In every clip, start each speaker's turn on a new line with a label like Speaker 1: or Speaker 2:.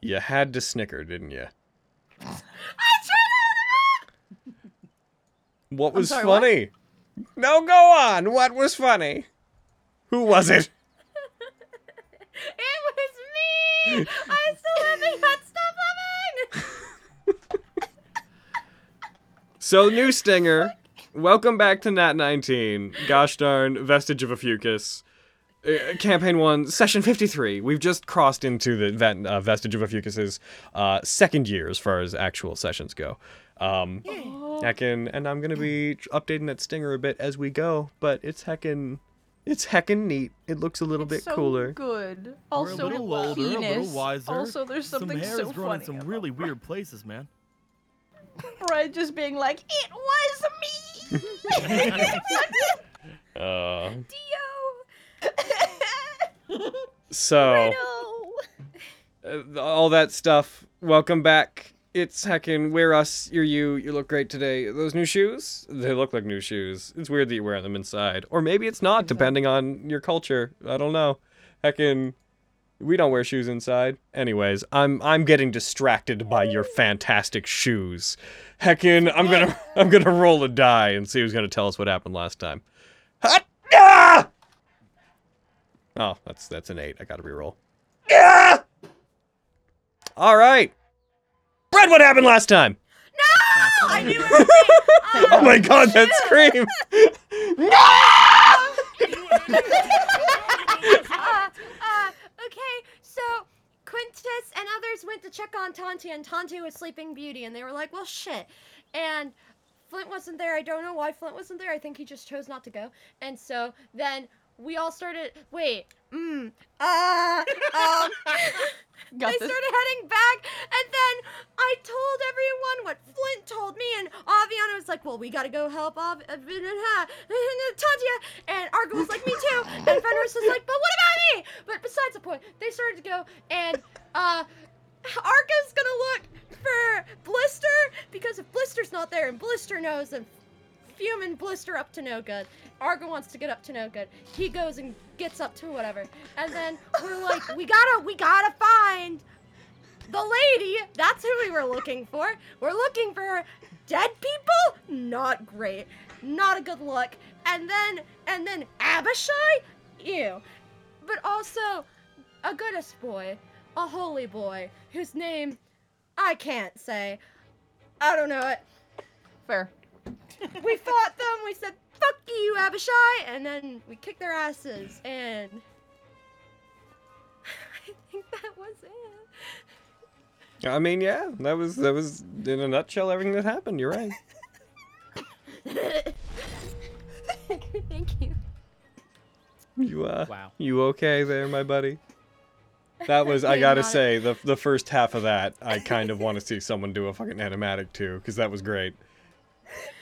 Speaker 1: You had to snicker, didn't you? What was
Speaker 2: sorry, what?
Speaker 1: funny? No, go on. What was funny? Who was it?
Speaker 3: It was me! I'm still living, but stop living!
Speaker 1: So, new stinger. Welcome back to Nat 19. Gosh darn, vestige of a fucus. Uh, campaign 1, session 53. We've just crossed into the that, uh, vestige of a fucus's uh, second year as far as actual sessions go. Um, heckin', and I'm gonna be tr- updating that stinger a bit as we go, but it's heckin', it's heckin' neat. It looks a little bit
Speaker 2: so
Speaker 1: cooler.
Speaker 2: Good.
Speaker 4: We're a
Speaker 2: Also,
Speaker 4: little older,
Speaker 2: penis.
Speaker 4: a little wiser.
Speaker 2: Also, there's
Speaker 4: Some
Speaker 2: something
Speaker 4: hair
Speaker 2: so
Speaker 4: is growing
Speaker 2: funny.
Speaker 4: in some
Speaker 2: about
Speaker 4: really weird places, man.
Speaker 2: Brad just being like, "It was me."
Speaker 1: Uh,
Speaker 3: Dio!
Speaker 1: so.
Speaker 3: No!
Speaker 1: uh, all that stuff. Welcome back. It's heckin' wear us. You're you. You look great today. Those new shoes? They look like new shoes. It's weird that you're wearing them inside, or maybe it's not, depending on your culture. I don't know. Heckin', we don't wear shoes inside. Anyways, I'm I'm getting distracted by your fantastic shoes. Heckin', I'm gonna I'm gonna roll a die and see who's gonna tell us what happened last time. Hot! Ah! Oh, that's that's an eight. I gotta reroll. Ah! All right. Brad, what happened last time?
Speaker 3: No! I knew it was me!
Speaker 1: Oh my god, that scream!
Speaker 3: uh, uh, okay, so Quintus and others went to check on Tonti, and Tonti was Sleeping Beauty, and they were like, well, shit. And Flint wasn't there. I don't know why Flint wasn't there. I think he just chose not to go. And so then we all started. Wait, mm, uh, um.
Speaker 2: Got
Speaker 3: I
Speaker 2: this.
Speaker 3: started heading back, and then I told everyone what Flint told me, and Aviana was like, "Well, we gotta go help Av- uh, Tatia," and Argo was like, "Me too," and Fenris was like, "But what about me?" But besides the point, they started to go, and uh, Argo's gonna look for Blister because if Blister's not there, and Blister knows, then Fume and Blister up to no good. Argo wants to get up to no good. He goes and gets up to whatever. And then we're like, we gotta, we gotta find the lady. That's who we were looking for. We're looking for dead people. Not great. Not a good look. And then, and then Abishai. Ew. But also a goodest boy, a holy boy, whose name I can't say. I don't know it
Speaker 2: Fair.
Speaker 3: we fought them. We said, "Fuck you, Abishai," and then we kicked their asses. And I think that was it.
Speaker 1: I mean, yeah, that was that was in a nutshell everything that happened. You're right.
Speaker 3: Thank you.
Speaker 1: You uh,
Speaker 4: Wow.
Speaker 1: you okay there, my buddy? That was I
Speaker 3: Yeah,
Speaker 1: gotta
Speaker 3: not-
Speaker 1: say the the first half of that I kind of want to see someone do a fucking animatic too because that was great.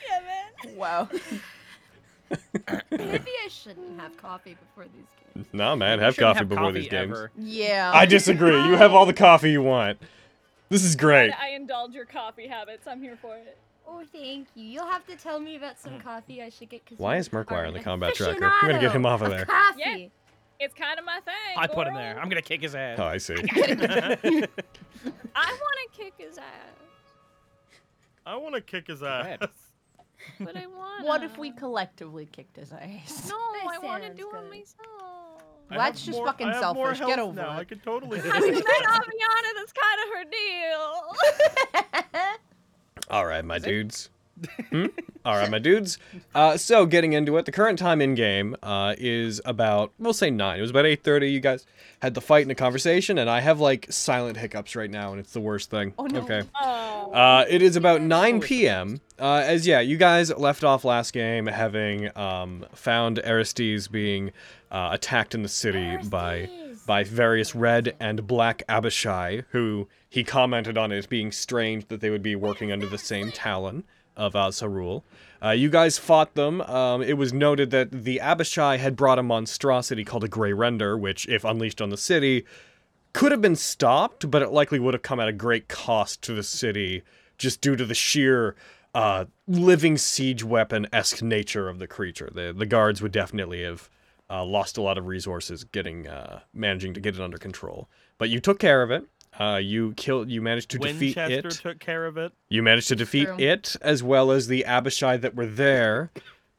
Speaker 3: Yeah, man.
Speaker 2: Wow.
Speaker 3: Maybe I shouldn't have coffee before these games.
Speaker 1: Nah, man, have
Speaker 4: Shouldn't
Speaker 1: coffee
Speaker 4: have
Speaker 1: before these games.
Speaker 4: ever.
Speaker 2: Yeah.
Speaker 1: I disagree. You have all the coffee you want. This is great.
Speaker 5: I indulge your coffee habits. I'm here for it.
Speaker 3: Oh, thank you. You'll have to tell me about some coffee I should get. Cause
Speaker 1: Hmm. Why
Speaker 3: you
Speaker 1: is Markiplier
Speaker 3: are
Speaker 1: on the
Speaker 3: an
Speaker 1: combat tracker? I'm gonna get him
Speaker 3: aficionado
Speaker 1: off of there.
Speaker 3: Coffee.
Speaker 5: It's kind of my thing.
Speaker 4: I put him
Speaker 5: girl.
Speaker 4: there. I'm gonna kick his ass.
Speaker 1: Oh, I see.
Speaker 5: I want to kick his ass,
Speaker 4: I want to kick his
Speaker 6: ass.
Speaker 5: but I want.
Speaker 2: What if we collectively kicked his ass?
Speaker 5: No, I want to
Speaker 3: sounds
Speaker 5: do
Speaker 3: good.
Speaker 5: it myself.
Speaker 4: I
Speaker 2: That's
Speaker 4: have
Speaker 2: just
Speaker 4: more-
Speaker 2: fucking
Speaker 4: I have more
Speaker 2: selfish. Get
Speaker 4: health
Speaker 2: over
Speaker 4: now.
Speaker 2: it.
Speaker 4: I could totally.
Speaker 5: I mean, that Aviana, that's kind of her deal.
Speaker 1: All right, my dudes. Hmm? All right, my dudes. Uh, so getting into it, the current time in game uh, is about we'll say nine. It was about eight thirty. You guys had the fight and the conversation, and I have like silent hiccups right now, and it's the worst thing.
Speaker 2: Oh, no.
Speaker 1: Okay.
Speaker 5: Oh.
Speaker 1: Uh, it is about 9 p.m. Uh, as yeah, you guys left off last game having um, found Aristides being uh, attacked in the city by
Speaker 3: Aristides.
Speaker 1: by various red and black Abishai, who he commented on as being strange that they would be working under the same talon of Azarul. Uh, you guys fought them. Um, it was noted that the Abishai had brought a monstrosity called a Grey Render, which, if unleashed on the city, could have been stopped, but it likely would have come at a great cost to the city just due to the sheer uh, living siege weapon esque nature of the creature. The, the guards would definitely have uh, lost a lot of resources getting uh, managing to get it under control. But you took care of it. Uh, you killed. You managed to defeat
Speaker 4: Winchester
Speaker 1: it.
Speaker 4: took care of it.
Speaker 1: You managed to defeat
Speaker 2: True.
Speaker 1: it as well as the Abishai that were there,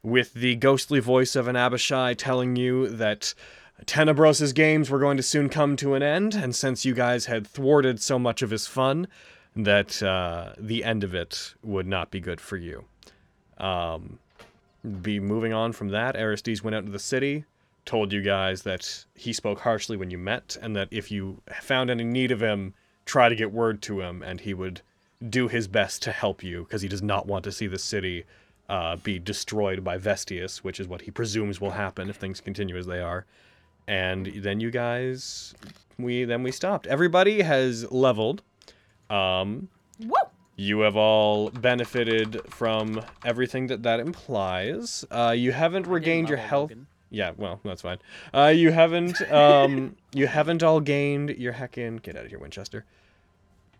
Speaker 1: with the ghostly voice of an Abishai telling you that Tenebros' games were going to soon come to an end, and since you guys had thwarted so much of his fun, that uh, the end of it would not be good for you. Um, be moving on from that, Aristides went out into the city, told you guys that he spoke harshly when you met, and that if you found any need of him, try to get word to him, and he would do his best to help you because he does not want to see the city uh, be destroyed by Vestius, which is what he presumes will happen if things continue as they are. And then you guys, we then we stopped. Everybody has leveled. Um,
Speaker 2: Woo!
Speaker 1: you have all benefited from everything that that implies. Uh, you haven't regained your
Speaker 7: level,
Speaker 1: health.
Speaker 7: Logan.
Speaker 1: Yeah, well, that's fine. Uh, you haven't um, you haven't all gained your heckin' get out of here, Winchester.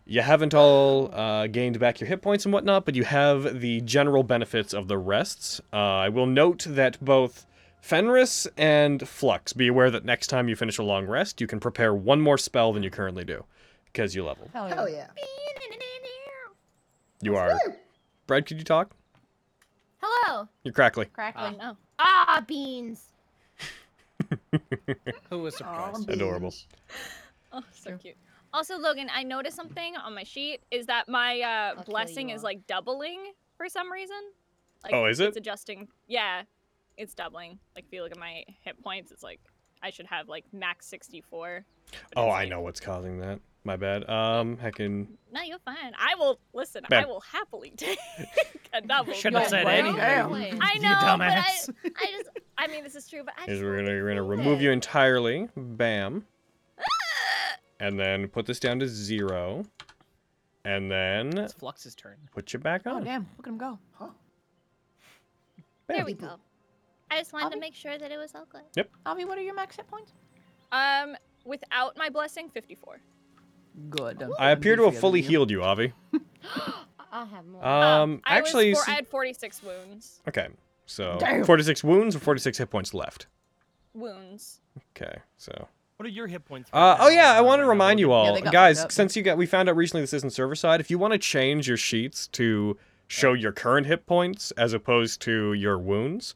Speaker 1: You haven't all uh, gained back your hit points and whatnot, but you have the general benefits of the rests. Uh, I will note that both Fenris and Flux, be aware that next time you finish a long rest, you can prepare one more spell than you currently do, because you leveled.
Speaker 2: Hell yeah.
Speaker 8: Hell yeah.
Speaker 1: You are. Brad, could you talk?
Speaker 3: Hello,
Speaker 1: You're crackly.
Speaker 5: Crackling. Oh.
Speaker 3: ah beans.
Speaker 7: Who was surprised?
Speaker 1: Adorable.
Speaker 5: Oh, so
Speaker 2: True.
Speaker 5: cute. Also, Logan, I noticed something on my sheet is that my uh,
Speaker 2: kill
Speaker 5: blessing
Speaker 2: you
Speaker 5: is
Speaker 2: all.
Speaker 5: like doubling for some reason. Like,
Speaker 1: Oh, is
Speaker 5: It's
Speaker 1: it?
Speaker 5: adjusting. Yeah, it's doubling. Like, if you look at my hit points, it's like I should have like max 64. but
Speaker 1: Oh,
Speaker 5: it's
Speaker 1: I
Speaker 5: like-
Speaker 1: know what's causing that. My bad. Um, heckin'
Speaker 5: No, you're fine. I will listen. I
Speaker 1: Bam.
Speaker 5: will happily take a double.
Speaker 7: Shouldn't have
Speaker 5: but-
Speaker 7: said
Speaker 2: Right
Speaker 7: anything.
Speaker 2: now.
Speaker 5: I
Speaker 7: you
Speaker 5: know, but I,
Speaker 7: dumbass.
Speaker 5: I just, I mean, this is true, but I
Speaker 1: is
Speaker 5: just
Speaker 1: we're gonna, we're gonna
Speaker 5: do
Speaker 1: remove
Speaker 5: it.
Speaker 1: you entirely. Bam. and then put this down to zero. And then
Speaker 7: It's Flux's turn.
Speaker 1: put you back
Speaker 2: Oh
Speaker 1: on.
Speaker 2: damn! Look at him go.
Speaker 5: There we go.
Speaker 8: people.
Speaker 5: I just wanted
Speaker 2: Abby?
Speaker 5: to make sure that it was all good.
Speaker 2: Avi, what are your max hit points?
Speaker 5: Um, without my blessing, 54.
Speaker 2: Good.
Speaker 1: I appear to have fully healed you, Avi.
Speaker 3: I have more.
Speaker 1: Um,
Speaker 5: I was
Speaker 1: actually,
Speaker 5: four-
Speaker 1: s-
Speaker 5: I had 46 wounds.
Speaker 1: okay. So
Speaker 2: Damn.
Speaker 1: 46 wounds or 46 hit points left.
Speaker 5: Wounds.
Speaker 1: Okay, so.
Speaker 4: What are your hit points? for
Speaker 1: Uh,
Speaker 4: that
Speaker 1: oh yeah,
Speaker 4: now,
Speaker 1: I want to
Speaker 4: Logan?
Speaker 1: remind you all,
Speaker 2: they got
Speaker 1: guys.
Speaker 2: fucked up.
Speaker 1: Since you got, we found out recently this isn't server side. If you want to change your sheets to show your current hit points as opposed to your wounds,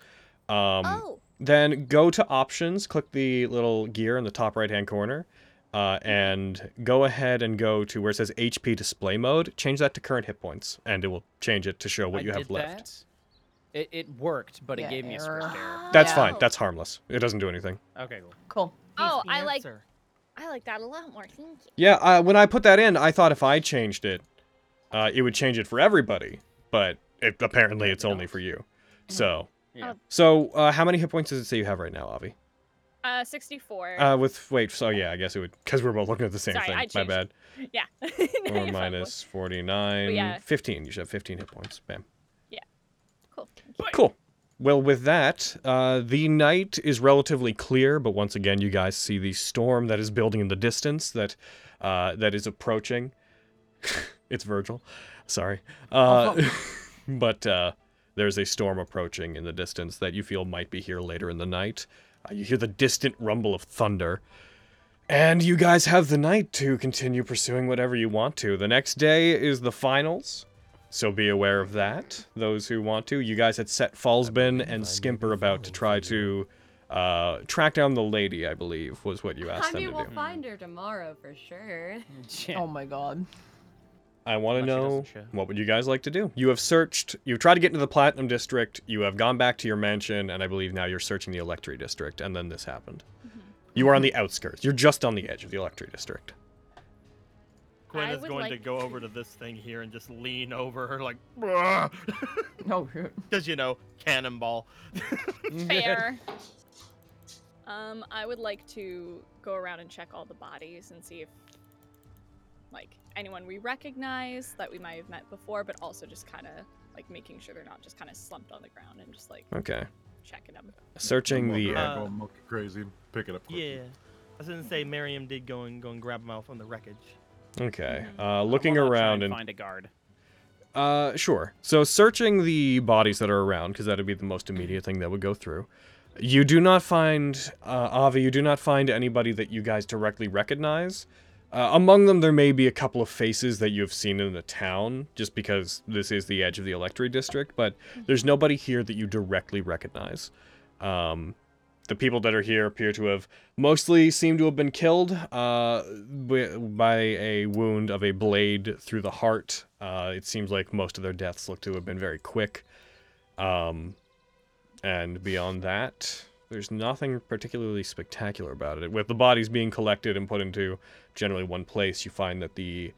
Speaker 1: um,
Speaker 3: oh,
Speaker 1: then go to options, click the little gear in the top right hand corner, uh,
Speaker 2: Mm-hmm.
Speaker 1: and go ahead and go to where it says HP display mode. Change that to current hit points, and it will change it to show what
Speaker 7: I
Speaker 1: you have
Speaker 7: did
Speaker 1: left.
Speaker 7: that. It, it worked, but
Speaker 2: Yeah,
Speaker 7: it gave me a script
Speaker 8: Ah,
Speaker 2: Oh,
Speaker 7: error.
Speaker 1: That's
Speaker 3: Yeah.
Speaker 1: fine. That's harmless. It doesn't do anything.
Speaker 7: Okay, cool.
Speaker 2: Cool.
Speaker 5: Oh,
Speaker 4: The
Speaker 5: I like
Speaker 4: answer.
Speaker 5: I like that a lot more. Thank you.
Speaker 1: Yeah, uh, when I put that in, I thought if I changed it, uh, it would change it for everybody, but it, apparently it's only for you. So,
Speaker 7: Yeah.
Speaker 1: so uh, how many hit points does it say you have right now, Avi?
Speaker 5: Uh, 64.
Speaker 1: Uh, with wait, so yeah, I guess it would because we're both looking at the same
Speaker 5: Sorry,
Speaker 1: thing.
Speaker 5: I
Speaker 1: My
Speaker 5: changed.
Speaker 1: bad.
Speaker 5: yeah. No, you're
Speaker 1: Or
Speaker 5: fine.
Speaker 1: minus 49,
Speaker 5: yeah.
Speaker 1: 15. You should have 15 hit points. Bam.
Speaker 5: Cool.
Speaker 1: Cool. Well, with that, uh, the night is relatively clear, but once again, you guys see the storm that is building in the distance that uh, that is approaching. it's Virgil. Sorry. Uh, but uh, there's a storm approaching in the distance that you feel might be here later in the night. Uh, you hear the distant rumble of thunder. And you guys have the night to continue pursuing whatever you want to. The next day is the finals. So be aware of that, those who want to. You guys had set Fallsbin and Skimper about to try to uh, track down the lady, I believe, was what you asked
Speaker 3: I
Speaker 1: them
Speaker 3: mean,
Speaker 1: to
Speaker 3: we'll
Speaker 1: do.
Speaker 3: find her tomorrow for sure.
Speaker 7: Yeah.
Speaker 2: Oh my god.
Speaker 1: I want to
Speaker 7: Unless she doesn't
Speaker 1: know
Speaker 7: show.
Speaker 1: what would you guys like to do? You have searched, you've tried to get into the Platinum District, you have gone back to your mansion, and I believe now you're searching the Electri District, and then this happened.
Speaker 4: Mm-hmm.
Speaker 1: You are on the outskirts. You're just on the edge of the Electri District.
Speaker 4: Gwen
Speaker 5: I
Speaker 4: is
Speaker 5: would
Speaker 4: going to
Speaker 5: like
Speaker 4: go over to this thing here and just lean over her like, because
Speaker 2: No shoot.
Speaker 4: you know, cannonball.
Speaker 5: Fair. um, I would like to go around and check all the bodies and see if, like, anyone we recognize that we might have met before, but also just kind of like making sure they're not just kind of slumped on the ground and just like
Speaker 1: Okay.
Speaker 5: checking them.
Speaker 1: Searching the.
Speaker 4: Uh,
Speaker 9: Go monkey crazy. Pick it up. Quick.
Speaker 4: Yeah. I was gonna say Miriam did go and go and grab him out from the wreckage.
Speaker 1: okay. Uh, looking
Speaker 7: I'll try
Speaker 1: around and
Speaker 7: find a guard.
Speaker 1: Uh, sure. So searching the bodies that are around, because that'd be the most immediate thing that would go through. You do not find uh, Avi. You do not find anybody that you guys directly recognize. Uh, Uh, among them, there may be a couple of faces that you have seen in the town, just because this is the edge of the Electri district, but there's nobody here that you directly recognize. Um, the people that are here appear to have mostly seem to have been killed uh, wi- by a wound of a blade through the heart. Uh, it seems like most of their deaths look to have been very quick. Um, and beyond that, there's nothing particularly spectacular about it. With the bodies being collected and put into generally one place, you find that the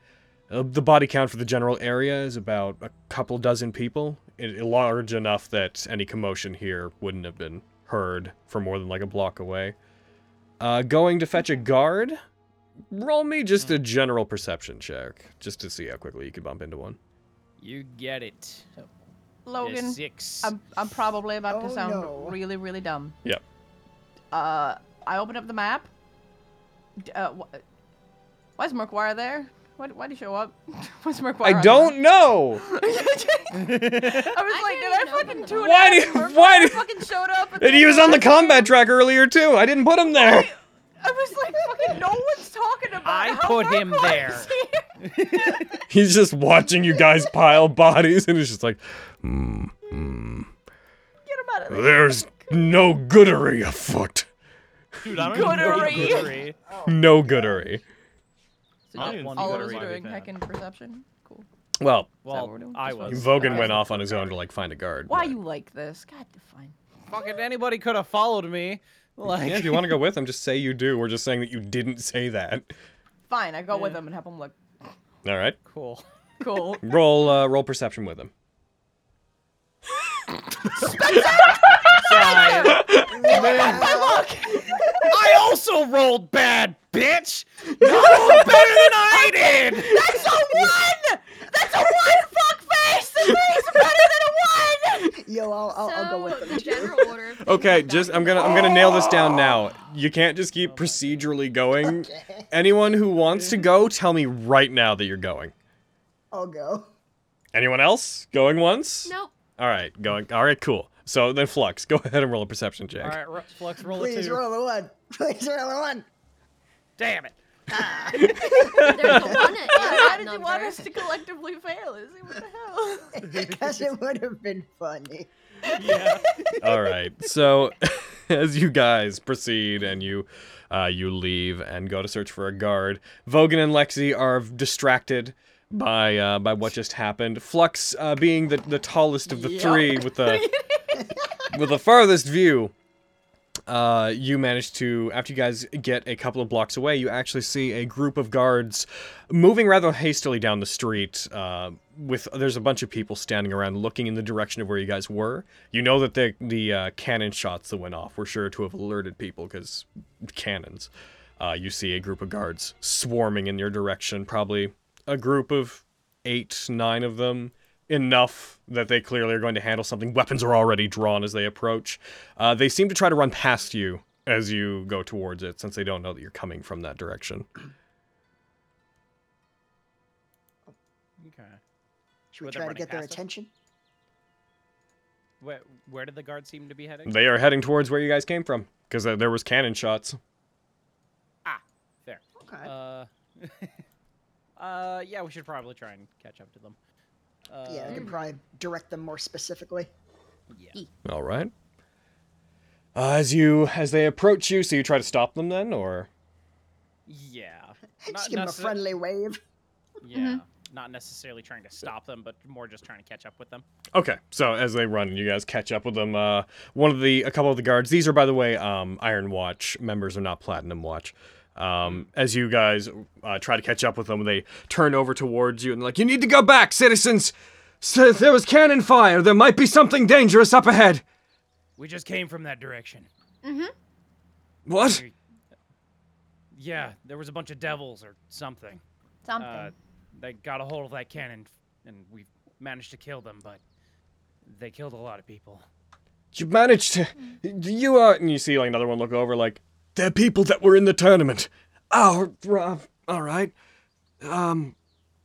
Speaker 1: uh, the body count for the general area is about a couple dozen people, it, large enough that any commotion here wouldn't have been heard for more than like a block away. Uh, going to fetch a guard. Roll me just a general perception check, just to see how quickly you could bump into one.
Speaker 10: You get it. A
Speaker 11: Logan,
Speaker 10: six.
Speaker 11: I'm, I'm probably about to
Speaker 8: Oh,
Speaker 11: sound
Speaker 8: no.
Speaker 11: really, really dumb.
Speaker 1: Yep.
Speaker 11: Uh, I open up the map. D- Uh, wh- why is McGuire there? Why, why'd he show up? What's McGuire?
Speaker 1: I don't know.
Speaker 11: I was like, did
Speaker 2: didn't
Speaker 11: I
Speaker 2: even
Speaker 11: fucking
Speaker 2: open
Speaker 11: tune
Speaker 1: Why
Speaker 11: out?
Speaker 1: do you-
Speaker 11: McGuire
Speaker 1: why do-
Speaker 11: fucking showed up?
Speaker 1: And he was on the combat track earlier too. I didn't put him there.
Speaker 11: I was like, fucking no one's talking about
Speaker 10: I
Speaker 11: how
Speaker 10: put him
Speaker 11: Markiplier's
Speaker 10: there.
Speaker 11: here.
Speaker 1: He's just watching you guys pile bodies, and it's just like, hmm, hmm.
Speaker 11: Get him out of there.
Speaker 1: There's no goodery afoot.
Speaker 4: Dude, I don't even know what
Speaker 11: Goodery.
Speaker 4: goodery.
Speaker 11: Oh,
Speaker 1: No goodery.
Speaker 11: So
Speaker 4: I
Speaker 11: not
Speaker 4: don't even
Speaker 10: one
Speaker 4: see
Speaker 11: all
Speaker 4: what
Speaker 11: of us
Speaker 4: it
Speaker 10: goodery.
Speaker 4: might
Speaker 11: are
Speaker 4: be
Speaker 11: doing
Speaker 4: then.
Speaker 11: hacking perception. Cool.
Speaker 1: Well,
Speaker 11: what we're
Speaker 10: Well,
Speaker 11: doing?
Speaker 10: I
Speaker 11: Just
Speaker 10: was.
Speaker 1: Vogan went
Speaker 10: I was-
Speaker 1: off on his own to like find a guard.
Speaker 11: Why
Speaker 1: but-
Speaker 11: you like this? God, fine.
Speaker 10: Fucking anybody could have followed me. Like,
Speaker 1: Yeah, if you want to go with him, just say you do. We're just saying that you didn't say that.
Speaker 11: Fine, I go with him and help him look
Speaker 1: All right.
Speaker 10: cool.
Speaker 11: cool.
Speaker 1: Roll, uh, roll perception with him.
Speaker 10: Sorry. Man. I also rolled bad, bitch. No better than I did.
Speaker 11: That's a one. That's a one. Fuck face. The three's better than a one.
Speaker 8: Yo, I'll, I'll, I'll go with
Speaker 2: So,
Speaker 8: them
Speaker 2: the
Speaker 8: too.
Speaker 2: general order. of
Speaker 1: Okay,
Speaker 2: things
Speaker 1: just
Speaker 2: back
Speaker 1: I'm
Speaker 2: in
Speaker 1: gonna I'm gonna nail this down now. You can't just
Speaker 11: Oh
Speaker 1: keep procedurally going. Anyone who wants to go, tell me right now that you're going.
Speaker 8: I'll go.
Speaker 1: Anyone else going once?
Speaker 2: the- Nope.
Speaker 1: All right, going. All right, cool. So then Flux, go ahead and roll a perception check.
Speaker 10: All right, Ru- Flux, roll a
Speaker 8: Please
Speaker 10: two.
Speaker 8: roll a one. Please roll a one. Ah.
Speaker 10: Damn it.
Speaker 2: There's a one in
Speaker 11: Why
Speaker 2: that
Speaker 11: did you want
Speaker 2: number.
Speaker 11: us to collectively fail? Is it what the hell?
Speaker 8: Because it would have been funny.
Speaker 4: Yeah.
Speaker 1: All right. So, as you guys proceed and you uh, you leave and go to search for a guard, Vogan and Lexi are distracted by uh, by what just happened. Flux, uh, being the, the tallest of the three with the with the farthest view, uh, you manage to after you guys get a couple of blocks away, you actually see a group of guards moving rather hastily down the street. Uh, with there's a bunch of people standing around looking in the direction of where you guys were. You know that the the uh, cannon shots that went off were sure to have alerted people because cannons. Uh, you see a group of guards swarming in your direction, probably a group of eight, nine of them, enough that they clearly are going to handle something. Weapons are already drawn as they approach. Uh, they seem to try to run past you as you go towards it, since they don't know that you're coming from that direction.
Speaker 10: Okay.
Speaker 8: Should we
Speaker 10: Were they
Speaker 8: try to
Speaker 10: running
Speaker 8: get their
Speaker 10: past us?
Speaker 8: attention?
Speaker 10: Where, where did the guard seem to be heading?
Speaker 1: They are heading towards where you guys came from, because uh, there was cannon shots.
Speaker 10: There.
Speaker 8: Okay.
Speaker 10: Uh, uh, yeah, we should probably try and catch up to them. Uh,
Speaker 8: yeah, we
Speaker 2: Um,
Speaker 8: can probably direct them more specifically.
Speaker 10: yeah.
Speaker 1: All right. Uh, as you as they approach you, so you try to stop them then, or
Speaker 10: Yeah. Not
Speaker 8: Just give them a
Speaker 10: necessar-
Speaker 8: friendly wave.
Speaker 10: Yeah. Not necessarily trying to stop them, but more just trying to catch up with them.
Speaker 1: Okay, so as they run, you guys catch up with them. Uh, one of the, a couple of the guards. These are, by the way, um, Iron Watch members are not Platinum Watch. Um, as you guys uh, try to catch up with them, they turn over towards you and like, you need to go back, citizens. S- there was cannon fire. There might be something dangerous up ahead.
Speaker 10: We just came from that direction.
Speaker 1: What?
Speaker 10: Yeah, there was a bunch of devils or something.
Speaker 11: Something.
Speaker 10: Uh, they got a hold of that cannon, f- and we managed to kill them, but they killed a lot of people.
Speaker 1: You managed to. You are. And you see like another one look over, like they're people that were in the tournament. Oh, uh, all right. Um,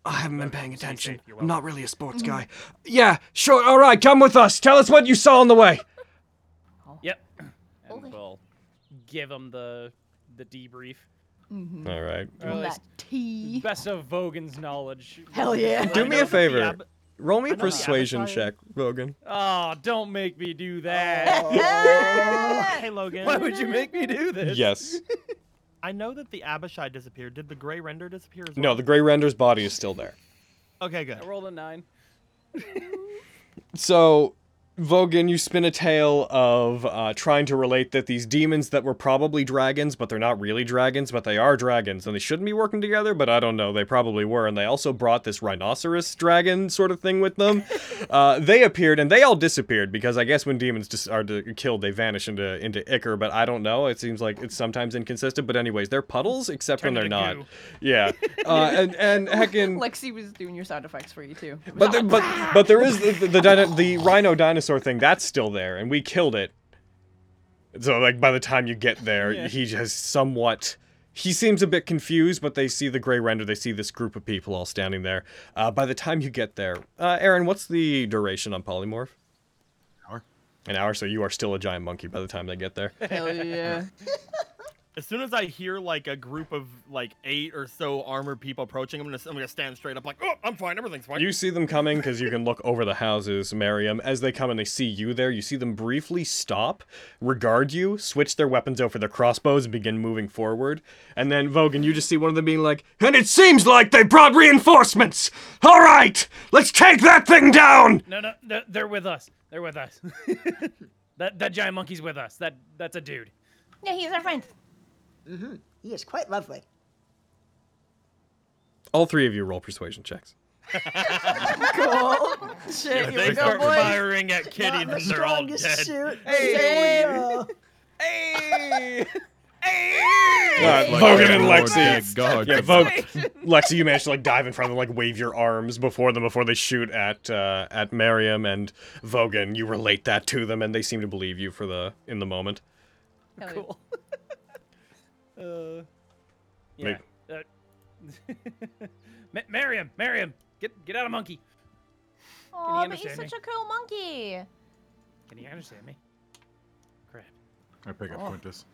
Speaker 1: I haven't been paying
Speaker 10: stay
Speaker 1: attention.
Speaker 10: safe, you're
Speaker 1: I'm not really a sports guy. Yeah, sure. All right, come with us. Tell us what you saw on the way.
Speaker 10: Yep. And we'll give them the the debrief.
Speaker 11: Mm-hmm.
Speaker 1: All right.
Speaker 12: Or at least
Speaker 11: tea.
Speaker 12: best of Vogan's knowledge.
Speaker 11: Hell yeah.
Speaker 1: Do
Speaker 4: I
Speaker 1: me
Speaker 4: know
Speaker 1: a
Speaker 4: the
Speaker 1: favor.
Speaker 4: ab-
Speaker 1: Roll me
Speaker 4: I
Speaker 1: a
Speaker 4: know the
Speaker 1: persuasion
Speaker 4: avatar.
Speaker 1: check, Logan.
Speaker 12: Oh, don't make me do
Speaker 11: Oh.
Speaker 12: that. hey, Logan.
Speaker 10: Why would you make me do this?
Speaker 1: Yes.
Speaker 4: I know that the Abishai disappeared. Did the gray render disappear as
Speaker 1: No,
Speaker 4: well?
Speaker 1: the Grey Render's body is still there.
Speaker 4: Okay, good.
Speaker 12: I rolled a nine.
Speaker 1: So, Vogan, you spin a tale of uh, trying to relate that these demons that were probably dragons, but they're not really dragons, but they are dragons, and they shouldn't be working together, but I don't know, they probably were. And they also brought this rhinoceros dragon sort of thing with them. uh, they appeared, and they all disappeared, because I guess when demons dis- are d- killed, they vanish into, into ichor, but I don't know. It seems like it's sometimes inconsistent, but anyways, they're puddles, except
Speaker 4: Turn
Speaker 1: when they're
Speaker 4: into
Speaker 1: not.
Speaker 4: goo. Oh
Speaker 1: Yeah. Uh, and, and heckin'.
Speaker 11: Lexi was doing your sound effects for you too. It was
Speaker 1: But
Speaker 11: not
Speaker 1: there,
Speaker 11: my-
Speaker 1: but but there is the the, the, dino, the rhino dinosaur thing that's still there, and we killed it. So like by the time you get there,
Speaker 12: Yeah.
Speaker 1: he has somewhat. He seems a bit confused, but they see the gray render. They see this group of people all standing there. Uh, by the time you get there, uh, Aaron, what's the duration on polymorph?
Speaker 9: Hour.
Speaker 1: An hour. So you are still a giant monkey by the time they get there.
Speaker 11: hell yeah.
Speaker 4: As soon as I hear like a group of like eight or so armored people approaching, I'm gonna I'm gonna stand straight up like, oh, I'm fine, everything's fine.
Speaker 1: You see them coming because you can look over the houses, Mariam. As they come and they see you there, you see them briefly stop, regard you, switch their weapons out for their crossbows, and begin moving forward. And then, Vogan, you just see one of them being like, And it seems like they brought reinforcements! All right, let's take that thing down!
Speaker 12: No, no, they're, they're with us. They're with us. that that giant monkey's with us. That that's a dude.
Speaker 11: Yeah, he's our friend.
Speaker 8: He is quite lovely.
Speaker 1: All three of you roll persuasion checks.
Speaker 11: Cool. Oh, Shit,
Speaker 4: if
Speaker 11: here
Speaker 4: they
Speaker 11: we go,
Speaker 4: start
Speaker 11: boys.
Speaker 4: firing at Kitty,
Speaker 8: Not the
Speaker 4: then they're all dead.
Speaker 8: strongest suit.
Speaker 12: Hey.
Speaker 8: There we go.
Speaker 12: Hey!
Speaker 1: Uh,
Speaker 9: Like,
Speaker 1: Vogan and
Speaker 9: oh,
Speaker 1: Lexi.
Speaker 9: dear God.
Speaker 1: Yeah, Vogue, Lexi, you managed to like dive in front of them, like wave your arms before them before they shoot at uh, at Mariam and Vogan. You relate that to them, and they seem to believe you for the in the moment.
Speaker 11: Hell yeah.
Speaker 12: Cool. uh, yeah. Uh, Ma- Mariam, Mariam, get get out of monkey.
Speaker 11: Aw, but he's
Speaker 12: understand
Speaker 11: such a cool monkey.
Speaker 12: Can you understand me? Crap.
Speaker 9: I pick up Quintus.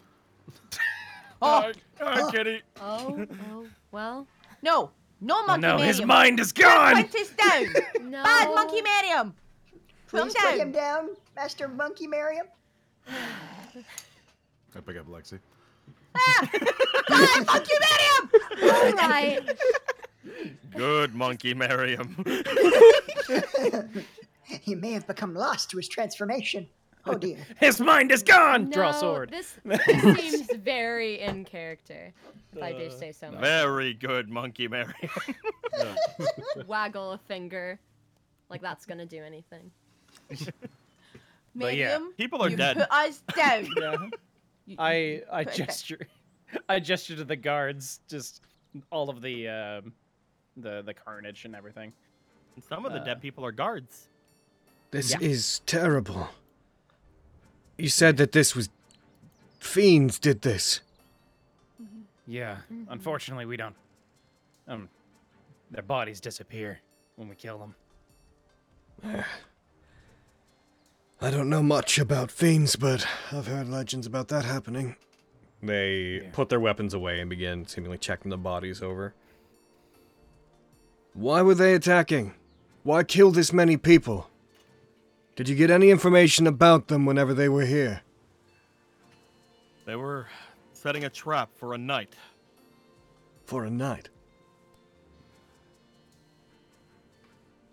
Speaker 11: Oh
Speaker 4: Oh, Kitty.
Speaker 2: Oh, oh, well,
Speaker 11: no, Oh, no monkey
Speaker 12: no,
Speaker 11: Mariam.
Speaker 12: his mind is
Speaker 11: Put
Speaker 12: gone.
Speaker 11: Quintus down.
Speaker 2: no.
Speaker 11: Bad monkey Mariam. Put him
Speaker 8: Please put him
Speaker 11: down.
Speaker 8: down, Master Monkey Mariam.
Speaker 9: I pick up Lexi.
Speaker 11: Bad monkey Mariam.
Speaker 2: All right.
Speaker 4: Good monkey, Mariam.
Speaker 8: He may have become lost to his transformation. Oh dear.
Speaker 12: His mind is gone. Draw
Speaker 2: No,
Speaker 12: sword.
Speaker 2: This, this seems very in character, if I
Speaker 12: Uh,
Speaker 2: do say so myself.
Speaker 4: Very good monkey, Mariam.
Speaker 2: Waggle a finger. Like, that's going to do anything.
Speaker 12: But yeah,
Speaker 11: Mariam,
Speaker 4: people are
Speaker 11: you
Speaker 4: dead.
Speaker 11: Put us down.
Speaker 12: Yeah.
Speaker 11: You-
Speaker 12: I I
Speaker 11: Perfect.
Speaker 12: gesture, I gesture to the guards, just all of the um, the the carnage and everything.
Speaker 4: Some of the
Speaker 12: Uh,
Speaker 4: dead people are guards.
Speaker 1: This
Speaker 12: Yeah.
Speaker 1: is terrible. You said that this was fiends did this.
Speaker 12: Yeah. Unfortunately, we don't. Um, their bodies disappear when we kill them.
Speaker 1: I don't know much about fiends, but I've heard legends about that happening. They
Speaker 12: Yeah.
Speaker 1: put their weapons away and begin seemingly checking the bodies over. Why were they attacking? Why kill this many people? Did you get any information about them whenever they were here?
Speaker 4: They were setting a trap for a knight.
Speaker 1: For a night.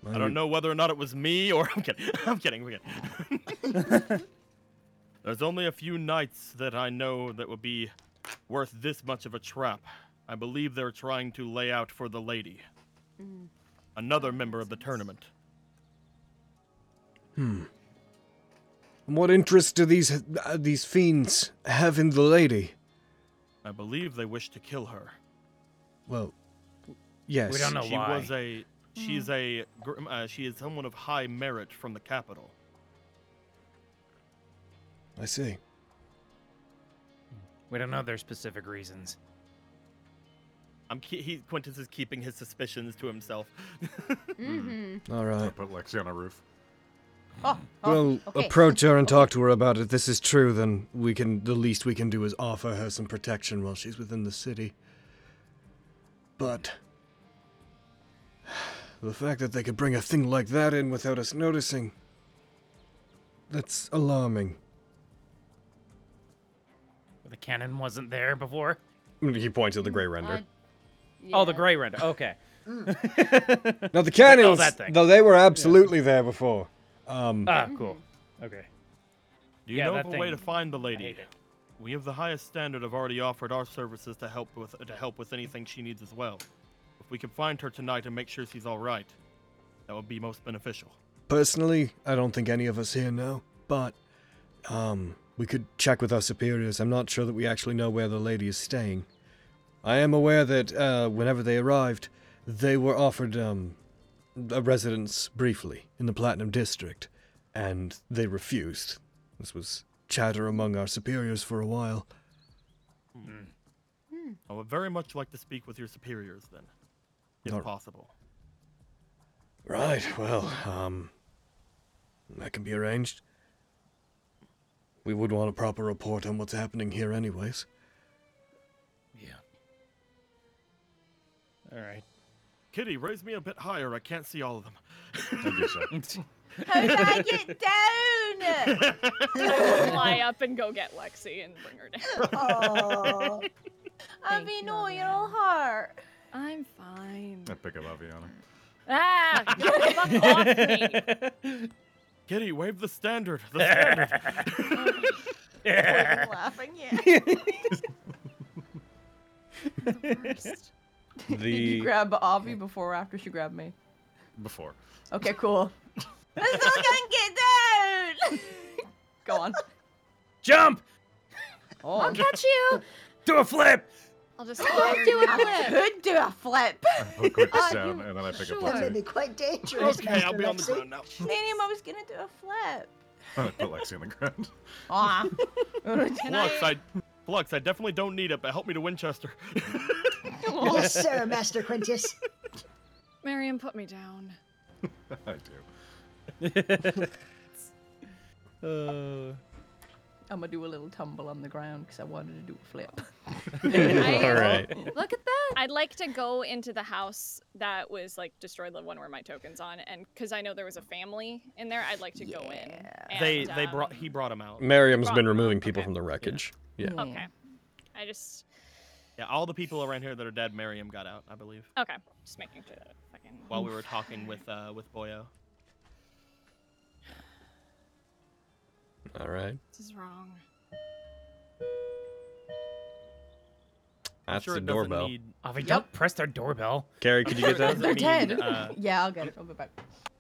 Speaker 4: I don't know whether or not it was me or I'm kidding. I'm kidding. I'm kidding. There's only a few knights that I know that would be worth this much of a trap. I believe they're trying to lay out for the lady, another member of the tournament.
Speaker 1: Hmm. And what interest do these uh, these fiends have in the lady?
Speaker 4: I believe they wish to kill her.
Speaker 1: Well, yes.
Speaker 12: We don't know
Speaker 4: she
Speaker 12: why.
Speaker 4: was a she's a gr- uh, she is someone of high merit from the capital.
Speaker 1: I see.
Speaker 12: We don't know their specific reasons.
Speaker 4: I'm ke- he, Quintus is keeping his suspicions to himself.
Speaker 2: Mm-hmm.
Speaker 1: All
Speaker 9: I
Speaker 1: right.
Speaker 9: put Lexi on a roof.
Speaker 11: Oh, oh,
Speaker 1: Well,
Speaker 11: okay.
Speaker 1: approach her and talk to her about it. This is true, then we can. The least we can do is offer her some protection while she's within the city. But. The fact that they could bring a thing like that in without us noticing. That's alarming.
Speaker 10: The cannon wasn't there before.
Speaker 1: He points at the gray render.
Speaker 10: Oh, the gray render. Okay.
Speaker 1: Now the cannons,
Speaker 10: that thing.
Speaker 1: though they were absolutely there before.
Speaker 13: Mm-hmm.
Speaker 1: Um,
Speaker 10: Ah, cool. Okay.
Speaker 4: Do you
Speaker 10: Yeah,
Speaker 4: know
Speaker 10: that
Speaker 4: of a way to
Speaker 10: thing-
Speaker 4: find the
Speaker 10: I
Speaker 4: lady?
Speaker 10: hate it.
Speaker 4: We have the highest standard of already offered our services to help with to help with anything she needs as well. If we can find her tonight and make sure she's all right, that would be most beneficial.
Speaker 1: personally, I don't think any of us here know, but um, we could check with our superiors. I'm not sure that we actually know where the lady is staying. I am aware that uh, whenever they arrived, they were offered um, a residence briefly in the Platinum District, and they refused. This was chatter among our superiors for a while.
Speaker 10: Hmm.
Speaker 9: Hmm.
Speaker 4: I would very much like to speak with your superiors then, if
Speaker 1: All right.
Speaker 4: possible.
Speaker 1: Right, well, um, that can be arranged. We would want a proper report on what's happening here, anyways.
Speaker 10: All right.
Speaker 4: Kitty, raise me a bit higher. I can't see all of them.
Speaker 9: Thank you, sir.
Speaker 11: Jose, get down!
Speaker 14: Fly up and go get Lexi and bring her down.
Speaker 8: Oh.
Speaker 11: I
Speaker 2: Thank
Speaker 11: mean,
Speaker 2: you,
Speaker 11: no, you're
Speaker 2: Ariana.
Speaker 11: all hurt.
Speaker 14: I'm fine.
Speaker 9: I pick up Aviana.
Speaker 14: Ah, fuck off me.
Speaker 4: Kitty, wave the standard. The standard.
Speaker 11: I'm laughing, yeah. Did you grab Avi before or after she grabbed me?
Speaker 9: Before.
Speaker 11: Okay, cool. I still can't get down! Go on.
Speaker 10: Jump!
Speaker 11: Oh,
Speaker 2: Catch you.
Speaker 10: Do a flip!
Speaker 14: I'll just
Speaker 2: Don't do a flip.
Speaker 11: could do a flip.
Speaker 9: I hook Quintus
Speaker 2: Uh,
Speaker 9: down,
Speaker 2: you-
Speaker 9: and then I pick up
Speaker 2: sure.
Speaker 8: That may
Speaker 9: Lexi.
Speaker 8: be quite dangerous,
Speaker 4: okay,
Speaker 8: Master
Speaker 4: I'll be on the
Speaker 8: Lexi.
Speaker 4: ground now.
Speaker 11: Stadium, I was gonna do a flip.
Speaker 9: I Oh, put Lexi on the ground.
Speaker 11: Aw.
Speaker 4: Flux, I, Flux, I definitely don't need it, but help me to Winchester.
Speaker 8: Yes, sir, Master Quintus.
Speaker 14: Marion, put me down.
Speaker 9: I do.
Speaker 10: Uh,
Speaker 11: I'm gonna do a little tumble on the ground because I wanted to do a flip.
Speaker 14: All
Speaker 1: right.
Speaker 2: Look at that.
Speaker 14: I'd like to go into the house that was like destroyed, the one where my token's on, and because I know there was a family in there, I'd like to go in. And,
Speaker 4: they they
Speaker 14: um,
Speaker 4: brought he brought him out.
Speaker 1: Miriam's
Speaker 14: Right.
Speaker 1: been removing people
Speaker 14: Okay.
Speaker 1: from the wreckage. Yeah.
Speaker 14: Okay. I just
Speaker 4: Yeah, all the people around here that are dead, Miriam got out, I believe,
Speaker 14: okay. Just making sure that fucking.
Speaker 4: while we were talking with uh with Boyo.
Speaker 1: All right.
Speaker 14: this is wrong.
Speaker 4: I'm
Speaker 1: That's
Speaker 4: sure
Speaker 1: the
Speaker 4: it doesn't
Speaker 1: doorbell.
Speaker 4: Need,
Speaker 10: Avi, don't press their doorbell.
Speaker 1: Carrie, could you
Speaker 4: sure
Speaker 1: get
Speaker 4: it
Speaker 1: that?
Speaker 4: doesn't
Speaker 11: They're
Speaker 4: mean,
Speaker 11: dead.
Speaker 4: uh,
Speaker 11: yeah, I'll get it. I'll be back.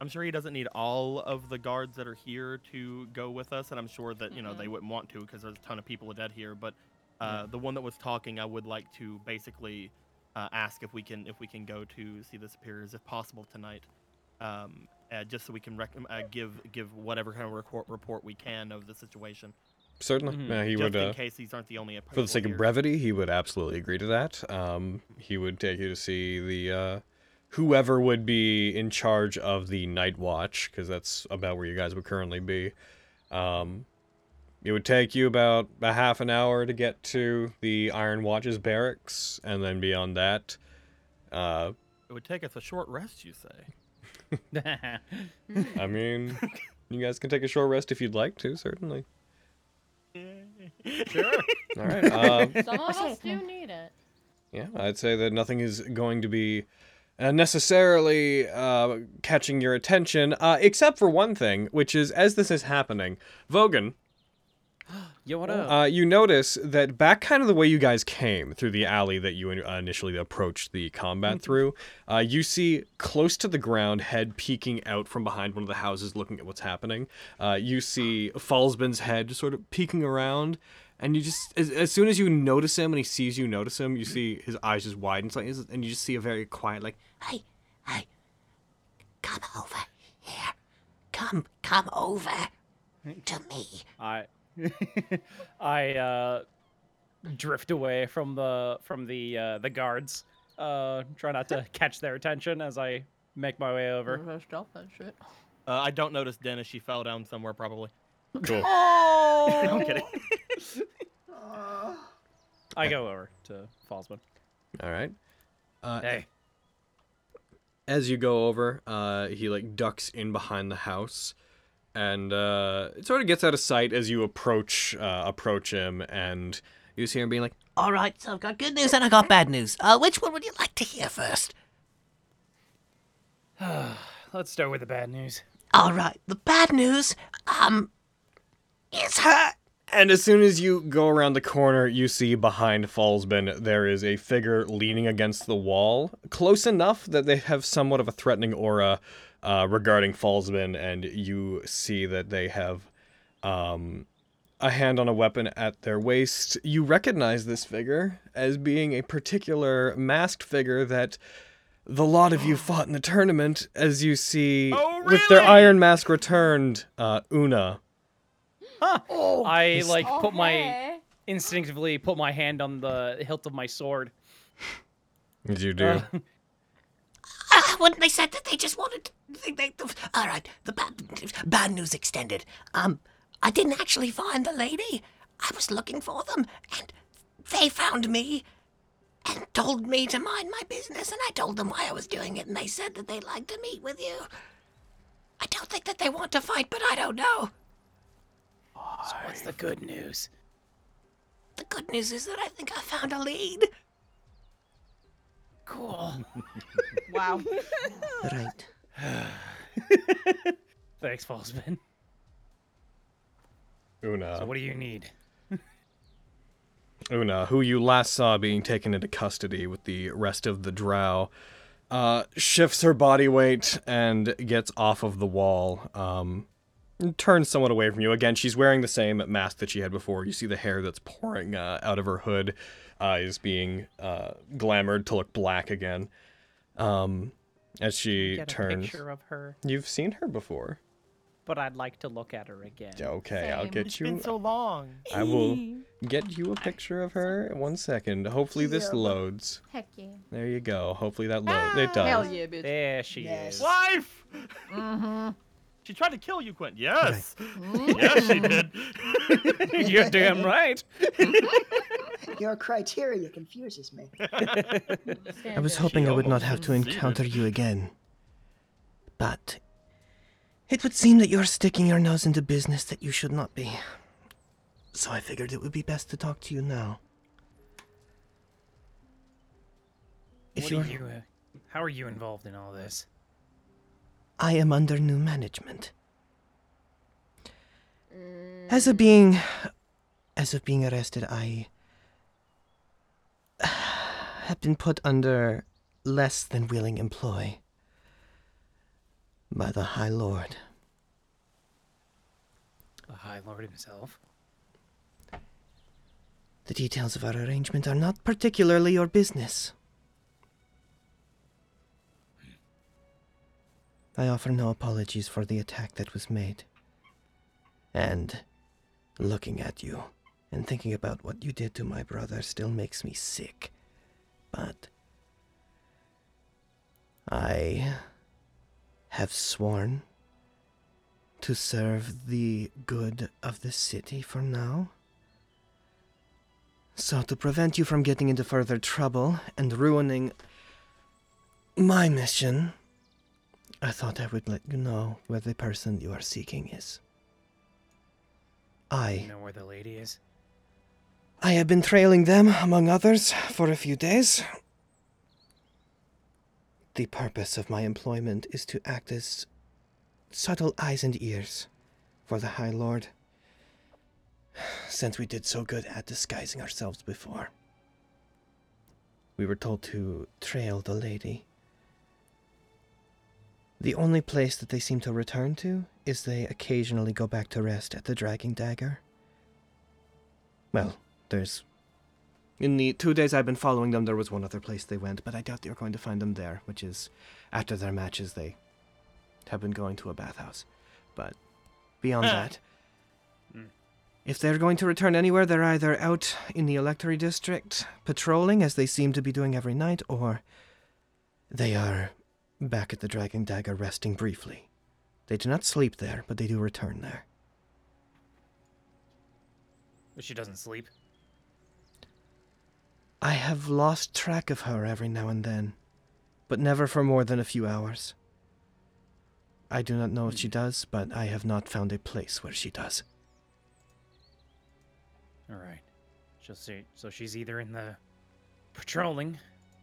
Speaker 4: I'm sure he doesn't need all of the guards that are here to go with us, and I'm sure that you know
Speaker 2: Mm-hmm.
Speaker 4: they wouldn't want to because there's a ton of people dead here. But uh, the one that was talking, I would like to basically uh, ask if we can if we can go to see the superiors if possible tonight, um, uh, just so we can rec- uh, give give whatever kind of report report we can of the situation,
Speaker 1: Certainly.
Speaker 10: Mhm.
Speaker 1: Yeah, he
Speaker 4: Mm-hmm. just
Speaker 1: would.
Speaker 4: in
Speaker 1: Uh,
Speaker 4: case these aren't the only.
Speaker 1: for the sake of
Speaker 4: here.
Speaker 1: brevity, he would absolutely agree to that. Um, he would take you to see the uh, whoever would be in charge of the night watch, because that's about where you guys would currently be. Um, it would take you about a half an hour to get to the Iron Watch's barracks, and then beyond that, uh,
Speaker 4: It would take us a short rest, you say.
Speaker 1: I mean, you guys can take a short rest if you'd like to. Certainly. All right. Uh,
Speaker 15: Some of us do need it.
Speaker 1: yeah, I'd say that nothing is going to be uh, necessarily uh, catching your attention, uh, except for one thing, which is as this is happening, Vogan,
Speaker 10: Yo, what up?
Speaker 1: uh, you notice that back kind of the way you guys came through the alley that you in- uh, initially approached the
Speaker 10: Mm-hmm.
Speaker 1: combat through, uh, you see close to the ground, head peeking out from behind one of the houses looking at what's happening. Uh, you see Falsman's head sort of peeking around. And you just, as, as soon as you notice him and he sees you notice him, you
Speaker 10: Mm-hmm.
Speaker 1: see his eyes just widen slightly, and you just see a very quiet, like,
Speaker 16: Hey, hey, come over here. Come, come over
Speaker 1: Uh,
Speaker 16: to me.
Speaker 10: I I uh drift away from the from the uh the guards. Uh try not to catch their attention as I make my way over.
Speaker 11: Stop that shit.
Speaker 4: Uh, I don't notice Dennis. She fell down somewhere, probably.
Speaker 1: Cool.
Speaker 11: Oh.
Speaker 4: I'm kidding.
Speaker 12: I go over to Falsman.
Speaker 1: All right. Uh,
Speaker 12: Hey.
Speaker 1: as you go over, uh, he like ducks in behind the house, and uh, it sort of gets out of sight as you approach uh, approach him, and you see him being like,
Speaker 16: All right, so I've got good news and I've got bad news. Uh, which one would you like to hear first?
Speaker 12: Let's start with the bad news.
Speaker 16: All right, Uh, the bad news, um, is her.
Speaker 1: And as soon as you go around the corner, you see behind Fallsbin there is a figure leaning against the wall, close enough that they have somewhat of a threatening aura uh, regarding Fallsbin, and you see that they have um, a hand on a weapon at their waist. You recognize this figure as being a particular masked figure that the lot of you fought in the tournament, as you see
Speaker 4: Oh,
Speaker 1: with their
Speaker 4: really?
Speaker 1: iron mask returned, uh, Una.
Speaker 12: I like put my
Speaker 2: Okay.
Speaker 12: instinctively put my hand on the hilt of my sword.
Speaker 1: As you do.
Speaker 12: Uh,
Speaker 16: Ah, wouldn't they said that they just wanted? They, they, um, all right, the bad, bad news extended. Um, I didn't actually find the lady. I was looking for them, and they found me, and told me to mind my business. And I told them why I was doing it, and they said that they'd like to meet with you. I don't think that they want to fight, but I don't know.
Speaker 12: so what's the good news?
Speaker 16: The good news is that I think I found a lead.
Speaker 12: Cool.
Speaker 11: Wow.
Speaker 16: Right.
Speaker 12: Thanks, Falsman.
Speaker 1: Una.
Speaker 12: So what do you need?
Speaker 1: Una, who you last saw being taken into custody with the rest of the drow, uh, shifts her body weight and gets off of the wall. Um, and turns somewhat away from you. Again, she's wearing the same mask that she had before. You see the hair that's pouring uh, out of her hood uh, is being uh, glamored to look black again. Um, as she
Speaker 12: Get a
Speaker 1: turns,
Speaker 12: picture of her,
Speaker 1: you've seen her before.
Speaker 12: but I'd like to look at her again.
Speaker 1: Okay, I'll
Speaker 11: Same.
Speaker 1: get
Speaker 4: It's
Speaker 1: you.
Speaker 4: been so long.
Speaker 1: I will get you a picture of her. One second. Hopefully this loads.
Speaker 2: Heck yeah.
Speaker 1: There you go. Hopefully that loads.
Speaker 4: Ah,
Speaker 1: It does.
Speaker 11: Hell yeah, bitch.
Speaker 12: There she
Speaker 8: Yes.
Speaker 12: is.
Speaker 4: Wife.
Speaker 11: Mm-hmm.
Speaker 4: She tried to kill you, Quentin. Yes. yes, she did.
Speaker 12: You're damn right.
Speaker 8: Your criteria confuses me.
Speaker 16: I was
Speaker 4: She
Speaker 16: hoping I would not
Speaker 4: almost
Speaker 16: have to
Speaker 4: succeeded.
Speaker 16: encounter you again. But it would seem that you're sticking your nose into business that you should not be. So I figured it would be best to talk to you now. If
Speaker 12: What are
Speaker 16: you're,
Speaker 12: you, uh, how are you involved in all this?
Speaker 16: I am under new management.
Speaker 1: Mm.
Speaker 16: As of being, as of being arrested, I have been put under less than willing employ by the High Lord.
Speaker 12: The High Lord himself.
Speaker 16: The details of our arrangement are not particularly your business. I offer no apologies for the attack that was made. And looking at you and thinking about what you did to my brother still makes me sick. But I have sworn to serve the good of the city for now. So, to prevent you from getting into further trouble and ruining my mission, I thought I would let you know where the person you are seeking is.
Speaker 12: You
Speaker 16: I
Speaker 12: know where the lady is?
Speaker 16: I have been trailing them, among others, for a few days. The purpose of my employment is to act as subtle eyes and ears for the High Lord, since we did so good at disguising ourselves before. We were told to trail the lady. The only place that they seem to return to is they occasionally go back to rest at the Dragging Dagger. Well, there's. In the two days I've been following them, there was one other place they went, but I doubt you're going to find them there, which is after their matches, they have been going to a bathhouse. But beyond that, if they're going to return anywhere, they're either out in the electory district, patrolling, as they seem to be doing every night, or they are back at the Dragon Dagger resting briefly. They do not sleep there, but they do return there.
Speaker 10: But she doesn't sleep.
Speaker 16: I have lost track of her every now and then, but never for more than a few hours. I do not know if she does, but I have not found a place where she does.
Speaker 10: All right. She'll see. So she's either in the patrolling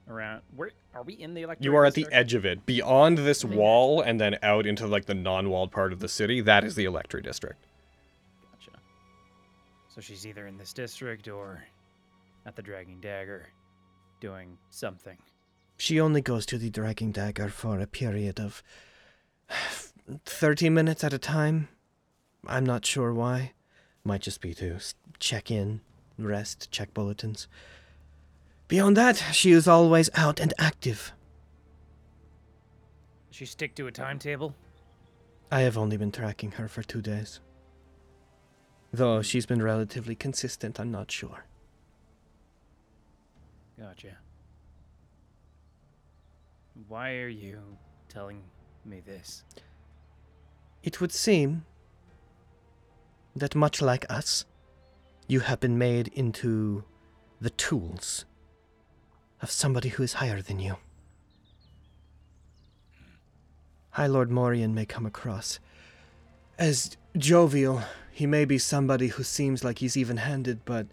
Speaker 10: around. Where are we in the electric?
Speaker 1: You are at the edge of it, beyond this wall, and then out into like the non-walled part of the city. That is the Electri district.
Speaker 10: Gotcha. So she's either in this district or at the Dragging Dagger, doing something.
Speaker 16: She only goes to the Dragging Dagger for a period of 30 minutes at a time. I'm not sure why. Might just be to s- check in, rest, check bulletins. Beyond that, she is always out and active.
Speaker 10: Does she stick to a timetable?
Speaker 16: I have only been tracking her for two days. Though she's been relatively consistent, I'm not sure.
Speaker 10: Gotcha. Why are you telling me this?
Speaker 16: It would seem that, much like us, you have been made into the tools of somebody who is higher than you. High Lord Morian may come across as jovial. He may be somebody who seems like he's even handed, but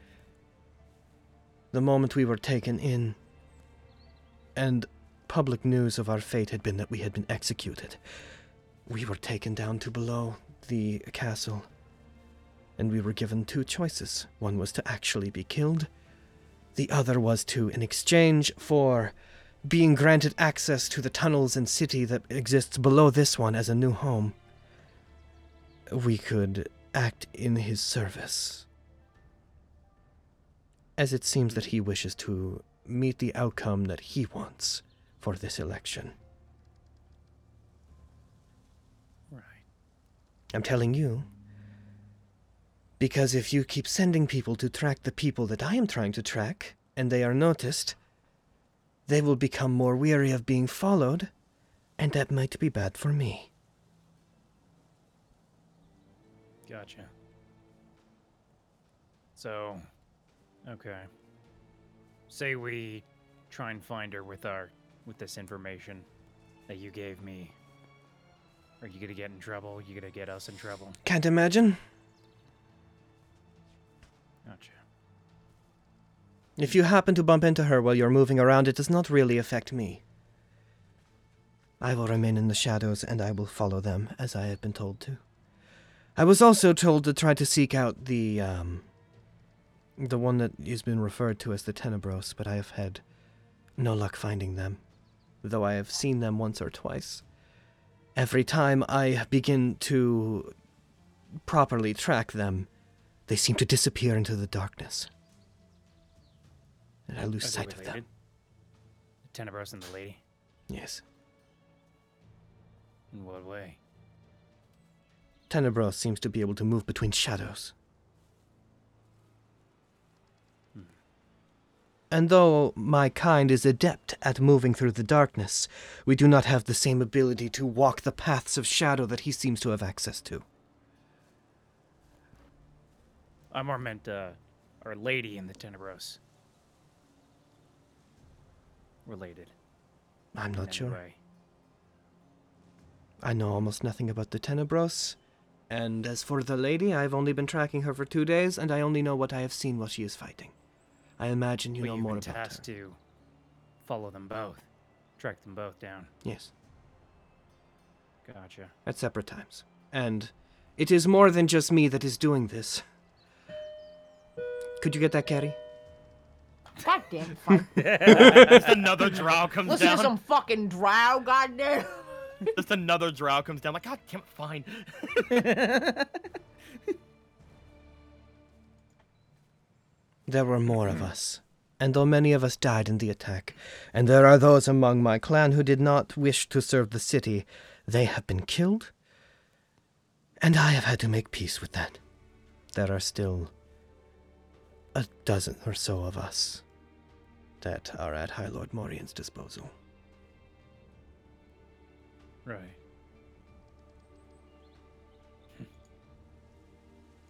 Speaker 16: the moment we were taken in and public news of our fate had been that we had been executed, we were taken down to below the castle, and we were given two choices. One was to actually be killed, the other was to, in exchange for being granted access to the tunnels and city that exists below this one as a new home, we could act in his service. As it seems that he wishes to meet the outcome that he wants for this election.
Speaker 10: Right.
Speaker 16: I'm telling you. Because if you keep sending people to track the people that I am trying to track, and they are noticed, they will become more weary of being followed, and that might be bad for me.
Speaker 10: Gotcha. So, okay. Say we try and find her with our with this information that you gave me. Are you gonna get in trouble? you gonna get us in trouble?
Speaker 16: Can't imagine.
Speaker 10: Gotcha.
Speaker 16: If you happen to bump into her while you're moving around, it does not really affect me. I will remain in the shadows and I will follow them as I have been told to. I was also told to try to seek out the um the one that has been referred to as the Tenebros, but I have had no luck finding them, though I have seen them once or twice. Every time I begin to properly track them, they seem to disappear into the darkness. And I lose
Speaker 10: Are they
Speaker 16: sight of them.
Speaker 10: related? The Tenebros and the lady.
Speaker 16: Yes.
Speaker 10: In what way?
Speaker 16: Tenebros seems to be able to move between shadows. Hmm. And though my kind is adept at moving through the darkness, we do not have the same ability to walk the paths of shadow that he seems to have access to.
Speaker 10: I more meant uh, our lady and the Tenebros. Related.
Speaker 16: I'm not
Speaker 10: in
Speaker 16: sure.
Speaker 10: Way.
Speaker 16: I know almost nothing about the Tenebros. And as for the lady, I've only been tracking her for two days, and I only know what I have seen while she is fighting. I imagine you
Speaker 10: But
Speaker 16: know
Speaker 10: you've
Speaker 16: more
Speaker 10: been
Speaker 16: about her.
Speaker 10: tasked to follow them both, track them both down.
Speaker 16: Yes.
Speaker 10: Gotcha.
Speaker 16: at separate times. And it is more than just me that is doing this. Could you get that, Carrie?
Speaker 11: God damn fight.
Speaker 4: Just another drow comes
Speaker 11: Listen
Speaker 4: down.
Speaker 11: to some fucking drow, goddamn.
Speaker 4: Just another drow comes down. Like, God damn it, fine.
Speaker 16: There were more of us, and though many of us died in the attack, and there are those among my clan who did not wish to serve the city, they have been killed, and I have had to make peace with that. There are still a dozen or so of us that are at High Lord Morian's disposal.
Speaker 10: Right.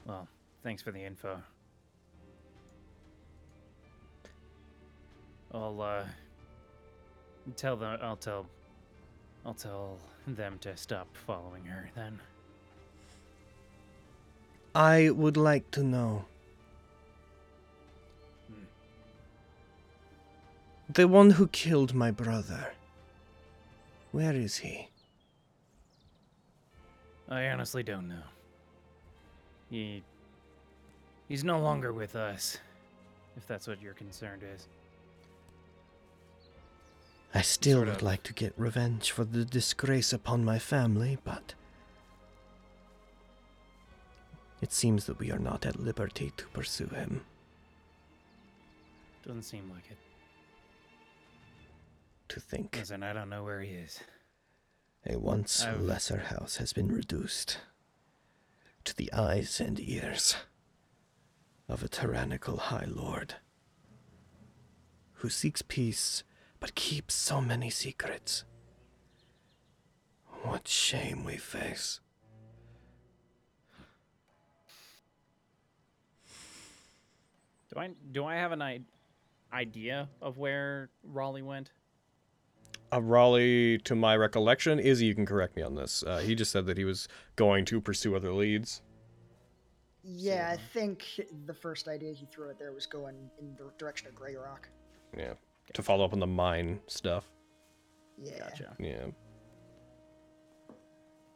Speaker 10: Well, thanks for the info. I'll uh, tell them. I'll tell. I'll tell them to stop following her then.
Speaker 16: I would like to know.
Speaker 10: Hmm.
Speaker 16: The one who killed my brother. Where is he?
Speaker 10: I honestly don't know. He. He's no longer with us, if that's what your concern is.
Speaker 16: I still
Speaker 10: Sort
Speaker 16: would
Speaker 10: of.
Speaker 16: like to get revenge for the disgrace upon my family, but. It seems that we are not at liberty to pursue him.
Speaker 10: Doesn't seem like it.
Speaker 16: To think
Speaker 10: Listen, I don't know where he is.
Speaker 16: a once
Speaker 10: I've-
Speaker 16: lesser house has been reduced to the eyes and ears of a tyrannical High Lord who seeks peace but keeps so many secrets. What shame we face.
Speaker 10: Do I do I have an I- idea of where Raleigh went?
Speaker 1: Uh, Raleigh, to my recollection, Izzy, you can correct me on this. Uh, he just said that he was going to pursue other leads.
Speaker 8: Yeah, I think the first idea he threw out there was going in the direction of Grey Rock.
Speaker 1: Yeah. To follow up on the mine stuff.
Speaker 8: Yeah.
Speaker 10: Gotcha.
Speaker 1: Yeah.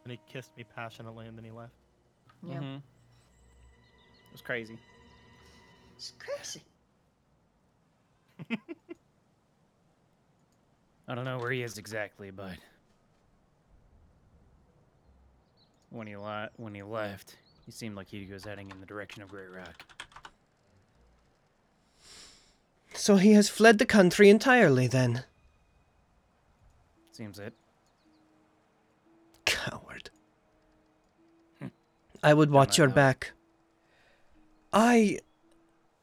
Speaker 4: And he kissed me passionately and then he left.
Speaker 11: Yeah.
Speaker 10: Mhm. It was crazy.
Speaker 8: It's crazy.
Speaker 10: I don't know where he is exactly, but when he le- when he left, he seemed like he was heading in the direction of Grey Rock.
Speaker 16: So he has fled the country entirely then.
Speaker 10: Seems it.
Speaker 16: Coward. I would watch
Speaker 10: I
Speaker 16: your
Speaker 10: know?
Speaker 16: back. I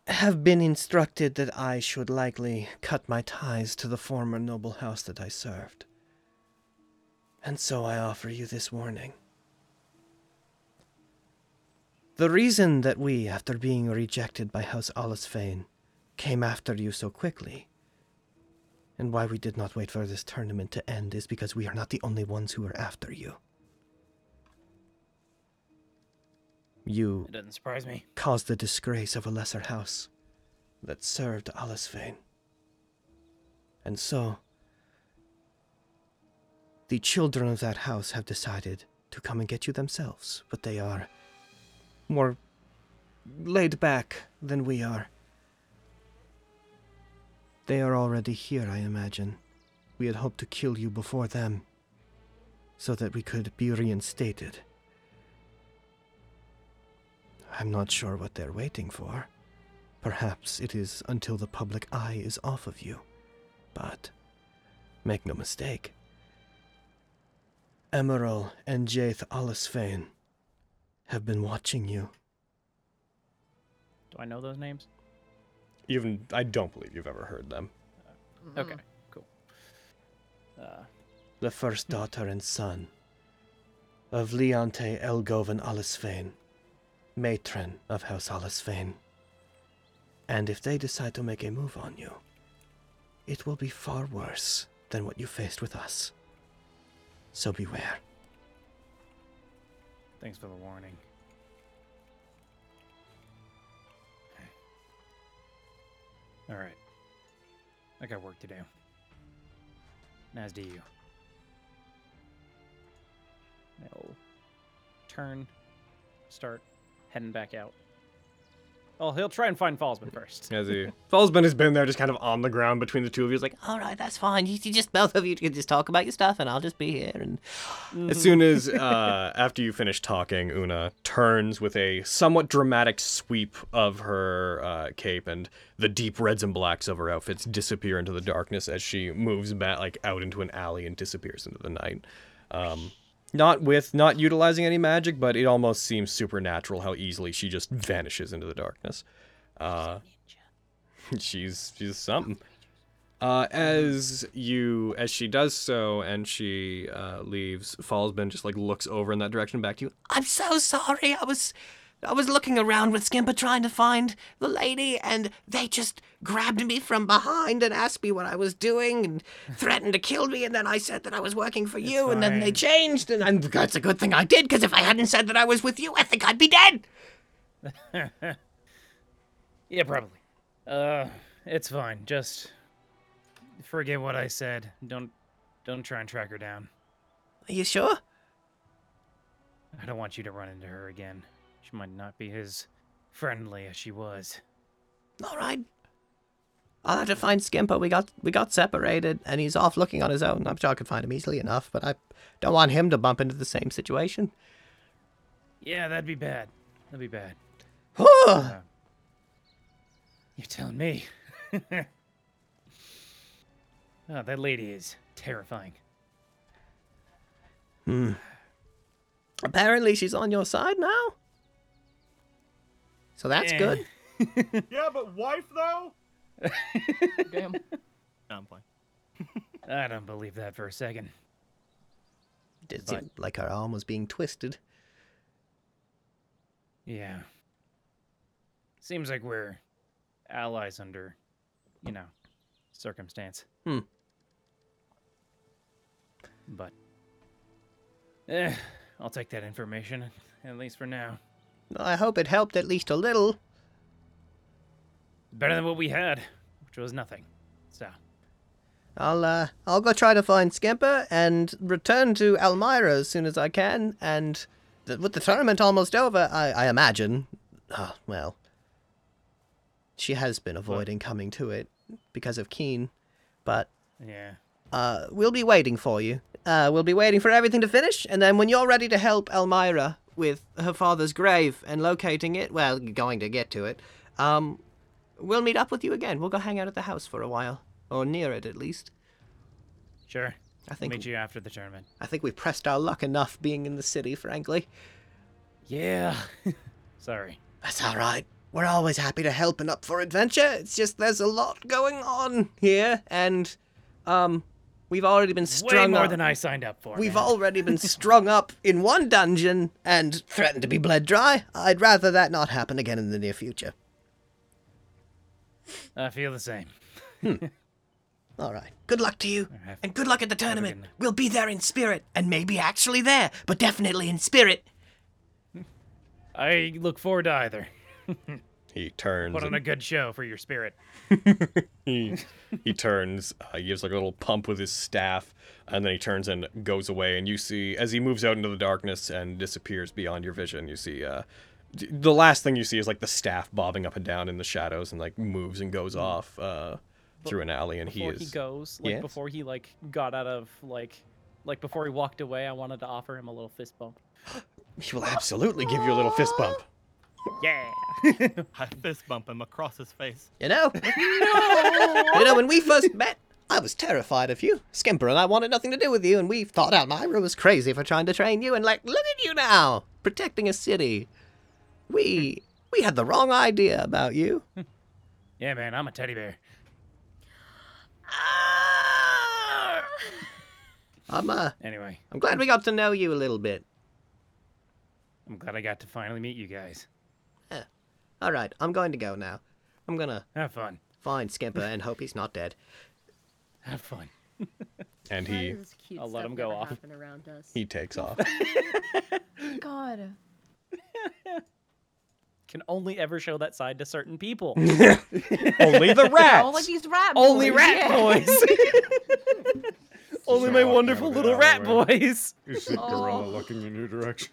Speaker 16: have been instructed that I should likely cut my ties to the former noble house that I served. And so I offer you this warning. The reason that we, after being rejected by House Allesfane, came after you so quickly, and why we did not wait for this tournament to end, is because we are not the only ones who are after you. You
Speaker 10: It doesn't surprise me.
Speaker 16: caused the disgrace of a lesser house that served Alisvane. And so, the children of that house have decided to come and get you themselves, but they are more laid back than we are. They are already here, I imagine. We had hoped to kill you before them, so that we could be reinstated. I'm not sure what they're waiting for. Perhaps it is until the public eye is off of you. But make no mistake. Emerald and Jaith Alisfane have been watching you.
Speaker 10: Do I know those names?
Speaker 1: Even I don't believe you've ever heard them.
Speaker 10: Okay, cool. Uh,
Speaker 16: The first daughter and son of Leonte Elgovan Alisfane, matron of House Alisfane. And if they decide to make a move on you, it will be far worse than what you faced with us. So beware.
Speaker 10: thanks for the warning. All right. I got work to do. And As do you. I'll turn, start heading back out. Oh, he'll try and find Fallsman first.
Speaker 1: As he Falsman has been there just kind of on the ground between the two of you. He's like,
Speaker 15: All right, that's fine. You you just both of you can just talk about your stuff, and I'll just be here. And
Speaker 1: As soon as uh, after you finish talking, Una turns with a somewhat dramatic sweep of her uh, cape, and the deep reds and blacks of her outfits disappear into the darkness as she moves back like out into an alley and disappears into the night. Um, not with not utilizing any magic, but it almost seems supernatural how easily she just vanishes into the darkness. Uh, she's she's something. Uh, as you as she does so and she uh, leaves, Fallsman just like looks over in that direction back to you.
Speaker 15: I'm so sorry. I was I was looking around with Skimper trying to find the lady, and they just grabbed me from behind and asked me what I was doing and threatened to kill me. And then I said that I was working for you, and then they changed. And, and that's a good thing I did, because if I hadn't said that I was with you, I think I'd be dead.
Speaker 10: yeah, probably. Uh, it's fine. Just forget what I said. Don't don't try and track her down.
Speaker 15: Are you sure?
Speaker 10: I don't want you to run into her again. She might not be as friendly as she was.
Speaker 15: All right. I'll have to find Skimper. We got we got separated, and he's off looking on his own. I'm sure I could find him easily enough, but I don't want him to bump into the same situation.
Speaker 10: Yeah, that'd be bad. That'd be bad.
Speaker 15: Huh.
Speaker 10: You're telling me. oh, Ah, that lady is terrifying.
Speaker 15: Hmm. Apparently, she's on your side now. So that's
Speaker 10: Eh.
Speaker 15: good.
Speaker 4: yeah, but wife though?
Speaker 11: Damn.
Speaker 4: No, I'm playing.
Speaker 10: I don't believe that for a second.
Speaker 15: Did
Speaker 10: But-
Speaker 15: seem like her arm was being twisted.
Speaker 10: Yeah. Seems like we're allies under, you know, circumstance.
Speaker 15: Hmm.
Speaker 10: But eh, I'll take that information at least for now.
Speaker 15: I hope it helped at least a little.
Speaker 10: Better than what we had, which was nothing. So
Speaker 15: I'll uh, I'll go try to find Skimper and return to Elmira as soon as I can. And th- with the tournament almost over, I, I imagine. ah, well, she has been avoiding coming to it because of Keen, but
Speaker 10: yeah,
Speaker 15: uh, we'll be waiting for you. Uh, we'll be waiting for everything to finish, and then when you're ready to help Elmira with her father's grave and locating it, well, going to get to it, um, we'll meet up with you again. We'll go hang out at the house for a while, or near it at least.
Speaker 10: sure.
Speaker 15: I think
Speaker 10: meet you after the tournament.
Speaker 15: I think we've pressed our luck enough being in the city, frankly.
Speaker 10: Yeah. Sorry.
Speaker 15: That's all right. We're always happy to help and up for adventure. It's just there's a lot going on here, and um, we've already been strung
Speaker 10: Way more
Speaker 15: up.
Speaker 10: than I signed up for.
Speaker 15: We've
Speaker 10: man.
Speaker 15: already been strung up in one dungeon and threatened to be bled dry. I'd rather that not happen again in the near future.
Speaker 10: I feel the same.
Speaker 15: Hmm. All right. Good luck to you,
Speaker 10: Have-
Speaker 15: and good luck at the
Speaker 10: a good
Speaker 15: tournament.
Speaker 10: night.
Speaker 15: We'll be there in spirit, and maybe actually there, but definitely in spirit.
Speaker 10: I look forward to either.
Speaker 1: He turns.
Speaker 10: Put on
Speaker 1: and-
Speaker 10: a good show for your spirit.
Speaker 1: he, he turns, uh, he gives like a little pump with his staff, and then he turns and goes away. And you see, as he moves out into the darkness and disappears beyond your vision, you see uh, d- the last thing you see is like the staff bobbing up and down in the shadows and like moves and
Speaker 10: Mm.
Speaker 1: goes off uh, through an alley. And he
Speaker 7: before he,
Speaker 1: is.
Speaker 7: goes, like
Speaker 1: Yes?
Speaker 7: before he like got out of like, like before he walked away, I wanted to offer him a little fist bump.
Speaker 1: He will absolutely give you a little fist bump.
Speaker 7: Yeah.
Speaker 4: I fist bump him across his face.
Speaker 15: You know? You know, when we first met, I was terrified of you. Skimper and I wanted nothing to do with you, and we thought Elmira was crazy for trying to train you, and like, look at you now, protecting a city. We we had the wrong idea about you.
Speaker 10: Yeah, man, I'm a teddy bear.
Speaker 15: I'm uh
Speaker 10: Anyway,
Speaker 15: I'm glad we got to know you a little bit.
Speaker 10: I'm glad I got to finally meet you guys.
Speaker 15: Alright, I'm going to go now. I'm gonna
Speaker 10: Have fun.
Speaker 15: find Skimper and hope he's not dead.
Speaker 10: Have fun.
Speaker 1: And he,
Speaker 7: I'll let him go off.
Speaker 2: around us.
Speaker 1: he takes off.
Speaker 11: God.
Speaker 7: Can only ever show that side to certain people.
Speaker 1: Only the
Speaker 11: Oh,
Speaker 1: rats!
Speaker 11: like these rat
Speaker 7: only
Speaker 11: boys,
Speaker 7: rat
Speaker 11: yeah.
Speaker 7: boys. only
Speaker 9: Start
Speaker 7: my
Speaker 9: walking out
Speaker 7: wonderful
Speaker 9: of it
Speaker 7: little
Speaker 9: that
Speaker 7: rat
Speaker 9: way.
Speaker 7: boys.
Speaker 9: You see
Speaker 11: Oh.
Speaker 9: gorilla looking in your direction.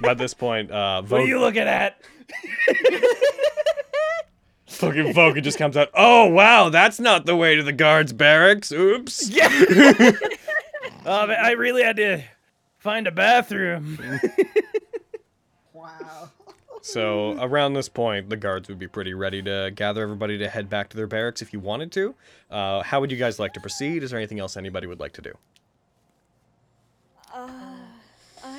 Speaker 1: By this point, uh,
Speaker 10: Oh. What are
Speaker 1: Vogue,
Speaker 10: you looking at?
Speaker 1: fucking Vogue just comes out. Oh wow, that's not the way to the guards' barracks. Oops.
Speaker 10: Yeah. oh, man, I really had to find a bathroom.
Speaker 8: Wow.
Speaker 1: So around this point, the guards would be pretty ready to gather everybody to head back to their barracks if you wanted to. Uh, how would you guys like to proceed? Is there anything else anybody would like to do?
Speaker 2: Uh,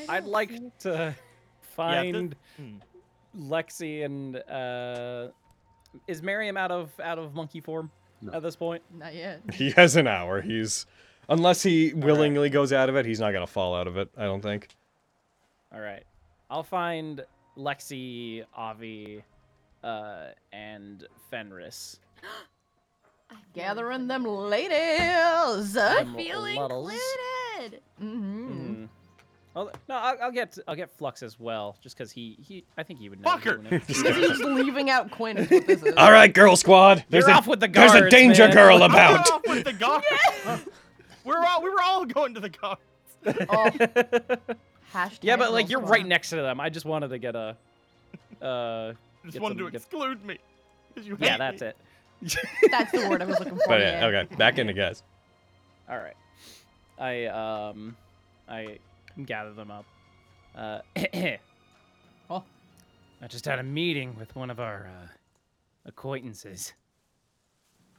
Speaker 7: I'd like to
Speaker 4: Yeah,
Speaker 7: find
Speaker 4: this- hmm.
Speaker 7: Lexi and uh, is Miriam out of out of monkey form at this point?
Speaker 11: Not yet.
Speaker 1: He has an hour. He's unless he willingly goes out of it, he's not gonna fall out of it. I don't think.
Speaker 7: All right. I'll find Lexi, Avi, uh, and Fenris.
Speaker 11: Gathering them ladies.
Speaker 7: Them luddles.
Speaker 11: Mm-hmm.
Speaker 7: Mm. Well, no, I'll, I'll get I'll get Flux as well, just because he he I think he would know. Fucker.
Speaker 11: just leaving out Quinn. Is what this is.
Speaker 1: All right, girl squad. There's
Speaker 7: You're
Speaker 1: a,
Speaker 7: off with the
Speaker 1: There's a
Speaker 7: guards,
Speaker 1: danger
Speaker 7: man. Oh,
Speaker 1: girl about.
Speaker 4: off with the guards. We're all we were all going to the guards.
Speaker 11: Hashtag
Speaker 7: Yeah, but like you're
Speaker 11: girls
Speaker 7: right
Speaker 11: squad.
Speaker 7: next to them. I just wanted to get a. Uh,
Speaker 4: Just
Speaker 7: get
Speaker 4: wanted
Speaker 7: some-
Speaker 4: to
Speaker 7: get-
Speaker 4: exclude me. 'cause you
Speaker 7: Yeah,
Speaker 4: hate
Speaker 7: that's
Speaker 4: me.
Speaker 7: it.
Speaker 11: That's the word I was looking for.
Speaker 1: But yeah, okay, back into guys.
Speaker 7: All right. I um, I gather them up. Uh,
Speaker 11: Oh.
Speaker 10: I just had a meeting with one of our uh, acquaintances.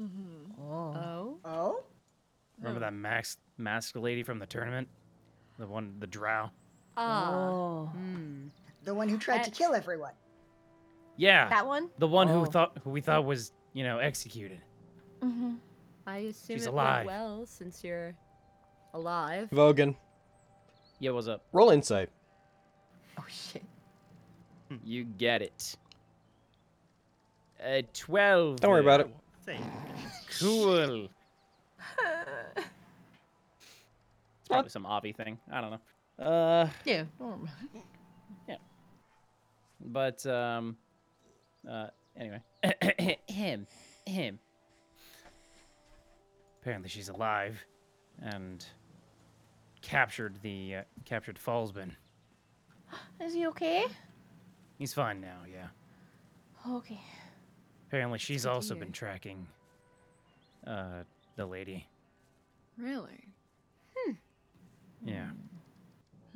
Speaker 11: Oh.
Speaker 8: Oh?
Speaker 10: Remember that max masked lady from the tournament? The one, the drow.
Speaker 2: Ah.
Speaker 16: Oh.
Speaker 8: The one who tried to
Speaker 2: That's-
Speaker 8: kill everyone.
Speaker 10: Yeah.
Speaker 2: That one?
Speaker 10: The one
Speaker 11: Oh.
Speaker 10: who thought who we thought was, you know, executed.
Speaker 14: Mm-hmm.
Speaker 2: I assume
Speaker 10: She's
Speaker 2: it went
Speaker 10: alive.
Speaker 2: well since you're alive.
Speaker 1: Vogan,
Speaker 7: yeah, what's up?
Speaker 1: roll insight.
Speaker 11: Oh shit.
Speaker 7: Hmm. You get it. Uh, twelve.
Speaker 1: Don't worry about it.
Speaker 7: Cool. It's probably some Avi thing. I don't know. Uh,
Speaker 11: Yeah. norm.
Speaker 7: but um, uh, anyway, him, him.
Speaker 10: Apparently she's alive and captured the uh, captured Fallsman.
Speaker 11: Is he okay?
Speaker 10: He's fine now, yeah.
Speaker 11: Okay.
Speaker 10: Apparently she's
Speaker 14: good to
Speaker 10: also
Speaker 14: hear.
Speaker 10: been tracking uh the lady.
Speaker 14: Really?
Speaker 2: Hmm,
Speaker 10: Yeah.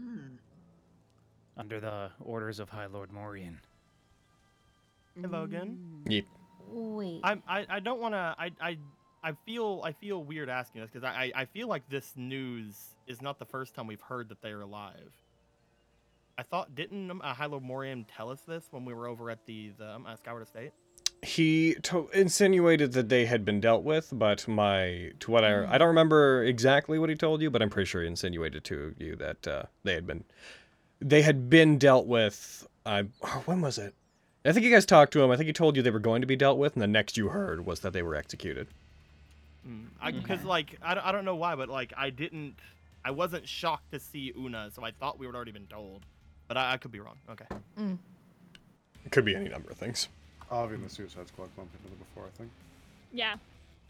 Speaker 8: Hmm.
Speaker 10: Under the orders of High Lord Morian.
Speaker 4: Logan.
Speaker 1: Yep.
Speaker 2: Wait.
Speaker 4: I'm, I I don't want to. I I I feel I feel weird asking this because I I I feel like this news is not the first time we've heard that they are alive. I thought didn't um, uh, Hilo Morium tell us this when we were over at the the um, uh, Skyward Estate?
Speaker 1: He to- insinuated that they had been dealt with, but my to what I I don't remember exactly what he told you, but I'm pretty sure he insinuated to you that uh, they had been they had been dealt with. I oh, when was it? I think you guys talked to him. I think he told you they were going to be dealt with, and the next you heard was that they were executed.
Speaker 4: Because like I, don't- I don't know why, but like I didn't I wasn't shocked to see Una, so I thought we had already been told, but I, I could be wrong. Okay.
Speaker 1: It could be any number of things.
Speaker 9: Avi and the Suicide Squad bumped into them before, I think.
Speaker 14: Yeah.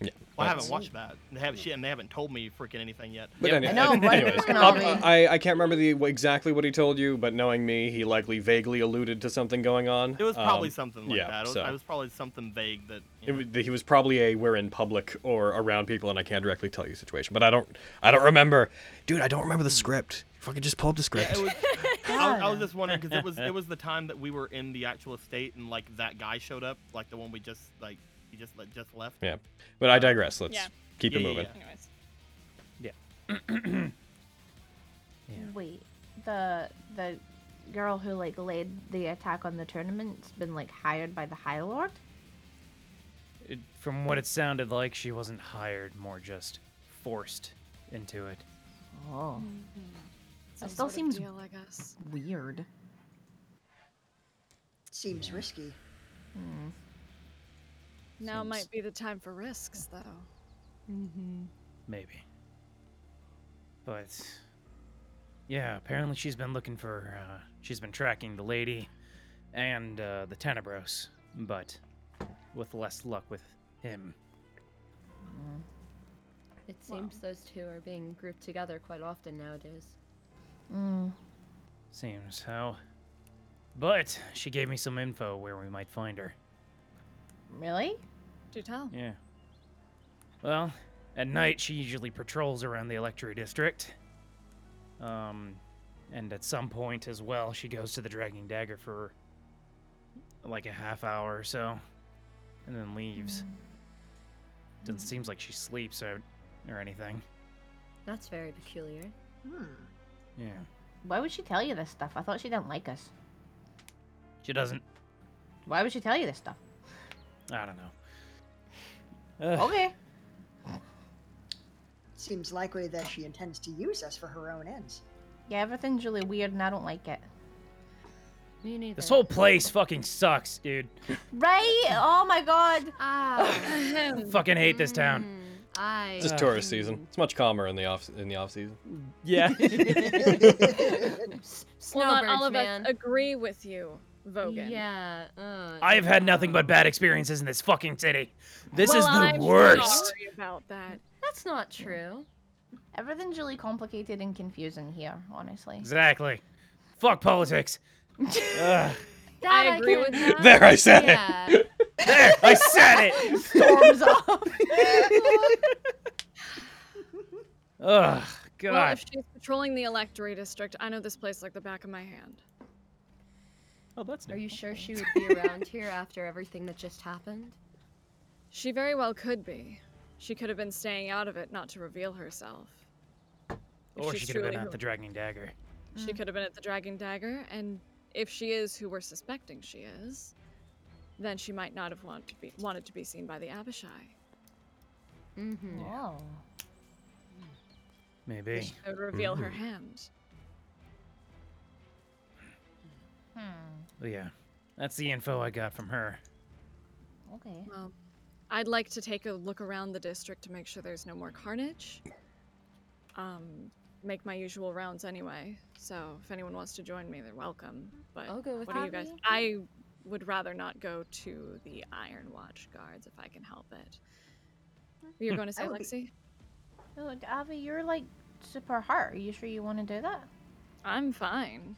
Speaker 1: Yeah.
Speaker 4: Well, I
Speaker 1: that's-
Speaker 4: haven't watched that. They have shit, and they haven't told me freaking anything yet.
Speaker 1: But any-
Speaker 11: know, right?
Speaker 1: anyways,
Speaker 11: Fucking
Speaker 1: up-
Speaker 11: Avi.
Speaker 1: I, I can't remember the exactly what he told you, but knowing me, he likely vaguely alluded to something going on.
Speaker 4: It was probably
Speaker 1: Um,
Speaker 4: something like
Speaker 1: yeah,
Speaker 4: that. It was,
Speaker 1: so
Speaker 4: it was probably something vague that.
Speaker 1: it was- he was probably a we're in public or around people and I can't directly tell you situation. But I don't I don't remember, dude. I don't remember the script. Fucking just pull up the script.
Speaker 4: It was, I, was- I was just wondering because it was it was the time that we were in the actual estate and like that guy showed up, like the one we just like he just like, just left.
Speaker 1: yeah, but I digress. Let's
Speaker 14: Yeah.
Speaker 1: keep it
Speaker 4: Yeah, yeah,
Speaker 1: moving.
Speaker 4: yeah.
Speaker 14: Anyways.
Speaker 2: Wait, the the girl who like laid the attack on the tournament's been like hired by the High Lord.
Speaker 10: It, from what it sounded like, she wasn't hired, more just forced into it.
Speaker 11: Oh.
Speaker 14: Some
Speaker 11: still
Speaker 14: sort of
Speaker 11: seems-
Speaker 14: Deal, I guess.
Speaker 11: Weird.
Speaker 8: Seems risky.
Speaker 14: Now might be the time for risks, though.
Speaker 10: Mm-hmm. Maybe. But yeah, apparently she's been looking for. Uh, she's been tracking the lady and uh, the Tenebros, but with less luck with him.
Speaker 11: Mm.
Speaker 2: It seems those two are being grouped together quite often nowadays.
Speaker 11: Mm.
Speaker 10: Seems how. But she gave me some info where we might find her.
Speaker 11: Really?
Speaker 14: Do tell.
Speaker 10: Yeah. Well, at night she usually patrols around the Electro District. Um, and at some point as well, she goes to the Dragging Dagger for like a half hour or so, and then leaves. Doesn't seems like she sleeps or, or anything.
Speaker 2: That's very peculiar.
Speaker 11: Hmm.
Speaker 10: Yeah.
Speaker 11: Why would she tell you this stuff? I thought she didn't like us.
Speaker 10: She doesn't.
Speaker 11: Why would she tell you this stuff?
Speaker 10: I don't know. Ugh.
Speaker 11: Okay.
Speaker 8: Seems likely that she intends to use us for her own ends.
Speaker 11: Yeah, everything's really weird and I don't like it.
Speaker 2: Me neither.
Speaker 10: This whole place fucking sucks, dude.
Speaker 11: Right? Oh my god.
Speaker 2: Ah.
Speaker 10: fucking hate this town.
Speaker 2: I.
Speaker 1: It's just tourist season. It's much calmer in the off in the off season.
Speaker 10: Yeah.
Speaker 14: Uh, well, not all
Speaker 2: Snowbirds,
Speaker 14: of
Speaker 2: man.
Speaker 14: us agree with you, Vogan.
Speaker 2: Yeah. Uh,
Speaker 10: I've had nothing but bad experiences in this fucking city. This
Speaker 14: well,
Speaker 10: is the
Speaker 14: I'm
Speaker 10: worst.
Speaker 14: Sorry about that.
Speaker 2: That's not true.
Speaker 11: Everything's really complicated and confusing here, honestly.
Speaker 10: Exactly. Fuck politics. Ugh.
Speaker 2: That
Speaker 14: I agree
Speaker 2: can-
Speaker 14: with that.
Speaker 1: There, I said it.
Speaker 2: it.
Speaker 10: There, I said it.
Speaker 11: Uh. Storms off.
Speaker 10: Ugh, God.
Speaker 14: Well, if she's patrolling the electory district, I know this place like the back of my hand.
Speaker 10: oh, that's
Speaker 2: Are you sure she would be around here after everything that just happened?
Speaker 14: She very well could be. She could have been staying out of it not to reveal herself. If
Speaker 10: or
Speaker 14: she's
Speaker 10: she could have been
Speaker 14: truly
Speaker 10: at
Speaker 14: who-
Speaker 10: the Dragging Dagger.
Speaker 14: She could have been at the Dragon Dagger, and if she is who we're suspecting she is, then she might not have wanted to be, wanted to be seen by the Abishai.
Speaker 2: Mm-hmm.
Speaker 11: Wow.
Speaker 10: Maybe. Mm-hmm.
Speaker 14: She would reveal her hand.
Speaker 11: Hmm.
Speaker 10: Well, yeah, that's the info I got from her.
Speaker 11: Okay.
Speaker 14: Well, Um, I'd like to take a look around the district to make sure there's no more carnage. Um, make my usual rounds anyway, so if anyone wants to join me, they're welcome. But
Speaker 2: I'll go with
Speaker 14: what do you guys?
Speaker 2: Abby.
Speaker 14: I would rather not go to the Iron Watch guards if I can help it.
Speaker 1: Hmm.
Speaker 14: You're going to say,
Speaker 11: would be-
Speaker 14: Lexi?
Speaker 11: No, Avi, you're like super hard. Are you sure you want to do that?
Speaker 14: I'm fine.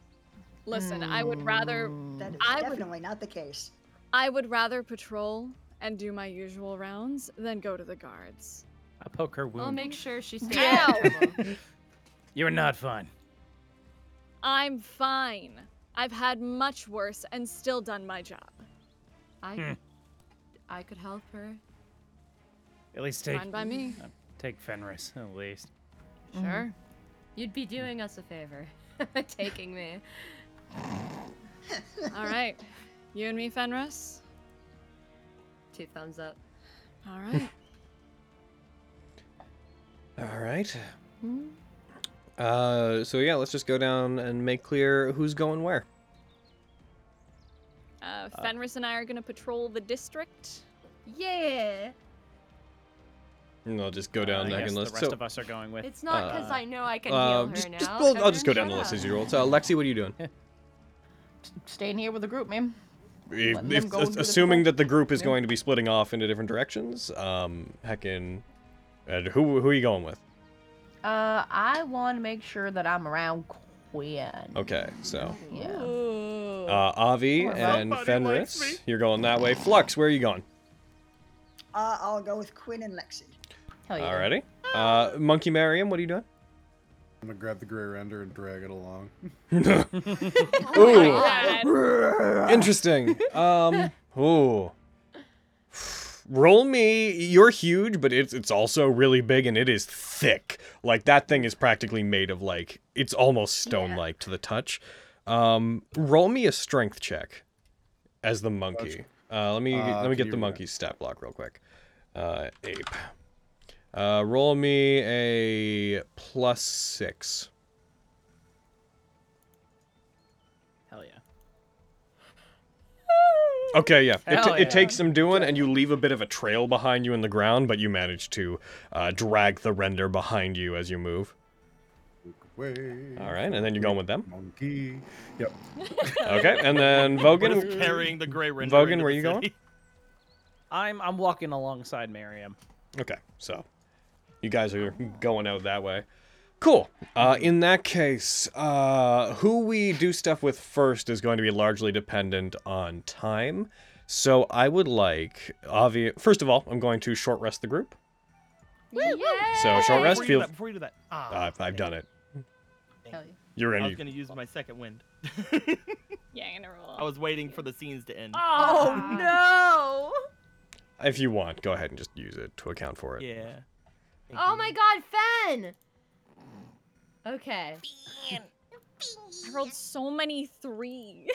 Speaker 14: Listen, I would rather
Speaker 8: That is
Speaker 14: I would-
Speaker 8: definitely not the case.
Speaker 14: I would rather patrol and do my usual rounds than go to the guards.
Speaker 10: I poke her wound.
Speaker 2: I'll make sure she stays
Speaker 14: Ow!
Speaker 2: out of trouble.
Speaker 10: You're not fun.
Speaker 14: I'm fine. I've had much worse and still done my job.
Speaker 2: I,
Speaker 10: Hmm.
Speaker 2: could, I could help her.
Speaker 10: At least take
Speaker 14: Fine by me.
Speaker 10: uh, take Fenris. At least. Mm-hmm.
Speaker 14: Sure.
Speaker 2: You'd be doing us a favor, taking me.
Speaker 14: All right. You and me, Fenris.
Speaker 2: Two thumbs up.
Speaker 14: All right.
Speaker 1: All right. Uh, so yeah, let's just go down and make clear who's going where.
Speaker 14: Uh, Fenris and I are gonna patrol the district.
Speaker 2: Yeah.
Speaker 1: And I'll just go down
Speaker 10: Uh, I
Speaker 1: back
Speaker 10: guess
Speaker 1: and
Speaker 10: the
Speaker 1: list.
Speaker 10: rest
Speaker 1: so,
Speaker 10: of us are going with.
Speaker 2: It's not because
Speaker 1: Uh,
Speaker 2: I know I can
Speaker 1: uh,
Speaker 2: heal her
Speaker 1: just,
Speaker 2: now.
Speaker 1: just well, I'll just go down the
Speaker 2: Shut
Speaker 1: list
Speaker 2: up.
Speaker 1: as you roll. So, Lexi, what are you doing?
Speaker 11: Staying here with the group, man.
Speaker 1: If,
Speaker 11: Letting
Speaker 1: if-
Speaker 11: them go
Speaker 1: as-
Speaker 11: and do their
Speaker 1: assuming
Speaker 11: thing.
Speaker 1: that the group is
Speaker 11: Yeah.
Speaker 1: going to be splitting off into different directions, um, heckin', and who who are you going with?
Speaker 11: Uh, I want to make sure that I'm around Quinn.
Speaker 1: Okay, so
Speaker 11: Yeah.
Speaker 1: uh, Avi
Speaker 11: Or
Speaker 1: and
Speaker 9: Somebody
Speaker 1: Fenris,
Speaker 9: likes me.
Speaker 1: you're going that way. Flux, where are you going?
Speaker 8: Uh, I'll go with Quinn and Lexi.
Speaker 11: Hell yeah.
Speaker 1: Alrighty. Uh, Monkey Mariam, what are you doing?
Speaker 9: I'm gonna grab the gray render and drag it along.
Speaker 1: Ooh,
Speaker 14: Dad,
Speaker 1: interesting. Um, ooh. Roll me. You're huge, but it's it's also really big and it is thick. Like that thing is practically made of like it's almost stone-like to the touch. Um, roll me a strength check as the monkey. Uh, let me
Speaker 9: Uh,
Speaker 1: let me
Speaker 9: can
Speaker 1: get
Speaker 9: you
Speaker 1: the
Speaker 9: re-
Speaker 1: monkey's stat block real quick. Uh, ape. Uh, roll me a plus six.
Speaker 10: Hell yeah.
Speaker 1: Okay, yeah. It,
Speaker 10: Hell
Speaker 1: it
Speaker 10: yeah.
Speaker 1: takes some doing, and you leave a bit of a trail behind you in the ground, but you manage to uh, drag the render behind you as you move.
Speaker 9: Way.
Speaker 1: All right, and then you're going with them.
Speaker 9: Monkey. Yep.
Speaker 1: Okay, and then
Speaker 4: What if
Speaker 1: Vogan.
Speaker 4: carrying the gray render?
Speaker 1: Vogan,
Speaker 4: into
Speaker 1: where
Speaker 4: the
Speaker 1: you going?
Speaker 4: city?
Speaker 10: I'm I'm walking alongside Miriam.
Speaker 1: Okay, so you guys are going out that way. Cool. Uh, in that case, uh, who we do stuff with first is going to be largely dependent on time. So I would like, obvi- first of all, I'm going to short rest the group. So short rest,
Speaker 4: Before you do
Speaker 1: feel.
Speaker 4: that, before you do that. Ah,
Speaker 1: Uh, I've done it.
Speaker 11: Hell yeah.
Speaker 1: You're
Speaker 4: I
Speaker 1: in.
Speaker 4: was
Speaker 1: You
Speaker 4: gonna use my second wind.
Speaker 14: yeah, I'm gonna roll.
Speaker 4: I was waiting for the scenes to end.
Speaker 2: Oh no!
Speaker 1: If you want, go ahead and just use it to account for it.
Speaker 4: Yeah.
Speaker 2: Oh my God, Fen! Okay.
Speaker 14: I rolled so many three.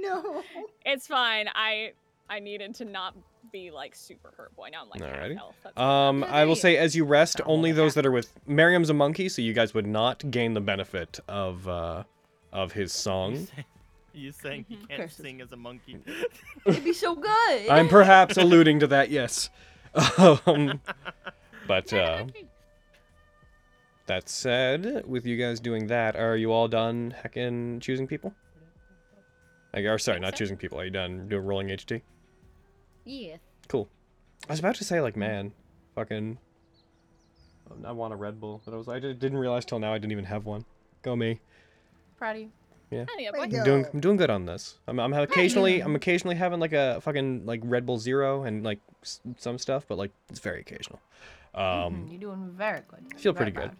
Speaker 8: no.
Speaker 14: it's fine. I I needed to not be like super hurt boy. Now I'm like half
Speaker 1: Alrighty.
Speaker 14: health. That's
Speaker 1: Um,
Speaker 2: Yeah,
Speaker 1: I will
Speaker 2: there you
Speaker 1: say, as you rest, only those that are with Miriam's a monkey, so you guys would not gain the benefit of uh, of his song.
Speaker 4: you saying he can't sing as a monkey?
Speaker 2: It'd be so good.
Speaker 1: I'm perhaps alluding to that, yes. Um, but uh, that said, with you guys doing that, are you all done heckin' choosing people? Like, or sorry, not choosing people. Are you done doing rolling HD?
Speaker 3: Yeah.
Speaker 1: Cool. I was about to say like, man, fucking. I want a Red Bull, but I was I didn't realize till now I didn't even have one. Go me.
Speaker 11: Proud of you.
Speaker 1: Yeah.
Speaker 11: Howdy, boy.
Speaker 1: I'm doing I'm doing good on this. I'm I'm have occasionally I'm occasionally having like a fucking like Red Bull Zero and like s- some stuff, but like it's very occasional. Um,
Speaker 11: Mm-hmm, You're doing very good.
Speaker 1: I feel
Speaker 11: Very
Speaker 1: pretty good.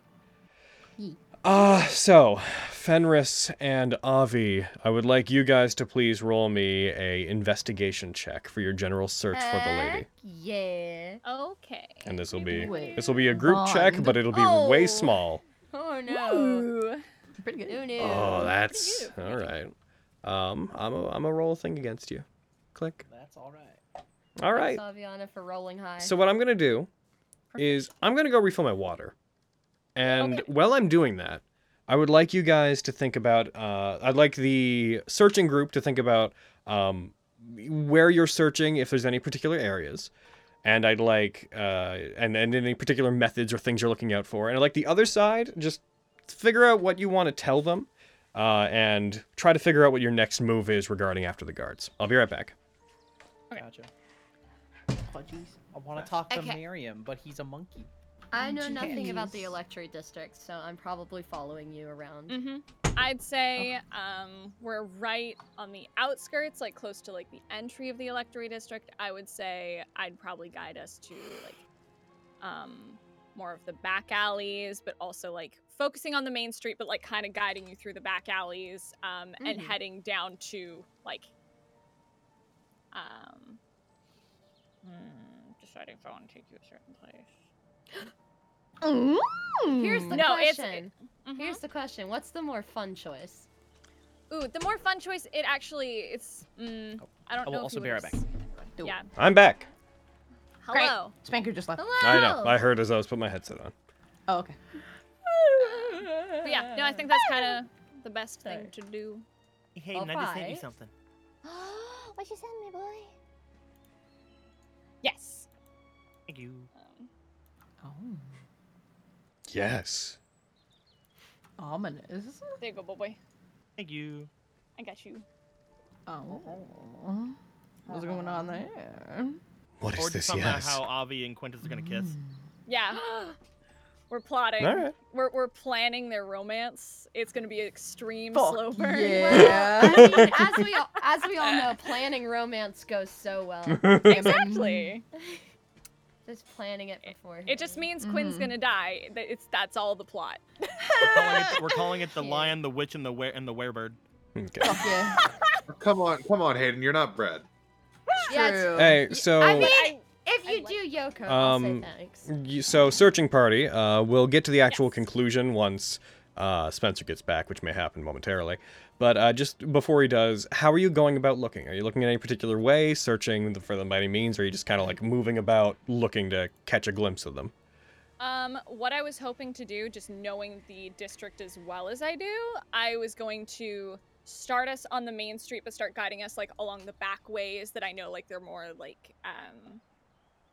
Speaker 3: Yee.
Speaker 1: Uh, so Fenris and Avi, I would like you guys to please roll me a investigation check for your general search for the lady.
Speaker 3: Yeah.
Speaker 5: Okay.
Speaker 1: And this will be
Speaker 3: will.
Speaker 1: this will be a group check, but it'll be way small.
Speaker 3: Oh no.
Speaker 11: Pretty good.
Speaker 3: Oh no.
Speaker 1: Oh, that's all right. Um, I'm a I'm a roll a thing against you. Click.
Speaker 3: That's all right.
Speaker 1: All right.
Speaker 3: Saviana for rolling high.
Speaker 1: So what I'm gonna do is I'm gonna go refill my water, and while I'm doing that, I would like you guys to think about. Uh, I'd like the searching group to think about um, where you're searching, if there's any particular areas, and I'd like uh, and and any particular methods or things you're looking out for, and I'd like the other side just figure out what you want to tell them, uh, and try to figure out what your next move is regarding after the guards. I'll be right back.
Speaker 17: Gotcha. Oh, jeez. I want to talk to
Speaker 3: Okay.
Speaker 17: Miriam, but he's a monkey.
Speaker 3: I know nothing about the
Speaker 5: Jeez.
Speaker 3: Electro District, so I'm probably following you around.
Speaker 5: hmm I'd say um, we're right on the outskirts, like close to like the entry of the electorate district. I would say I'd probably guide us to like um, more of the back alleys, but also like focusing on the main street, but like kind of guiding you through the back alleys um, and
Speaker 3: Mhm.
Speaker 1: Mm-hmm.
Speaker 5: heading down to like um, hmm, deciding if I want to take you a certain place.
Speaker 3: Mm-hmm. Here's the
Speaker 5: No, it's- Mm-hmm.
Speaker 3: question. Here's the question. What's the more fun choice?
Speaker 5: Ooh, the more fun choice. It actually, it's. Mm, I don't
Speaker 1: Oh, I will
Speaker 5: know. if
Speaker 1: also
Speaker 5: you
Speaker 1: be
Speaker 5: would have
Speaker 1: right back.
Speaker 5: s- Yeah.
Speaker 1: I'm back.
Speaker 5: Hello.
Speaker 11: Spanker just left.
Speaker 1: I know. I heard as I was putting my headset on.
Speaker 11: Oh, okay.
Speaker 5: But yeah, no, I think that's kind of the best thing to do.
Speaker 4: Hey, Hayden, I just sent you something.
Speaker 3: what you send me, boy?
Speaker 5: Yes.
Speaker 4: Thank you.
Speaker 11: Oh.
Speaker 1: Yes.
Speaker 11: Ominous.
Speaker 5: There you go, boy.
Speaker 4: Thank you.
Speaker 5: I got you.
Speaker 11: Oh. What's going on there?
Speaker 1: What is
Speaker 4: or
Speaker 1: this,
Speaker 4: Or somehow
Speaker 1: yes?
Speaker 4: how uh, Avi and Quintus are gonna kiss.
Speaker 5: Yeah. We're plotting.
Speaker 4: Alright.
Speaker 5: We're, we're planning their romance. It's going to be extreme
Speaker 11: Fuck
Speaker 5: slow burn. Uh.
Speaker 3: yeah. I mean, as we all, as we all know, planning romance goes so well.
Speaker 5: exactly.
Speaker 3: Just planning it before.
Speaker 5: It just means Quinn's going to die. That- It's That's all the plot.
Speaker 4: We're calling it, we're calling it the lion, the witch, and the were and the werebird.
Speaker 1: Okay.
Speaker 18: Come on, come on, Hayden. You're not bread.
Speaker 3: Yeah, it's-
Speaker 11: True.
Speaker 1: Hey, so
Speaker 3: I mean, if you do Yoko, I'll say
Speaker 1: um,
Speaker 3: thanks.
Speaker 1: you, so searching party. Uh, we'll get to the actual conclusion once uh, Spencer gets back, which may happen momentarily. But uh, just before he does, how are you going about looking? Are you looking in any particular way, searching the- for them by any means, or are you just kind of like moving about, looking to catch a glimpse of them?
Speaker 5: Um, what I was hoping to do, just knowing the district as well as I do, I was going to start us on the main street, but start guiding us like along the back ways that I know, like they're more like, um,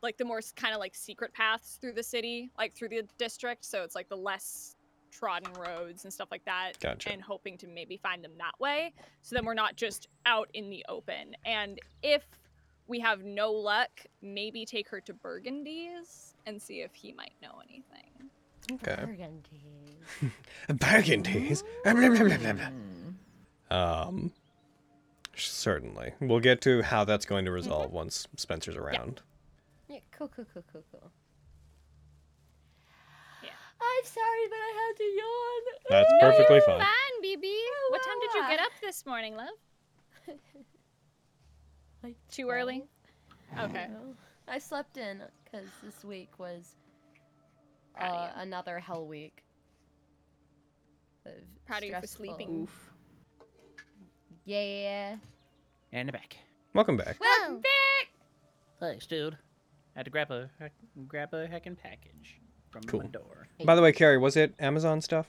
Speaker 5: like the more kind of like secret paths through the city, like through the district. So it's like the less trodden roads and stuff like that.
Speaker 1: Gotcha.
Speaker 5: And hoping to maybe find them that way, so then we're not just out in the open. And if we have no luck, maybe take her to Burgundy's and see if he might know anything.
Speaker 1: Okay.
Speaker 3: Burgundies.
Speaker 1: Burgundies. Ah, blah, blah, blah, blah, blah. Um, certainly. We'll get to how that's going to resolve
Speaker 3: Mm-hmm.
Speaker 1: once Spencer's around.
Speaker 3: Yeah, cool, cool, cool, cool, cool. I'm sorry, but I had to yawn.
Speaker 1: That's perfectly fine.
Speaker 5: Fine, BB. what time did you get up this morning, love?
Speaker 3: Like
Speaker 5: Too early? Okay.
Speaker 3: No. I slept in because this week was uh, another hell week. Of
Speaker 5: Proud of you for
Speaker 3: stressful-
Speaker 5: sleeping.
Speaker 3: Yeah.
Speaker 7: And they're back.
Speaker 1: Welcome back.
Speaker 3: Well,
Speaker 7: Thanks, dude. I had to grab a heck- grab a heckin' package from
Speaker 1: Cool.
Speaker 7: my door.
Speaker 1: By the way, Carrie, was it Amazon stuff?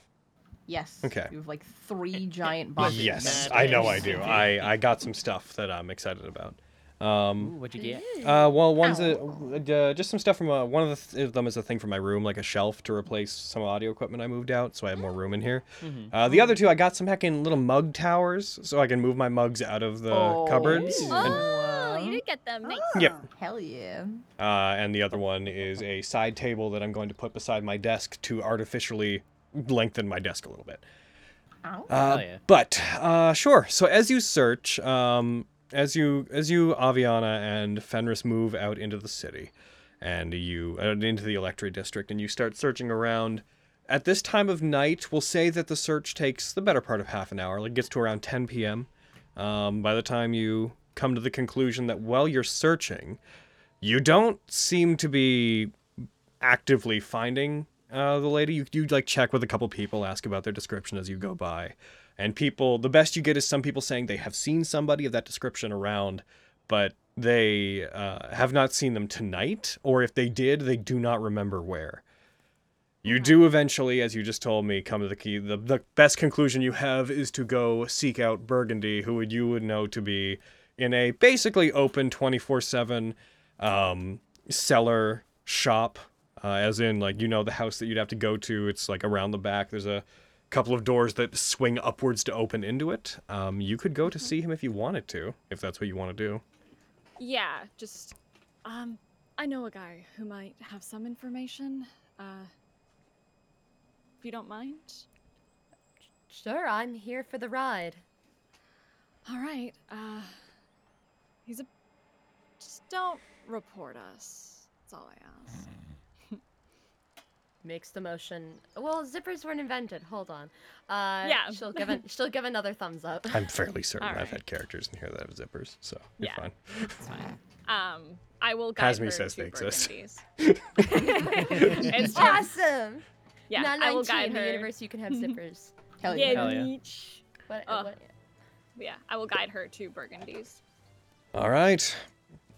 Speaker 11: Yes.
Speaker 1: Okay.
Speaker 11: You have like three giant bodies.
Speaker 1: Yes, I know I do. I, I got some stuff that I'm excited about. Um,
Speaker 7: what'd you get?
Speaker 1: Uh, well, one's a, uh, just some stuff from uh, one of the th- of them is a thing from my room, like a shelf to replace some audio equipment I moved out, so I have more room in here.
Speaker 7: Mhm.
Speaker 1: Uh, the other two, I got some heckin' little mug towers, so I can move my mugs out of the cupboards. And,
Speaker 14: Oh, you did get them. Nice.
Speaker 1: Yep.
Speaker 11: Hell yeah.
Speaker 1: uh, and the other one is a side table that I'm going to put beside my desk to artificially lengthen my desk a little bit. Uh, But uh, sure. So as you search, um, as you as you Aviana and Fenris move out into the city, and you uh, into the Electri district, and you start searching around. At this time of night, we'll say that the search takes the better part of half an hour. Like gets to around 10 p.m. Um, by the time you come to the conclusion that while you're searching, you don't seem to be actively finding uh, the lady. You you like check with a couple people, ask about their description as you go by, and people. The best you get is some people saying they have seen somebody of that description around, but they uh, have not seen them tonight, or if they did, they do not remember where.
Speaker 14: Mm-hmm.
Speaker 1: You do eventually, as you just told me, come to the key. The, the best conclusion you have is to go seek out Burgundy, who would you would know to be in a basically open 24 7 um, cellar shop. Uh, as in, like, you know, the house that you'd have to go to. It's like around the back. There's a couple of doors that swing upwards to open into it. Um, you could go to
Speaker 14: Mm-hmm.
Speaker 1: see him if you wanted to, if that's what you want to do.
Speaker 14: Yeah, just um I know a guy who might have some information. Uh if you don't mind.
Speaker 3: Sure, I'm here for the ride.
Speaker 14: All right. Uh he's a just don't report us. That's all I
Speaker 10: Hmm.
Speaker 14: ask.
Speaker 3: Makes the motion. Well, zippers weren't invented. Hold on. Uh,
Speaker 14: Yeah.
Speaker 3: She'll give an, she'll give another thumbs up.
Speaker 1: I'm fairly certain
Speaker 14: All
Speaker 1: I've
Speaker 14: right.
Speaker 1: had characters in here that have zippers, so you're
Speaker 14: Yeah.
Speaker 1: fine.
Speaker 14: It's fine. Um I will guide
Speaker 1: Hasmi
Speaker 14: her
Speaker 1: says
Speaker 14: to
Speaker 1: they exist.
Speaker 14: Burgundy's. it's true.
Speaker 3: awesome.
Speaker 14: Yeah,
Speaker 3: Not
Speaker 14: I will guide
Speaker 3: in the
Speaker 14: her.
Speaker 3: universe. You can have zippers.
Speaker 11: Hell
Speaker 14: yeah.
Speaker 10: Hell yeah.
Speaker 14: Beach.
Speaker 3: What,
Speaker 14: Oh.
Speaker 3: what-
Speaker 14: Yeah, I will guide her to Burgundy's.
Speaker 1: All right.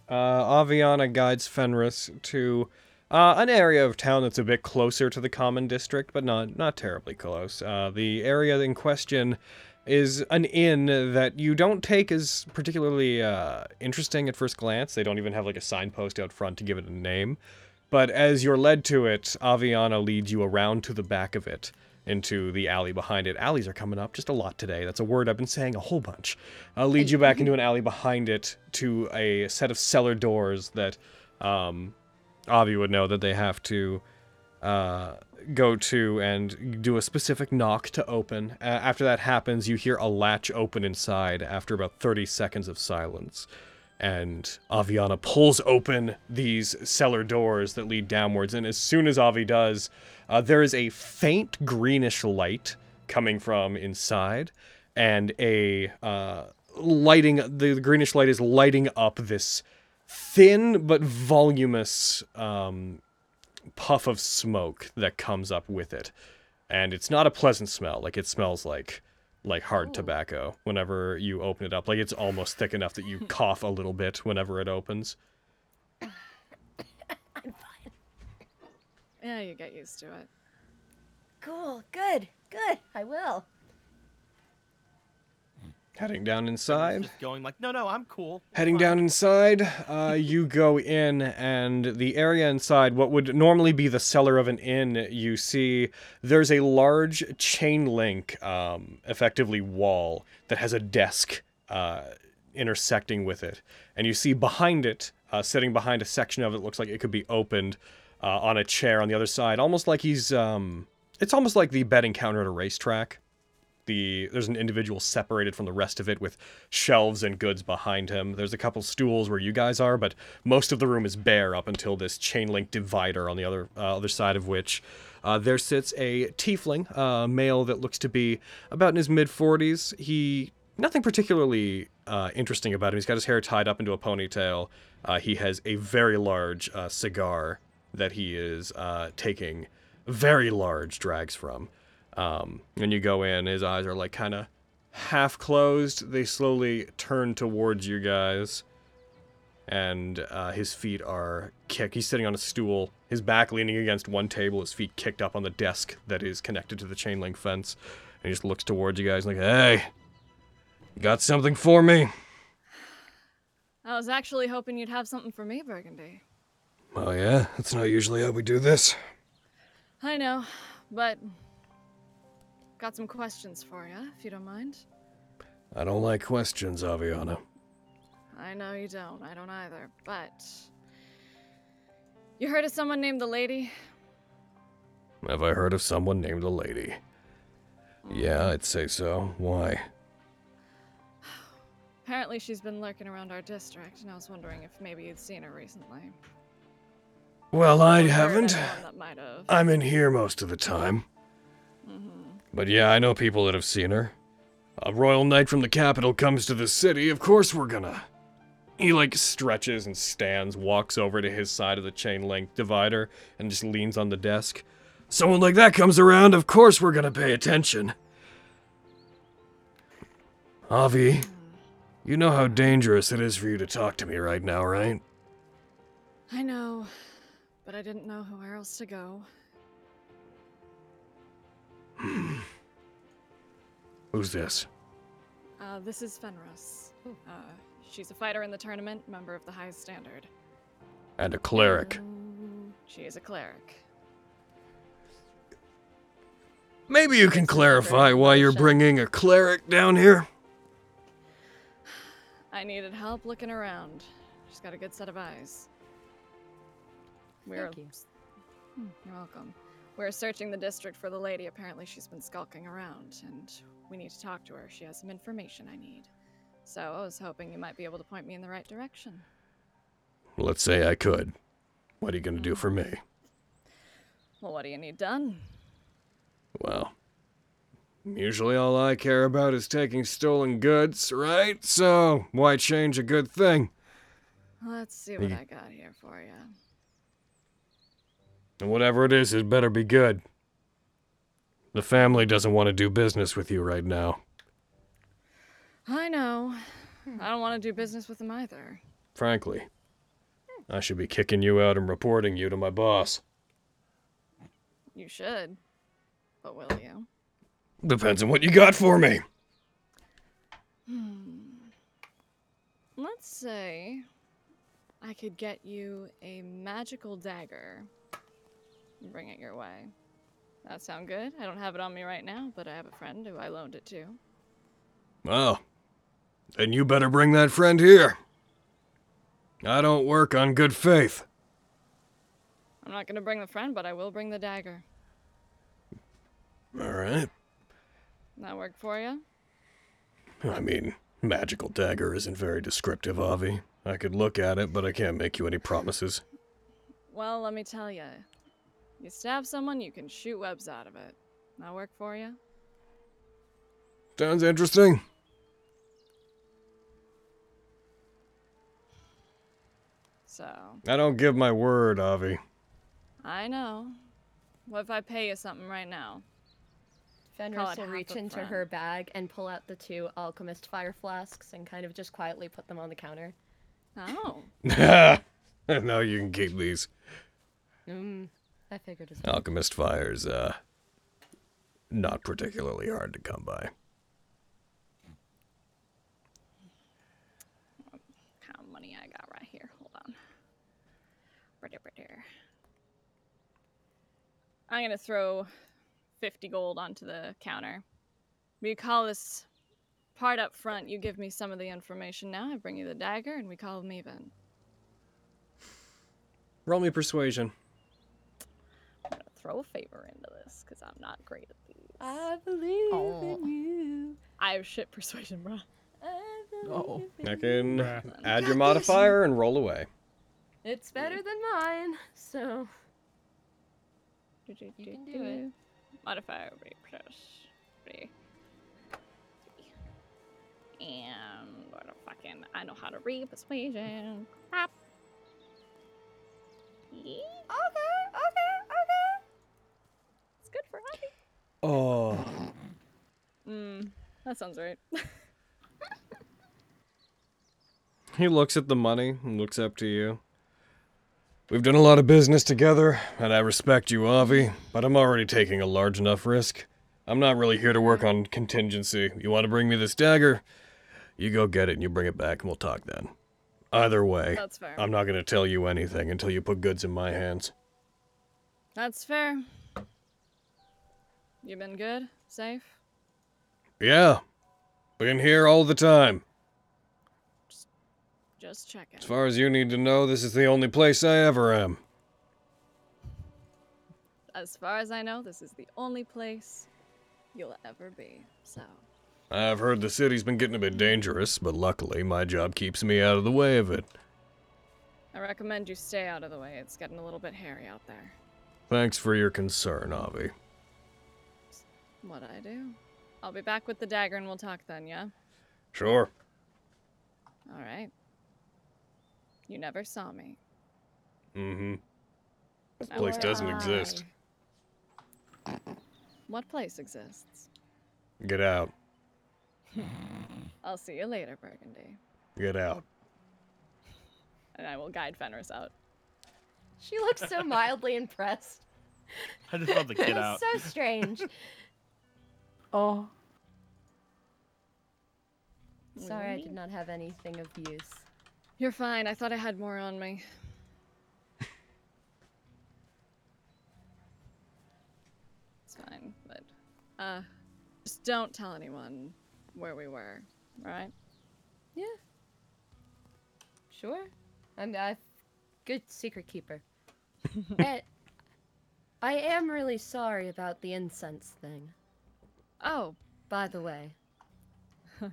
Speaker 1: Uh, Aviana guides Fenris to uh, an area of town that's a bit closer to the common district, but not not terribly close. Uh, the area in question is an inn that you don't take as particularly uh, interesting at first glance. They don't even have like a signpost out front to give it a name. But as you're led to it, Aviana leads you around to the back of it, into the alley behind it. Alleys are coming up just a lot today. That's a word I've been saying a whole bunch. Uh, leads you back into an alley behind it to a set of cellar doors that um, Avi would know that they have to uh, go to and do a specific knock to open. Uh, after that happens, you hear a latch open inside after about 30 seconds of silence. And Aviana pulls open these cellar doors that lead downwards. And as soon as Avi does, uh, there is a faint greenish light coming from inside. And a uh, lighting, the, the greenish light is lighting up this thin but voluminous um, puff of smoke that comes up with it. And it's not a pleasant smell. Like it smells like like hard tobacco whenever you open it up. Like it's almost thick enough that you cough a little bit whenever it opens.
Speaker 14: Yeah, you get used to it.
Speaker 3: Cool. Good. Good. I will.
Speaker 1: Heading down inside.
Speaker 4: Just going like, no, no, I'm cool.
Speaker 1: Heading down inside, uh, you go in, and the area inside, what would normally be the cellar of an inn, you see there's a large chain link, um, effectively wall, that has a desk uh, intersecting with it. And you see behind it, uh, sitting behind a section of it, looks like it could be opened uh, on a chair on the other side, almost like he's. Um, it's almost like the betting counter at a racetrack the there's an individual separated from the rest of it with shelves and goods behind him. There's a couple stools where you guys are, but most of the room is bare up until this chain link divider on the other uh, other side of which uh, there sits a tiefling, uh, male that looks to be about in his mid 40s. He nothing particularly uh, interesting about him. He's got his hair tied up into a ponytail. Uh, he has a very large uh, cigar that he is uh, taking very large drags from. Um, and you go in, his eyes are like kind of half closed. They slowly turn towards you guys, and uh, his feet are kick. He's sitting on a stool, his back leaning against one table, his feet kicked up on the desk that is connected to the chain link fence. And he just looks towards you guys like, hey, you got something for me?
Speaker 14: I was actually hoping you'd have something for me, Burgundy.
Speaker 1: Oh, yeah? That's not usually how we do this.
Speaker 14: I know, but got some questions for you, if you don't mind.
Speaker 1: I don't like questions, Aviana.
Speaker 14: I know you don't. I don't either. But you heard of someone named the Lady?
Speaker 1: Have I heard of someone named the Lady? Yeah, I'd say so. Why?
Speaker 14: Apparently, she's been lurking around our district, and I was wondering if maybe you'd seen her recently.
Speaker 1: Well,
Speaker 14: Or
Speaker 1: I
Speaker 14: heard
Speaker 1: haven't.
Speaker 14: anyone that might have. Mm-hmm.
Speaker 1: I'm in here most of the time. But yeah, I know people that have seen her. A royal knight from the capital comes to the city, of course we're gonna. He like stretches and stands, walks over to his side of the chain link divider, and just leans on the desk. Someone like that comes around, of course we're gonna pay attention. Avi, you know how dangerous it is for you to talk to me right now, right?
Speaker 14: I know, but I didn't know where else to go.
Speaker 1: Who's this?
Speaker 14: Uh, this is Fenris. Uh, she's a fighter in the tournament, member of the High Standard.
Speaker 1: And a cleric.
Speaker 14: She is a cleric.
Speaker 1: Maybe you can clarify why you're bringing a cleric down here?
Speaker 14: I needed help looking around. She's got a good set of eyes. We're
Speaker 3: Thank you.
Speaker 14: Hmm, You're welcome. We're searching the district for the lady. Apparently, she's been skulking around, and we need to talk to her. She has some information I need. So I was hoping you might be able to point me in the right direction.
Speaker 1: Let's say I could. What are you gonna do for me?
Speaker 14: Well, what do you need done?
Speaker 1: Well, usually all I care about is taking stolen goods, right? So, why change a good thing?
Speaker 14: Let's see what
Speaker 1: You-
Speaker 14: I got here for you.
Speaker 1: And whatever it is, it better be good. The family doesn't want to do business with you right now.
Speaker 14: I know. I don't want to do business with them either.
Speaker 1: Frankly, I should be kicking you out and reporting you to my boss.
Speaker 14: You should. But will you?
Speaker 1: Depends on what you got for me.
Speaker 14: Hmm. Let's say I could get you a magical dagger and bring it your way. That sound good? I don't have it on me right now, but I have a friend who I loaned it to.
Speaker 1: Oh. Then you better bring that friend here. I don't work on good faith.
Speaker 14: I'm not going to bring the friend, but I will bring the dagger.
Speaker 1: All right.
Speaker 14: That work for you?
Speaker 1: I mean, magical dagger isn't very descriptive, Avi. I could look at it, but I can't make you any promises.
Speaker 14: Well, let me tell you. You stab someone, you can shoot webs out of it. That work for you?
Speaker 1: Sounds interesting.
Speaker 14: So,
Speaker 1: I don't give my word, Avi.
Speaker 14: I know. What if I pay you something right now? Call
Speaker 3: Fenris
Speaker 14: it
Speaker 3: will
Speaker 14: half
Speaker 3: reach
Speaker 14: up
Speaker 3: into
Speaker 14: front.
Speaker 3: her bag and pull out the two alchemist fire flasks and kind of just quietly put them on the counter.
Speaker 14: Oh.
Speaker 1: no, you can keep these.
Speaker 3: Mm, I figured as much.
Speaker 1: Alchemist fire's, uh, not particularly hard to come by.
Speaker 14: kind of money I got right here. Hold on. Right here, right here. I'm gonna throw 50 gold onto the counter. We call this part up front. You give me some of the information now. I bring you the dagger, and we call them even.
Speaker 1: Roll me persuasion.
Speaker 14: I'm gonna throw a favor into this because I'm not great at these.
Speaker 3: I believe in you.
Speaker 14: I have shit persuasion, bruh.
Speaker 3: I believe
Speaker 14: Oh.
Speaker 1: I can add your modifier and roll away.
Speaker 3: It's better than mine, so
Speaker 14: You
Speaker 3: can do it.
Speaker 14: Modifier would be plus three. Three. And what a fucking I know how to read persuasion. Crap. Okay, okay, okay. It's good for hobby.
Speaker 1: Oh.
Speaker 14: Mm, that sounds right.
Speaker 1: He looks at the money and looks up to you. We've done a lot of business together, and I respect you, Avi, but I'm already taking a large enough risk. I'm not really here to work on contingency. You want to bring me this dagger? You go get it and you bring it back, and we'll talk then. Either way,
Speaker 14: That's fair.
Speaker 1: I'm not going to tell you anything until you put goods in my hands.
Speaker 14: That's fair. You've been good, safe.
Speaker 1: Yeah. Been here all the time.
Speaker 14: Just checking.
Speaker 1: As far as you need to know, this is the only place I ever am.
Speaker 14: As far as I know, this is the only place you'll ever be. So
Speaker 1: I've heard the city's been getting a bit dangerous, but luckily my job keeps me out of the way of it.
Speaker 14: I recommend you stay out of the way. It's getting a little bit hairy out there.
Speaker 1: Thanks for your concern, Avi.
Speaker 14: What I do? I'll be back with the dagger and we'll talk then, yeah?
Speaker 1: Sure.
Speaker 14: All right. You never saw me.
Speaker 1: Mm-hmm. This
Speaker 14: Now
Speaker 1: place
Speaker 14: where
Speaker 1: doesn't
Speaker 14: am
Speaker 1: exist.
Speaker 14: I? What place exists?
Speaker 1: Get out.
Speaker 14: I'll see you later, Burgundy.
Speaker 1: Get out.
Speaker 14: And I will guide Fenris out.
Speaker 3: She looks so mildly impressed.
Speaker 4: I just love the get
Speaker 3: It's
Speaker 4: out.
Speaker 3: so strange.
Speaker 11: oh.
Speaker 3: Sorry, I did not have anything of use.
Speaker 14: You're fine. I thought I had more on me. it's fine, but uh just don't tell anyone where we were, right?
Speaker 3: Yeah. Sure. I'm a good secret keeper. Eh, I am really sorry about the incense thing.
Speaker 14: Oh,
Speaker 3: by the way.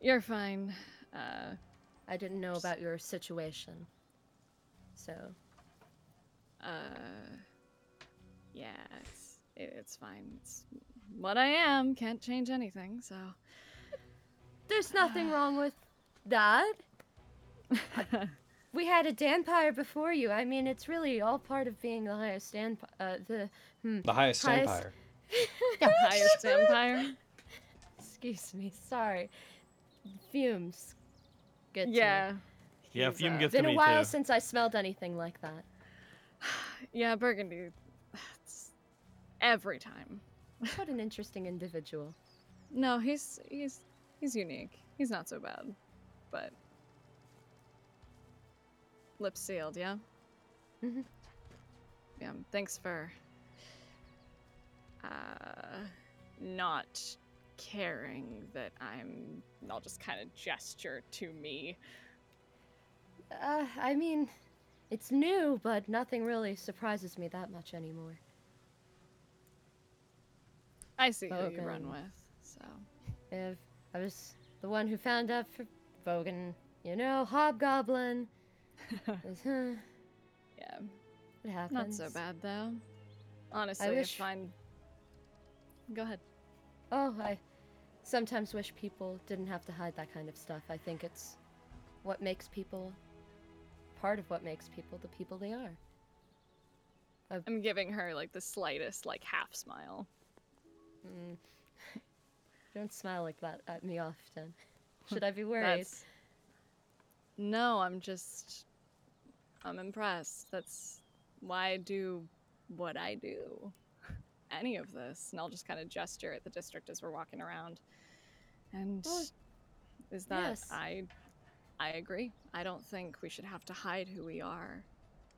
Speaker 14: You're fine. Uh,
Speaker 3: I didn't know about your situation. So,
Speaker 14: Uh Yeah, it's it, it's fine. It's what I am, can't change anything, so
Speaker 3: there's nothing wrong with that. we had a Danpire before you. I mean, it's really all part of being the highest Danpire. Uh, the, hmm,
Speaker 1: The highest empire.
Speaker 14: the highest Danpire.
Speaker 3: Excuse me, sorry. Fumes. Get
Speaker 14: Yeah.
Speaker 4: Yeah,
Speaker 3: It's
Speaker 4: fume gets to
Speaker 3: been
Speaker 4: me
Speaker 3: a while
Speaker 4: too.
Speaker 3: since I smelled anything like that.
Speaker 14: yeah, Burgundy. It's every time.
Speaker 3: What an interesting individual.
Speaker 14: No, he's he's he's unique. He's not so bad, but lips sealed, yeah.
Speaker 3: Mhm.
Speaker 14: Yeah. Thanks for uh, not caring that I'm. I'll just kind of gesture to me.
Speaker 3: Uh, I mean, it's new, but nothing really surprises me that much anymore.
Speaker 14: I see who you run
Speaker 3: Bogan.
Speaker 14: with. So
Speaker 3: If I was the one who found out for Vogan, you know, Hobgoblin. yeah. It happens.
Speaker 14: not so bad though. Honestly,
Speaker 3: wish-
Speaker 14: if I'm. Go ahead.
Speaker 3: Oh, I sometimes wish people didn't have to hide that kind of stuff. I think it's what makes people part of what makes people the people they are.
Speaker 14: I'm giving her like the slightest like half smile.
Speaker 3: Mm. Don't smile like that at me often. Should I be worried?
Speaker 14: That's- No, I'm just. I'm impressed. That's why I do what I do. Any of this. And I'll just kind of gesture at the district as we're walking around. And
Speaker 3: Well,
Speaker 14: is that
Speaker 3: yes.
Speaker 14: I. I agree. I don't think we should have to hide who we are.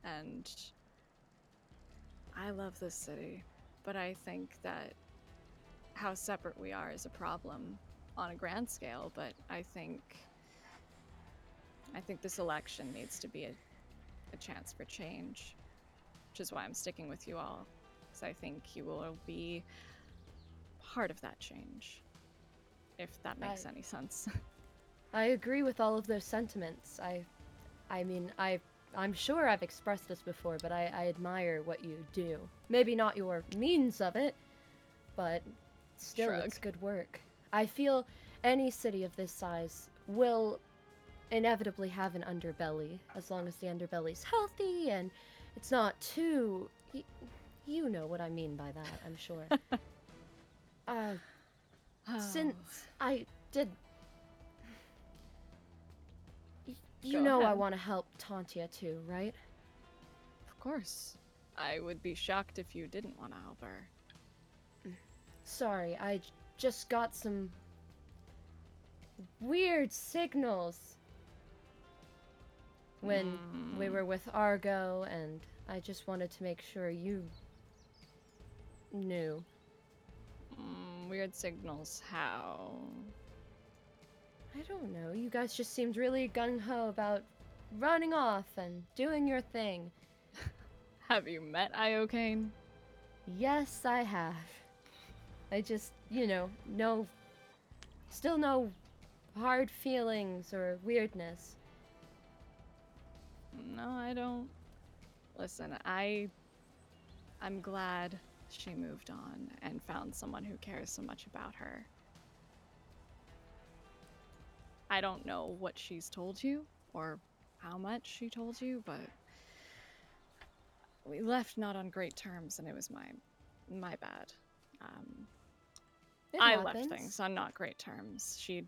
Speaker 14: And I love this city, but I think that how separate we are is a problem on a grand scale, but I think I think this election needs to be a, a chance for change, which is why I'm sticking with you all, because I think you will be part of that change, if that makes
Speaker 3: I-
Speaker 14: any sense.
Speaker 3: I agree with all of those sentiments. I, I mean, I, I'm sure I've expressed this before, but I, I admire what you do. Maybe not your means of it, but still, it's good work. I feel any city of this size will inevitably have an underbelly, as long as the underbelly's healthy and it's not too. y- You know what I mean by that, I'm sure. uh, Since I did You
Speaker 14: Go
Speaker 3: know I
Speaker 14: ahead.
Speaker 3: want to help Tantia too, right?
Speaker 14: course. I would be shocked if you didn't want to help her.
Speaker 3: Sorry, I j- just got some weird signals when
Speaker 14: Hmm.
Speaker 3: we were with Argo, and I just wanted to make sure you knew.
Speaker 14: Mm, weird signals. How?
Speaker 3: I don't know. You guys just seemed really gung ho about running off and doing your thing.
Speaker 14: Have you met Iocane?
Speaker 3: Yes, I have. I just, you know, no. Still no hard feelings or weirdness.
Speaker 14: No, I don't. Listen, I. I'm glad she moved on and found someone who cares so much about her. I don't know what she's told you or how much she told you, but we left not on great terms, and it was my my bad. Um,
Speaker 3: It
Speaker 14: I
Speaker 3: happens.
Speaker 14: left things on not great terms. She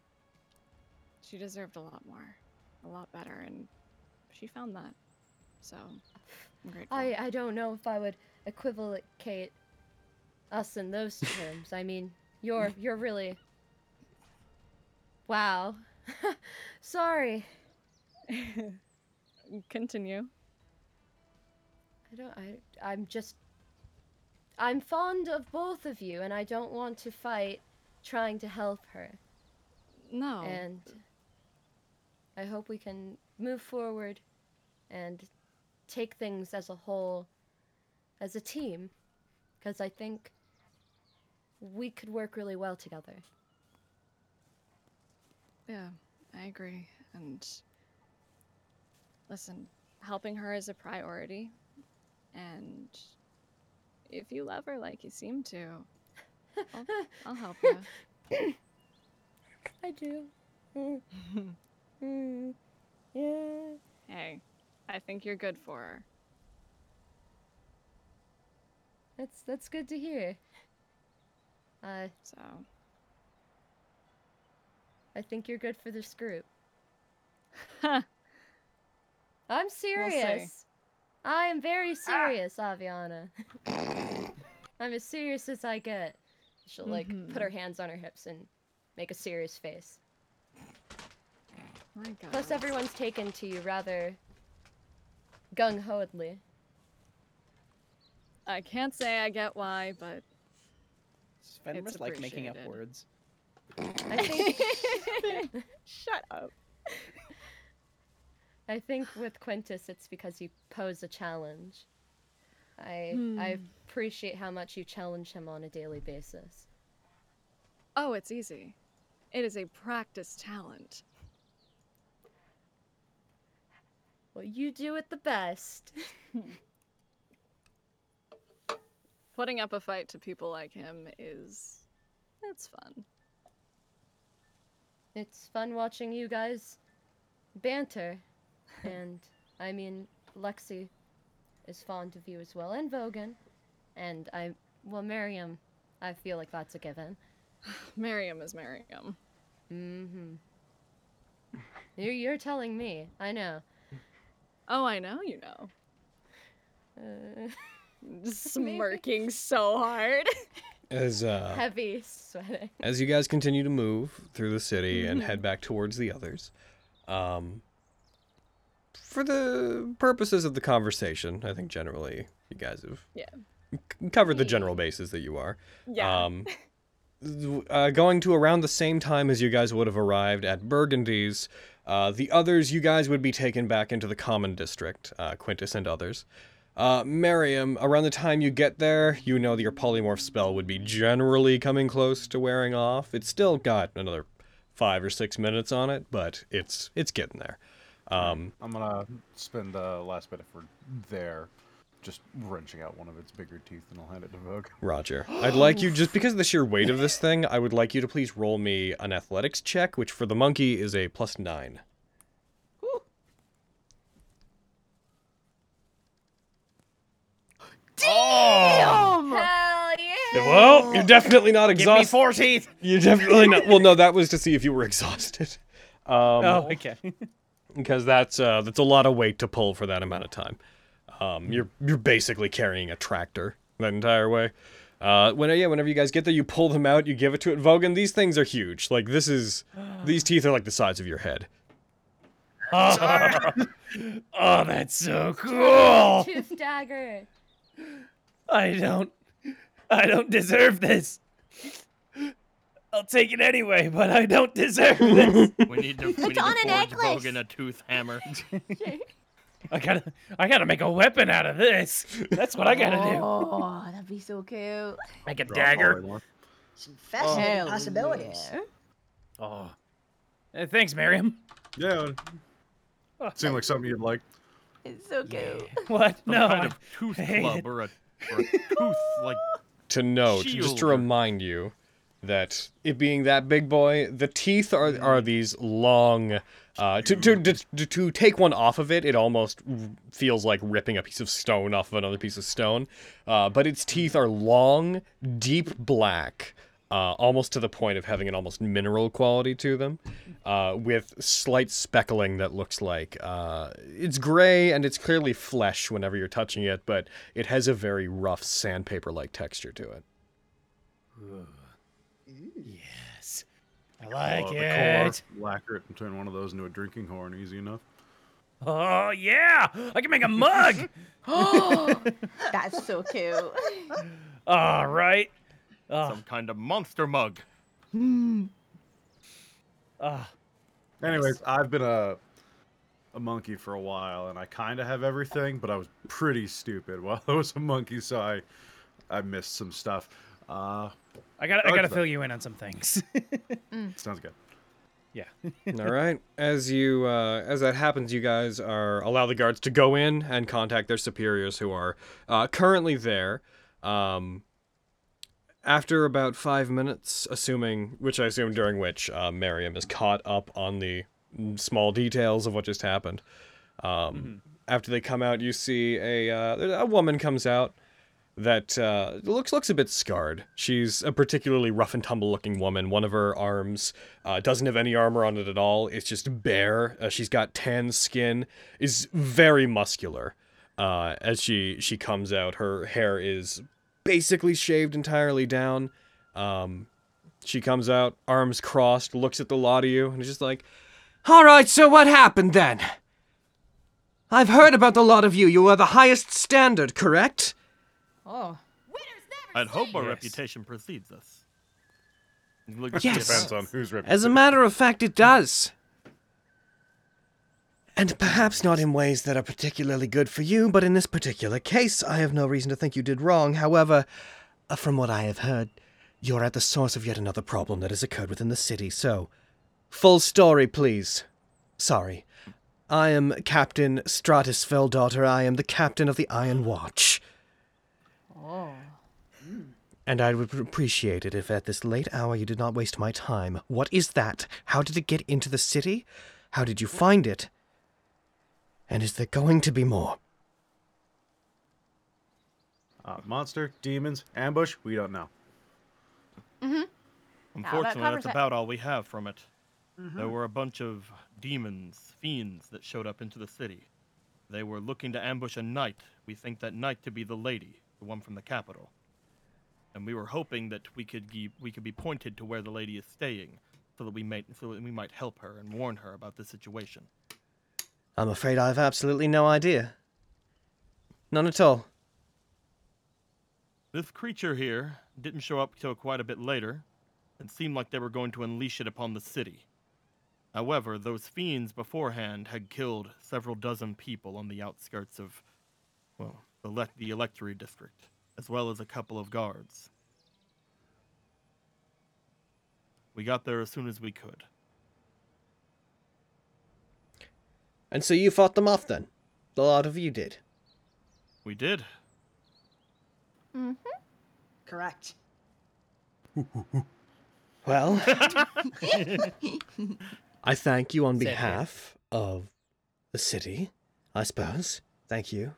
Speaker 14: she deserved a lot more, a lot better, and she found that. So I'm grateful.
Speaker 3: I, I don't know if I would equivocate us in those terms. I mean, you're you're really wow. Sorry.
Speaker 14: Continue.
Speaker 3: I don't. I. I'm just. I'm fond of both of you, and I don't want to fight trying to help her.
Speaker 14: No.
Speaker 3: And I hope we can move forward and take things as a whole, as a team, because I think we could work really well together.
Speaker 14: Yeah, I agree. And listen, helping her is a priority. And if you love her like you seem to, I'll, I'll help you.
Speaker 3: I do. Mm. Mm. Yeah.
Speaker 14: Hey, I think you're good for her.
Speaker 3: That's that's good to hear. Uh,
Speaker 14: so
Speaker 3: I think you're good for this group.
Speaker 14: We'll
Speaker 3: I'm
Speaker 14: see. Ah!
Speaker 3: serious. I am very serious, Aviana. I'm as serious as I get. She'll like
Speaker 14: Mm-hmm.
Speaker 3: put her hands on her hips and make a serious face.
Speaker 14: My God.
Speaker 3: Plus, everyone's taken to you rather gung hoedly.
Speaker 14: I can't say I get why, but
Speaker 7: Sven
Speaker 14: It's
Speaker 7: was like making up
Speaker 14: appreciated.
Speaker 7: words.
Speaker 3: I think.
Speaker 14: Shut up.
Speaker 3: I think with Quintus, it's because you pose a challenge. I I
Speaker 14: Hmm.
Speaker 3: appreciate how much you challenge him on a daily basis.
Speaker 14: oh, it's easy. It is a practice talent.
Speaker 3: Well, you do it the best.
Speaker 14: Putting up a fight to people like him is. It's fun.
Speaker 3: It's fun watching you guys banter. And I mean, Lexi is fond of you as well, and Vogan. And I, well, Miriam, I feel like that's a given.
Speaker 14: Miriam is Miriam.
Speaker 3: Mm hmm. You're, you're telling me. I know.
Speaker 14: Oh, I know you know.
Speaker 3: Uh, Smirking
Speaker 14: so hard.
Speaker 1: As uh,
Speaker 3: Heavy sweating.
Speaker 1: as you guys continue to move through the city and head back towards the others, um, for the purposes of the conversation, I think generally you guys have
Speaker 14: Yeah.
Speaker 1: c- covered the general bases that you are.
Speaker 14: Yeah.
Speaker 1: Um, th- uh, going to around the same time as you guys would have arrived at Burgundy's, uh, the others, you guys would be taken back into the common district, uh, Quintus and others. Uh, Miriam, around the time you get there, you know that your polymorph spell would be generally coming close to wearing off. It's still got another five or six minutes on it, but it's it's getting there. Um,
Speaker 19: I'm gonna spend the last bit if we're there, just wrenching out one of its bigger teeth, and I'll hand it to Vogue.
Speaker 1: Roger. I'd like you just because of the sheer weight of this thing, I would like you to please roll me an athletics check, which for the monkey is a plus nine.
Speaker 11: Damn!
Speaker 3: Hell yeah!
Speaker 1: Well, you're definitely not
Speaker 7: Give me
Speaker 1: exhausted.
Speaker 7: four teeth.
Speaker 1: You're definitely not. Well, no, that was to see if you were exhausted. Um,
Speaker 7: oh, okay.
Speaker 1: Because that's uh, that's a lot of weight to pull for that amount of time. Um, you're you're basically carrying a tractor that entire way. Uh, when yeah, whenever you guys get there, you pull them out, you give it to it. Vogan, these things are huge. Like this is, these teeth are like the size of your head.
Speaker 10: Oh, that's so
Speaker 14: Oh.
Speaker 10: cool.
Speaker 3: Tooth dagger.
Speaker 10: I don't. I don't deserve this. I'll take it anyway, but I don't deserve this.
Speaker 4: We need to. we need to forge Bogan a tooth hammer.
Speaker 10: I gotta. I gotta make a weapon out of this. That's what I gotta do.
Speaker 11: Oh, that'd be so cute.
Speaker 10: Make a dagger.
Speaker 8: Some fascinating
Speaker 11: Hell
Speaker 8: possibilities.
Speaker 11: yeah.
Speaker 10: Oh. Uh, thanks, Miriam.
Speaker 9: Yeah. Seemed like something you'd like.
Speaker 11: It's so cute.
Speaker 10: What?
Speaker 4: Some
Speaker 10: no.
Speaker 4: kind
Speaker 10: I-
Speaker 4: of tooth
Speaker 10: I hate
Speaker 4: club
Speaker 10: it.
Speaker 4: or a, or a tooth like
Speaker 1: to know, to- just to
Speaker 4: Shield.
Speaker 1: remind you that it being that big boy, the teeth are are these long. Uh, to, to, to, to take one off of it, it almost r- feels like ripping a piece of stone off of another piece of stone. Uh, but its teeth are long, deep black, uh, almost to the point of having an almost mineral quality to them, uh, with slight speckling that looks like uh, it's gray and it's clearly flesh whenever you're touching it, but it has a very rough sandpaper like texture to it.
Speaker 10: Yes. I like
Speaker 9: Pull out the
Speaker 10: it.
Speaker 9: core, Lacquer it and turn one of those into a drinking horn. Easy enough.
Speaker 10: Oh yeah! I can make a mug.
Speaker 11: Oh, that's so cute.
Speaker 10: All right. Ah.
Speaker 4: some kind of monster mug.
Speaker 10: Mm. Ah.
Speaker 9: Anyways, I've been a a monkey for a while, and I kind of have everything, but I was pretty stupid while I was a monkey, so I I missed some stuff. Uh,
Speaker 10: I got. I
Speaker 9: like
Speaker 10: gotta
Speaker 9: that.
Speaker 10: fill you in on some things.
Speaker 11: Hmm.
Speaker 9: Sounds good.
Speaker 10: yeah.
Speaker 1: All right. As you uh, as that happens, you guys are allow the guards to go in and contact their superiors who are uh, currently there. Um, after about five minutes, assuming which I assume during which uh, Miriam is caught up on the small details of what just happened. Um, After they come out, you see a uh, a woman comes out that uh, looks looks a bit scarred. She's a particularly rough and tumble looking woman. One of her arms uh, doesn't have any armor on it at all. It's just bare. Uh, she's got tan skin. Is very muscular. Uh, as she she comes out, her hair is basically shaved entirely down. Um, she comes out, arms crossed, looks at the lot of you, and is just like,
Speaker 16: All right, so what happened then? I've heard about the lot of you. You are the highest standard, correct?
Speaker 11: Oh.
Speaker 4: I'd hope our
Speaker 16: Yes.
Speaker 4: reputation precedes us. Look, it
Speaker 16: Yes.
Speaker 4: depends
Speaker 9: on who's
Speaker 16: As a matter of fact, it does. And perhaps not in ways that are particularly good for you, but in this particular case, I have no reason to think you did wrong. However, uh, from what I have heard, you're at the source of yet another problem that has occurred within the city, so. Full story, please. Sorry. I am Captain Stratusfell, daughter. I am the captain of the Iron Watch.
Speaker 11: Oh.
Speaker 16: And I would appreciate it if at this late hour you did not waste my time. What is that? How did it get into the city? How did you find it? And is there going to be more?
Speaker 9: Uh, monster, demons, ambush. We don't know.
Speaker 11: Mhm.
Speaker 4: Unfortunately, that's
Speaker 11: covers it.
Speaker 4: about all we have from it. There
Speaker 11: Mhm.
Speaker 4: were a bunch of demons, fiends that showed up into the city. They were looking to ambush a knight. We think that knight to be the lady, the one from the capital. And we were hoping that we could ge- we could be pointed to where the lady is staying, so that we might so that we might help her and warn her about the situation.
Speaker 16: I'm afraid I have absolutely no idea. None at all.
Speaker 4: This creature here didn't show up till quite a bit later, and seemed like they were going to unleash it upon the city. However, those fiends beforehand had killed several dozen people on the outskirts of, well, the, le- the electory district, as well as a couple of guards. We got there as soon as we could.
Speaker 16: And so you fought them off then? The lot of you did.
Speaker 4: We did.
Speaker 11: hmm
Speaker 8: Mm-hmm. Correct.
Speaker 16: Well, I thank you on behalf of the city, I suppose. Thank you.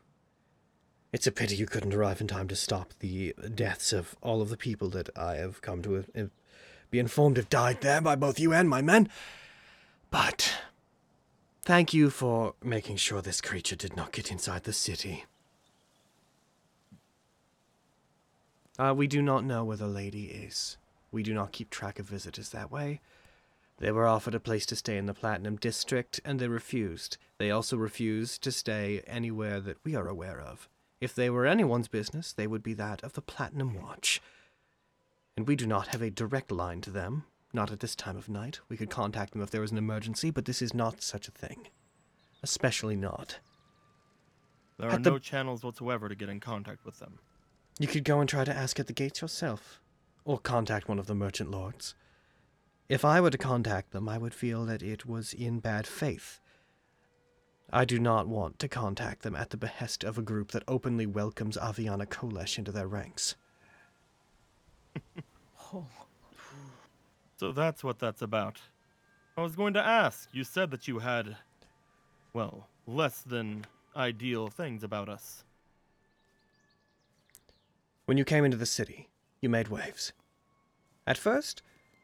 Speaker 16: It's a pity you couldn't arrive in time to stop the deaths of all of the people that I have come to uh, uh, be informed have died there by both you and my men. But thank you for making sure this creature did not get inside the city. Uh, we do not know where the lady is. We do not keep track of visitors that way. They were offered a place to stay in the Platinum District, and they refused. They also refused to stay anywhere that we are aware of. If they were anyone's business, they would be that of the Platinum Watch. And we do not have a direct line to them, not at this time of night. We could contact them if there was an emergency, but this is not such a thing. Especially not.
Speaker 4: There are
Speaker 16: At the-
Speaker 4: no channels whatsoever to get in contact with them.
Speaker 16: You could go and try to ask at the gates yourself, or contact one of the merchant lords. If I were to contact them, I would feel that it was in bad faith. I do not want to contact them at the behest of a group that openly welcomes Aviana Kolesh into their ranks.
Speaker 4: So that's what that's about. I was going to ask. You said that you had, well, less than ideal things about us.
Speaker 16: When you came into the city, you made waves. At first,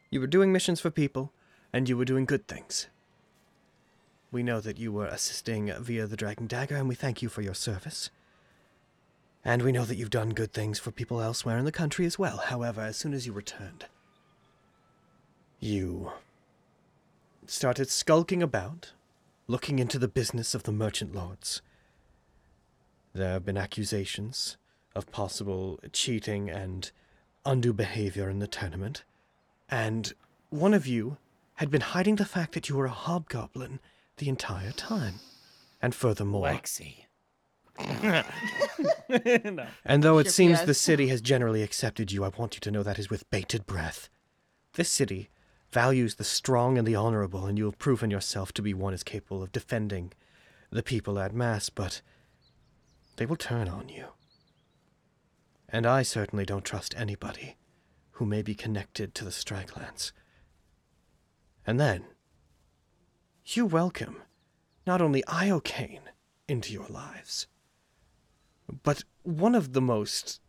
Speaker 16: you were doing missions for people, and you were doing good things. We know that you were assisting via the Dragon Dagger, and we thank you for your service. And we know that you've done good things for people elsewhere in the country as well. However, as soon as you returned, you started skulking about, looking into the business of the merchant lords. There have been accusations of possible cheating and undue behavior in the tournament, and one of you had been hiding the fact that you were a hobgoblin the entire time. And furthermore,
Speaker 10: Lexi. no.
Speaker 16: and though it
Speaker 10: Shifty
Speaker 16: seems
Speaker 10: eyes.
Speaker 16: the city has generally accepted you, I want you to know that is with bated breath. This city values the strong and the honorable, and you have proven yourself to be one as capable of defending the people at mass, but they will turn on you. And I certainly don't trust anybody who may be connected to the Strikelands. And then, you welcome not only Iocane into your lives, but one of the most.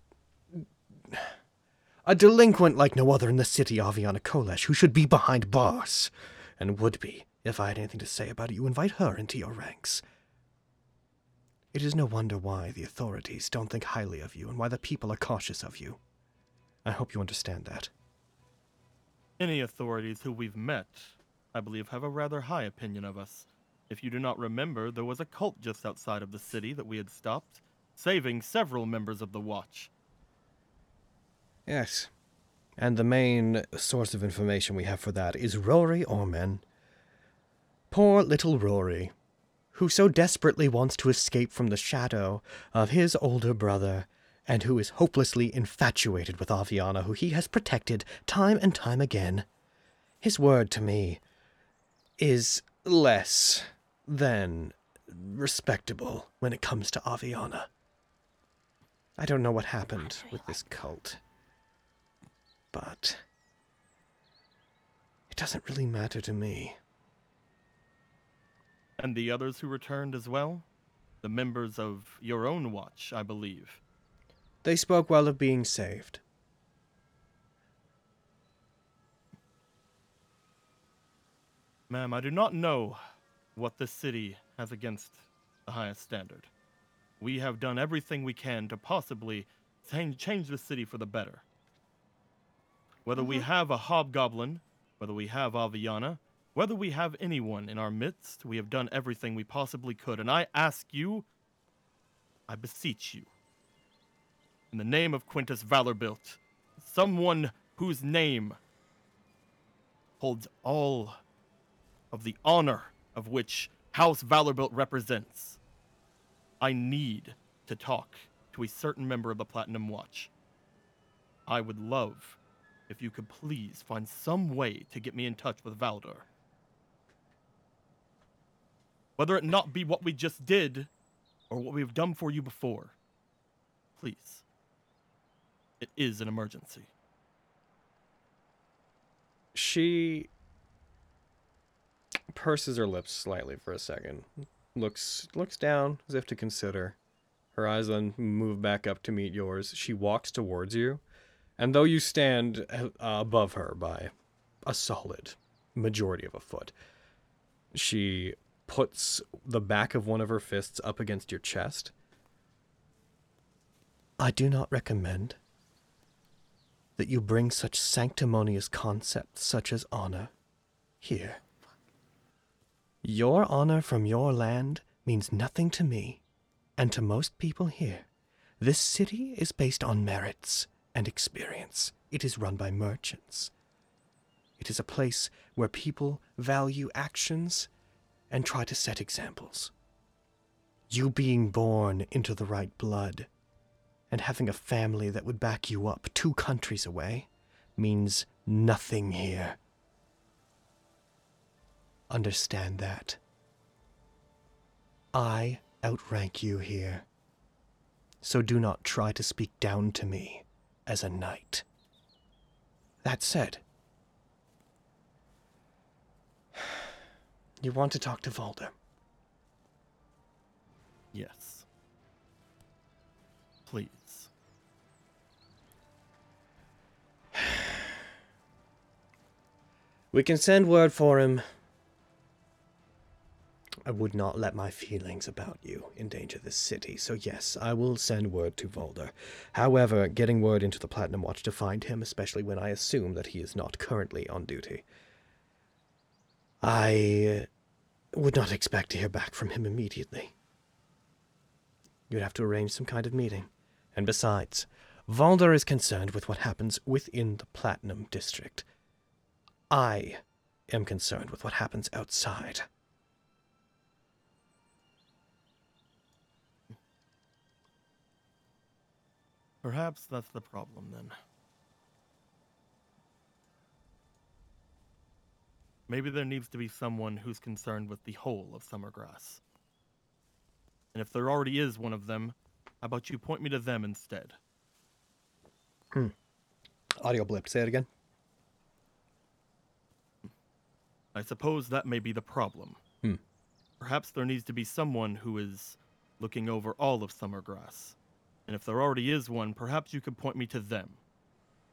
Speaker 16: A delinquent like no other in the city, Aviana Kolesh, who should be behind bars, and would be if I had anything to say about it. You invite her into your ranks. It is no wonder why the authorities don't think highly of you and why the people are cautious of you. I hope you understand that.
Speaker 4: Any authorities who we've met, I believe, have a rather high opinion of us. If you do not remember, there was a cult just outside of the city that we had stopped, saving several members of the Watch.
Speaker 16: Yes. And the main source of information we have for that is Rory Orman. Poor little Rory, who so desperately wants to escape from the shadow of his older brother, and who is hopelessly infatuated with Aviana, who he has protected time and time again. His word to me is less than respectable when it comes to Aviana. I don't know what happened with this cult. But it doesn't really matter to me.
Speaker 4: And the others who returned as well? The members of your own Watch, I believe.
Speaker 16: They spoke well of being saved.
Speaker 4: Ma'am, I do not know what this city has against the highest standard. We have done everything we can to possibly tang- change the city for the better. Whether we have a hobgoblin, whether we have Aviana, whether we have anyone in our midst, we have done everything we possibly could. And I ask you, I beseech you, in the name of Quintus Valorbilt, someone whose name holds all of the honor of which House Valorbilt represents. I need to talk to a certain member of the Platinum Watch. I would love if you could please find some way to get me in touch with Valdor. Whether it not be what we just did or what we've done for you before, please. It is an emergency.
Speaker 1: She purses her lips slightly for a second. Looks looks down as if to consider. Her eyes then move back up to meet yours. She walks towards you, and though you stand uh, above her by a solid majority of a foot, she puts the back of one of her fists up against your chest
Speaker 16: I do not recommend that you bring such sanctimonious concepts such as honor here. Your honor from your land means nothing to me, and to most people here. This city is based on merits and experience. It is run by merchants. It is a place where people value actions and try to set examples. You being born into the right blood and having a family that would back you up two countries away means nothing here. Understand that. I outrank you here. So do not try to speak down to me as a knight. That said, you want to talk to Valda.
Speaker 4: Yes. Please.
Speaker 16: We can send word for him. I would not let my feelings about you endanger this city, so yes, I will send word to Volder. However, getting word into the Platinum Watch to find him, especially when I assume that he is not currently on duty, I uh, would not expect to hear back from him immediately. You'd have to arrange some kind of meeting. And besides, Volder is concerned with what happens within the Platinum District. I am concerned with what happens outside.
Speaker 4: Perhaps that's the problem then. Maybe there needs to be someone who's concerned with the whole of Summergrass. And if there already is one of them, how about you point me to them instead?
Speaker 16: Hmm. Audio blip. Say it again.
Speaker 4: I suppose that may be the problem.
Speaker 16: Hmm.
Speaker 4: Perhaps there needs to be someone who is looking over all of Summergrass. And if there already is one, perhaps you could point me to them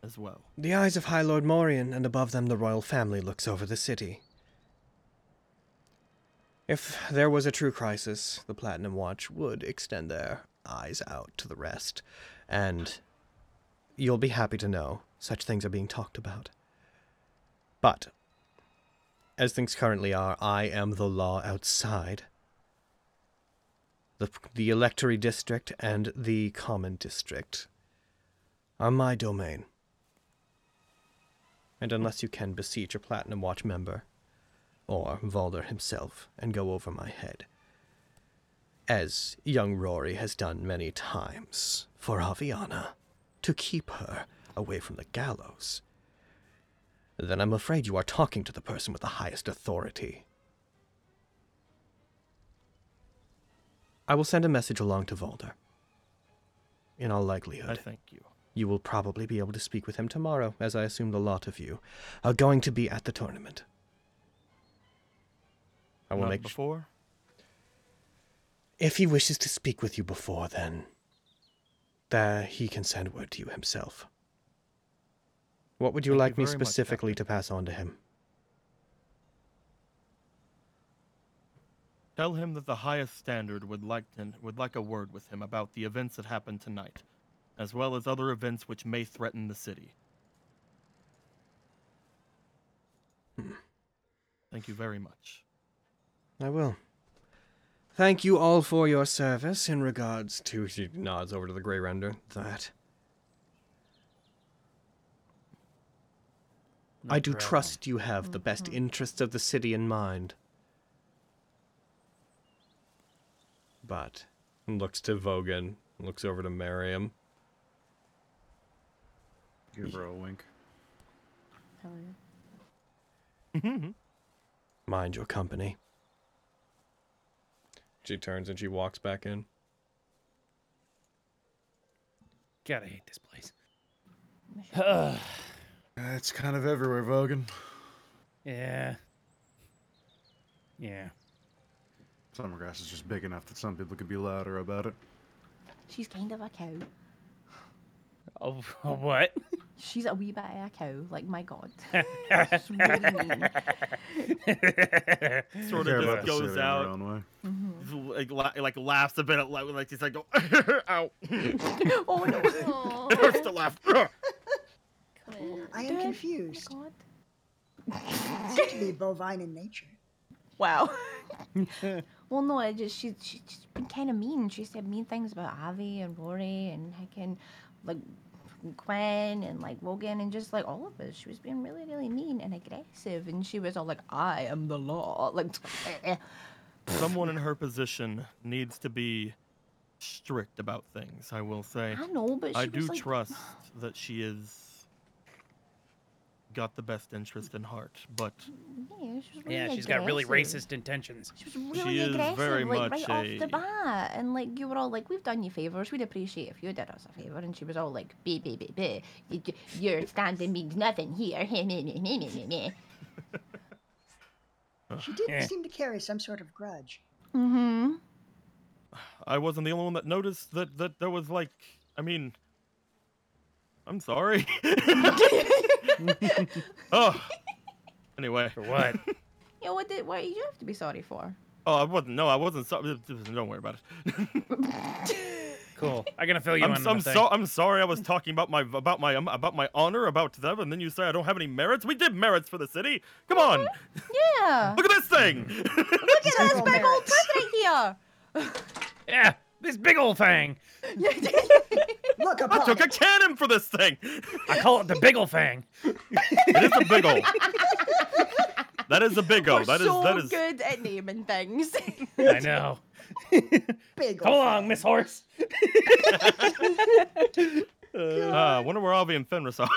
Speaker 4: as well.
Speaker 16: The eyes of High Lord Morian, and above them the royal family, looks over the city. If there was a true crisis, the Platinum Watch would extend their eyes out to the rest, and you'll be happy to know such things are being talked about. But, as things currently are, I am the law outside the, the electory district and the common district are my domain. And unless you can beseech a Platinum Watch member, or Valder himself, and go over my head, as young Rory has done many times for Aviana, to keep her away from the gallows, then I'm afraid you are talking to the person with the highest authority I will send a message along to Volder. In all likelihood.
Speaker 4: I thank you.
Speaker 16: You will probably be able to speak with him tomorrow, as I assume the lot of you are going to be at the tournament. I will
Speaker 4: Not
Speaker 16: make
Speaker 4: before.
Speaker 16: If he wishes to speak with you before then, there he can send word to you himself. What would you
Speaker 4: Thank you
Speaker 16: like me
Speaker 4: very much,
Speaker 16: specifically to pass on to him?
Speaker 4: Tell him that the highest standard would like to, would like a word with him about the events that happened tonight, as well as other events which may threaten the city. Thank you very much.
Speaker 16: I will. Thank you all for your service in regards to. She nods over to the Grey Render. That. I do
Speaker 10: problem.
Speaker 16: trust you have the
Speaker 4: Mm-hmm.
Speaker 16: best interests of the city in mind. But.
Speaker 1: Looks to Vogan. Looks over to Miriam.
Speaker 9: Give her a wink.
Speaker 11: Hell yeah.
Speaker 16: Mind your company.
Speaker 1: She turns and she walks back in.
Speaker 10: Gotta hate this place.
Speaker 9: It's kind of everywhere, Vogan.
Speaker 10: yeah. Yeah.
Speaker 9: Summergrass is just big enough that some people could be louder about it.
Speaker 11: She's kind of a cow.
Speaker 10: Oh, what?
Speaker 11: She's a wee bit of a cow. Like my god. She's really mean.
Speaker 4: Sort
Speaker 9: Care
Speaker 4: of
Speaker 9: about
Speaker 4: just
Speaker 9: the city in
Speaker 4: goes
Speaker 9: their
Speaker 4: out, Mm-hmm.
Speaker 9: own way.
Speaker 4: just like, la- like laughs a bit, at, like, like she's like, go, ow.
Speaker 11: oh no.
Speaker 4: Starts to laugh.
Speaker 8: I am
Speaker 11: Dead?
Speaker 8: confused.
Speaker 11: Oh
Speaker 8: Seem to be bovine in nature.
Speaker 11: Wow. well, no, I just she she she's been kind of mean. She said mean things about Avi and Rory and heckin' like Gwen and like Wogan and just like all of us. She was being really really mean and aggressive, and she was all like, "I am the law." Like,
Speaker 4: Someone in her position needs to be strict about things, I will say.
Speaker 11: I know, but
Speaker 4: I
Speaker 11: she
Speaker 4: do
Speaker 11: was, like-
Speaker 4: trust that she is got the best interest in heart, but
Speaker 11: yeah, she was really
Speaker 10: Yeah, she's got really
Speaker 11: aggressive.
Speaker 10: racist intentions.
Speaker 11: She was really
Speaker 4: is
Speaker 11: aggressive,
Speaker 4: very
Speaker 11: like
Speaker 4: much
Speaker 11: right off the
Speaker 4: a-
Speaker 11: bat, and like you were all like, "We've done you favors. We'd appreciate if you did us a favor." And she was all like, "Be, be, be, be. You- you- Your standing means nothing here." Heh, meh, meh, meh, meh, meh, meh.
Speaker 8: She did
Speaker 4: Eh.
Speaker 8: seem to carry some sort of grudge.
Speaker 11: Mm-hmm.
Speaker 4: I wasn't the only one that noticed that that there was like I mean I'm sorry. oh. Anyway. For
Speaker 10: what?
Speaker 11: Yeah, what did what did you have to be sorry for?
Speaker 4: Oh, I wasn't. No, I wasn't. So, don't worry about it.
Speaker 10: Cool. I'm gonna fill you
Speaker 4: I'm,
Speaker 10: in. on
Speaker 4: I'm
Speaker 10: the thing.
Speaker 4: so I'm sorry. I was talking about my about my um, about my honor about them, and then you say I don't have any merits. We did merits for the city. Come on,
Speaker 11: Yeah.
Speaker 4: look at this thing.
Speaker 11: Look at this big old birthday here.
Speaker 10: Yeah, this big old thing.
Speaker 8: Look
Speaker 4: I took a cannon for this thing.
Speaker 10: I call it the big old thing.
Speaker 4: it is a big old. That is a big
Speaker 11: We're
Speaker 4: old. That is
Speaker 11: so
Speaker 4: that is.
Speaker 11: good at naming things.
Speaker 10: I know.
Speaker 8: Big
Speaker 10: Come along, Miss Horse.
Speaker 4: Ah, I wonder where Avi and Fenris are.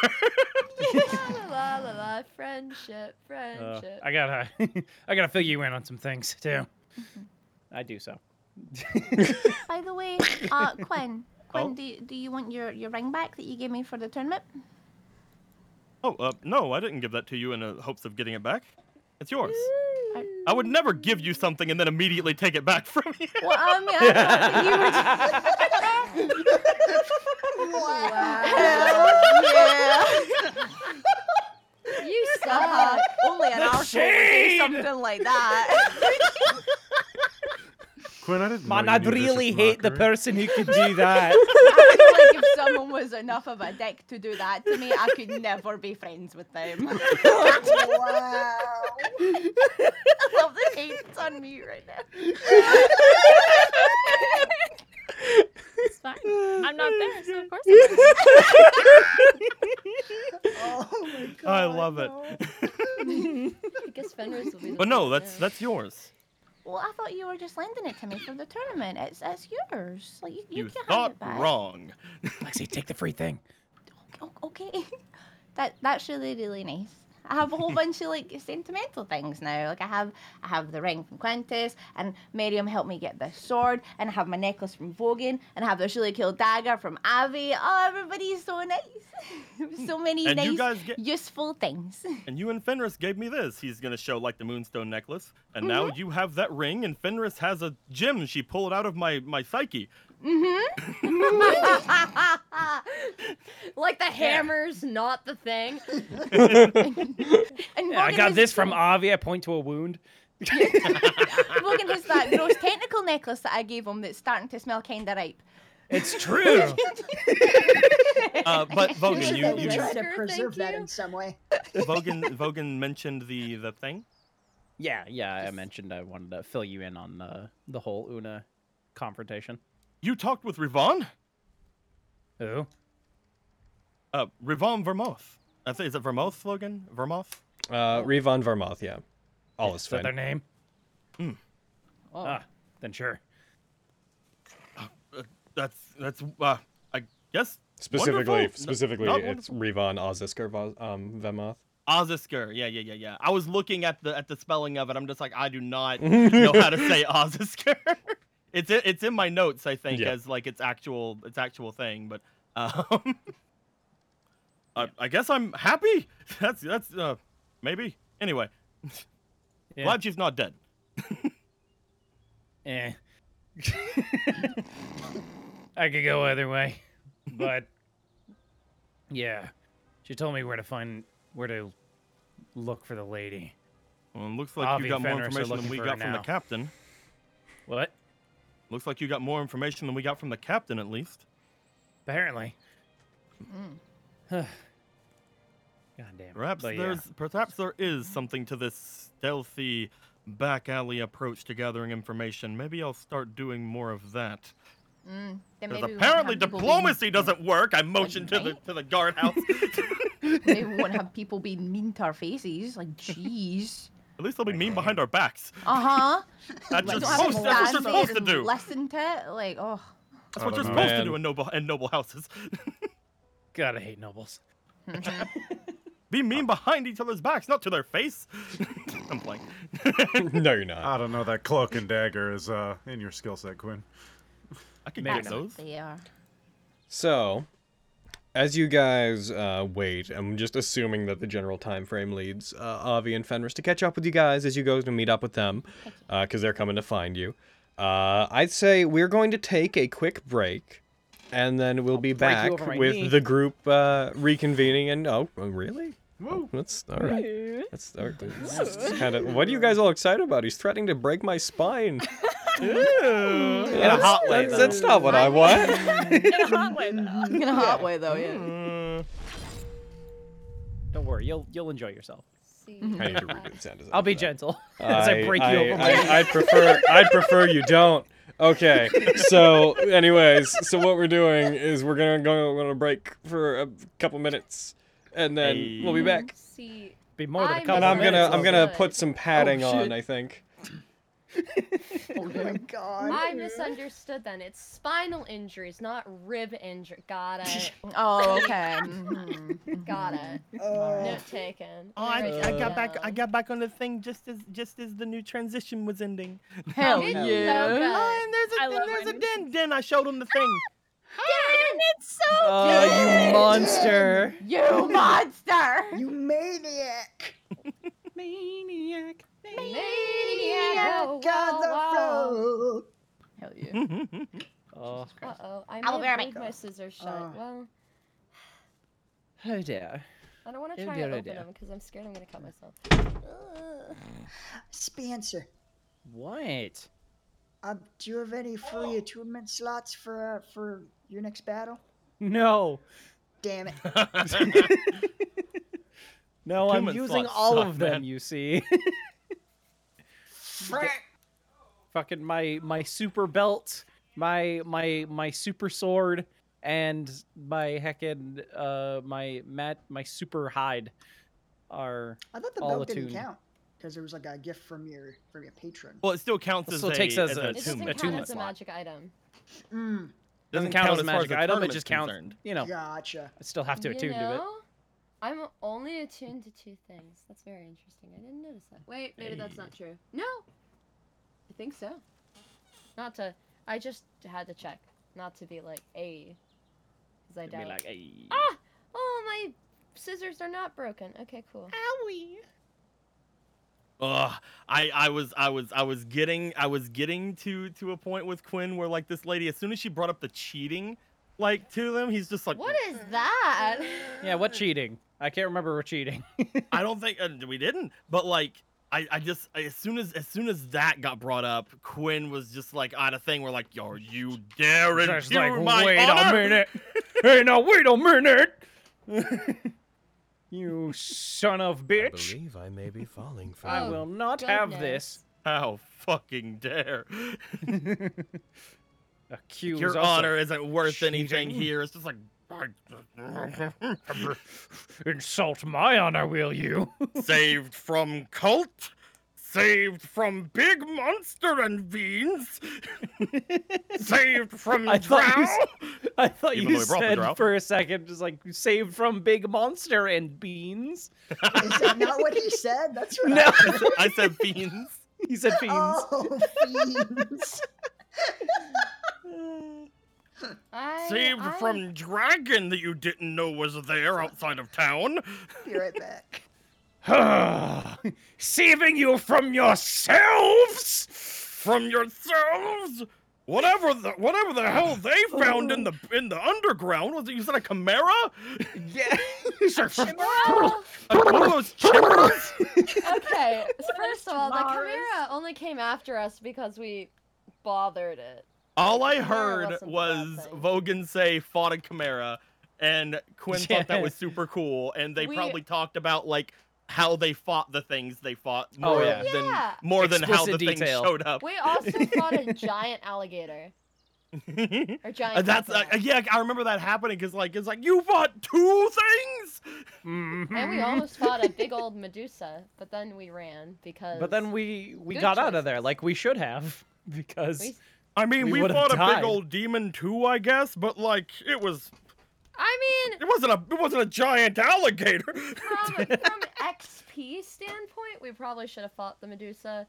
Speaker 3: la la la, friendship,
Speaker 10: Uh,
Speaker 3: friendship.
Speaker 10: I gotta, I gotta fill you in on some things too.
Speaker 11: Mm-hmm.
Speaker 10: I do so.
Speaker 11: By the way, uh, Quinn, Quinn,
Speaker 10: Oh.
Speaker 11: do, you, do you want your, your ring back that you gave me for the tournament?
Speaker 4: Oh, uh, no, I didn't give that to you in uh, hopes of getting it back. It's yours. I would never give you something and then immediately take it back from you.
Speaker 11: Well, I mean, I thought that you were. Wow. Yeah. You suck. Only an
Speaker 2: The
Speaker 11: arsehole would do
Speaker 2: shade.
Speaker 11: something like that.
Speaker 9: Quinn, I didn't
Speaker 12: Man,
Speaker 9: know you
Speaker 12: I'd
Speaker 9: knew vicious
Speaker 12: really hate the
Speaker 9: mockery.
Speaker 12: person who could do that.
Speaker 11: I feel like if someone was enough of a dick to do that to me, I could never be friends with them. wow. I love the hate's on me right now.
Speaker 14: It's fine. I'm not there, so of course. I'm not
Speaker 8: Oh my god.
Speaker 4: I love it.
Speaker 11: Oh,
Speaker 3: I guess Fenris will be the
Speaker 4: But no,
Speaker 3: first
Speaker 4: that's
Speaker 3: to know.
Speaker 4: that's yours.
Speaker 11: Well, I thought you were just lending it to me for the tournament. It's it's yours. Like you, you,
Speaker 4: You
Speaker 11: can have
Speaker 4: thought
Speaker 11: it back.
Speaker 4: wrong.
Speaker 10: Lexi, take the free thing.
Speaker 11: O- Oh, okay. that that's really really nice. I have a whole bunch of like sentimental things now. Like I have I have the ring from Quintus, and Miriam helped me get this sword, and I have my necklace from Vogan, and I have this really cool dagger from Avi. Oh, everybody's so nice. so many
Speaker 4: And
Speaker 11: nice,
Speaker 4: you guys get-
Speaker 11: useful things.
Speaker 4: And you and Fenris gave me this. He's gonna show like the moonstone necklace, and now you have that ring. And Fenris has a gem. She pulled out of my my psyche.
Speaker 3: Mm-hmm. like the hammer's not the thing.
Speaker 11: And
Speaker 10: Yeah, I
Speaker 11: Vogan
Speaker 10: got
Speaker 11: is-
Speaker 10: this from Avi. I point to a wound.
Speaker 11: Logan has that gross technical necklace that I gave him that's starting to smell kind of ripe.
Speaker 10: It's true.
Speaker 4: Uh, but Vogan, you
Speaker 8: you
Speaker 4: you
Speaker 8: try to preserve that in some way.
Speaker 4: Vogan Vogan mentioned the the thing.
Speaker 12: Yeah, yeah. I mentioned I wanted to fill you in on the the whole Una confrontation.
Speaker 4: You talked with Rivon.
Speaker 10: Who?
Speaker 4: Uh, Rivon Vermouth. I think is it Vermouth, Logan? Vermouth. Oh.
Speaker 1: Uh, Revon Vermouth, yeah. All is
Speaker 10: Is that
Speaker 1: fine.
Speaker 10: their name?
Speaker 4: Hmm.
Speaker 11: Oh.
Speaker 10: Ah, then sure.
Speaker 4: Uh, that's that's uh, I guess
Speaker 1: Specifically,
Speaker 4: wonderful. No-
Speaker 1: specifically,
Speaker 4: not
Speaker 1: it's Revon Ozisker Vo- um, Vemoth.
Speaker 4: Ozisker. Yeah, yeah, yeah, yeah. I was looking at the at the spelling of it. I'm just like, I do not know how to say Ozisker. it's i- it's in my notes, I think,
Speaker 1: Yeah.
Speaker 4: as like its actual its actual thing. But um, I, I guess I'm happy. That's that's uh, maybe. Anyway,
Speaker 10: Yeah.
Speaker 4: glad she's not dead.
Speaker 10: Eh. I could go either way, but yeah, she told me where to find where to look for the lady.
Speaker 4: Well, it looks like
Speaker 10: Avi
Speaker 4: you got
Speaker 10: and
Speaker 4: more
Speaker 10: Fenris are
Speaker 4: information than
Speaker 10: looking
Speaker 4: we
Speaker 10: for
Speaker 4: got
Speaker 10: her
Speaker 4: from the
Speaker 10: now.
Speaker 4: captain.
Speaker 10: What?
Speaker 4: Looks like you got more information than we got from the captain, at least.
Speaker 10: Apparently.
Speaker 11: Mm.
Speaker 10: Gotta God damn. it.
Speaker 4: Perhaps
Speaker 10: But yeah.
Speaker 4: there's perhaps there is something to this stealthy back alley approach to gathering information. Maybe I'll start doing more of that.
Speaker 11: Mm,
Speaker 4: Because
Speaker 11: then maybe we won't
Speaker 4: apparently
Speaker 11: have people
Speaker 4: diplomacy doesn't work. I motioned to the to the guardhouse.
Speaker 11: Being, maybe we won't have people being mean to our faces. Like, jeez.
Speaker 4: At least they'll be mean behind our backs.
Speaker 11: Uh huh.
Speaker 4: That's just supposed- that's what you're supposed to do.
Speaker 11: Listen to it. Like, oh.
Speaker 4: That's
Speaker 10: I
Speaker 4: what
Speaker 10: don't
Speaker 4: you're
Speaker 10: know.
Speaker 4: supposed to
Speaker 10: Man.
Speaker 4: do in noble in noble houses.
Speaker 10: God, I hate nobles.
Speaker 11: Mm-hmm.
Speaker 4: Be mean behind each other's backs, not to their face. I'm playing.
Speaker 1: no, you're not.
Speaker 9: I don't know. That cloak and dagger is uh, in your skill set, Quinn.
Speaker 4: I can
Speaker 11: That's what they are.
Speaker 1: So, as you guys uh, wait, I'm just assuming that the general time frame leads uh, Avi and Fenris to catch up with you guys as you go to meet up with them, because they're coming to find you. Uh, I'd say we're going to take a quick break, and then we'll be
Speaker 10: break you
Speaker 1: back
Speaker 10: over my
Speaker 1: with
Speaker 10: knee.
Speaker 1: the group uh, reconvening. And oh, oh, really?
Speaker 10: Whoa.
Speaker 1: Oh, that's all right.
Speaker 10: Yeah.
Speaker 1: That's, kind of. What are you guys all excited about? He's threatening to break my spine.
Speaker 4: In
Speaker 1: Yeah,
Speaker 4: a hot way.
Speaker 1: that's- that's-
Speaker 4: though.
Speaker 1: that's not what I want.
Speaker 14: In a hot way, though.
Speaker 11: In a hot way, though, yeah.
Speaker 10: Mm. Don't worry, you'll you'll enjoy yourself.
Speaker 1: I need to redo sound design
Speaker 10: I'll be
Speaker 1: for that.
Speaker 10: gentle as I, break you
Speaker 1: I-
Speaker 10: over.
Speaker 1: I,
Speaker 10: my-
Speaker 1: I prefer I prefer you don't. Okay. So, anyways, so what we're doing is we're gonna go on a break for a couple minutes, and then we'll be back.
Speaker 3: See,
Speaker 10: Be more than a
Speaker 3: I'm
Speaker 10: couple
Speaker 1: And I'm gonna
Speaker 10: minutes,
Speaker 1: I'm
Speaker 10: I'll
Speaker 1: gonna
Speaker 10: do it.
Speaker 1: put some padding
Speaker 10: Oh,
Speaker 1: on.
Speaker 10: shit.
Speaker 1: I think.
Speaker 8: Oh my god.
Speaker 3: I misunderstood then. It's spinal injuries, not rib injury. Got it.
Speaker 11: Oh, okay. Mm-hmm.
Speaker 3: Got it.
Speaker 8: Oh.
Speaker 3: Note taken.
Speaker 4: Oh, I,
Speaker 3: Alright,
Speaker 4: I got back.
Speaker 3: now.
Speaker 4: I got back on the thing just as just as the new transition was ending.
Speaker 11: Hell
Speaker 3: It's so
Speaker 11: yeah.
Speaker 3: good.
Speaker 4: Oh, and there's a
Speaker 14: I
Speaker 4: and
Speaker 14: love
Speaker 4: there's
Speaker 14: when-
Speaker 4: a den. Den. I showed him the thing.
Speaker 11: it's so
Speaker 10: Oh, you monster!
Speaker 11: You monster!
Speaker 8: You maniac!
Speaker 4: Maniac.
Speaker 3: Maniac
Speaker 8: Maniac
Speaker 3: on
Speaker 8: on
Speaker 3: the
Speaker 8: the road.
Speaker 11: Hell yeah.
Speaker 10: Oh,
Speaker 3: Uh oh. I
Speaker 11: I'll
Speaker 3: may
Speaker 11: be right
Speaker 3: have
Speaker 11: back.
Speaker 3: glued my scissors shut.
Speaker 8: Oh.
Speaker 3: Well,
Speaker 10: oh dear.
Speaker 3: I don't want to
Speaker 10: Oh
Speaker 3: try
Speaker 10: dear,
Speaker 3: to
Speaker 10: oh
Speaker 3: open
Speaker 10: dear.
Speaker 3: them because I'm scared I'm gonna cut myself.
Speaker 8: Uh, Spencer,
Speaker 10: What?
Speaker 8: uh, do you have any free attunement slots for uh, for your next battle?
Speaker 10: No,
Speaker 8: Damn it.
Speaker 10: no, I'm
Speaker 4: Human
Speaker 10: using
Speaker 4: thoughts
Speaker 10: all
Speaker 4: suck,
Speaker 10: of them.
Speaker 4: man.
Speaker 10: You see,
Speaker 8: Frick!
Speaker 10: fucking my my super belt, my my my super sword, and my heckin' uh my mat my super hide are
Speaker 8: I thought the
Speaker 10: all
Speaker 8: belt didn't
Speaker 10: attuned.
Speaker 8: count because it was like a gift from your from your patron.
Speaker 4: Well, it still counts
Speaker 10: It
Speaker 4: as
Speaker 10: still
Speaker 4: a,
Speaker 10: takes as a-
Speaker 4: a
Speaker 10: It
Speaker 3: It doesn't
Speaker 10: Attunement.
Speaker 3: count
Speaker 10: Attunement
Speaker 3: as a
Speaker 10: slot.
Speaker 3: magic item.
Speaker 8: Mm,
Speaker 10: Doesn't count as a
Speaker 4: far
Speaker 10: magic
Speaker 4: the
Speaker 10: item. It
Speaker 4: tournament's
Speaker 10: just counts.
Speaker 4: concerned.
Speaker 10: You know,
Speaker 8: gotcha.
Speaker 10: I still have to
Speaker 3: You
Speaker 10: attune to it.
Speaker 3: know, I'm only attuned to two things. That's very interesting. I didn't notice that.
Speaker 2: Wait, maybe that's not true. No. I think so.
Speaker 3: Not to. I just had to check. Not to be like a. Because I
Speaker 10: It'd be
Speaker 3: doubt.
Speaker 10: like, "Ay."
Speaker 3: Ah! Oh, my scissors are not broken. Okay, cool.
Speaker 2: Owie.
Speaker 4: Ugh, I, I was I was I was getting I was getting to to a point with Quinn where like this lady as soon as she brought up the cheating like to them he's just like
Speaker 3: What is that?
Speaker 10: Yeah, what cheating? I can't remember what cheating.
Speaker 4: I don't think uh, we didn't but like I, I just as soon as as soon as that got brought up Quinn was just like on a thing where like yo you dare
Speaker 10: Just
Speaker 4: impugn
Speaker 10: like,
Speaker 4: my
Speaker 10: wait
Speaker 4: honor?
Speaker 10: a minute. hey, now wait a minute. you son of
Speaker 16: I
Speaker 10: bitch.
Speaker 16: believe I may be falling for
Speaker 10: I
Speaker 16: you.
Speaker 10: will not have
Speaker 3: goodness.
Speaker 10: this.
Speaker 4: how fucking dare
Speaker 10: Accuse
Speaker 4: your
Speaker 10: us of-
Speaker 4: honor isn't worth anything
Speaker 10: cheating.
Speaker 4: here it's just like
Speaker 10: Insult my honor, will you?
Speaker 4: saved from cult, saved from big monster and beans, saved from
Speaker 10: I thought you,
Speaker 4: drow.
Speaker 10: s- I thought
Speaker 4: Even
Speaker 10: you
Speaker 4: though we brought the
Speaker 10: said
Speaker 4: drow.
Speaker 10: for a second, just like saved from big monster and beans.
Speaker 8: Is that not what he said? That's what
Speaker 10: No.
Speaker 8: I
Speaker 4: I said beans.
Speaker 10: He said beans.
Speaker 8: Oh, fiends.
Speaker 3: I,
Speaker 4: Saved
Speaker 3: I-
Speaker 4: from dragon that you didn't know was there outside of town.
Speaker 8: Be right back.
Speaker 10: Saving you from yourselves.
Speaker 4: From yourselves. Whatever the whatever the hell they found in the in the underground was it you said a chimera?
Speaker 10: Yeah.
Speaker 4: A Kulo's chimeras?
Speaker 3: Okay, first of all, the
Speaker 14: Mars.
Speaker 3: chimera only came after us because we bothered it.
Speaker 4: All I
Speaker 3: Chimera
Speaker 4: heard
Speaker 3: wasn't a bad
Speaker 4: was
Speaker 3: thing.
Speaker 4: Vogan say fought a chimera, and Quinn thought that was super cool, and they
Speaker 5: We-
Speaker 4: probably talked about like how they fought the things they fought
Speaker 5: Oh,
Speaker 4: more
Speaker 5: yeah.
Speaker 4: than
Speaker 3: Yeah.
Speaker 4: more than how the
Speaker 7: Explicit
Speaker 4: things
Speaker 7: detail.
Speaker 4: showed up.
Speaker 3: We also fought a giant alligator. or giant.
Speaker 4: Uh, That's uh, yeah, I remember that happening because like it's like you fought two things.
Speaker 7: Mm-hmm.
Speaker 3: And we almost fought a big old Medusa, but then we ran because.
Speaker 7: But then we we
Speaker 3: Good
Speaker 7: got out of there like we should have because
Speaker 3: We-
Speaker 4: I mean, we,
Speaker 7: would've
Speaker 4: fought a
Speaker 7: died.
Speaker 4: big old demon too, I guess, but like it was
Speaker 3: I mean,
Speaker 4: it wasn't a it wasn't a giant alligator.
Speaker 3: from, from an XP standpoint, we probably should have fought the Medusa.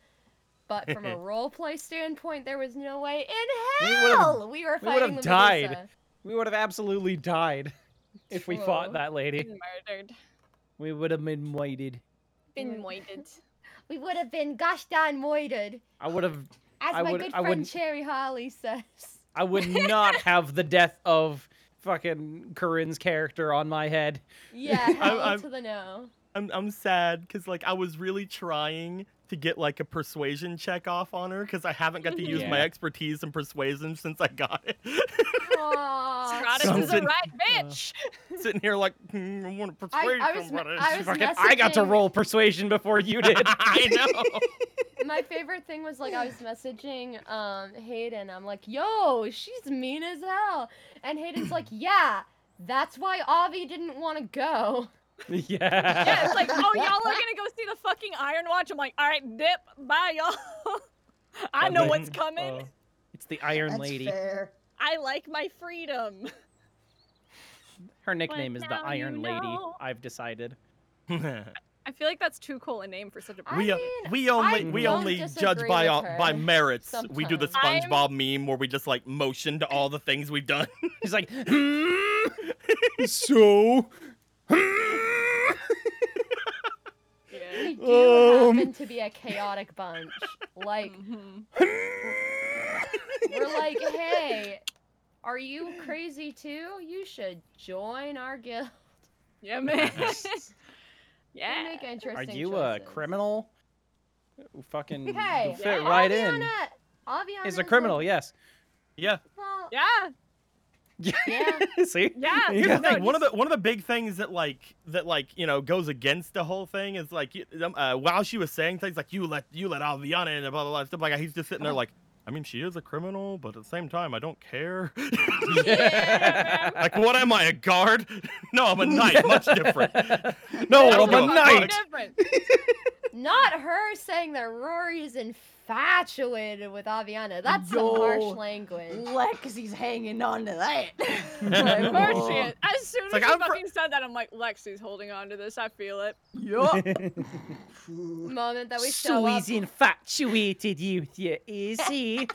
Speaker 3: But from a roleplay standpoint, there was no way in
Speaker 7: We would've-
Speaker 3: hell we, were
Speaker 7: we would
Speaker 3: fighting
Speaker 7: have
Speaker 3: the
Speaker 7: died.
Speaker 3: Medusa.
Speaker 7: We would have absolutely died if we fought
Speaker 3: True.
Speaker 7: that lady.
Speaker 5: Been murdered.
Speaker 7: We would have been waited.
Speaker 5: Been moited.
Speaker 3: We would have been gosh darn moited,
Speaker 7: I would have.
Speaker 3: as
Speaker 7: I
Speaker 3: my
Speaker 7: would.
Speaker 3: good
Speaker 7: I
Speaker 3: friend
Speaker 7: would.
Speaker 3: Cherry Harley says.
Speaker 7: I would not have the death of fucking Corinne's character on my head.
Speaker 3: Yeah, hell to the no.
Speaker 4: I'm I'm sad because like I was really trying to get like a persuasion check off on her because I haven't got to use my
Speaker 7: Yeah.
Speaker 4: expertise in persuasion since I got it.
Speaker 5: Stratus is a
Speaker 4: Something-
Speaker 5: right bitch.
Speaker 4: Sitting here like hmm, I want to
Speaker 3: I-
Speaker 4: persuade
Speaker 3: I was me-
Speaker 4: somebody.
Speaker 3: I was
Speaker 7: Fucking, I got to
Speaker 3: messaging-
Speaker 7: roll persuasion before you did.
Speaker 4: I know.
Speaker 3: My favorite thing was like I was messaging um Hayden. I'm like, "Yo, she's mean as hell," and Hayden's like, "Yeah, that's why Avi didn't want to go."
Speaker 7: yeah.
Speaker 5: Yeah, it's like, oh, y'all are gonna go see the fucking Iron Watch. I'm like, all right, dip, bye, y'all. I know what's coming.
Speaker 7: Oh, it's the Iron Lady.
Speaker 5: I like my freedom.
Speaker 7: Her nickname is the
Speaker 5: now you
Speaker 7: Iron Lady.
Speaker 5: know.
Speaker 7: I've decided.
Speaker 5: I feel like that's too cool a name for such a.
Speaker 4: We,
Speaker 5: I
Speaker 4: o- we only we
Speaker 3: don't
Speaker 4: only judge
Speaker 3: disagree
Speaker 4: by
Speaker 3: with
Speaker 4: all, by
Speaker 3: her
Speaker 4: merits. We do the
Speaker 5: sometimes.
Speaker 4: SpongeBob meme where we just like motion to all the things we've done. "Hmm?"
Speaker 7: He's like,
Speaker 20: so
Speaker 3: We do happen to be a chaotic bunch. Like,
Speaker 7: Mm-hmm.
Speaker 3: we're like, "Hey, are you crazy too? You should join our guild."
Speaker 5: Yeah, man.
Speaker 3: yeah. Make interesting
Speaker 7: Are you
Speaker 3: choices.
Speaker 7: a criminal? Ooh, Fucking you
Speaker 3: Hey,
Speaker 7: fit right in.
Speaker 3: Aviana, Aviana
Speaker 7: Is a criminal,
Speaker 3: like,
Speaker 7: yes.
Speaker 4: Yeah.
Speaker 3: well,
Speaker 5: yeah.
Speaker 3: Yeah.
Speaker 7: See?
Speaker 5: Yeah,
Speaker 7: You
Speaker 4: Here's
Speaker 7: got
Speaker 4: the thing. One of the one of the big things that like that like you know goes against the whole thing is like you- um, uh, while she was saying things like you let you let Alviana in and blah blah blah stuff like that, he's just sitting there like I mean she is a criminal but at the same time I don't care. like what am I a guard? No, I'm a knight. Much different.
Speaker 7: No,
Speaker 4: I don't
Speaker 7: I'm a
Speaker 4: give
Speaker 7: knight.
Speaker 4: fuck.
Speaker 5: Different.
Speaker 3: Not her saying that Rory's infatuated with Aviana. That's some
Speaker 11: Yo.
Speaker 3: harsh language.
Speaker 11: Lexi's hanging on to that.
Speaker 5: Of course she is. As soon as
Speaker 4: like,
Speaker 5: you
Speaker 4: I'm fr-
Speaker 5: fucking said that, I'm like, Lexi's holding on to this. I feel it.
Speaker 3: Moment that we show
Speaker 7: so
Speaker 3: up.
Speaker 7: he's infatuated you, you easy.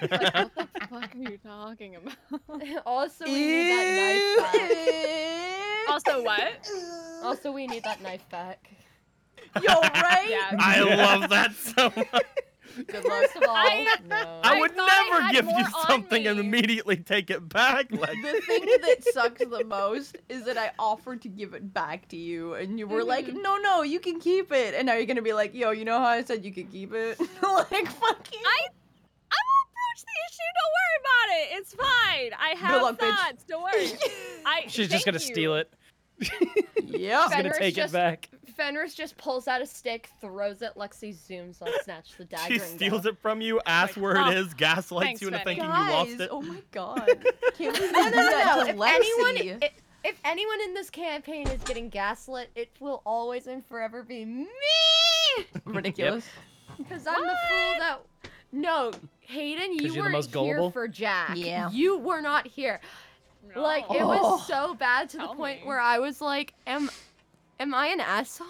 Speaker 5: What are you talking about?
Speaker 3: also, we need that knife back.
Speaker 5: also, what?
Speaker 3: Also, we need that knife back.
Speaker 11: Yo, right?
Speaker 5: Yeah.
Speaker 4: I love that so much.
Speaker 3: First of all,
Speaker 5: I-
Speaker 11: Oh,
Speaker 3: no.
Speaker 4: I, would
Speaker 5: thought I
Speaker 4: never
Speaker 5: had
Speaker 4: give
Speaker 5: more
Speaker 4: you
Speaker 5: on
Speaker 4: something and immediately take it back. Like
Speaker 11: The thing that sucks the most is that I offered to give it back to you, and you were like,
Speaker 5: Mm-hmm.
Speaker 11: "No, no, you can keep it." And now you're gonna be like, "Yo, you know how I said you could keep it?" like, fuck you.
Speaker 5: I I will approach the issue. Don't worry about it. It's fine. I have
Speaker 11: luck, bitch.
Speaker 5: thoughts. Don't worry. I.
Speaker 7: She's just gonna steal it.
Speaker 11: Yeah.
Speaker 7: She's gonna
Speaker 3: Fenrir's
Speaker 7: take it
Speaker 3: just-
Speaker 7: back.
Speaker 3: Fenris just pulls out a stick, throws it. Lexi zooms up, snatch the dagger.
Speaker 4: she
Speaker 3: and
Speaker 4: steals
Speaker 3: go.
Speaker 4: it from you, asks where
Speaker 5: "Oh,
Speaker 4: it is, gaslights
Speaker 5: thanks,
Speaker 4: you into
Speaker 5: Fenny."
Speaker 4: thinking you
Speaker 11: Guys,
Speaker 4: lost it.
Speaker 11: oh my god, can't believe
Speaker 3: No, no,
Speaker 11: you did
Speaker 3: no, no.
Speaker 11: that to
Speaker 3: If
Speaker 11: Lexi.
Speaker 3: anyone, if, if anyone in this campaign is getting gaslit, it will always and forever be me.
Speaker 11: Ridiculous.
Speaker 3: Because I'm the fool that. No, Hayden, you
Speaker 7: you're the
Speaker 3: weren't
Speaker 7: most
Speaker 3: here
Speaker 7: gullible?
Speaker 3: for Jack.
Speaker 11: Yeah.
Speaker 3: You were not here. Like it
Speaker 11: Oh.
Speaker 3: was so bad to the
Speaker 5: Tell
Speaker 3: point
Speaker 5: me.
Speaker 3: where I was like, "Am, am I an asshole?"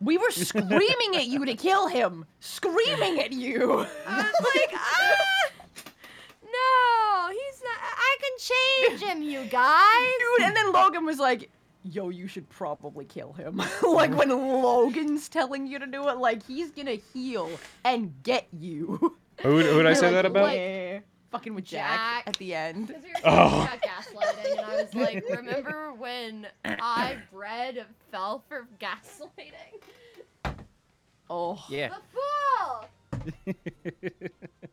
Speaker 11: We were screaming at you to kill him. Screaming at you.
Speaker 3: I was like, "Ah, no, he's not. I can change him, you guys."
Speaker 11: Dude, and then Logan was like, yo, you should probably kill him. like when Logan's telling you to do it, like he's gonna heal and get you.
Speaker 9: Who who'd I
Speaker 11: You're
Speaker 9: say
Speaker 11: like,
Speaker 9: that about?
Speaker 11: "Yeah." Fucking with Jack,
Speaker 3: Jack.
Speaker 11: at the end.
Speaker 3: Because we were
Speaker 4: Oh.
Speaker 3: talking
Speaker 11: Oh.
Speaker 3: about gaslighting, and I was like, "Remember when I bread fell for gaslighting?"
Speaker 11: Oh.
Speaker 3: The
Speaker 7: Yeah.
Speaker 3: fool.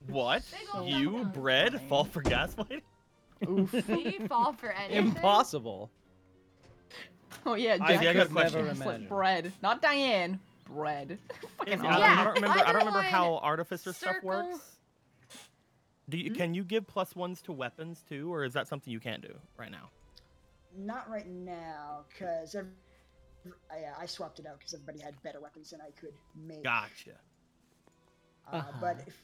Speaker 4: What?
Speaker 3: Big ol'
Speaker 4: You,
Speaker 3: dumb
Speaker 4: bread, fall for gaslighting?
Speaker 11: Oof.
Speaker 2: We fall for anything.
Speaker 7: Impossible.
Speaker 11: Oh yeah,
Speaker 7: Ivy, I
Speaker 11: Jack
Speaker 7: got a
Speaker 11: could never
Speaker 7: question.
Speaker 11: slip
Speaker 7: Imagine.
Speaker 11: bread. Not Diane. Bread. Fucking
Speaker 4: I, don't, I don't remember. I don't remember how
Speaker 11: Underline
Speaker 4: artificer stuff works. Do you, Can you give plus ones to weapons too, or is that something you can't do right now?
Speaker 8: Not right now, because I, yeah, I swapped it out because everybody had better weapons than I could make.
Speaker 4: Gotcha.
Speaker 8: Uh,
Speaker 11: Uh-huh.
Speaker 8: But if,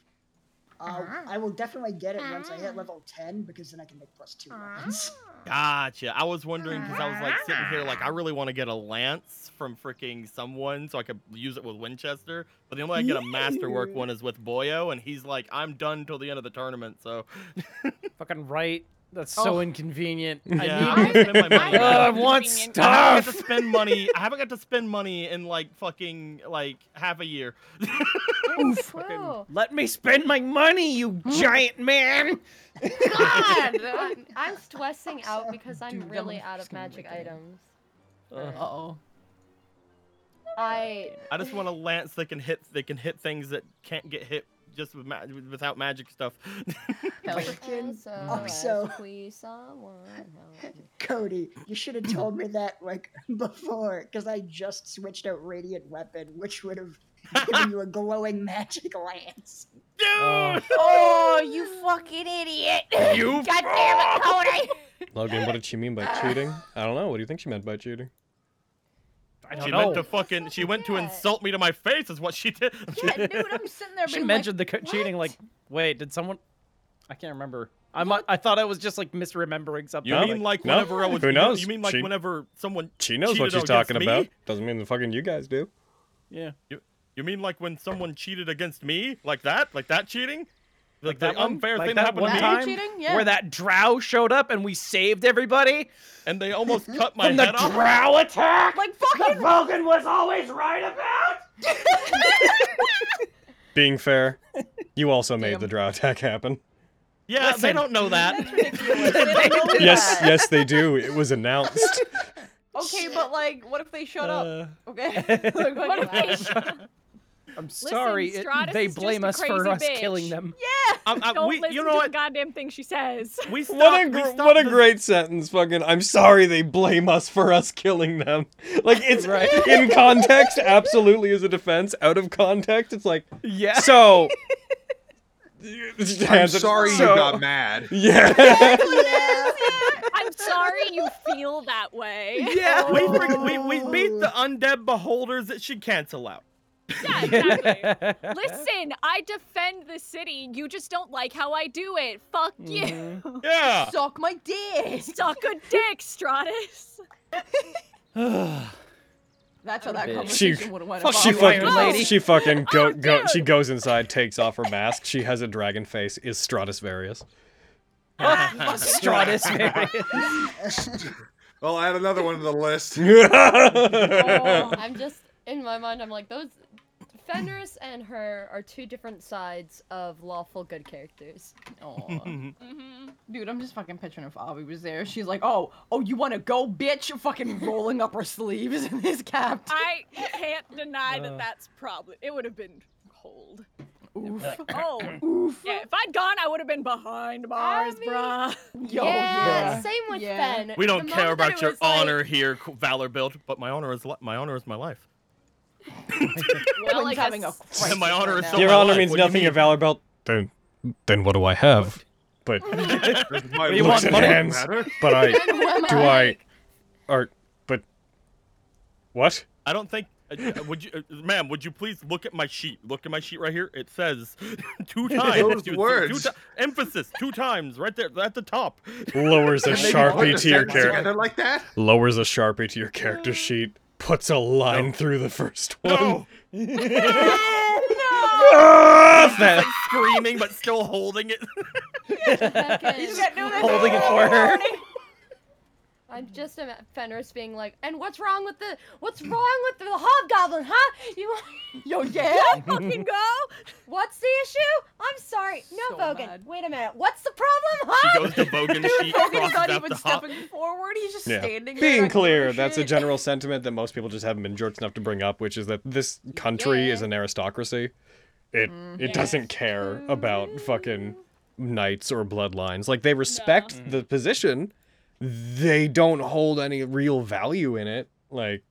Speaker 8: uh,
Speaker 3: Uh-huh.
Speaker 8: I will definitely get it once I hit level 10 because then I can make plus two
Speaker 3: Uh-huh.
Speaker 8: weapons.
Speaker 4: Gotcha. I was wondering because I was like sitting here, like I really want to get a lance from freaking someone so I could use it with Winchester. But the only way I get a masterwork one is with Boyo, and he's like, I'm done till the end of the tournament. So
Speaker 7: fucking right. That's so
Speaker 4: Oh.
Speaker 7: inconvenient.
Speaker 4: Yeah,
Speaker 7: I
Speaker 4: I
Speaker 7: need
Speaker 4: don't spend my money.
Speaker 7: Ugh, I want
Speaker 4: I haven't got
Speaker 7: stuff.
Speaker 4: to spend money. I haven't got to spend money in like fucking like half a year. Oh.
Speaker 7: Fucking Let me spend my money, you giant man.
Speaker 3: I'm, I'm stressing out because I'm
Speaker 11: Dude,
Speaker 3: really
Speaker 11: I'm
Speaker 3: out of
Speaker 11: just gonna
Speaker 3: magic
Speaker 11: wake up.
Speaker 3: items.
Speaker 4: Uh.
Speaker 11: Uh-oh.
Speaker 3: I
Speaker 4: I just want a lance that can hit that can hit things that can't get hit just with ma- without magic stuff.
Speaker 8: Freaking
Speaker 3: also
Speaker 8: also-
Speaker 3: ask we someone help me.
Speaker 8: Cody, you should have told me that like before, because I just switched out radiant weapon, which would have given you a glowing magic lance.
Speaker 11: oh, you fucking idiot!
Speaker 1: You
Speaker 11: God damn it, Cody!
Speaker 1: Logan, what did she mean by cheating? I don't know. What do you think she meant by cheating?
Speaker 4: I
Speaker 1: don't
Speaker 4: she
Speaker 1: know.
Speaker 4: meant to fucking. She went to insult me to my face. Is what she did.
Speaker 11: Yeah, dude, I'm sitting there
Speaker 7: she
Speaker 11: being
Speaker 7: mentioned
Speaker 11: like,
Speaker 7: the co- cheating. Like, wait, did someone? I can't remember. I mu- I thought I was just like misremembering something.
Speaker 4: You mean like
Speaker 1: no.
Speaker 4: whenever I was?
Speaker 1: Who knows?
Speaker 4: You mean like
Speaker 1: She-
Speaker 4: whenever someone?
Speaker 1: She knows what she's
Speaker 4: cheated
Speaker 1: talking
Speaker 4: against me?
Speaker 1: about. Doesn't mean the fucking you guys do.
Speaker 7: Yeah.
Speaker 4: You, you mean like when someone cheated against me, like that, like that cheating, like,
Speaker 7: that
Speaker 4: the
Speaker 7: one-
Speaker 4: unfair
Speaker 7: like
Speaker 4: thing
Speaker 7: that
Speaker 4: that,
Speaker 7: one
Speaker 4: happened to me,
Speaker 7: time Cheating? Yeah. where that drow showed up and we saved everybody,
Speaker 4: and they almost cut my
Speaker 7: From the
Speaker 4: head off.
Speaker 7: drow attack.
Speaker 11: Like fucking
Speaker 7: Vulcan was always right about.
Speaker 1: Being fair, you also made the draw attack happen.
Speaker 4: Yeah, they don't know that.
Speaker 1: yes, yes, they do. It was announced.
Speaker 11: Okay, but like, what if they shut up?
Speaker 1: Uh.
Speaker 11: Okay. Like, what if they shut up?
Speaker 7: I'm sorry. it-
Speaker 14: Stratus
Speaker 7: they
Speaker 14: is just
Speaker 7: blame
Speaker 14: a
Speaker 7: us for
Speaker 14: crazy
Speaker 7: us
Speaker 14: bitch.
Speaker 7: killing them.
Speaker 14: Yeah.
Speaker 4: Um, uh,
Speaker 14: Don't
Speaker 4: we- you
Speaker 14: listen
Speaker 4: know
Speaker 14: to
Speaker 4: what?
Speaker 14: the goddamn thing she says.
Speaker 4: We stopped,
Speaker 1: What a
Speaker 4: we
Speaker 1: gr-
Speaker 4: stopped
Speaker 1: what a
Speaker 4: the-
Speaker 1: great sentence! Fucking, I'm sorry they blame us for us killing them. Like it's in context, absolutely is a defense. Out of context, it's like
Speaker 7: yeah.
Speaker 1: So
Speaker 5: I'm sorry you
Speaker 1: So-
Speaker 5: got mad.
Speaker 1: Yeah.
Speaker 14: I'm sorry you feel that way. Oh.
Speaker 4: Yeah, we, freaking- we, we beat the
Speaker 11: Oh.
Speaker 4: undead beholders that should cancel out.
Speaker 14: Listen, I defend the city. You just don't like how I do it. Fuck you.
Speaker 2: Mm-hmm.
Speaker 4: Yeah.
Speaker 11: Suck my dick.
Speaker 14: Suck a dick, Stratus.
Speaker 11: That's how that
Speaker 1: Bitch.
Speaker 11: conversation
Speaker 1: She-
Speaker 11: would have went.
Speaker 1: Fuck
Speaker 11: about.
Speaker 1: she fucking, she fucking
Speaker 14: Oh,
Speaker 1: go, go she goes inside, takes off her mask. She has a dragon face. Is Stratus Varius?
Speaker 7: Stratus
Speaker 5: I'll add another one to the list.
Speaker 3: Oh, I'm just in my mind. I'm like those. Fenris and her are two different sides of lawful good characters.
Speaker 11: Aw. Dude, I'm just fucking picturing if Avi was there. She's like, oh, oh, you want to go, bitch? Fucking rolling up her sleeves in his cap.
Speaker 14: I can't deny
Speaker 11: Uh.
Speaker 14: that that's probably. It would have been cold.
Speaker 11: Oof.
Speaker 14: Oh. Yeah, if I'd gone, I would have been behind bars, bruh.
Speaker 11: Yo,
Speaker 3: yeah,
Speaker 4: yeah.
Speaker 3: same with
Speaker 14: Yeah.
Speaker 3: Ben.
Speaker 4: We don't
Speaker 3: The
Speaker 4: care
Speaker 3: moment that
Speaker 4: about
Speaker 3: it
Speaker 4: your
Speaker 3: was like-
Speaker 4: honor here, C- Valor Build, but my honor is li- my honor is my life.
Speaker 14: Well,
Speaker 11: Quinn's
Speaker 14: like
Speaker 11: having a crisis
Speaker 4: my honor
Speaker 11: right
Speaker 4: is
Speaker 11: now.
Speaker 4: so
Speaker 1: Your
Speaker 4: my
Speaker 1: honor
Speaker 4: life,
Speaker 1: means
Speaker 4: what do you
Speaker 1: nothing.
Speaker 4: mean?
Speaker 1: Your valor belt. Then, then what do I have? But
Speaker 5: my
Speaker 1: looks
Speaker 5: want
Speaker 1: and
Speaker 5: money,
Speaker 1: hands.
Speaker 5: matter.
Speaker 1: But I
Speaker 5: Then what am
Speaker 1: do
Speaker 5: I?
Speaker 1: I. Or but what?
Speaker 4: I don't think. Uh, uh, would you, uh, ma'am? Would you please look at my sheet? Look at my sheet right here. It says two times.
Speaker 5: Those
Speaker 4: two- two-
Speaker 5: words.
Speaker 4: Two, ti- emphasis two times right there at the top.
Speaker 1: Lowers a
Speaker 4: And they
Speaker 1: sharpie
Speaker 4: put
Speaker 1: to your
Speaker 4: the sentence
Speaker 1: E character.
Speaker 4: together like that?
Speaker 1: Lowers a sharpie to your character sheet. Puts a line through the first one.
Speaker 4: He's
Speaker 1: That-
Speaker 4: like screaming but still holding it.
Speaker 3: He's
Speaker 4: holding it for her.
Speaker 3: I'm just a Fenris being like, and what's wrong with the what's wrong with the hobgoblin, huh? You
Speaker 11: Yo, yeah?
Speaker 3: fucking go. What's the issue? I'm sorry. No, Bogan. Wait a minute. What's the problem,
Speaker 4: She
Speaker 3: huh?
Speaker 4: goes to Bogan.
Speaker 11: Dude,
Speaker 4: She
Speaker 11: Hogan's
Speaker 4: crosses out
Speaker 11: not even
Speaker 4: the hop.
Speaker 11: stepping forward. He's just standing there.
Speaker 1: Being
Speaker 11: like,
Speaker 1: clear,
Speaker 11: "Oh,
Speaker 1: that's a
Speaker 11: shit."
Speaker 1: general sentiment that most people just haven't been jerks enough to bring up, which is that this
Speaker 4: Mm-hmm.
Speaker 1: country is an aristocracy. It it doesn't care about fucking knights or bloodlines. Like they respect the position, they don't hold any real value in it. Like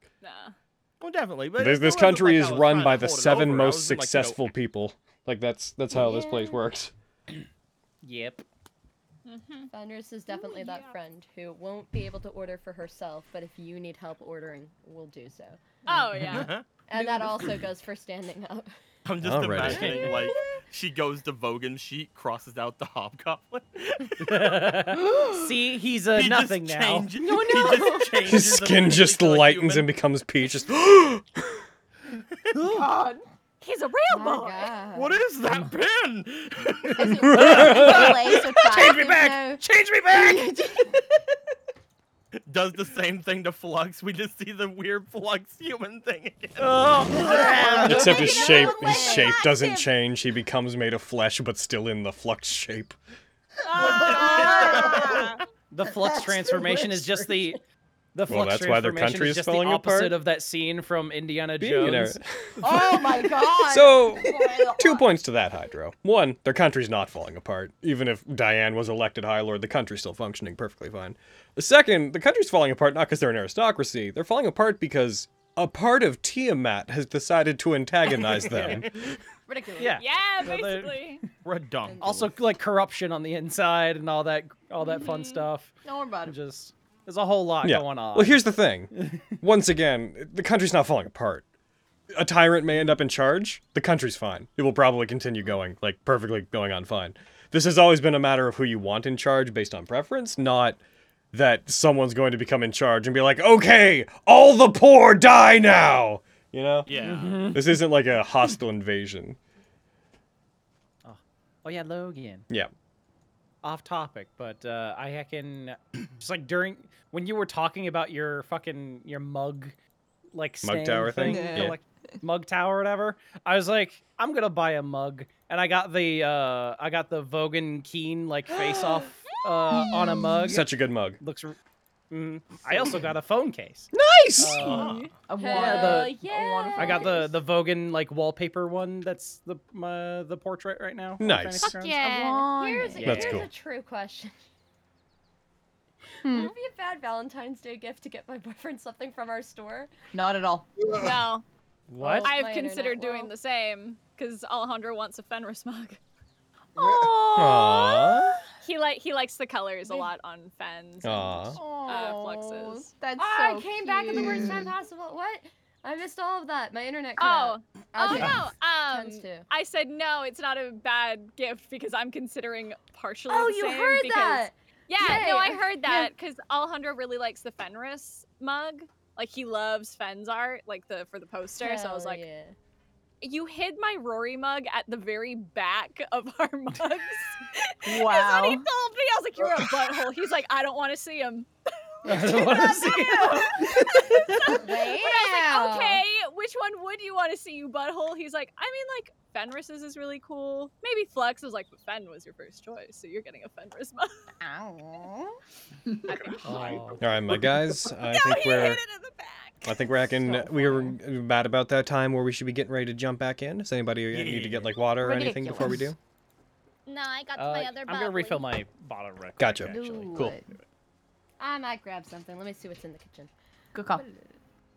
Speaker 4: Well, definitely. But
Speaker 1: this,
Speaker 4: it
Speaker 1: this
Speaker 4: still wasn't
Speaker 1: country
Speaker 4: like I
Speaker 1: is
Speaker 4: was
Speaker 1: run
Speaker 4: trying
Speaker 1: by
Speaker 4: to
Speaker 1: the
Speaker 4: hold it
Speaker 1: seven
Speaker 4: over. I
Speaker 1: most
Speaker 4: was in, like, you know,
Speaker 1: successful people. Like that's that's how this place works.
Speaker 7: Yep.
Speaker 5: Mm-hmm.
Speaker 3: Fenris is definitely that friend who won't be able to order for herself, but if you need help ordering, will do so.
Speaker 5: Oh, yeah.
Speaker 3: and that also goes for standing up.
Speaker 4: I'm just
Speaker 1: Alrighty.
Speaker 4: imagining like she goes to Vogan's sheet, crosses out the hobgoblin.
Speaker 7: See, he's a
Speaker 4: He just
Speaker 7: nothing now.
Speaker 4: change- he just changes
Speaker 1: His skin
Speaker 4: immediately
Speaker 1: just
Speaker 4: to a
Speaker 1: lightens
Speaker 4: human.
Speaker 1: and becomes peach. Just
Speaker 2: God, he's a real boy.
Speaker 4: What is that pin?
Speaker 2: Change
Speaker 4: me
Speaker 2: back.
Speaker 7: Change me back.
Speaker 4: Does the same thing to Flux. We just see the weird Flux human thing again.
Speaker 1: except his shape his shape doesn't change. He becomes made of flesh, but still in the flux shape.
Speaker 2: Ah.
Speaker 7: The flux transformation is just the the flux
Speaker 1: Well, that's why their
Speaker 7: transformation
Speaker 1: country
Speaker 7: is
Speaker 1: is
Speaker 7: just the
Speaker 1: falling
Speaker 7: opposite
Speaker 1: apart.
Speaker 7: of that scene from Indiana
Speaker 1: Billionaire.
Speaker 7: Jones.
Speaker 2: Oh my God.
Speaker 1: So, two points to that, Hydro. One, their country's not falling apart. Even if Diane was elected High Lord, the country's still functioning perfectly fine. The second, the country's falling apart not because they're an aristocracy. They're falling apart because a part of Tiamat has decided to antagonize them.
Speaker 5: Ridiculous.
Speaker 7: Yeah.
Speaker 5: Yeah,
Speaker 7: So they're-
Speaker 5: basically.
Speaker 4: Redonk.
Speaker 7: Also, like corruption on the inside and all that, all that fun stuff.
Speaker 5: Don't worry about it.
Speaker 7: Just there's a whole lot
Speaker 1: yeah.
Speaker 7: going on.
Speaker 1: Well, here's the thing. Once again, the country's not falling apart. A tyrant may end up in charge. The country's fine. It will probably continue going, like, perfectly going on fine. This has always been a matter of who you want in charge based on preference, not that someone's going to become in charge and be like, okay, all the poor die now. You know?
Speaker 4: Yeah.
Speaker 7: Mm-hmm.
Speaker 1: This isn't like a hostile invasion.
Speaker 7: Oh yeah, Logan.
Speaker 1: Yeah.
Speaker 7: Off topic, but uh, I can just like during when you were talking about your fucking your mug, like
Speaker 1: Mug
Speaker 7: stand
Speaker 1: tower thing?
Speaker 7: the,
Speaker 1: Yeah.
Speaker 7: like, mug tower or whatever. I was like, I'm gonna buy a mug, and I got the uh, I got the Vogan Keen like face off uh, on a mug.
Speaker 1: Such a good mug.
Speaker 7: Looks. r- Mm. I also got a phone case.
Speaker 1: Nice!
Speaker 7: Uh,
Speaker 11: A
Speaker 7: yeah,
Speaker 11: wonderful-
Speaker 7: the-
Speaker 11: a wonderful
Speaker 7: I got the the Vogan like wallpaper one. That's the my, the portrait right now. on Fantasy
Speaker 1: Nice.
Speaker 3: Fuck
Speaker 7: Grounds.
Speaker 3: yeah. Here's, here's
Speaker 7: That's
Speaker 1: cool.
Speaker 3: a true question.
Speaker 11: Hmm.
Speaker 3: Would it be a bad Valentine's Day gift to get my boyfriend something from our store?
Speaker 11: Not at all.
Speaker 5: No.
Speaker 3: What?
Speaker 5: I've
Speaker 3: My internet
Speaker 5: considered doing
Speaker 3: will.
Speaker 5: the same because Alejandro wants a Fenris mug.
Speaker 1: Aww.
Speaker 5: He like he likes the colors a lot on Fens.
Speaker 1: Aw.
Speaker 5: Uh, fluxes.
Speaker 11: That's
Speaker 3: Oh,
Speaker 11: so
Speaker 3: I came back at the worst time possible. What? I missed all of that. My internet. cut
Speaker 5: Oh,
Speaker 3: out.
Speaker 5: oh
Speaker 3: Okay.
Speaker 5: no. Um,
Speaker 3: Tends to.
Speaker 5: I said no. It's not a bad gift because I'm considering partially.
Speaker 3: Oh,
Speaker 5: the
Speaker 3: you
Speaker 5: same
Speaker 3: heard
Speaker 5: because-
Speaker 3: that.
Speaker 5: Yeah,
Speaker 3: Yay.
Speaker 5: no, I
Speaker 3: Okay,
Speaker 5: heard
Speaker 3: yeah.
Speaker 5: that because Alejandro really likes the Fenris mug. Like he loves Fen's art, like the for the poster. so I was
Speaker 3: Hell
Speaker 5: like,
Speaker 3: yeah.
Speaker 5: you hid my Rory mug at the very back of our mugs. That's
Speaker 11: Wow.
Speaker 5: what he told me. I was like, you're a butthole. He's like, I don't want to see him.
Speaker 7: I don't want to see
Speaker 5: But I was
Speaker 3: Wow.
Speaker 5: like, okay, which one would you want to see, you butthole? He's like, I mean, like, Fenris's is really cool. Maybe Flux is like, but Fen was your first choice, so you're getting a Fenris mug.
Speaker 1: All right, my guys. I think we're. I think we're hacking, we're about about that time where we should be getting ready to jump back in. Does anybody need to get like water or anything before we do?
Speaker 3: No, I got
Speaker 7: Uh, I'm gonna refill my bottle. Right quick,
Speaker 1: Gotcha.
Speaker 7: Actually.
Speaker 1: Cool.
Speaker 3: I might grab something. Let me see what's in the kitchen.
Speaker 11: Good call.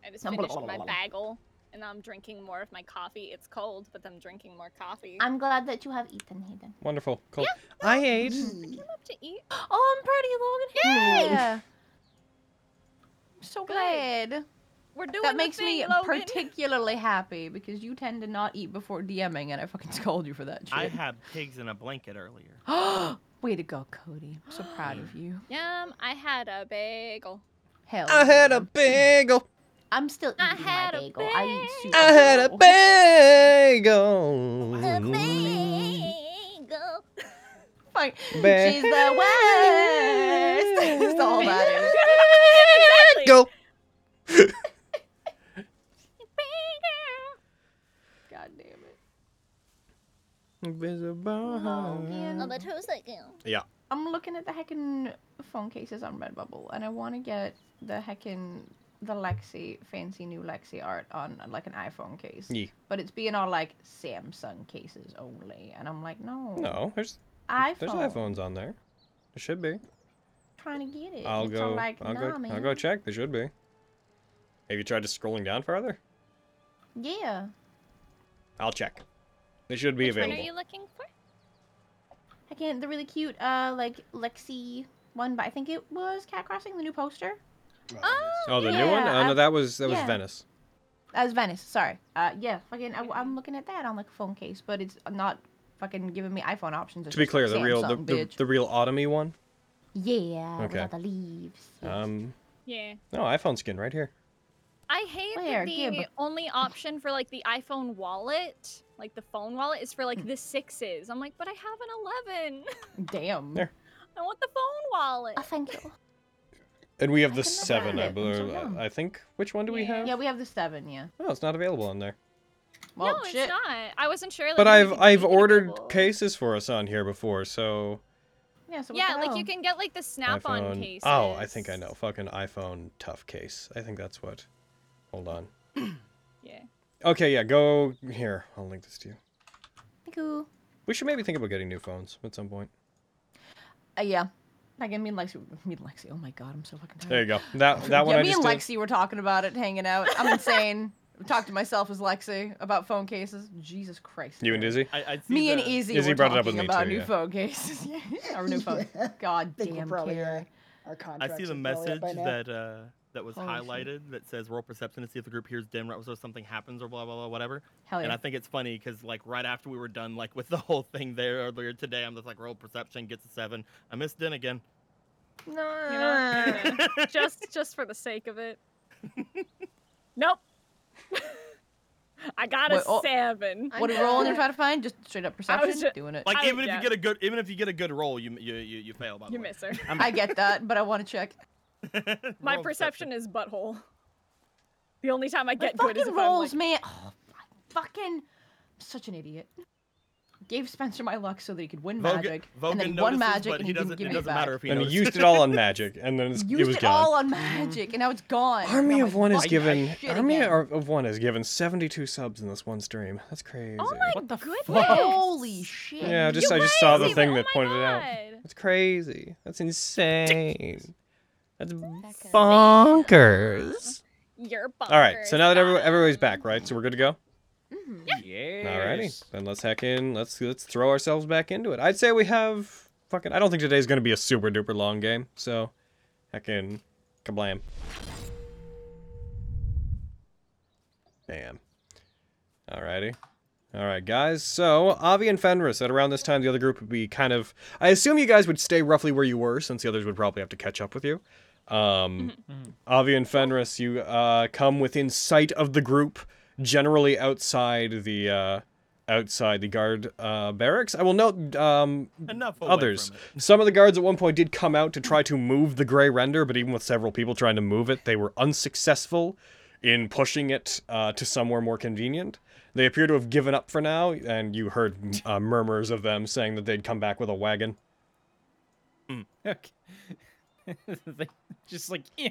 Speaker 5: I just
Speaker 11: Some
Speaker 5: finished my
Speaker 11: blablabla.
Speaker 5: bagel, and I'm drinking more of my coffee. It's cold, but I'm drinking more coffee.
Speaker 11: I'm glad that you have eaten, Hayden.
Speaker 1: Wonderful. Cool. I ate.
Speaker 5: up to eat.
Speaker 11: Oh, I'm pretty, Logan. Yay! So glad.
Speaker 5: We're doing
Speaker 11: that
Speaker 5: the
Speaker 11: makes me
Speaker 5: thing, Logan.
Speaker 11: particularly happy because you tend to not eat before DMing, and I fucking scold you for that shit.
Speaker 4: I had pigs in a blanket earlier.
Speaker 11: Way to go, Cody. I'm so proud of you.
Speaker 5: Yum, I had a bagel.
Speaker 11: Hell.
Speaker 15: I had
Speaker 11: yeah.
Speaker 15: a bagel.
Speaker 11: I'm still eating
Speaker 2: Ah.
Speaker 11: my bagel. I eat soup.
Speaker 15: I had a bagel.
Speaker 11: Fine. She's
Speaker 15: Ba-
Speaker 11: the worst. That's all that is.
Speaker 15: Go.
Speaker 11: God damn it.
Speaker 15: Invisible.
Speaker 11: who's that girl?
Speaker 1: Yeah.
Speaker 11: Mm. I'm looking at the heckin' phone cases on Redbubble, and I want to get the heckin' the Lexi fancy new Lexi art on like an iPhone case.
Speaker 1: Ye.
Speaker 11: But it's being all like Samsung cases only, and I'm like, no.
Speaker 1: No, there's
Speaker 11: iPhone.
Speaker 1: There's iPhones on there. There should be.
Speaker 11: Trying to get it.
Speaker 1: I'll
Speaker 11: It's
Speaker 1: go.
Speaker 11: all like,
Speaker 1: I'll
Speaker 11: nah,
Speaker 1: go.
Speaker 11: man.
Speaker 1: I'll go check. They should be. Have you tried just scrolling down farther?
Speaker 11: Yeah.
Speaker 1: I'll check. They should be
Speaker 14: Which one
Speaker 1: available.
Speaker 14: are you looking for?
Speaker 11: Again, the really cute, uh, like Lexi one, but I think it was Cat Crossing, the new poster. Oh,
Speaker 1: Oh, the new one?
Speaker 11: yeah,
Speaker 1: Oh no,
Speaker 11: I've-
Speaker 1: that was that was
Speaker 11: yeah.
Speaker 1: Venice.
Speaker 11: That was Venice. Sorry. Uh, yeah. Fucking, I, am looking at that on like a phone case, but it's not fucking giving me iPhone options. It's
Speaker 1: To be
Speaker 11: just
Speaker 1: clear, the real the,
Speaker 11: Samsung,
Speaker 1: the,
Speaker 11: bitch.
Speaker 1: the real autumny one.
Speaker 11: yeah,
Speaker 1: Okay.
Speaker 11: without the leaves.
Speaker 1: Um,
Speaker 14: Yeah.
Speaker 1: no iPhone skin right here.
Speaker 14: I hate that
Speaker 11: Where?
Speaker 14: the
Speaker 11: Give.
Speaker 14: only option for like the iPhone wallet, like the phone wallet, is for like
Speaker 11: Mm.
Speaker 14: the sixes. I'm like, but I have an 11.
Speaker 11: Damn.
Speaker 1: There.
Speaker 14: I want the phone wallet.
Speaker 11: Oh, thank you.
Speaker 1: And we have the
Speaker 11: never
Speaker 1: seven,
Speaker 11: had
Speaker 1: I
Speaker 11: it. I'm so
Speaker 1: believe. I-
Speaker 11: young.
Speaker 1: I think. Which one do we have?
Speaker 11: Yeah, we have the seven. Yeah.
Speaker 1: Oh, it's not available on there.
Speaker 11: Well,
Speaker 14: no,
Speaker 11: shit.
Speaker 14: it's not. I wasn't sure. Like,
Speaker 1: But
Speaker 14: if you
Speaker 1: I've
Speaker 14: could
Speaker 1: I've
Speaker 14: make it
Speaker 1: ordered
Speaker 14: available.
Speaker 1: cases for us on here before, so
Speaker 11: Yeah. So what
Speaker 14: Yeah,
Speaker 11: the
Speaker 14: like
Speaker 11: hell?
Speaker 14: you can get like the Snap-on
Speaker 1: iPhone.
Speaker 14: case.
Speaker 1: Oh, I think I know. Fucking iPhone tough case. I think that's what. Hold on.
Speaker 14: Yeah.
Speaker 1: Okay, yeah, go here. I'll link this to you.
Speaker 11: Thank you.
Speaker 1: We should maybe think about getting new phones at some point.
Speaker 11: Uh, yeah. Like, I mean, Lexi. Me and Lexi. Oh my god, I'm so fucking tired.
Speaker 1: There you go. That that one
Speaker 11: yeah,
Speaker 1: I
Speaker 11: me
Speaker 1: just
Speaker 11: and
Speaker 1: did.
Speaker 11: Lexi were talking about it, hanging out. I'm insane. Talk to myself as Lexi about phone cases. Jesus Christ.
Speaker 1: You and Izzy.
Speaker 4: I, I see
Speaker 11: Me and
Speaker 4: the-
Speaker 11: Izzy,
Speaker 1: Izzy
Speaker 11: were
Speaker 1: brought it up with
Speaker 11: talking
Speaker 1: me
Speaker 11: about
Speaker 1: too,
Speaker 11: new
Speaker 1: yeah.
Speaker 11: phone cases. Yeah, our new phone. God
Speaker 8: Think we're
Speaker 11: damn
Speaker 8: probably, uh,
Speaker 11: Carrie.
Speaker 8: Our
Speaker 4: I
Speaker 8: contracts
Speaker 4: see the
Speaker 8: are probably up
Speaker 4: message
Speaker 8: by now.
Speaker 4: that uh, that was
Speaker 8: Holy shit.
Speaker 4: highlighted that says roll perception to see if the group hears dim rattles or something happens or blah blah blah whatever.
Speaker 11: Hell
Speaker 4: And
Speaker 11: yeah.
Speaker 4: I think it's funny because like right after we were done like with the whole thing there earlier today, I'm just like roll perception gets a seven. I missed din again.
Speaker 11: No.
Speaker 14: You know? just just for the sake of it. nope. I got a
Speaker 11: Wait, oh,
Speaker 14: seven.
Speaker 11: What are you rolling and trying to find? Just straight up perception.
Speaker 14: ju-
Speaker 11: Doing it.
Speaker 4: Like
Speaker 14: I-
Speaker 4: even if
Speaker 14: yeah.
Speaker 4: you get a good even if you get a good roll, you you you, you fail by the
Speaker 14: You
Speaker 4: way.
Speaker 14: miss her.
Speaker 11: I get that, but I want to check.
Speaker 14: My
Speaker 4: Roll
Speaker 14: perception is butthole. The only time I
Speaker 11: My
Speaker 14: get good is
Speaker 11: fucking
Speaker 14: if
Speaker 11: rolls,
Speaker 14: I'm like,
Speaker 11: man. Oh, my fucking. I'm such an idiot. Gave Spencer my luck so that he could win
Speaker 4: Vogan-
Speaker 11: magic,
Speaker 4: Vogan
Speaker 11: and then he won
Speaker 4: notices,
Speaker 11: magic,
Speaker 4: but
Speaker 11: and
Speaker 4: he
Speaker 11: he didn't
Speaker 4: doesn't-
Speaker 11: give
Speaker 4: it
Speaker 11: me
Speaker 4: doesn't
Speaker 11: back.
Speaker 4: matter if he
Speaker 1: And he
Speaker 4: notices.
Speaker 1: used it all on magic, and then it's,
Speaker 11: Used
Speaker 1: it was
Speaker 11: it
Speaker 1: gone.
Speaker 11: all on magic, and now it's gone.
Speaker 1: Army
Speaker 11: Now
Speaker 1: of
Speaker 11: my
Speaker 1: One is
Speaker 11: fucking
Speaker 1: given
Speaker 11: shit
Speaker 1: Army
Speaker 11: again.
Speaker 1: of One is given 72 subs in this one stream. That's crazy.
Speaker 14: oh my
Speaker 11: What the
Speaker 14: goodness.
Speaker 11: Holy shit!
Speaker 1: yeah, just I just saw the thing
Speaker 14: Oh
Speaker 1: that pointed it out. That's crazy. That's insane. That's bonkers.
Speaker 14: You're bonkers.
Speaker 1: All right, so now that everyone, everybody's back, right? So we're good to go.
Speaker 11: Mm-hmm.
Speaker 12: Yeah.
Speaker 1: Alrighty, then let's heck in. Let's let's throw ourselves back into it. I'd say we have fucking. I don't think today's gonna be a super duper long game. So, heck in, kablam. Damn. Alrighty. Alright, guys. So, Avi and Fenris, at around this time, the other group would be kind of. I assume you guys would stay roughly where you were, since the others would probably have to catch up with you. Um, Avi and Fenris, you uh, come within sight of the group, generally outside the. Uh, outside the guard uh, barracks. I will note um,
Speaker 4: Enough away
Speaker 1: others. Some of the guards at one point did come out to try to move the gray render, but even with several people trying to move it, they were unsuccessful in pushing it uh, to somewhere more convenient. They appear to have given up for now, and you heard uh, murmurs of them saying that they'd come back with a wagon.
Speaker 10: Okay. They just like, eh,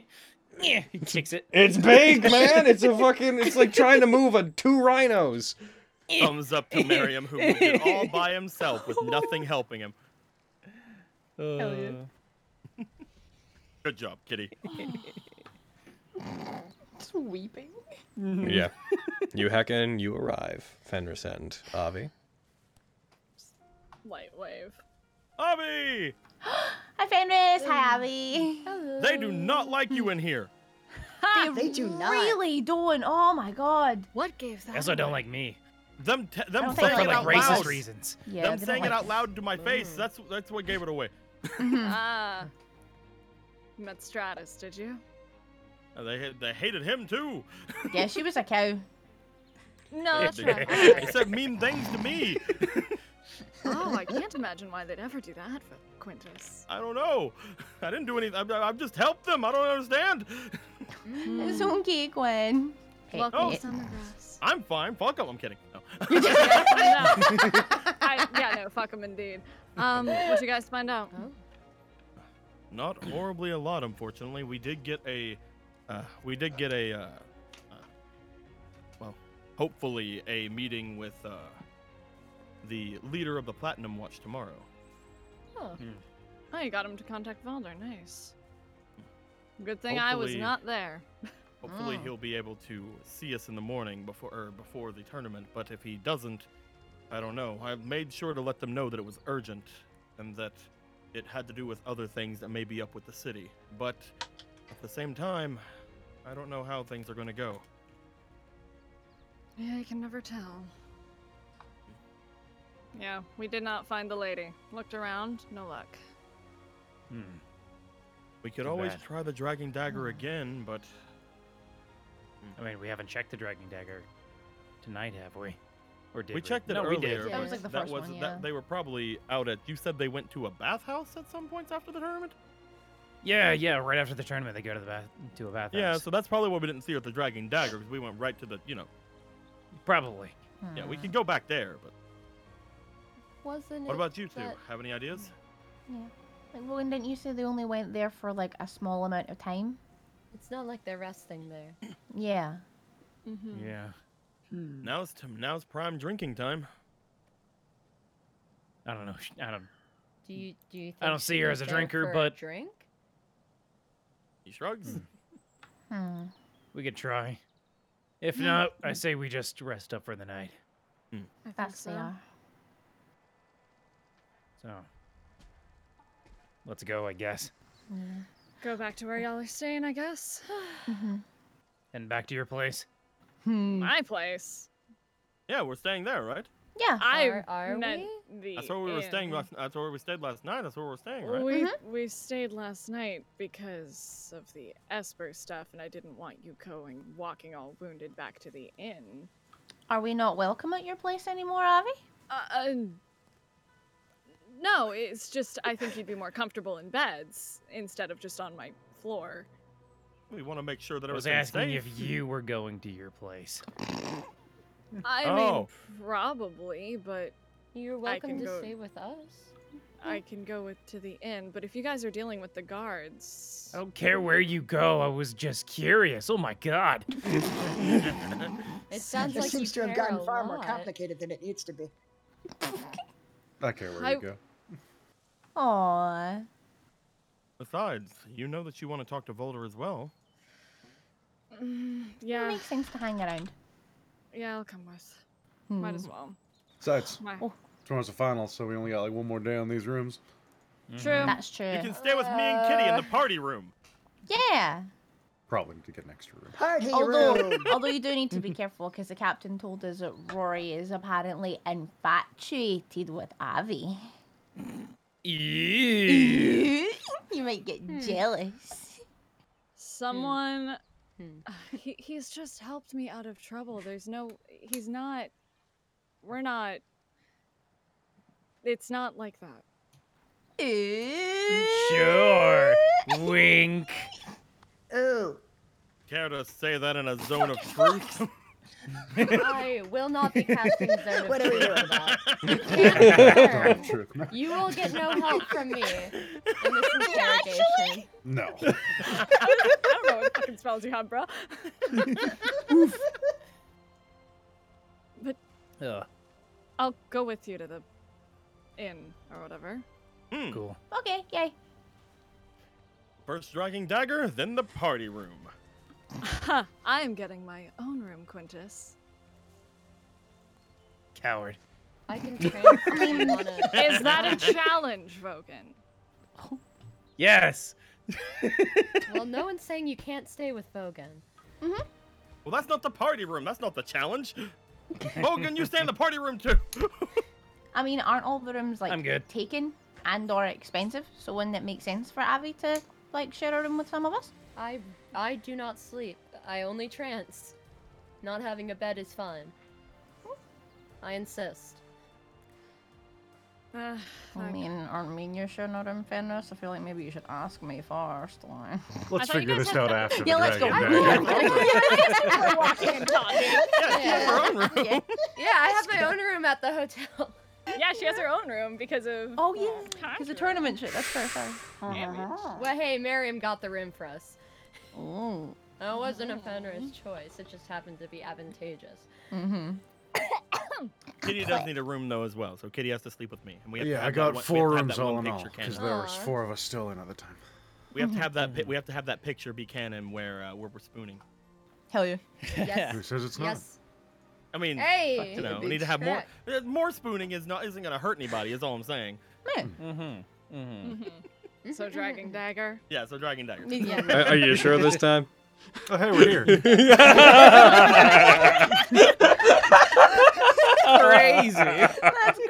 Speaker 10: eh, he kicks it.
Speaker 1: It's big, man. It's a fucking. It's like trying to move a two rhinos.
Speaker 4: Thumbs up to Miriam who moved it all by himself with nothing helping him.
Speaker 10: Uh,
Speaker 4: Good job, kitty.
Speaker 11: Just weeping.
Speaker 1: Yeah. You heckin', you arrive. Fenris and Avi.
Speaker 14: light wave.
Speaker 4: Avi!
Speaker 11: Hi, Fenris. Hi, Abby.
Speaker 4: They do not like you in here.
Speaker 8: They do not.
Speaker 11: Really doing? Oh my god.
Speaker 3: What gave
Speaker 10: they
Speaker 3: that?
Speaker 10: also don't like me.
Speaker 4: Them t-
Speaker 11: I
Speaker 4: them
Speaker 11: don't
Speaker 4: saying
Speaker 11: think
Speaker 10: For
Speaker 4: it
Speaker 11: they
Speaker 10: like
Speaker 4: out
Speaker 10: racist
Speaker 4: loud.
Speaker 10: reasons.
Speaker 11: Yeah,
Speaker 4: them
Speaker 11: they don't
Speaker 4: saying
Speaker 11: like
Speaker 4: it out
Speaker 11: us.
Speaker 4: loud to my face. That's that's what gave it away.
Speaker 14: Ah. You met Stratus, did you?
Speaker 4: Uh, They ha- they hated him too.
Speaker 11: Yeah, she was a cow.
Speaker 14: No,
Speaker 11: Oh,
Speaker 14: that's right.
Speaker 4: He said mean things to me.
Speaker 14: oh, I can't imagine why they'd ever do that for Quintus.
Speaker 4: I don't know. I didn't do anything. I've, I've just helped them. I don't understand.
Speaker 11: It's okay, Gwen.
Speaker 14: Welcome
Speaker 4: no.
Speaker 14: to Summergrass.
Speaker 4: I'm fine. Fuck them. I'm kidding. No.
Speaker 14: yeah, no. I, yeah, no, fuck him indeed. Um, what you guys find out?
Speaker 4: Not horribly a lot, unfortunately. We did get a, uh, we did get a, uh, uh, well, hopefully a meeting with uh, the leader of the Platinum Watch tomorrow.
Speaker 14: Oh. Oh, you got him to contact Valder. Nice. Good thing I was
Speaker 4: Hopefully-
Speaker 14: not there.
Speaker 4: Hopefully
Speaker 14: Mm.
Speaker 4: he'll be able to see us in the morning before or before the tournament. But if he doesn't, I don't know. I made sure to let them know that it was urgent and that it had to do with other things that may be up with the city. But at the same time, I don't know how things are going to go.
Speaker 14: Yeah, you can never tell. Yeah, we did not find the lady. Looked around, no luck.
Speaker 10: Hmm.
Speaker 4: We could
Speaker 10: Too
Speaker 4: always
Speaker 10: bad.
Speaker 4: try the dragging dagger
Speaker 10: Hmm.
Speaker 4: again, but
Speaker 10: I mean, we haven't checked the Dragon Dagger tonight, have we? Or did
Speaker 4: we checked it
Speaker 10: no,
Speaker 4: earlier.
Speaker 10: We did.
Speaker 4: but
Speaker 11: That was, like, the first one,
Speaker 4: that-
Speaker 11: yeah.
Speaker 4: they were probably out at. Oh, You said they went to a bathhouse at some points after the tournament.
Speaker 10: Yeah, yeah. Right after the tournament, they go to the bath to a bathhouse.
Speaker 4: Yeah, so that's probably why we didn't see her at the Dragging Dagger because we went right to the, you know.
Speaker 10: Probably.
Speaker 4: Yeah, we can go back there, but
Speaker 11: Wasn't
Speaker 4: what
Speaker 11: it
Speaker 4: about you two?
Speaker 11: that-
Speaker 4: Have any ideas?
Speaker 11: Yeah. Like, Rowan, didn't you say they only went there for like a small amount of time?
Speaker 3: It's not like they're resting there.
Speaker 11: Yeah.
Speaker 3: Mm-hmm.
Speaker 10: Yeah.
Speaker 4: Now's t- now's prime drinking time.
Speaker 10: I don't know. sh- I don't.
Speaker 3: Do you do you? Think
Speaker 10: I don't see
Speaker 3: she
Speaker 10: her
Speaker 3: was
Speaker 10: as a
Speaker 3: there
Speaker 10: drinker,
Speaker 3: for
Speaker 10: but-
Speaker 3: drink.
Speaker 4: He shrugs.
Speaker 11: Hmm.
Speaker 10: We could try. If
Speaker 1: Hmm.
Speaker 11: Yeah.
Speaker 10: not, I say we just rest up for the night.
Speaker 11: That's
Speaker 14: so.
Speaker 11: uh, fair.
Speaker 10: So, let's go. I guess.
Speaker 14: Go back to where y'all are staying, I guess.
Speaker 10: And back to your place.
Speaker 14: My place.
Speaker 4: Yeah, we're staying there, right?
Speaker 11: Yeah.
Speaker 14: I
Speaker 3: Are- are
Speaker 14: meant the.
Speaker 4: That's where we were staying.
Speaker 14: inn.
Speaker 4: Last, that's where we stayed last night. That's where we're staying, right?
Speaker 14: We we stayed last night because of the Esper stuff, and I didn't want you going walking all wounded back to the inn.
Speaker 11: Are we not welcome at your place anymore, Avi?
Speaker 14: Uh, uh, no, it's just I think you'd be more comfortable in beds instead of just on my floor.
Speaker 4: We want to make sure that
Speaker 10: I was
Speaker 4: everything's
Speaker 10: asking
Speaker 4: safe.
Speaker 10: if you were going to your place.
Speaker 14: I
Speaker 4: Oh.
Speaker 14: mean, probably, but
Speaker 3: You're
Speaker 14: I
Speaker 3: welcome
Speaker 14: can
Speaker 3: to
Speaker 14: go,
Speaker 3: stay with us.
Speaker 14: I can go with, to the inn, but if you guys are dealing with the guards,
Speaker 10: I don't care where you go. I was just curious. Oh my god.
Speaker 3: It sounds
Speaker 8: this
Speaker 3: like you
Speaker 8: seems to have
Speaker 3: care
Speaker 8: gotten
Speaker 3: a
Speaker 8: far more
Speaker 3: lot.
Speaker 8: complicated than it needs to be.
Speaker 19: I care where
Speaker 14: I-
Speaker 19: you go.
Speaker 11: Aww.
Speaker 4: Besides, you know that you want to talk to Volder as well.
Speaker 14: mm,
Speaker 11: It
Speaker 14: yeah,
Speaker 11: makes sense to hang around. Hmm.
Speaker 14: yeah, I'll come with. Might as well.
Speaker 19: Besides,
Speaker 14: My-
Speaker 19: tomorrow's the finals, so we only got like one more day on these rooms.
Speaker 14: True.
Speaker 11: That's true.
Speaker 4: Mm-hmm.
Speaker 11: Uh.
Speaker 4: You can stay with me and Kitty in the party room.
Speaker 11: Yeah.
Speaker 19: Probably need to get an extra room.
Speaker 8: Party
Speaker 11: Although,
Speaker 8: room.
Speaker 11: although you do need to be careful because the captain told us that Rory is apparently infatuated with Avi. you might get jealous.
Speaker 14: Someone.
Speaker 3: Hmm.
Speaker 14: He, he's just helped me out of trouble. There's no. He's not. We're not. It's not like that.
Speaker 10: Sure. Wink.
Speaker 8: Ooh.
Speaker 4: Care to say that in a zone of truth?
Speaker 3: I will not be casting Zone of
Speaker 8: What are we
Speaker 3: Truth.
Speaker 8: doing about?
Speaker 3: Can't
Speaker 19: Zone of
Speaker 3: confirm.
Speaker 19: Truth.
Speaker 3: You will get no help from me in this interrogation.
Speaker 19: No.
Speaker 14: I don't know what fucking spells you have, bro. but
Speaker 10: Ugh.
Speaker 14: I'll go with you to the inn or whatever.
Speaker 4: Hmm.
Speaker 10: Cool.
Speaker 11: Okay, yay.
Speaker 4: First dragging dagger, then the party room.
Speaker 14: Ha! I am getting my own room, Quintus.
Speaker 10: Coward.
Speaker 3: I can transfer you on a.
Speaker 14: Is that a challenge, Vogan?
Speaker 10: Yes.
Speaker 3: Well, no one's saying you can't stay with Vogan.
Speaker 14: Mm-hmm.
Speaker 4: Well, that's not the party room. That's not the challenge. Hogan, you stay in the party room too.
Speaker 11: I mean, aren't all the rooms like
Speaker 10: I'm good.
Speaker 11: taken and or expensive? So wouldn't it make sense for Avi to like share a room with some of us?
Speaker 3: I I do not sleep. I only trance. Not having a bed is fine. I insist.
Speaker 14: Uh,
Speaker 11: I mean, aren't me and you sharing a room, Fenris? I feel like maybe you should ask me first. Like.
Speaker 19: Let's
Speaker 14: thought you
Speaker 19: figure
Speaker 14: guys
Speaker 19: this
Speaker 14: had
Speaker 19: out
Speaker 14: that-
Speaker 19: after. the
Speaker 11: Yeah, let's go.
Speaker 19: Dragon Dagger.
Speaker 3: Yeah,
Speaker 11: Yeah.
Speaker 3: yeah I have my own room at the hotel.
Speaker 14: yeah, she has her own room because of.
Speaker 11: Oh yeah, because the tournament shit. That's fair. Sorry. Uh-huh.
Speaker 3: Well, hey, Miriam got the room for us.
Speaker 11: Oh.
Speaker 3: That wasn't a Fenris choice. It just happened to be advantageous.
Speaker 11: Mm-hmm.
Speaker 14: Awesome.
Speaker 4: Kitty does need a room though as well, so Kitty has to sleep with me. And we have to
Speaker 19: yeah, I
Speaker 4: have that
Speaker 19: got
Speaker 4: one- we
Speaker 19: four
Speaker 4: have to have
Speaker 19: rooms
Speaker 4: that one
Speaker 19: all in all
Speaker 4: picture canon.
Speaker 19: because there was four of us still in at the time.
Speaker 4: We have to have that. Pi- we have to have that picture be canon where uh, where we're spooning.
Speaker 11: Hell yeah.
Speaker 4: Yes.
Speaker 19: Who says it's not?
Speaker 4: I mean,
Speaker 11: Hey,
Speaker 4: you know,
Speaker 11: it
Speaker 4: we need to
Speaker 11: beats
Speaker 4: have more. uh, More spooning is not isn't gonna hurt anybody. Is all I'm saying.
Speaker 14: Mm-hmm. Mm-hmm. so dragging dagger.
Speaker 4: Yeah, so Dragon Dagger.
Speaker 14: Yeah.
Speaker 1: Are, are you sure this time?
Speaker 19: Oh, hey, we're here.
Speaker 1: crazy.
Speaker 11: That's crazy.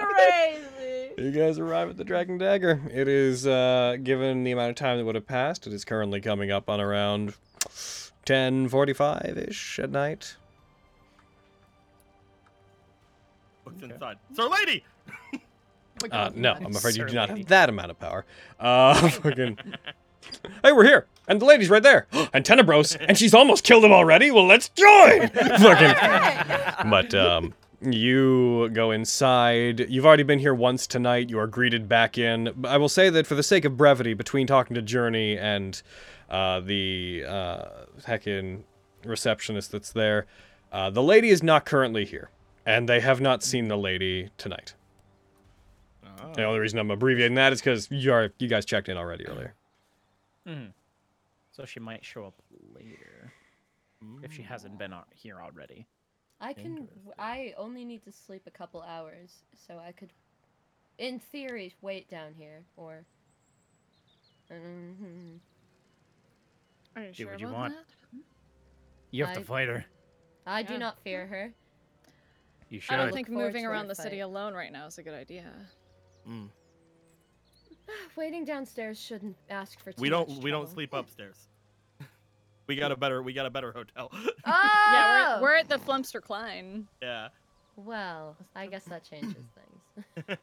Speaker 1: You guys arrive at the Dragon Dagger. It is, uh, given the amount of time that would have passed, it is currently coming up on around 10.45-ish at night.
Speaker 4: What's inside? Sir Lady.
Speaker 1: Uh, no, I'm afraid you do not
Speaker 4: Certainly.
Speaker 1: have that amount of power. Uh, fucking... Hey, we're here, and the lady's right there, and Tenebros, and she's almost killed him already. Well, let's join. fucking. But um, you go inside. You've already been here once tonight. You are greeted back in. But I will say that for the sake of brevity, between talking to Journey and uh, the uh, heckin' receptionist that's there, uh, the lady is not currently here, and they have not seen the lady tonight. The only reason I'm abbreviating that is because you are you guys checked in already earlier.
Speaker 10: Hmm.
Speaker 7: Mhm. So she might show up later if she hasn't been al- here already.
Speaker 3: I can. I only need to sleep a couple hours, so I could, in theory, wait down here or. Mhm.
Speaker 14: Are you
Speaker 10: Do
Speaker 14: sure
Speaker 10: what you
Speaker 14: about
Speaker 10: want.
Speaker 14: that?
Speaker 10: You have
Speaker 3: I-
Speaker 10: to fight her.
Speaker 3: Mm-hmm. I
Speaker 14: Yeah.
Speaker 3: do not fear her.
Speaker 10: You
Speaker 14: I
Speaker 10: should.
Speaker 14: don't think
Speaker 3: forward
Speaker 14: moving
Speaker 3: to our
Speaker 14: around the city
Speaker 3: fight.
Speaker 14: alone right now is a good idea.
Speaker 4: Mm.
Speaker 3: Waiting downstairs shouldn't ask for too
Speaker 4: We don't.
Speaker 3: much
Speaker 4: We don't
Speaker 3: trouble.
Speaker 4: sleep upstairs. We got a better. We got a better hotel.
Speaker 14: Yeah,
Speaker 3: Oh!
Speaker 14: we're, we're at the Flumster Klein.
Speaker 4: yeah.
Speaker 3: Well, I guess that changes things.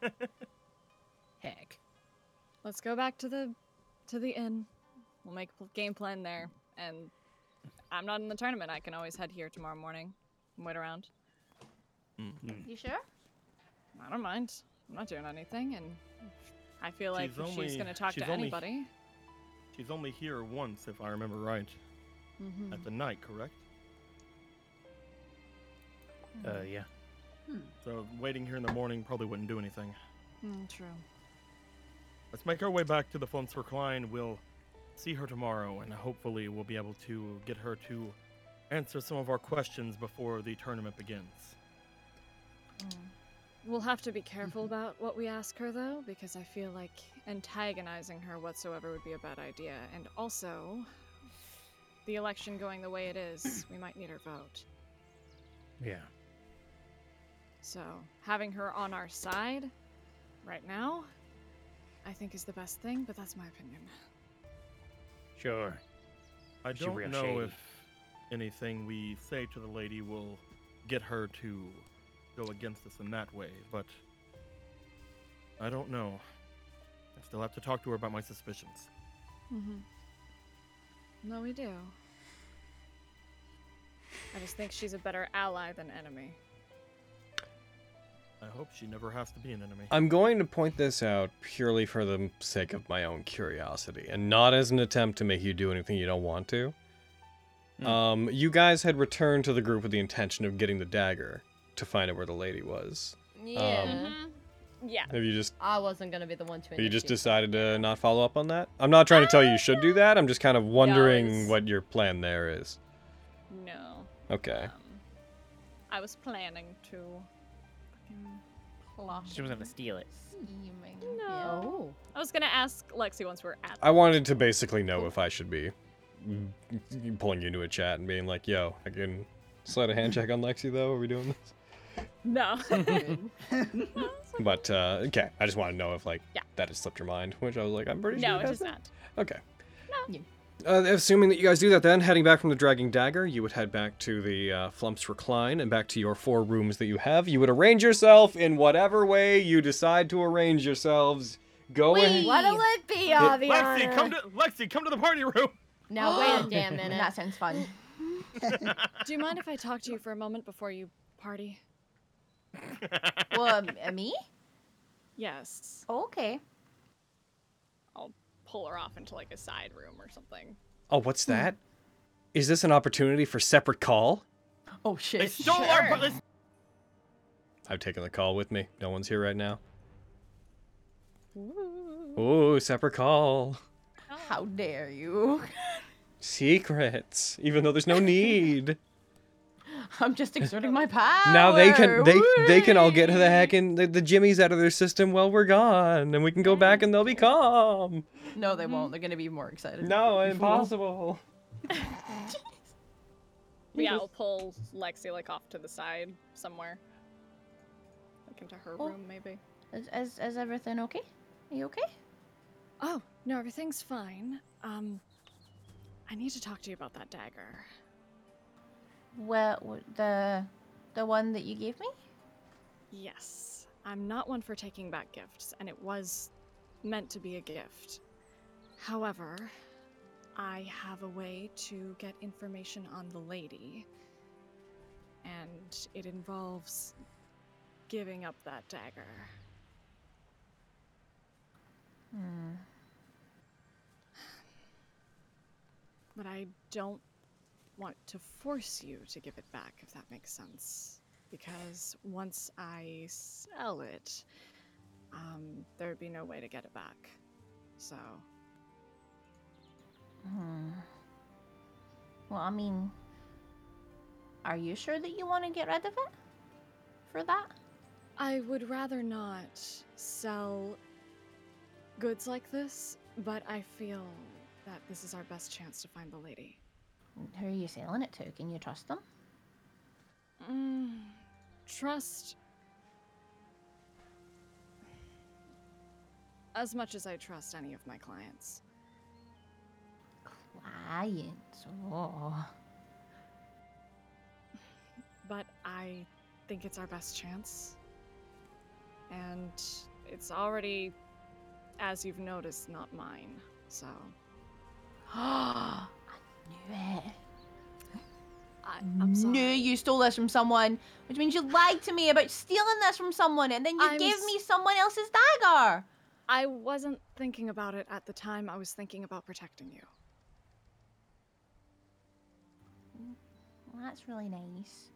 Speaker 14: Heck. Let's go back to the to the inn. We'll make a game plan there. And I'm not in the tournament. I can always head here tomorrow morning and wait around.
Speaker 1: Mm.
Speaker 11: You sure?
Speaker 14: I don't mind. I'm not doing anything, and I feel like
Speaker 4: She's
Speaker 14: if she's
Speaker 4: only-
Speaker 14: gonna talk
Speaker 4: she's
Speaker 14: to
Speaker 4: only-
Speaker 14: anybody.
Speaker 4: She's only here once, if I remember right,
Speaker 14: Mhm.
Speaker 10: Mm-hmm.
Speaker 4: at the night, correct?
Speaker 10: Uh,
Speaker 14: Mm.
Speaker 10: yeah.
Speaker 4: So waiting here in the morning probably wouldn't do anything.
Speaker 14: Mm, true.
Speaker 4: Let's make our way back to the Flumps Recline. We'll see her tomorrow, and hopefully we'll be able to get her to answer some of our questions before the tournament begins.
Speaker 14: We'll have to be careful about what we ask her, though, because I feel like antagonizing her whatsoever would be a bad idea. And also, the election going the way it is, we might need her vote.
Speaker 10: Yeah.
Speaker 14: So, having her on our side right now, I think is the best thing, but that's my opinion.
Speaker 10: Sure.
Speaker 4: I
Speaker 10: She
Speaker 4: don't
Speaker 10: real
Speaker 4: know
Speaker 10: shady.
Speaker 4: if anything we say to the lady will get her to go against us in that way, but I don't know. I still have to talk to her about my suspicions.
Speaker 14: Mm-hmm. No, we do. I just think she's a better ally than enemy.
Speaker 4: I hope she never has to be an enemy.
Speaker 1: I'm going to point this out purely for the sake of my own curiosity and not as an attempt to make you do anything you don't want to. Um, you guys had returned to the group with the intention of getting the dagger to find out where the lady was.
Speaker 3: Yeah.
Speaker 1: Um,
Speaker 14: Mm-hmm. Yeah.
Speaker 1: have you just
Speaker 3: I wasn't gonna be the one to.
Speaker 1: have you just
Speaker 3: initiate.
Speaker 1: decided to not follow up on that? I'm not trying to tell you you should do that. I'm just kind of wondering
Speaker 14: it's-
Speaker 1: what your plan there is.
Speaker 14: No.
Speaker 1: Okay.
Speaker 14: I was planning to. Fucking plot.
Speaker 1: She was gonna steal it.
Speaker 11: Scheming.
Speaker 14: No.
Speaker 11: Oh.
Speaker 14: I was gonna ask Lexi once we're at.
Speaker 1: I wanted to basically know if I should be mm, pulling you into a chat and being like, "Yo, I can slide a hand check on Lexi though. Are we doing this?"
Speaker 14: No.
Speaker 1: But uh, okay, I just want to know if like
Speaker 14: Yeah.
Speaker 1: that had slipped your mind, which I was like, I'm pretty sure.
Speaker 14: no, it
Speaker 1: that's
Speaker 14: is not.
Speaker 1: Okay.
Speaker 14: No.
Speaker 1: Uh, assuming that you guys do that, then heading back from the Dragging Dagger, you would head back to the uh, Flumps Recline and back to your four rooms that you have. You would arrange yourself in whatever way you decide to arrange yourselves. Go ahead.
Speaker 2: What'll it be,
Speaker 1: Yeah.
Speaker 2: Aviana?
Speaker 4: Lexi, come to Lexi, come to the party room.
Speaker 3: Now wait a damn minute.
Speaker 11: That sounds fun.
Speaker 14: Do you mind if I talk to you for a moment before you party?
Speaker 11: well, um, uh, me?
Speaker 14: Yes.
Speaker 11: Okay.
Speaker 14: I'll pull her off into like a side room or something.
Speaker 1: Oh, what's that? Is this an opportunity for separate call?
Speaker 11: Oh shit.
Speaker 14: stole our- Sure.
Speaker 4: they
Speaker 1: I've taken the call with me. No one's here right now. Ooh, separate call.
Speaker 11: How dare you?
Speaker 1: Secrets. Even though there's no need.
Speaker 11: I'm just exerting my power.
Speaker 1: now they can they they can all get the heck in the, the jimmies out of their system while we're gone, and we can go back and they'll be calm.
Speaker 11: No, they
Speaker 14: Mm.
Speaker 11: won't. They're gonna be more excited.
Speaker 1: No,
Speaker 11: You fool.
Speaker 1: impossible.
Speaker 14: Yeah, I'll pull Lexi like off to the side somewhere. Like into her
Speaker 11: Oh.
Speaker 14: room maybe.
Speaker 11: Is, is, is everything okay? Are you okay?
Speaker 14: Oh, no, everything's fine. Um I need to talk to you about that dagger.
Speaker 11: Well, w- the the one that you gave me.
Speaker 14: Yes. I'm not one for taking back gifts, and it was meant to be a gift. However, I have a way to get information on the lady, and it involves giving up that dagger.
Speaker 11: Hmm.
Speaker 14: But I don't want to force you to give it back, if that makes sense. Because once I sell it, um, there'd be no way to get it back. So,
Speaker 11: Hmm. Well, I mean, are you sure that you want to get rid of it? For that?
Speaker 14: I would rather not sell goods like this, but I feel that this is our best chance to find the lady.
Speaker 11: Who are you selling it to? Can you trust them?
Speaker 14: Mm, trust. As much as I trust any of my clients.
Speaker 11: Clients. Oh.
Speaker 14: but I think it's our best chance. And it's already, as you've noticed, not mine. So
Speaker 11: I knew it.
Speaker 14: I,
Speaker 11: am sorry. knew you stole this from someone, which means you lied to me about stealing this from someone, and then you
Speaker 14: I'm
Speaker 11: gave
Speaker 14: s-
Speaker 11: me someone else's dagger.
Speaker 14: I wasn't thinking about it at the time. I was thinking about protecting you.
Speaker 11: Well, that's really nice.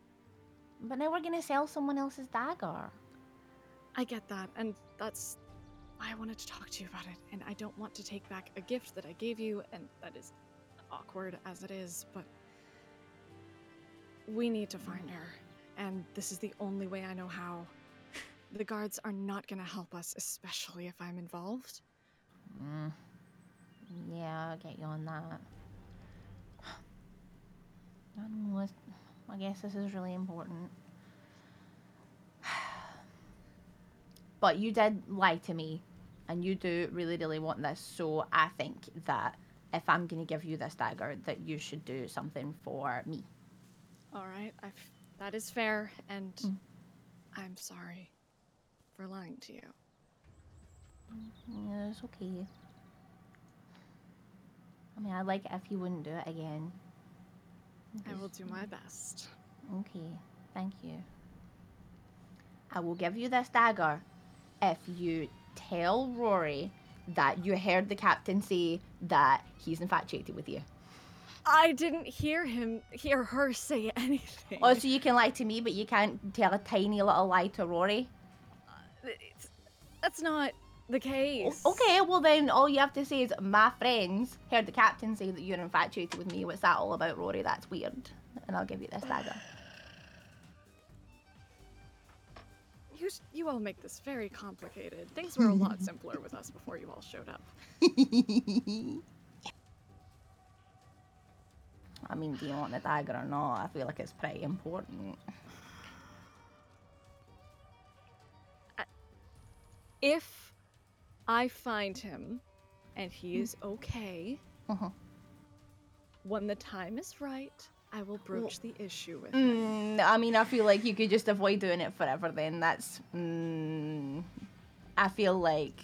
Speaker 11: But now we're gonna sell someone else's dagger.
Speaker 14: I get that, and that's why I wanted to talk to you about it. And I don't want to take back a gift that I gave you, and that is awkward as it is, but we need to find her. And this is the only way I know how. The guards are not going to help us, especially if I'm involved.
Speaker 11: Mm. Yeah, I'll get you on that. I don't know, it's- I guess this is really important. But you did lie to me, and you do really, really want this. So I think that if I'm gonna give you this dagger, that you should do something for me.
Speaker 14: All right, I've, that is fair, and I'm sorry for lying to you.
Speaker 11: Yeah, it's okay. I mean, I'd like it if you wouldn't do it again.
Speaker 14: I will do my best.
Speaker 11: Okay, thank you. I will give you this dagger if you tell Rory that you heard the captain say that he's infatuated with you.
Speaker 14: I didn't hear him, hear her say anything.
Speaker 11: Oh, so you can lie to me, but you can't tell a tiny little lie to Rory?
Speaker 14: It's- that's not the case.
Speaker 11: Okay, well then all you have to say is, my friends heard the captain say that you're infatuated with me. What's that all about, Rory? That's weird. And I'll give you this dagger.
Speaker 14: You, s- you all make this very complicated. Things were a lot simpler with us before you all showed up.
Speaker 11: I mean, do you want the dagger or not? I feel like it's pretty important.
Speaker 14: If I find him and he is okay,
Speaker 11: Uh-huh.
Speaker 14: when the time is right, I will broach the issue with him.
Speaker 11: Mm, I mean, I feel like you could just avoid doing it forever. Then that's. Mm, I feel like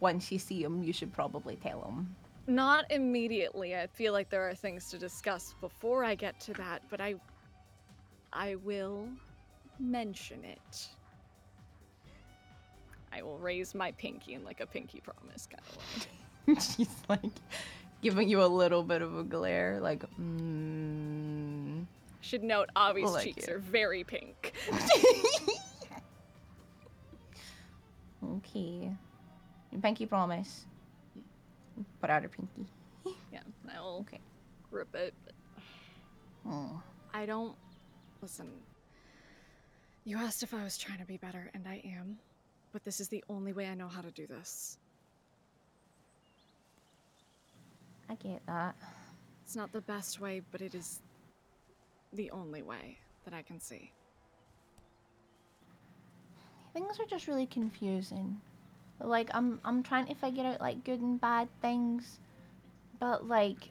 Speaker 11: once you see him, you should probably tell him.
Speaker 14: Not immediately. I feel like there are things to discuss before I get to that, but I I will mention it. I will raise my pinky in like a pinky promise kind of way.
Speaker 11: She's like giving you a little bit of a glare, like. Mm.
Speaker 14: Should note Avi's
Speaker 11: Like
Speaker 14: cheeks
Speaker 11: it.
Speaker 14: are very pink.
Speaker 11: pinky. Your pinky promise. Put out her pinky.
Speaker 14: Yeah, I will okay. grip it. but-
Speaker 11: Hmm.
Speaker 14: I don't. Listen. You asked if I was trying to be better, and I am. But this is the only way I know how to do this.
Speaker 11: I get that.
Speaker 14: It's not the best way, but it is the only way that I can see.
Speaker 11: Things are just really confusing. Like I'm I'm trying to figure out like good and bad things. But like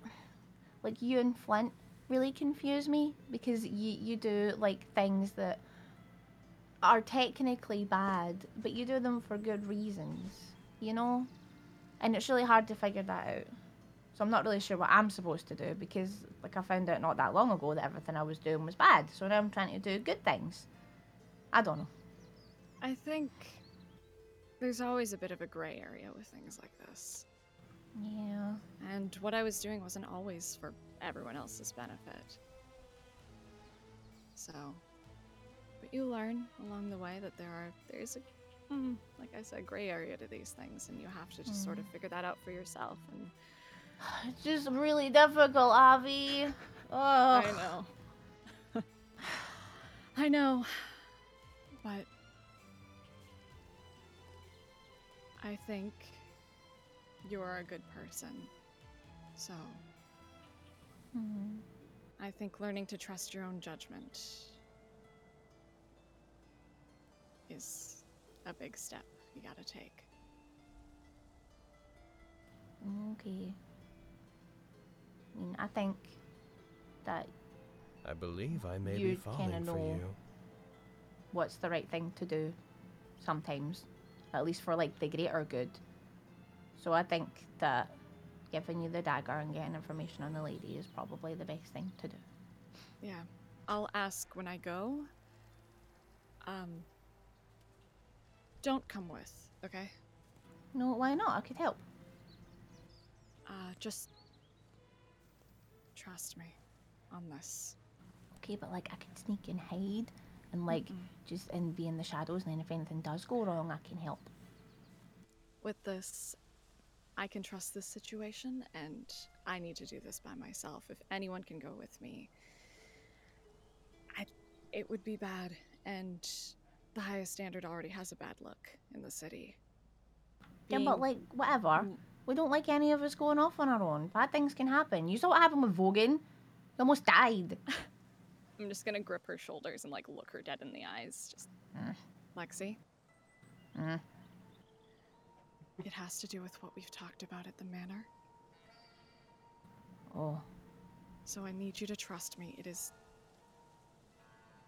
Speaker 11: like you and Flint really confuse me because you you do like things that are technically bad, but you do them for good reasons, you know? And it's really hard to figure that out. So I'm not really sure what I'm supposed to do because like I found out not that long ago that everything I was doing was bad. So now I'm trying to do good things. I don't know.
Speaker 14: I think there's always a bit of a gray area with things like this.
Speaker 11: Yeah.
Speaker 14: And what I was doing wasn't always for everyone else's benefit. So, but you learn along the way that there are there's a mm, like I said gray area to these things and you have to just sort of figure that out for yourself and
Speaker 11: It's Mm. just really difficult, Avi. Oh, I
Speaker 14: know. I know. But I think you're a good person. So
Speaker 11: Mm-hmm.
Speaker 14: I think learning to trust your own judgment is a big step you gotta take.
Speaker 11: Okay. I mean, I think that
Speaker 16: I believe I may be
Speaker 11: You kinda
Speaker 16: falling for
Speaker 11: know.
Speaker 16: you.
Speaker 11: what's the right thing to do sometimes, at least for like the greater good. So I think that giving you the dagger and getting information on the lady is probably the best thing to do.
Speaker 14: Yeah. I'll ask when I go. Um don't come with, okay?
Speaker 11: No, why not? I could help.
Speaker 14: Uh just trust me on this.
Speaker 11: Okay, but like I could sneak and hide and like just and be in the shadows, and then if anything does go wrong, I can help.
Speaker 14: with this i can trust this situation and i need to do this by myself if anyone can go with me I, it would be bad and the highest standard already has a bad look in the city
Speaker 11: Yeah, but
Speaker 14: Being-
Speaker 11: like whatever.
Speaker 14: Mm.
Speaker 11: We don't like any of us going off on our own. Bad things can happen. You saw what happened with Vogan. He almost died.
Speaker 14: i'm just gonna grip her shoulders and like look her dead in the eyes just lexi
Speaker 11: Mm.
Speaker 14: it has to do with what we've talked about at the manor
Speaker 11: Oh.
Speaker 14: So I need you to trust me. It is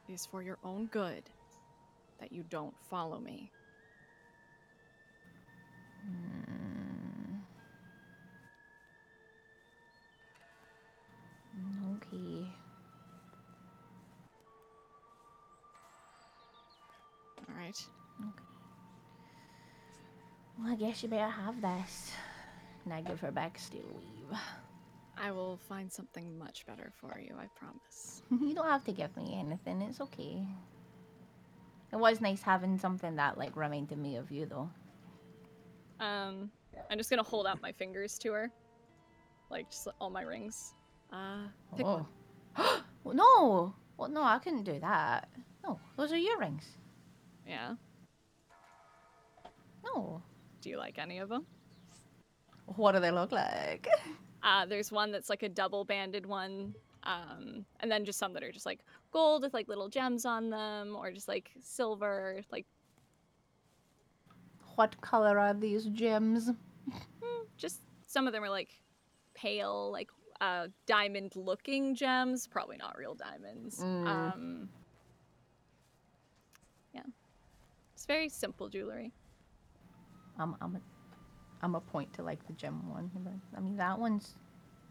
Speaker 14: it is for your own good that you don't follow me.
Speaker 11: Okay.
Speaker 14: All right.
Speaker 11: Well, I guess you better have this. And I give her back steel weave.
Speaker 14: I will find something much better for you, I promise.
Speaker 11: you don't have to give me anything. It's okay. It was nice having something that like reminded me of you, though.
Speaker 14: Um I'm just going to hold out my fingers to her. Like just all my rings. Uh pick one.
Speaker 11: Oh. Well, no. Well, no, I couldn't do that. No, those are your rings.
Speaker 14: Yeah.
Speaker 11: No.
Speaker 14: Do you like any of them?
Speaker 11: What do they look like?
Speaker 14: Uh, there's one that's like a double banded one, um, and then just some that are just like gold with like little gems on them, or just like silver. Like
Speaker 11: What color are these gems?
Speaker 14: just some of them are like pale, like uh, diamond looking gems. Probably not real diamonds.
Speaker 11: Mm.
Speaker 14: Um, yeah, it's very simple jewelry.
Speaker 11: I'm I'm a, I'm a point to like the gem one. I mean that one's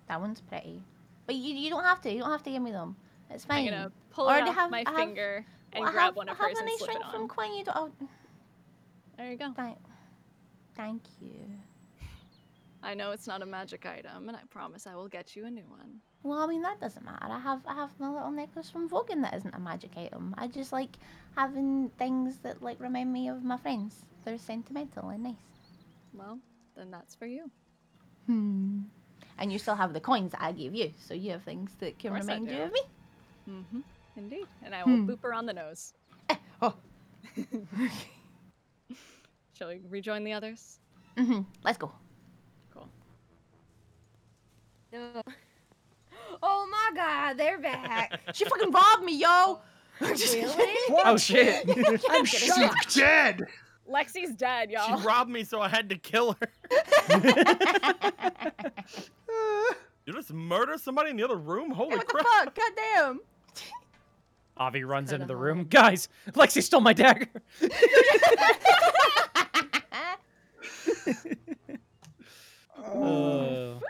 Speaker 11: that one's pretty, but you you don't have to. You don't have to give me them. It's fine.
Speaker 14: I'm gonna pull it
Speaker 11: Already
Speaker 14: off
Speaker 11: have-
Speaker 14: my
Speaker 11: I have-
Speaker 14: finger and
Speaker 11: well, I
Speaker 14: grab
Speaker 11: have-
Speaker 14: one of
Speaker 11: I have
Speaker 14: hers
Speaker 11: a
Speaker 14: and
Speaker 11: nice
Speaker 14: slip
Speaker 11: ring
Speaker 14: it on.
Speaker 11: from Queen. You don't. oh,
Speaker 14: There you go.
Speaker 11: Thank, thank you.
Speaker 14: I know it's not a magic item, and I promise I will get you a new one.
Speaker 11: Well, I mean that doesn't matter. I have I have my little necklace from Vogan that isn't a magic item. I just like having things that like remind me of my friends. They're sentimental and nice.
Speaker 14: Well, then that's for you.
Speaker 11: Hmm. And you still have the coins that I gave you, so you have things that can
Speaker 14: Course I
Speaker 11: remind you
Speaker 14: do.
Speaker 11: of me.
Speaker 14: Mm-hmm. Indeed. And I will
Speaker 11: Hmm.
Speaker 14: boop her on the nose.
Speaker 11: oh.
Speaker 14: Shall we rejoin the others?
Speaker 11: hmm Let's go.
Speaker 14: Cool.
Speaker 2: No. Oh my god, they're back.
Speaker 11: she fucking robbed me, yo.
Speaker 2: really?
Speaker 10: Oh shit!
Speaker 2: I'm
Speaker 4: She's dead.
Speaker 14: Lexi's dead, y'all.
Speaker 4: She robbed me, so I had to kill her. you just murder somebody in the other room? Holy
Speaker 11: what the
Speaker 4: crap!
Speaker 11: fuck? God damn.
Speaker 10: Avi runs into the room. Guys, Lexi stole my dagger.
Speaker 4: Uh.
Speaker 10: oh.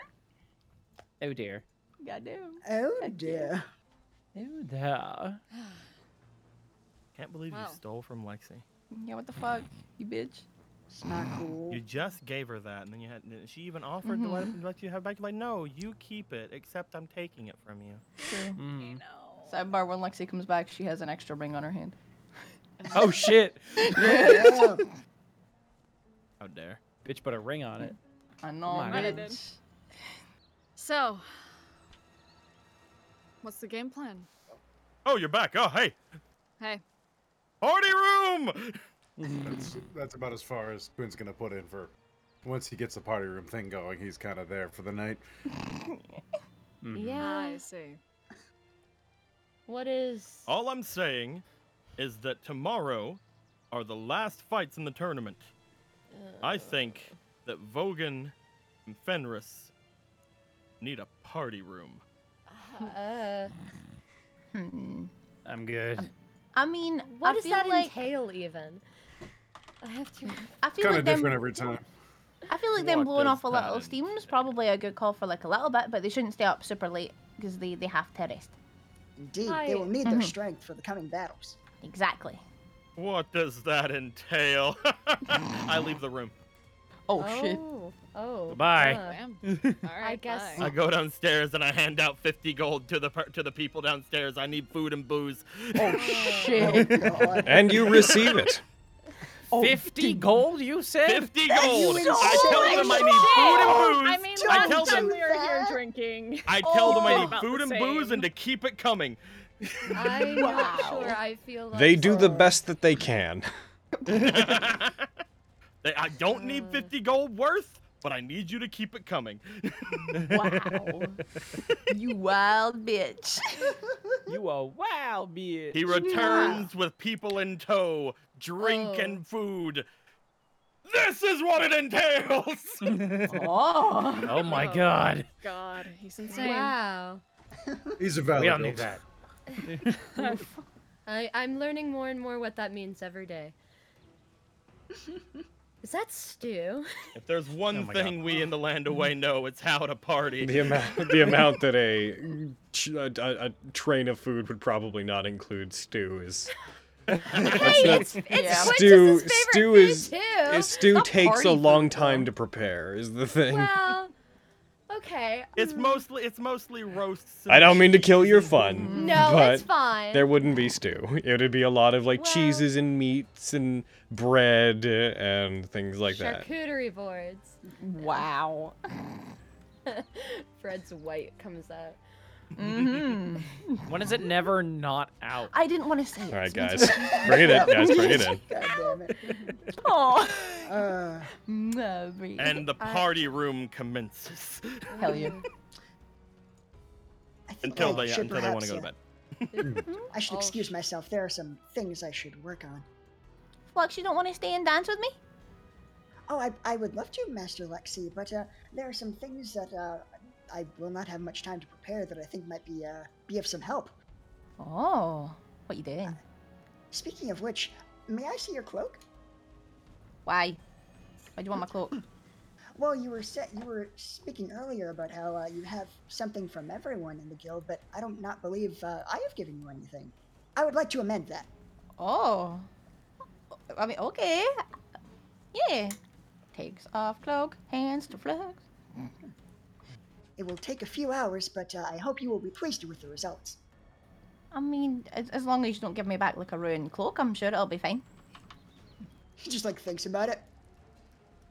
Speaker 10: oh dear.
Speaker 11: God damn.
Speaker 8: Oh dear.
Speaker 10: Oh dear.
Speaker 4: Can't believe
Speaker 11: Wow.
Speaker 4: you stole from Lexi.
Speaker 11: Yeah, what the fuck, you bitch.
Speaker 8: It's not cool.
Speaker 4: You just gave her that, and then you had. She even offered to let, let you have it back. Like, no, you keep it. Except I'm taking it from you.
Speaker 11: True.
Speaker 10: Mm-hmm.
Speaker 11: Sidebar: When Lexi comes back, she has an extra ring on her hand.
Speaker 10: Oh shit. Oh,
Speaker 11: Yeah.
Speaker 4: How dare.
Speaker 10: Bitch put a ring on it.
Speaker 11: I know,
Speaker 10: My
Speaker 14: Might have
Speaker 11: bitch.
Speaker 14: did. So, what's the game plan?
Speaker 4: Oh, you're back. Oh, hey,
Speaker 14: Hey,
Speaker 4: party room.
Speaker 19: That's, that's about as far as Quinn's gonna put in for. Once he gets the party room thing going, he's kind of there for the night.
Speaker 14: Mm-hmm.
Speaker 4: Mm-hmm.
Speaker 14: I see.
Speaker 3: What is?
Speaker 4: All I'm saying is that tomorrow are the last fights in the tournament.
Speaker 3: uh,
Speaker 4: I think that Vogan and Fenris need a party room.
Speaker 3: Uh,
Speaker 10: I'm good.
Speaker 11: I mean,
Speaker 3: what
Speaker 11: I
Speaker 3: does
Speaker 11: feel
Speaker 3: that
Speaker 11: like
Speaker 3: entail even? I have to.
Speaker 11: I feel
Speaker 19: Kind
Speaker 11: like
Speaker 19: of
Speaker 11: them,
Speaker 19: different every time.
Speaker 11: I feel like them
Speaker 19: What
Speaker 11: blowing
Speaker 19: does
Speaker 11: off a little
Speaker 19: that
Speaker 11: steam is probably a good call for like a little bit, but they shouldn't stay up super late because they they have to rest. Mm-hmm.
Speaker 8: Indeed, they will need their strength for the coming battles.
Speaker 11: Exactly.
Speaker 4: What does that entail? I leave the room.
Speaker 11: Oh,
Speaker 3: Oh. oh,
Speaker 4: Goodbye.
Speaker 3: huh. I guess.
Speaker 4: I go downstairs and I hand out 50 gold to the per- to the people downstairs. I need food and booze.
Speaker 10: Oh
Speaker 11: shit.
Speaker 1: And you receive it.
Speaker 11: Oh,
Speaker 10: 50 gold, you said?
Speaker 4: 50
Speaker 10: That's
Speaker 4: gold.
Speaker 10: so
Speaker 4: Oh, I tell them I
Speaker 10: much
Speaker 4: need food
Speaker 14: I
Speaker 4: and
Speaker 14: mean,
Speaker 4: booze. I
Speaker 14: last
Speaker 4: tell
Speaker 14: time
Speaker 4: them
Speaker 14: we were here drinking.
Speaker 4: I tell them I
Speaker 14: Oh.
Speaker 4: need
Speaker 14: About
Speaker 4: food
Speaker 14: the
Speaker 4: and booze
Speaker 14: same.
Speaker 4: and to keep it coming.
Speaker 3: I'm not sure. I feel like
Speaker 1: They do the best that they can.
Speaker 4: They- I don't need 50 gold worth, but I need you to keep it coming.
Speaker 11: Wow. you wild bitch.
Speaker 10: You a wow, bitch.
Speaker 4: He returns with people in tow, drink and food. This is what it entails.
Speaker 11: oh.
Speaker 10: Oh my god.
Speaker 14: God, he's insane.
Speaker 3: Wow.
Speaker 19: He's a valid.
Speaker 10: We all need
Speaker 19: goat.
Speaker 10: that.
Speaker 3: I, I'm learning more and more what that means every day. Is that stew?
Speaker 4: if there's one
Speaker 1: Oh my God.
Speaker 4: thing we in the land away know, it's how to party.
Speaker 1: The amount, the amount that a, ch- a, a- a train of food would probably not include stew is. That's not-
Speaker 2: it's- it's Yeah. Quintus's
Speaker 1: stew.
Speaker 2: favorite
Speaker 1: Stew
Speaker 2: food
Speaker 1: is.
Speaker 3: too.
Speaker 1: is stew
Speaker 3: Not
Speaker 1: takes a
Speaker 3: party
Speaker 1: long time to prepare. Is the thing.
Speaker 3: Well, okay.
Speaker 4: It's
Speaker 11: mm.
Speaker 4: mostly it's mostly roasts.
Speaker 1: I don't mean to kill your fun.
Speaker 3: No,
Speaker 1: but
Speaker 3: it's fine.
Speaker 1: There wouldn't be stew. It would be a lot of like cheeses and meats and bread and things like that.
Speaker 3: Charcuterie boards.
Speaker 11: Wow.
Speaker 3: Fred's white comes out.
Speaker 2: Mm-hmm.
Speaker 11: hmm
Speaker 10: When is it never not out?
Speaker 11: I didn't want to say it.
Speaker 1: All right,
Speaker 11: so it's
Speaker 1: guys,
Speaker 11: okay.
Speaker 1: bring it in, guys, bring it in.
Speaker 8: God damn it.
Speaker 2: Oh.
Speaker 11: Aw.
Speaker 8: Uh,
Speaker 11: Mwah, Bree.
Speaker 4: And the
Speaker 11: I-
Speaker 4: party room commences
Speaker 11: Hell yeah.
Speaker 4: until
Speaker 8: I
Speaker 4: they
Speaker 8: should
Speaker 4: until they want
Speaker 8: perhaps,
Speaker 4: to go to
Speaker 8: yeah.
Speaker 4: bed.
Speaker 8: I should
Speaker 3: Oh,
Speaker 8: excuse myself. There are some things I should work on.
Speaker 11: Flux, you don't want to stay and dance with me?
Speaker 8: Oh, I, I would love to, Master Lexi, but uh, there are some things that uh, I will not have much time to prepare that I think might be uh, be of some help. Uh,
Speaker 11: Oh, what you doing?
Speaker 8: Speaking of which, may I see your cloak?
Speaker 11: Why? Why do you want my cloak?
Speaker 8: Well, you were set, you were speaking earlier about how uh, you have something from everyone in the guild, but I don't not believe uh, I have given you anything. I would like to amend that.
Speaker 11: Oh. I mean, okay. Yeah. Takes off cloak, hands to Flux.
Speaker 8: It will take a few hours, but uh, I hope you will be pleased with the results.
Speaker 11: I mean, as, as long as you don't give me back like a ruined cloak, I'm sure it'll be fine.
Speaker 8: He just like thinks about it.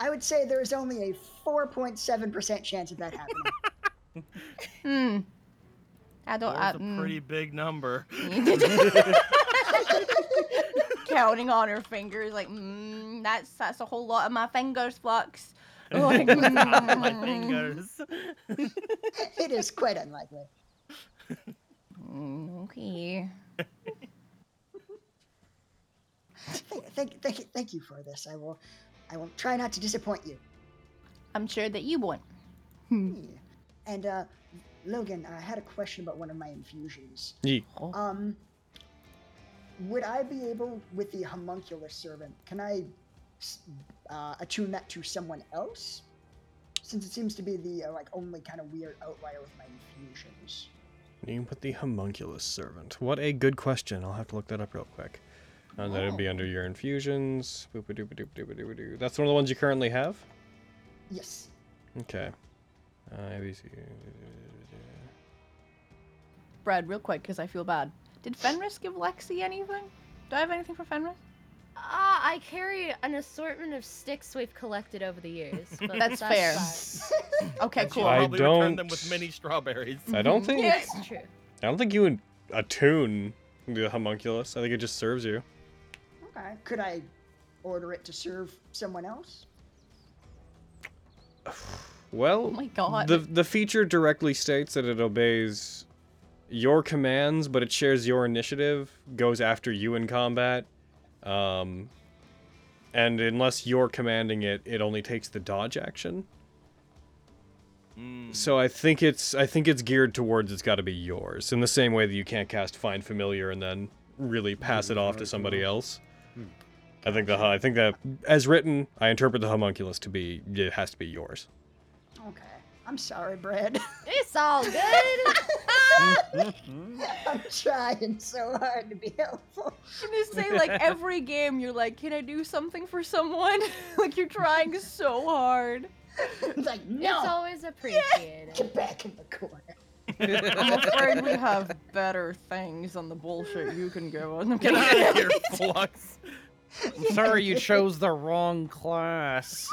Speaker 8: I would say there is only a 4.7% chance of that happening.
Speaker 11: Hmm. I don't. I,
Speaker 4: That's a pretty big number.
Speaker 11: mm. Counting on her fingers, like mm, that's that's a whole lot of my fingers, Flux. Like,
Speaker 4: mm.
Speaker 11: mm.
Speaker 4: my fingers.
Speaker 8: it is quite unlikely.
Speaker 11: mm, okay.
Speaker 8: Thank, thank, thank, you- thank you for this. I will, I will try not to disappoint you.
Speaker 11: I'm sure that you won't.
Speaker 8: Yeah. And uh, Logan, I had a question about one of my infusions.
Speaker 11: Oh.
Speaker 8: Um, would I be able, with the homunculus servant, can I s- uh, attune that to someone else? Since it seems to be the uh, like only kind of weird outlier with my infusions.
Speaker 1: You can put the homunculus servant. What a good question. I'll have to look that up real quick. And that would be under your infusions. Boop a doop a doop doop a doop a doo. That's one of the ones you currently have?
Speaker 8: Yes.
Speaker 1: Okay. Uh, ABC.
Speaker 11: Brad, real quick, because I feel bad. Did Fenris give Lexi anything? Do I have anything for Fenris?
Speaker 3: Ah, I carry an assortment of sticks we've collected over the years. But
Speaker 11: That's
Speaker 3: that's,
Speaker 11: fair.
Speaker 3: fine.
Speaker 11: Okay,
Speaker 4: And she'll
Speaker 11: cool. Mm-hmm.
Speaker 1: I
Speaker 4: probably return them
Speaker 1: don't-
Speaker 4: with mini strawberries.
Speaker 1: I don't think
Speaker 11: Yeah.
Speaker 3: It's true.
Speaker 1: I don't think you would attune the homunculus. I think it just serves you.
Speaker 8: Okay. Could I order it to serve someone else?
Speaker 1: Well,
Speaker 11: Oh my God.
Speaker 1: the the feature directly states that it obeys your commands, but it shares your initiative, goes after you in combat, um, and unless you're commanding it, it only takes the dodge action. So I think it's I think it's geared towards it's got to be yours in the same way that you can't cast find familiar and then really pass it off to somebody else. I think the hu- I think that as written, I interpret the homunculus to be it has to be yours.
Speaker 8: Okay. I'm sorry, Brad.
Speaker 3: It's all good.
Speaker 8: I'm trying so hard to be helpful.
Speaker 11: I'm gonna say like every game you're like, can I do something for someone? like you're trying so hard.
Speaker 8: It's like
Speaker 3: It's
Speaker 8: no.
Speaker 3: always appreciated.
Speaker 8: Get back in the corner.
Speaker 11: I'm afraid we have better things than the bullshit you can give us.
Speaker 4: Get out of here, Flux.
Speaker 7: I'm sorry you chose the wrong class.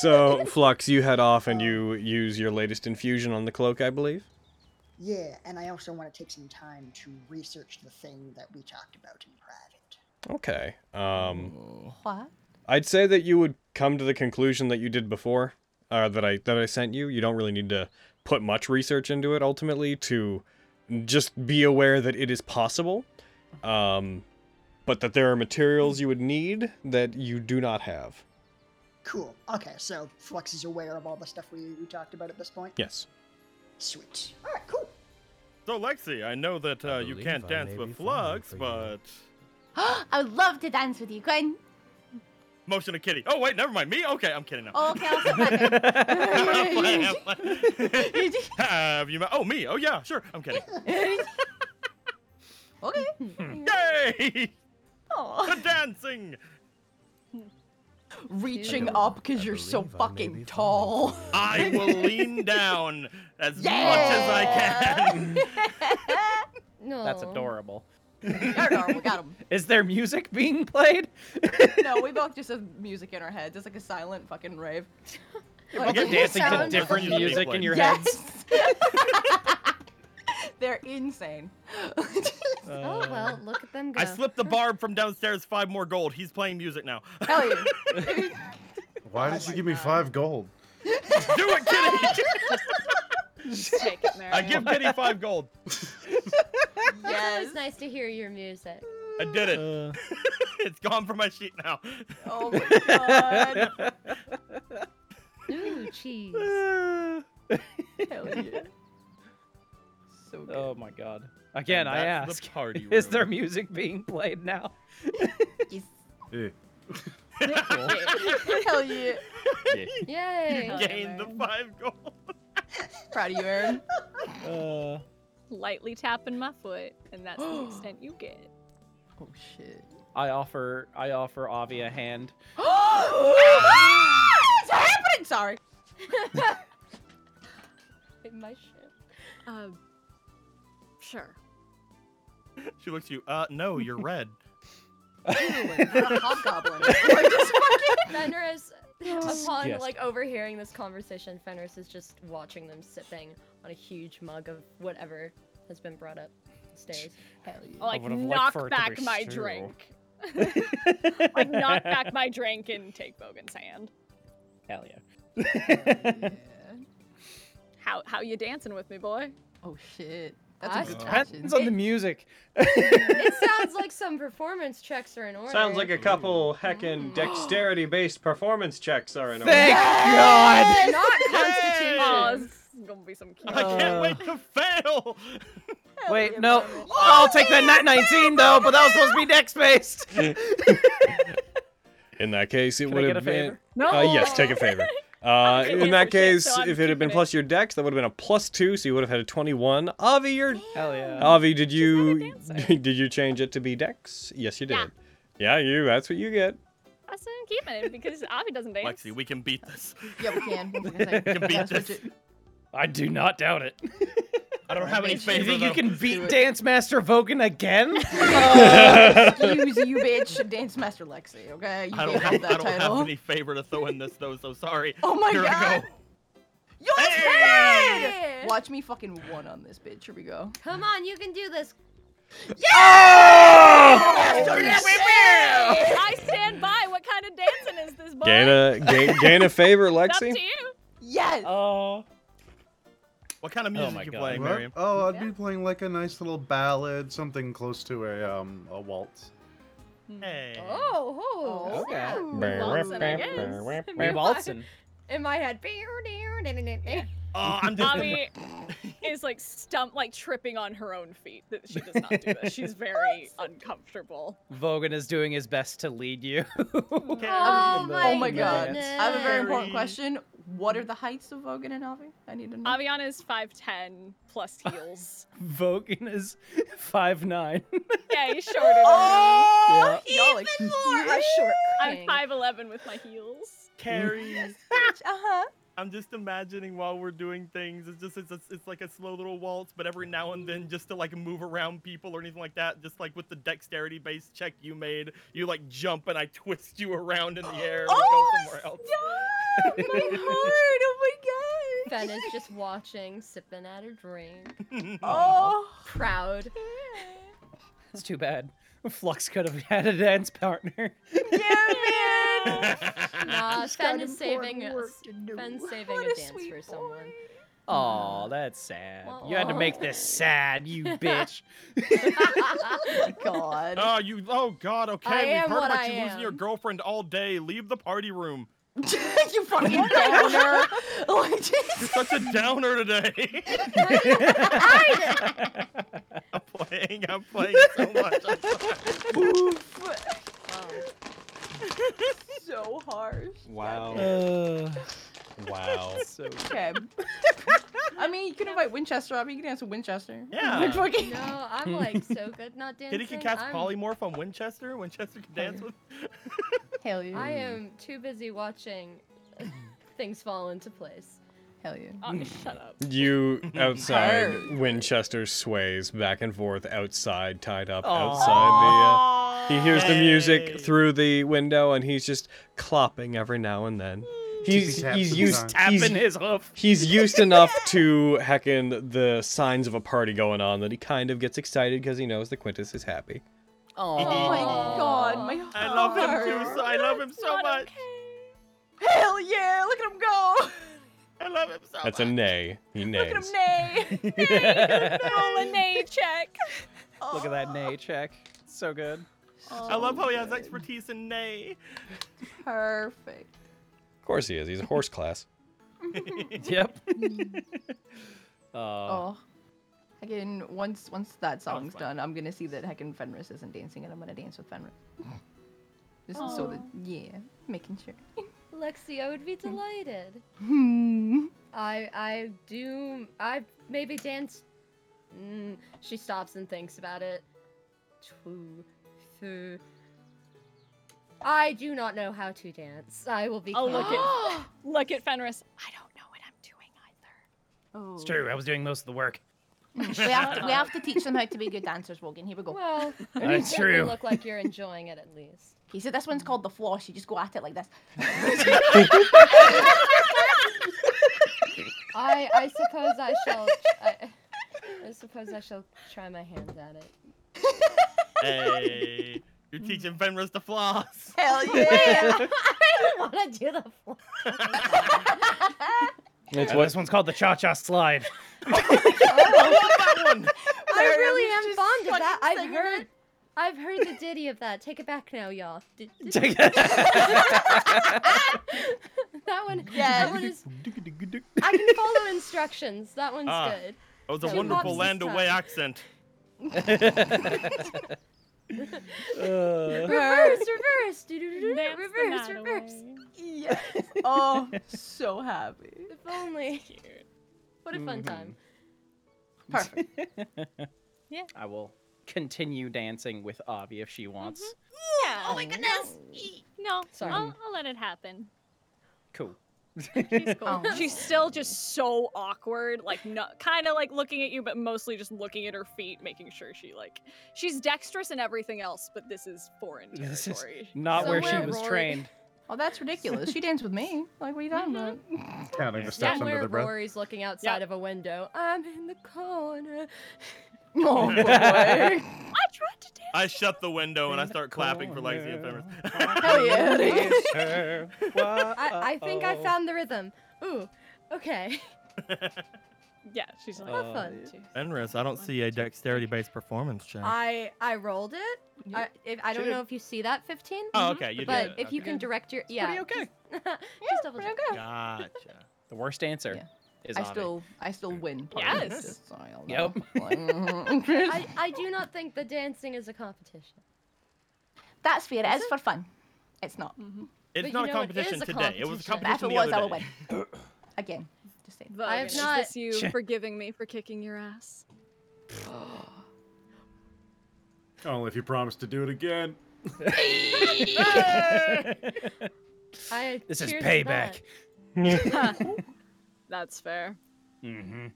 Speaker 1: So Flux, you head off and you use your latest infusion on the cloak, I believe.
Speaker 8: Yeah, and I also want to take some time to research the thing that we talked about in private.
Speaker 1: Okay. Um,
Speaker 11: What?
Speaker 1: I'd say that you would come to the conclusion that you did before, uh, that I that I sent you. You don't really need to put much research into it ultimately to just be aware that it is possible, um, but that there are materials you would need that you do not have.
Speaker 8: Cool. Okay, so Flux is aware of all the stuff we, we talked about at this point.
Speaker 1: Yes.
Speaker 8: Sweet. All right, cool.
Speaker 4: So Lexi, I know that uh, you
Speaker 13: believe
Speaker 4: can't
Speaker 13: I
Speaker 4: dance
Speaker 13: may
Speaker 4: with
Speaker 13: be falling
Speaker 4: Flux, but
Speaker 11: I would love to dance with you, Gwen.
Speaker 4: motion to Kitty. Oh wait, never mind. Me? Okay, I'm kidding. now.
Speaker 11: Oh, okay, I'll sit back in.
Speaker 4: I'm playing, I'm playing. Have you met? Oh me. Oh yeah, sure. I'm kidding.
Speaker 11: Okay.
Speaker 4: Hmm. Yay!
Speaker 11: Aw.
Speaker 4: The dancing.
Speaker 11: Reaching up because you're so fucking tall.
Speaker 4: I will lean down as much as I can.
Speaker 3: No.
Speaker 7: That's adorable.
Speaker 11: They're normal, got 'em.
Speaker 7: Is there music being played?
Speaker 11: No, we both just have music in our heads. It's like a silent fucking rave.
Speaker 7: You're both dancing to different music in your heads.
Speaker 11: They're insane.
Speaker 3: Oh well, look at them go.
Speaker 4: I slipped the barb from downstairs five more gold. He's playing music now.
Speaker 11: Hell Oh, yeah.
Speaker 9: Why did you give me five gold?
Speaker 4: Do it, Kitty!
Speaker 14: Take it, Mary.
Speaker 4: I give Kitty five gold.
Speaker 3: It's
Speaker 11: yes.
Speaker 3: always nice to hear your music.
Speaker 4: I did it. it's gone from my sheet now.
Speaker 11: Oh my god.
Speaker 3: Ooh, cheese.
Speaker 11: Hell yeah. So good.
Speaker 7: Oh my god. Again, I
Speaker 4: that's the
Speaker 7: ask.
Speaker 4: party
Speaker 7: is
Speaker 4: room.
Speaker 7: there music being played now?
Speaker 11: Yes.
Speaker 9: Eh.
Speaker 11: Hell yeah.
Speaker 3: Yay.
Speaker 4: You gained the five gold.
Speaker 11: Proud of you, Aaron.
Speaker 7: Uh,
Speaker 14: Lightly tapping my foot, and that's the extent you get.
Speaker 11: Oh shit.
Speaker 7: I offer I offer Avi a hand.
Speaker 11: it's happening! Sorry.
Speaker 3: In my ship.
Speaker 14: Um, sure.
Speaker 4: She looks at you. Uh, no, you're red.
Speaker 3: Fenris, upon
Speaker 4: Yes.
Speaker 3: like overhearing this conversation, Fenris is just watching them sipping on a huge mug of whatever has been brought up stairs.
Speaker 14: I'll, like knock back my drink. like knock back my drink and take Bogan's hand.
Speaker 13: Hell yeah.
Speaker 14: How how you dancing with me, boy?
Speaker 11: Oh shit.
Speaker 3: That's a I- good
Speaker 7: Depends on the music.
Speaker 3: it sounds like some performance checks are in order.
Speaker 1: Sounds like a couple heckin' dexterity based performance checks are in order.
Speaker 3: Thank
Speaker 14: Yes! God! Not
Speaker 3: constitution.
Speaker 14: Oh, this is gonna be some cute.
Speaker 7: I can't wait
Speaker 4: to fail.
Speaker 7: Wait, no. I'll take that nat 19 though, but that was supposed to be dex based.
Speaker 1: In that case, it
Speaker 7: Can I
Speaker 1: would
Speaker 7: get
Speaker 1: have
Speaker 7: a favor?
Speaker 1: been. Uh, yes, take a favor. Uh, in that case, if it had been plus your dex, that would have been a plus two, so you would have had a twenty-one. Avi, you're
Speaker 7: Hell yeah.
Speaker 1: Avi, did you did you change it to be dex? Yes, you did.
Speaker 14: Yeah.
Speaker 1: Yeah, you. That's what you get.
Speaker 14: That's what I'm keeping because Avi doesn't dance.
Speaker 4: Lexi, we can beat this.
Speaker 11: Yeah, we can.
Speaker 4: can beat this.
Speaker 7: I do not doubt it.
Speaker 4: I don't have any
Speaker 7: Do you
Speaker 4: favor.
Speaker 7: think you
Speaker 4: though.
Speaker 7: can beat Dance Master Vogan again?
Speaker 11: Excuse you, bitch. Dance Master Lexi, okay? You
Speaker 4: I don't,
Speaker 11: can't have
Speaker 4: have, I
Speaker 11: that
Speaker 4: don't have
Speaker 11: title.
Speaker 4: any favor to throw in this though, so sorry.
Speaker 11: Oh my
Speaker 4: Here I
Speaker 11: god!
Speaker 4: go.
Speaker 11: Yo, it's
Speaker 3: Hey!
Speaker 11: good! Watch me fucking one on this bitch. Here we go.
Speaker 3: Come on, you can do this.
Speaker 14: Hey, I stand by. What kind of dancing is this, boy?
Speaker 1: Gain a gain, gain a favor,
Speaker 14: It's up
Speaker 1: Lexi.
Speaker 14: to you.
Speaker 11: Yes.
Speaker 7: Oh.
Speaker 4: What kind of music
Speaker 9: Oh my
Speaker 4: you
Speaker 9: God.
Speaker 4: playing,
Speaker 9: What?
Speaker 4: Miriam?
Speaker 9: Oh, I'd be playing like a nice little ballad, something close to a um a waltz.
Speaker 11: Hmm.
Speaker 4: Hey.
Speaker 3: Oh, oh,
Speaker 4: Okay.
Speaker 3: so-
Speaker 4: Waltzing, I guess.
Speaker 7: We're waltzing.
Speaker 3: In my head.
Speaker 4: Oh, I'm just.
Speaker 14: Avi is like stumped, like tripping on her own feet. That she does not do this. She's very uncomfortable.
Speaker 7: Vogan is doing his best to lead you.
Speaker 4: Um,
Speaker 11: Oh
Speaker 7: my
Speaker 11: oh my god.
Speaker 7: goodness.
Speaker 11: I have a very important
Speaker 14: Very-
Speaker 11: question. What are the heights of Vogan and Avi? I need to know.
Speaker 14: Aviana is five ten plus heels.
Speaker 7: Vogan is five nine.
Speaker 14: yeah, he's shorter. Than
Speaker 7: Oh,
Speaker 14: me.
Speaker 11: Y'all like, even more. I'm short.
Speaker 14: I'm five eleven with my heels.
Speaker 4: Carrie.
Speaker 14: uh
Speaker 11: huh.
Speaker 4: I'm just imagining while we're doing things. It's just it's, it's it's like a slow little waltz, but every now and then, just to like move around people or anything like that, just like with the dexterity based check you made, you like jump and I twist you around in the air and
Speaker 11: Oh,
Speaker 4: go somewhere else.
Speaker 11: My heart. Oh my god.
Speaker 3: Fen is just watching, sipping at her drink.
Speaker 11: Oh.
Speaker 3: Proud.
Speaker 7: It's too bad. Flux could have had a dance partner.
Speaker 3: Nah,
Speaker 11: He's
Speaker 3: Fen
Speaker 11: got
Speaker 3: is saving
Speaker 11: important
Speaker 3: us.
Speaker 11: work to do.
Speaker 3: Fen's saving
Speaker 11: What
Speaker 3: a
Speaker 11: a
Speaker 3: dance
Speaker 11: sweet
Speaker 3: for someone.
Speaker 7: Oh, that's sad. You had to make this sad, you bitch.
Speaker 3: Ah,
Speaker 11: God.
Speaker 4: Oh, you. Oh God. Okay,
Speaker 3: I
Speaker 4: we've
Speaker 3: am
Speaker 4: heard
Speaker 3: what
Speaker 4: about
Speaker 3: I
Speaker 4: you losing your
Speaker 3: am.
Speaker 4: girlfriend all day. Leave the party room.
Speaker 11: you fucking downer. Like,
Speaker 4: You're such a downer today. I'm playing. I'm playing so much. I'm sorry.
Speaker 11: so harsh.
Speaker 1: Wow.
Speaker 3: Uh,
Speaker 1: wow.
Speaker 11: Okay. I mean, you can invite Winchester up. You can dance with Winchester.
Speaker 4: Yeah.
Speaker 11: Like, fucking-
Speaker 3: No, oh, I'm like so good not dancing.
Speaker 4: Kitty can cast
Speaker 3: I'm-
Speaker 4: polymorph on Winchester. Winchester can dance with.
Speaker 11: Hell yeah.
Speaker 3: I am too busy watching things fall into place. Ah,
Speaker 11: Hell yeah.
Speaker 14: shut up.
Speaker 1: You outside,
Speaker 3: Tired.
Speaker 1: Winchester sways back and forth outside, tied up
Speaker 3: Aw.
Speaker 1: outside the. Uh, he hears the music through the window, and he's just clopping every now and then. He's
Speaker 7: Tippy-tap
Speaker 1: he's
Speaker 7: sometimes.
Speaker 1: used
Speaker 7: Tapping
Speaker 1: he's-
Speaker 7: his hoof.
Speaker 1: He's used enough to heckin' the signs of a party going on that he kind of gets excited because he knows the Quintus is happy.
Speaker 11: Oh my god, my heart.
Speaker 4: I love him too. So I love him so much.
Speaker 11: Hell yeah, look at him go.
Speaker 4: I love him so
Speaker 1: That's a nay. He
Speaker 11: Oh Look at
Speaker 1: nays.
Speaker 11: him nay.
Speaker 14: Roll a nay check.
Speaker 7: Look at that nay check. So good.
Speaker 11: Oh.
Speaker 4: I love how he has expertise in nay.
Speaker 11: Perfect.
Speaker 1: Of course he is. He's a horse class.
Speaker 7: Yep.
Speaker 1: Uh,
Speaker 11: oh. Again, once once that song's
Speaker 7: fine.
Speaker 11: done, I'm gonna see that Heckin Fenris isn't dancing, and I'm gonna dance with Fenris. Just so that, yeah, making sure.
Speaker 3: Lexi, I would be delighted.
Speaker 11: Hmm.
Speaker 3: I I do I maybe dance. Mm, she stops and thinks about it. Two, three. I do not know how to dance. I will be.
Speaker 14: Oh, look
Speaker 3: candid.
Speaker 14: at look at Fenris. I don't know what I'm doing either.
Speaker 11: Oh.
Speaker 7: It's true. I was doing most of the work.
Speaker 11: we, have to, we have to teach them how to be good dancers, Wogan. Here we go.
Speaker 3: Well,
Speaker 10: That's
Speaker 3: Make me
Speaker 10: true.
Speaker 3: Look like you're enjoying it at least.
Speaker 11: He said this one's called the floss. You just go at it like this.
Speaker 3: I I suppose I shall. I, I suppose I shall try my hand at it.
Speaker 4: Hey, you're teaching Fenris to floss.
Speaker 11: Hell
Speaker 3: yeah! I want to do the floor.
Speaker 10: Uh, this one's called the Cha Cha Slide.
Speaker 3: I
Speaker 2: Sorry,
Speaker 3: really
Speaker 2: I'm
Speaker 3: am
Speaker 2: just
Speaker 3: fond of
Speaker 2: fucking
Speaker 3: that. I've
Speaker 2: singing
Speaker 3: heard. I've heard the ditty of that. Take it back now, y'all. D- d-
Speaker 10: Take
Speaker 3: that one.
Speaker 2: Yes.
Speaker 3: That one is. I can follow instructions. That one's
Speaker 4: Ah,
Speaker 3: good.
Speaker 4: That was a
Speaker 3: Two
Speaker 4: wonderful
Speaker 3: pops
Speaker 4: land
Speaker 3: this
Speaker 4: away
Speaker 3: time.
Speaker 4: accent.
Speaker 10: Uh,
Speaker 3: reverse, reverse, do do do
Speaker 14: Dance the
Speaker 3: reverse,
Speaker 14: night
Speaker 3: reverse.
Speaker 11: Yes. Oh, so happy.
Speaker 3: If only. What a
Speaker 4: Mm-hmm.
Speaker 3: fun time.
Speaker 11: Perfect.
Speaker 3: Yeah.
Speaker 7: I will continue dancing with Avi if she wants.
Speaker 5: Mm-hmm.
Speaker 11: Mm-hmm.
Speaker 14: Yeah.
Speaker 2: Oh my goodness.
Speaker 14: No,
Speaker 7: Sorry.
Speaker 14: I'll, I'll let it happen.
Speaker 7: Cool.
Speaker 11: Oh.
Speaker 14: She's still just so awkward, like not kind of like looking at you, but mostly just looking at her feet, making sure she like she's dexterous and everything else, but this is foreign territory.
Speaker 7: This is not where she
Speaker 11: Somewhere
Speaker 7: was
Speaker 11: Rory-
Speaker 7: trained.
Speaker 11: Oh, that's ridiculous. She danced with me. Like, what are you talking about?
Speaker 9: Counting the steps under
Speaker 3: Somewhere
Speaker 9: their breath.
Speaker 3: Mm-hmm. Rory's looking outside of a window. I'm in the corner.
Speaker 11: Oh, boy.
Speaker 4: I shut the window and I start clapping for Lexi and Fenris.
Speaker 3: Hell yeah.
Speaker 10: I,
Speaker 3: I, I think I found the rhythm. Ooh, okay.
Speaker 14: yeah, she's like,
Speaker 4: Uh,
Speaker 3: Have
Speaker 10: Uh,
Speaker 3: fun.
Speaker 4: Fenris, I don't see a dexterity-based performance check.
Speaker 3: I I rolled it. I, if, I don't
Speaker 4: Should've-
Speaker 3: know if you see that 15.
Speaker 4: Oh, okay, you did
Speaker 3: But
Speaker 4: it,
Speaker 3: if you
Speaker 4: okay.
Speaker 3: can direct your yeah,
Speaker 7: okay.
Speaker 3: Just, just double check.
Speaker 4: Gotcha.
Speaker 7: The worst answer is
Speaker 11: I
Speaker 7: Avi.
Speaker 11: still, I still win.
Speaker 14: Yes.
Speaker 7: Yep.
Speaker 11: mm-hmm.
Speaker 3: I, I do not think the dancing is a competition.
Speaker 11: That's fair. It is for fun. It's not.
Speaker 10: Mm-hmm.
Speaker 4: It's
Speaker 3: But
Speaker 4: not
Speaker 3: you
Speaker 4: a
Speaker 3: know, it
Speaker 4: competition
Speaker 3: is a
Speaker 4: today. It was a
Speaker 3: competition.
Speaker 11: But if
Speaker 4: competition
Speaker 11: it
Speaker 4: the
Speaker 11: was,
Speaker 4: other
Speaker 11: I would
Speaker 4: day.
Speaker 11: win. Again, just saying.
Speaker 14: Vogue,
Speaker 3: I have
Speaker 14: is this
Speaker 3: not-
Speaker 14: you
Speaker 10: Shit.
Speaker 14: forgiving me for kicking your ass?
Speaker 9: Oh. Only if you promise to do it again.
Speaker 3: I,
Speaker 10: This is
Speaker 3: cheers to that.
Speaker 10: payback.
Speaker 14: That's fair.
Speaker 10: mm-hmm.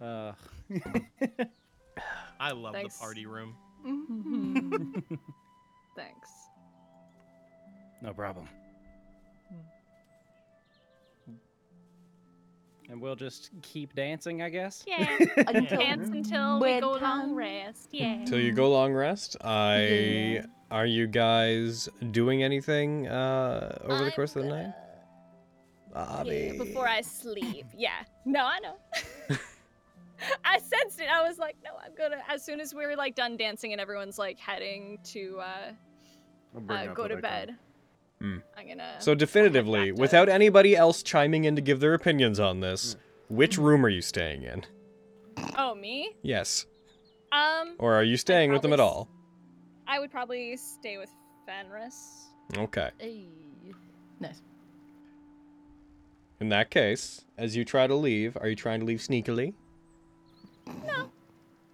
Speaker 10: Uh,
Speaker 4: I love
Speaker 14: Thanks.
Speaker 4: the party room.
Speaker 10: Mm-hmm.
Speaker 14: Mm-hmm. Thanks.
Speaker 10: no problem. And we'll just keep dancing, I guess.
Speaker 14: Yeah.
Speaker 11: Until-
Speaker 14: Dance until we go long
Speaker 11: Bedtime.
Speaker 14: rest. Yeah.
Speaker 1: Till you go long rest. I
Speaker 14: Mm-hmm.
Speaker 1: are you guys doing anything uh, over the course of the night? Bobby.
Speaker 14: Yeah, before I sleep. Yeah. No, I know. I sensed it. I was like, no, I'm gonna. As soon as we were like done dancing and everyone's like heading to uh, uh
Speaker 9: I'll bring up
Speaker 14: go
Speaker 9: that
Speaker 14: to
Speaker 9: I can-
Speaker 14: bed,
Speaker 1: Hmm.
Speaker 14: I'm gonna.
Speaker 1: So definitively, without anybody else chiming in to give their opinions on this, which room are you staying in?
Speaker 14: oh me?
Speaker 1: Yes.
Speaker 14: Um,
Speaker 1: Or are you staying with them at all?
Speaker 14: I would probably stay with Fenris.
Speaker 1: Okay.
Speaker 3: Ayy.
Speaker 11: Nice.
Speaker 1: In that case, as you try to leave, are you trying to leave sneakily? No.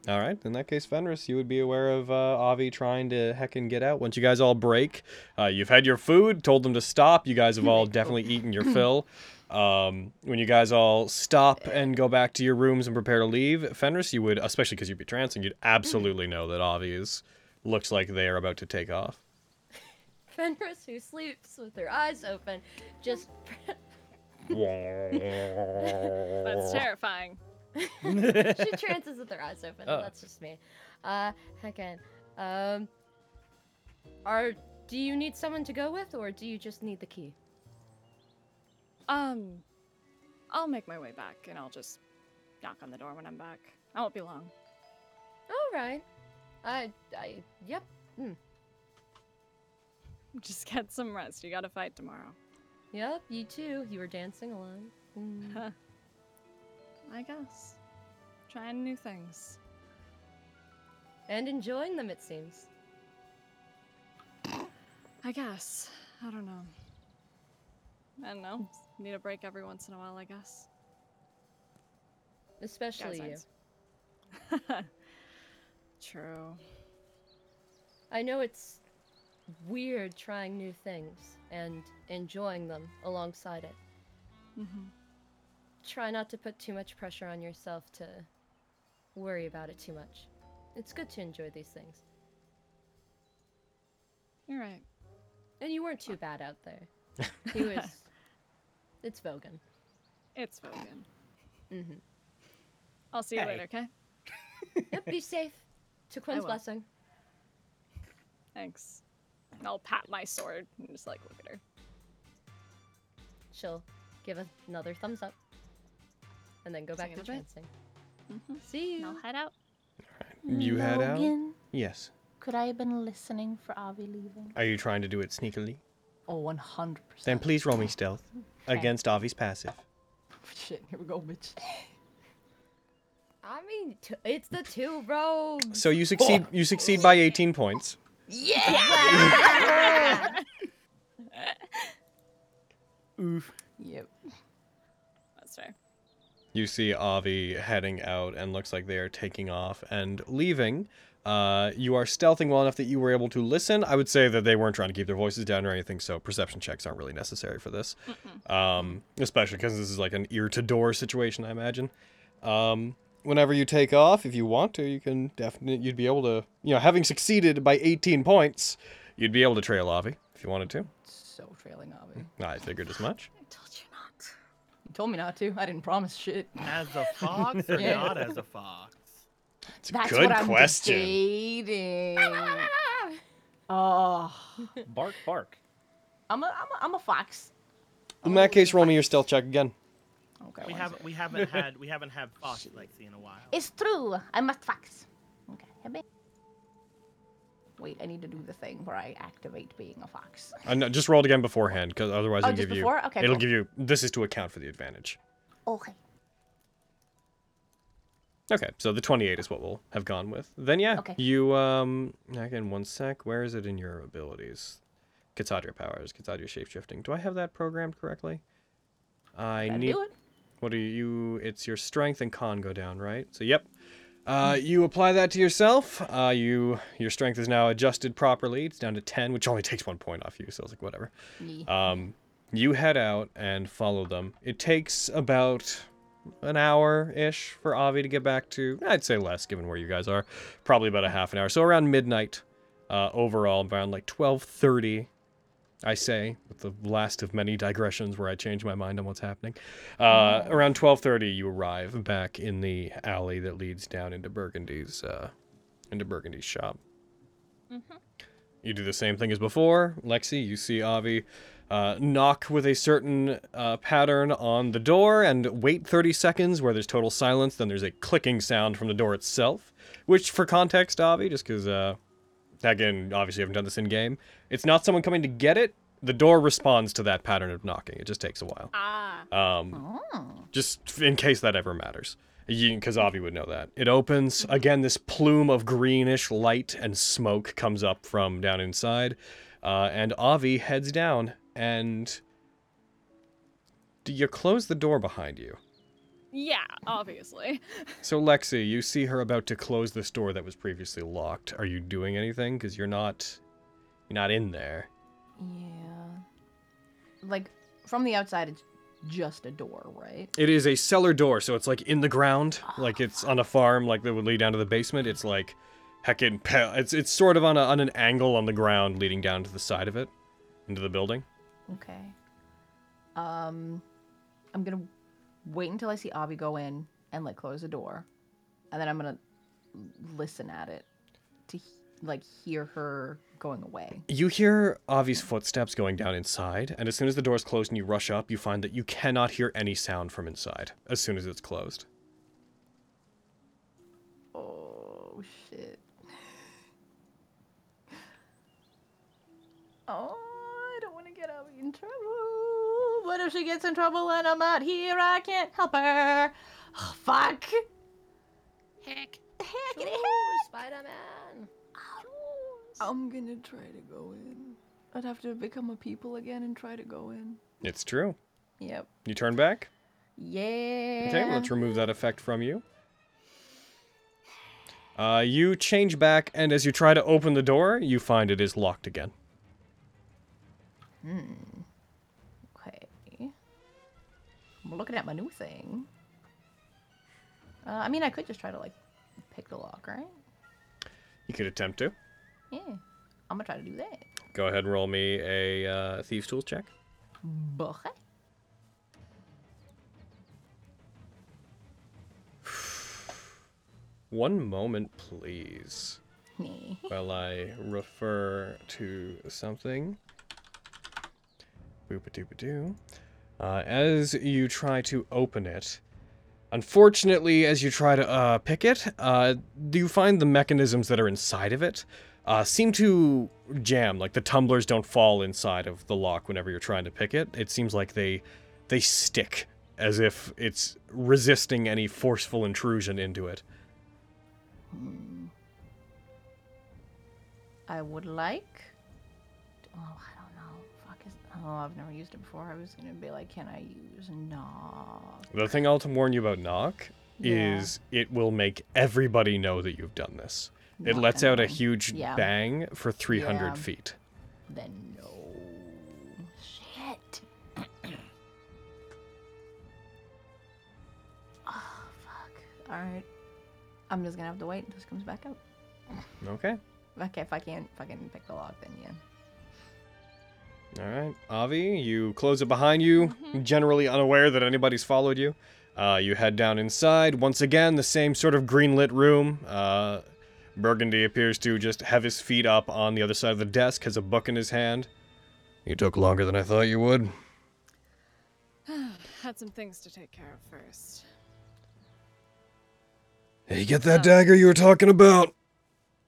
Speaker 1: All right. In that case, Fenris, you would be aware of uh, Avi trying to heckin' get out. Once you guys all break, uh, you've had your food, told them to stop. You guys have all definitely eaten your fill. Um, when you guys all stop and go back to your rooms and prepare to leave, Fenris, you would, especially because you'd be trancing, you'd absolutely know that Avi is looks like they are about to take off.
Speaker 3: Fenris, who sleeps with her eyes open, just
Speaker 14: That's terrifying.
Speaker 3: she trances with her eyes open.
Speaker 14: Oh.
Speaker 3: and That's just me. Uh, again, um, are do you need someone to go with, or do you just need the key?
Speaker 14: Um, I'll make my way back and I'll just knock on the door when I'm back. I won't be long.
Speaker 3: All right. I, I, yep.
Speaker 14: Hmm.
Speaker 3: Mm.
Speaker 14: Just get some rest. You got to fight tomorrow.
Speaker 3: Yep, you too. You were dancing alone. Mm.
Speaker 14: Huh. I guess. Trying new things.
Speaker 3: And enjoying them, it seems.
Speaker 14: I guess. I don't know. I don't know. Need a break every once in a while, I guess.
Speaker 3: Especially you.
Speaker 14: True.
Speaker 3: I know it's weird trying new things and enjoying them alongside it.
Speaker 14: Mm-hmm.
Speaker 3: try not to put too much pressure on yourself to worry about it too much. It's good to enjoy these things.
Speaker 14: You're right.
Speaker 3: And you weren't too bad out there. He was. it's Vogan.
Speaker 14: It's Vogan.
Speaker 3: Mm-hmm.
Speaker 14: I'll see you
Speaker 3: Hey.
Speaker 14: later, okay?
Speaker 3: Yep, be safe. To Quinn's
Speaker 14: will.
Speaker 3: blessing.
Speaker 14: Thanks. And I'll pat my sword and just like look at her.
Speaker 3: She'll give us another thumbs up. And then go back
Speaker 14: See you
Speaker 3: to
Speaker 14: in a bit. Mm-hmm.
Speaker 3: trancing. See you.
Speaker 14: I'll head out.
Speaker 1: You head out?
Speaker 11: Logan?
Speaker 16: Yes.
Speaker 11: Could I have been listening for Avi leaving?
Speaker 16: Are you trying to do it sneakily?
Speaker 11: Oh, 100%.
Speaker 16: Then please roll me stealth
Speaker 11: Okay.
Speaker 16: against Avi's passive.
Speaker 11: Shit, here we go, bitch.
Speaker 3: I mean, t- it's the two rogues.
Speaker 16: So you succeed. You succeed by 18 points.
Speaker 3: Yeah!
Speaker 16: Oof.
Speaker 11: Yep.
Speaker 14: That's fair.
Speaker 1: You see Avi heading out and looks like they are taking off and leaving. Uh, you are stealthing well enough that you were able to listen. I would say that they weren't trying to keep their voices down or anything, so perception checks aren't really necessary for this. Um, especially because this is like an ear to door situation, I imagine. Um, whenever you take off, if you want to, you can definitely, you'd be able to, you know, having succeeded by 18 points, you'd be able to trail Avi if you wanted to.
Speaker 11: So trailing Avi.
Speaker 1: I figured as much.
Speaker 11: You told me not to. I didn't promise shit.
Speaker 4: As a fox or not as a fox?
Speaker 11: That's,
Speaker 1: good
Speaker 11: what I'm
Speaker 1: question.
Speaker 11: debating. oh,
Speaker 10: Bark, bark.
Speaker 11: I'm a, I'm a, I'm a fox.
Speaker 1: In that case, roll me your stealth check again.
Speaker 11: Okay.
Speaker 4: We
Speaker 11: one
Speaker 4: haven't
Speaker 11: sec.
Speaker 4: we haven't had we haven't had fox Lexi in a while.
Speaker 11: It's true. I must fox. Okay. here we- Wait, I need to do the thing where I activate being a fox.
Speaker 1: Uh, no, just roll it again beforehand, because otherwise
Speaker 11: Oh,
Speaker 1: it'll
Speaker 11: just
Speaker 1: give you.
Speaker 11: before? Okay,
Speaker 1: it'll
Speaker 11: cool.
Speaker 1: give you. This is to account for the advantage.
Speaker 11: Okay.
Speaker 1: Okay, so the 28 is what we'll have gone with. Then yeah,
Speaker 11: Okay.
Speaker 1: you um again one sec. Where is it in your abilities? Katsadria powers, Katsadria shapeshifting. Do I have that programmed correctly? I
Speaker 11: Gotta
Speaker 1: need.
Speaker 11: do it.
Speaker 1: What are you? It's your strength and con go down, right? So yep. Uh, you apply that to yourself. Uh, you your strength is now adjusted properly. It's down to ten, which only takes one point off you. So it's like whatever. Um, you head out and follow them. It takes about an hour ish for Avi to get back to. I'd say less, given where you guys are. Probably about a half an hour. So around midnight, uh, overall, around like twelve thirty. I say, with the last of many digressions where I change my mind on what's happening. Uh, Around twelve thirty, you arrive back in the alley that leads down into Burgundy's uh, into Burgundy's shop. You do the same thing as before. Lexi, you see Avi uh, knock with a certain uh, pattern on the door and wait 30 seconds where there's total silence. Then there's a clicking sound from the door itself, which, for context, Avi, just because, uh, again, obviously, I haven't done this in game, it's not someone coming to get it. The door responds to that pattern of knocking. It just takes a while.
Speaker 14: Ah.
Speaker 1: Um, Just in case that ever matters. Because Avi would know that. It opens. Again, this plume of greenish light and smoke comes up from down inside. Uh, and Avi heads down and. Do you close the door behind you?
Speaker 14: Yeah, obviously.
Speaker 1: So, Lexi, you see her about to close this door that was previously locked. Are you doing anything? Because you're not. You're not in there.
Speaker 11: Like from the outside, it's just a door, right?
Speaker 1: It is a cellar door, so it's like in the ground, like it's on a farm, like that would lead down to the basement. It's like heckin' pale. It's it's sort of on a, on an angle on the ground, leading down to the side of it, into the building.
Speaker 11: Okay. Um, I'm gonna wait until I see Avi go in and like close the door, and then I'm gonna listen at it to he- like hear her going away.
Speaker 1: You hear Avi's footsteps going down inside, and as soon as the door is closed and you rush up, you find that you cannot hear any sound from inside as soon as it's closed.
Speaker 11: Oh shit. Oh, I don't want to get Avi in trouble. What if she gets in trouble and I'm not here? I can't help her. Oh, fuck.
Speaker 3: Heck.
Speaker 11: Heck, it
Speaker 3: Spider Man.
Speaker 11: I'm gonna try to go in. I'd have to become a people again and try to go in.
Speaker 1: It's true.
Speaker 11: Yep.
Speaker 1: You turn back.
Speaker 11: Yeah.
Speaker 1: Okay, let's remove that effect from you. Uh, you change back, and as you try to open the door, you find it is locked again.
Speaker 11: Hmm. Okay. I'm looking at my new thing. Uh, I mean, I could just try to like pick the lock, right?
Speaker 1: You could attempt to.
Speaker 11: Yeah, I'm gonna try to do that.
Speaker 1: Go ahead and roll me a uh, thieves tools check.
Speaker 11: Okay.
Speaker 1: One moment, please.
Speaker 11: Nee.
Speaker 1: While I refer to something. Boop-a-doop-a-doo. Uh, as you try to open it, unfortunately, as you try to uh, pick it, uh, do you find the mechanisms that are inside of it uh, seem to jam? Like the tumblers don't fall inside of the lock whenever you're trying to pick it. It seems like they they stick as if it's resisting any forceful intrusion into it.
Speaker 11: Hmm. I would like. Oh, I don't know. Fuck is. Oh, I've never used it before. I was gonna be like, can I use knock?
Speaker 1: The thing I'll to warn you about knock
Speaker 11: Yeah.
Speaker 1: is it will make everybody know that you've done this. It
Speaker 11: Knock
Speaker 1: lets
Speaker 11: and
Speaker 1: out a
Speaker 11: run.
Speaker 1: huge
Speaker 11: Yeah.
Speaker 1: bang for 300
Speaker 11: Yeah.
Speaker 1: feet.
Speaker 11: Then no. Shit. oh fuck. All right. I'm just gonna have to wait until it comes back up.
Speaker 1: Okay.
Speaker 11: Okay, if I can't fucking pick the lock, then yeah.
Speaker 1: All right. Avi, you close it behind you,
Speaker 11: Mm-hmm.
Speaker 1: generally unaware that anybody's followed you. Uh, you head down inside. Once again, the same sort of green lit room. Uh, Burgundy appears to just have his feet up on the other side of the desk, has a book in his hand. You took longer than I thought you would.
Speaker 14: Had some things to take care of first.
Speaker 1: Hey, get that dagger you were talking about.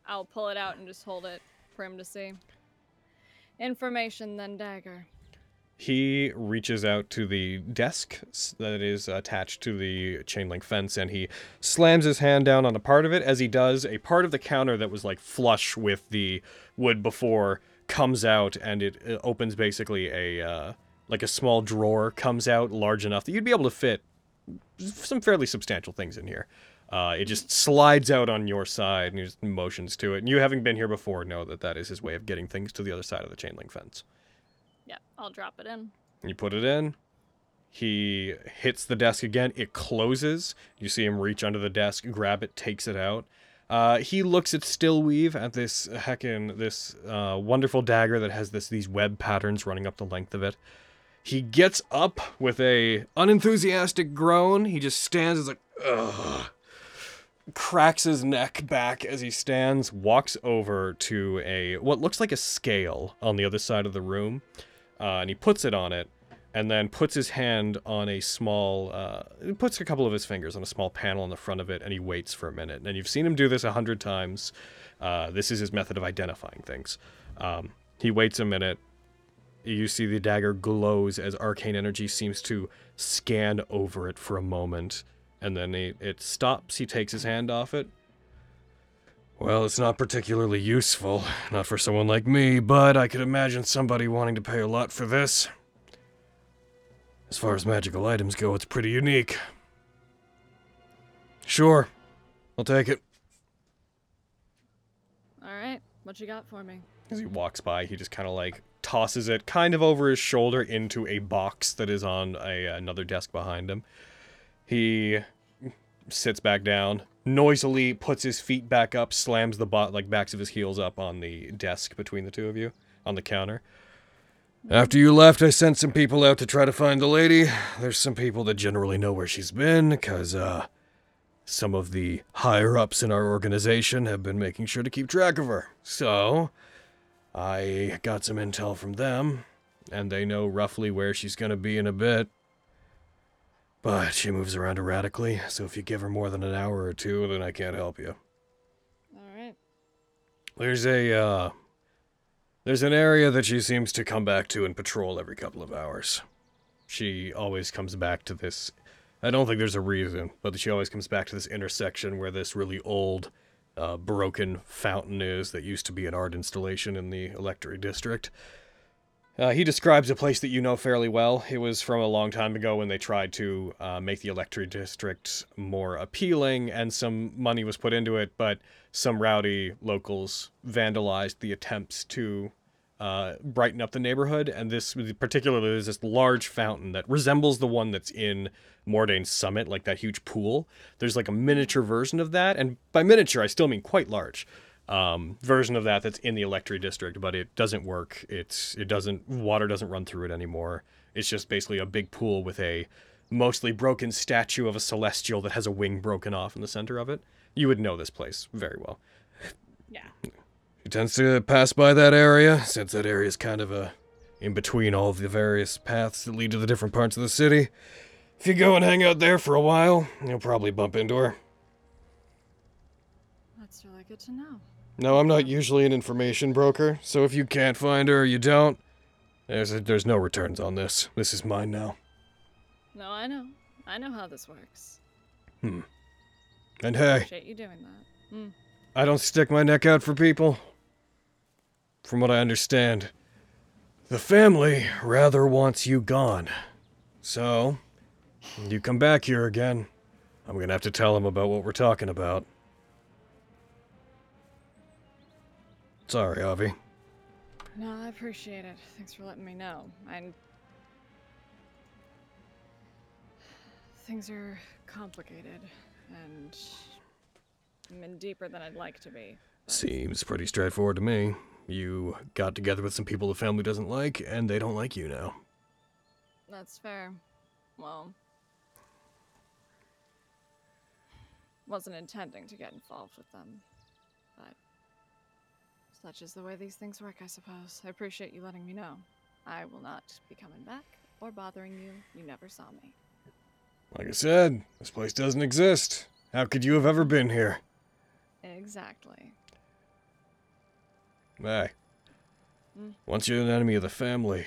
Speaker 14: I'll pull it out and just hold it for him to see. Information, then dagger.
Speaker 1: He reaches out to the desk s- that is attached to the chain link fence and he slams his hand down on a part of it. As he does, a part of the counter that was like flush with the wood before comes out and it uh, opens basically a uh, like a small drawer comes out large enough that you'd be able to fit some fairly substantial things in here. Uh, it just slides out on your side and he just motions to it. And you, having been here before, know that that is his way of getting things to the other side of the chain link fence.
Speaker 14: Yep, I'll drop it in.
Speaker 1: You put it in. He hits the desk again. It closes. You see him reach under the desk, grab it, takes it out. Uh, he looks at Stillweave at this heckin' this uh, wonderful dagger that has this these web patterns running up the length of it. He gets up with a unenthusiastic groan. He just stands. He's like, ugh cracks his neck back as he stands, walks over to a what looks like a scale on the other side of the room, uh, and he puts it on it, and then puts his hand on a small, uh, he puts a couple of his fingers on a small panel on the front of it, and he waits for a minute. And you've seen him do this a hundred times. Uh, this is his method of identifying things. Um, he waits a minute. You see the dagger glows as arcane energy seems to scan over it for a moment, and then he, it stops. He takes his hand off it. Well, it's not particularly useful, not for someone like me, but I could imagine somebody wanting to pay a lot for this. As far as magical items go, it's pretty unique. Sure, I'll take it.
Speaker 14: All right, what you got for me?
Speaker 1: As he walks by, he just kind of like tosses it kind of over his shoulder into a box that is on a, another desk behind him. He sits back down, noisily puts his feet back up, slams the bot like backs of his heels up on the desk between the two of you on the counter.
Speaker 16: After
Speaker 1: you left, I sent some people out to try to find the lady. There's some people that generally know where she's been, 'cause uh, some of the higher ups in our organization have been making sure to keep track of her. So, I got some intel from them, and they know roughly where she's gonna be in a bit. But she moves around erratically, so if you give her more than an hour or two, then I can't help you.
Speaker 14: All right.
Speaker 1: There's a uh there's an area that she seems to come back to and patrol every couple of hours. She always comes back to this I don't think there's a reason, but she always comes back to this intersection where this really old uh, broken fountain is that used to be an art installation in the electorate district. Uh, he describes a place that you know fairly well. It was from a long time ago when they tried to uh, make the electorate district more appealing, and some money was put into it, but some rowdy locals vandalized the attempts to uh, brighten up the neighborhood. And this, particularly, there's this large fountain that resembles the one that's in Mordane's summit, like that huge pool. There's like a miniature version of that, and by miniature, I still mean quite large um, version of that that's in the Electri district, but it doesn't work. It's it doesn't water doesn't run through it anymore. It's just basically a big pool with a mostly broken statue of a celestial that has a wing broken off in the center of it. You would know this place very well.
Speaker 14: Yeah.
Speaker 13: He tends to pass by that area, since that area is kind of a in between all of the various paths that lead to the different parts of the city. If you go and hang out there for a while, you'll probably bump into her.
Speaker 14: That's really good to know.
Speaker 13: No, I'm not usually an information broker, so if you can't find her or you don't, there's there's no returns on this. This is mine now.
Speaker 14: No, I know. I know how this works.
Speaker 13: Hmm. And hey,
Speaker 14: Appreciate you doing that. Mm.
Speaker 13: I don't stick my neck out for people. From what I understand, the family rather wants you gone. So, when you come back here again, I'm gonna have to tell them about what we're talking about. Sorry, Avi.
Speaker 14: No, I appreciate it. Thanks for letting me know. And things are complicated and I'm in deeper than I'd like to be.
Speaker 13: Seems pretty straightforward to me. You got together with some people the family doesn't like, and they don't like you now.
Speaker 14: That's fair. Well, wasn't intending to get involved with them, but such is the way these things work, I suppose. I appreciate you letting me know. I will not be coming back or bothering you. You never saw me.
Speaker 13: Like I said, this place doesn't exist. How could you have ever been here?
Speaker 14: Exactly.
Speaker 13: Hey,
Speaker 14: Mm.
Speaker 13: once you're an enemy of the family,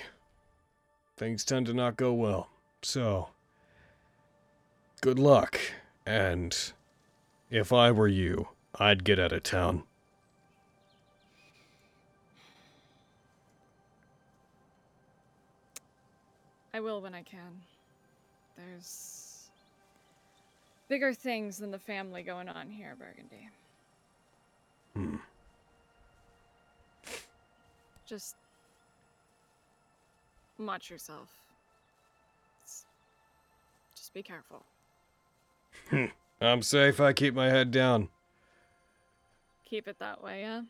Speaker 13: things tend to not go well. So, good luck. And if I were you, I'd get out of town.
Speaker 14: I will when I can. There's bigger things than the family going on here, Burgundy.
Speaker 13: Hmm.
Speaker 14: Just watch yourself. It's- Just be careful.
Speaker 13: I'm safe. I keep my head down.
Speaker 14: Keep it that way, yeah?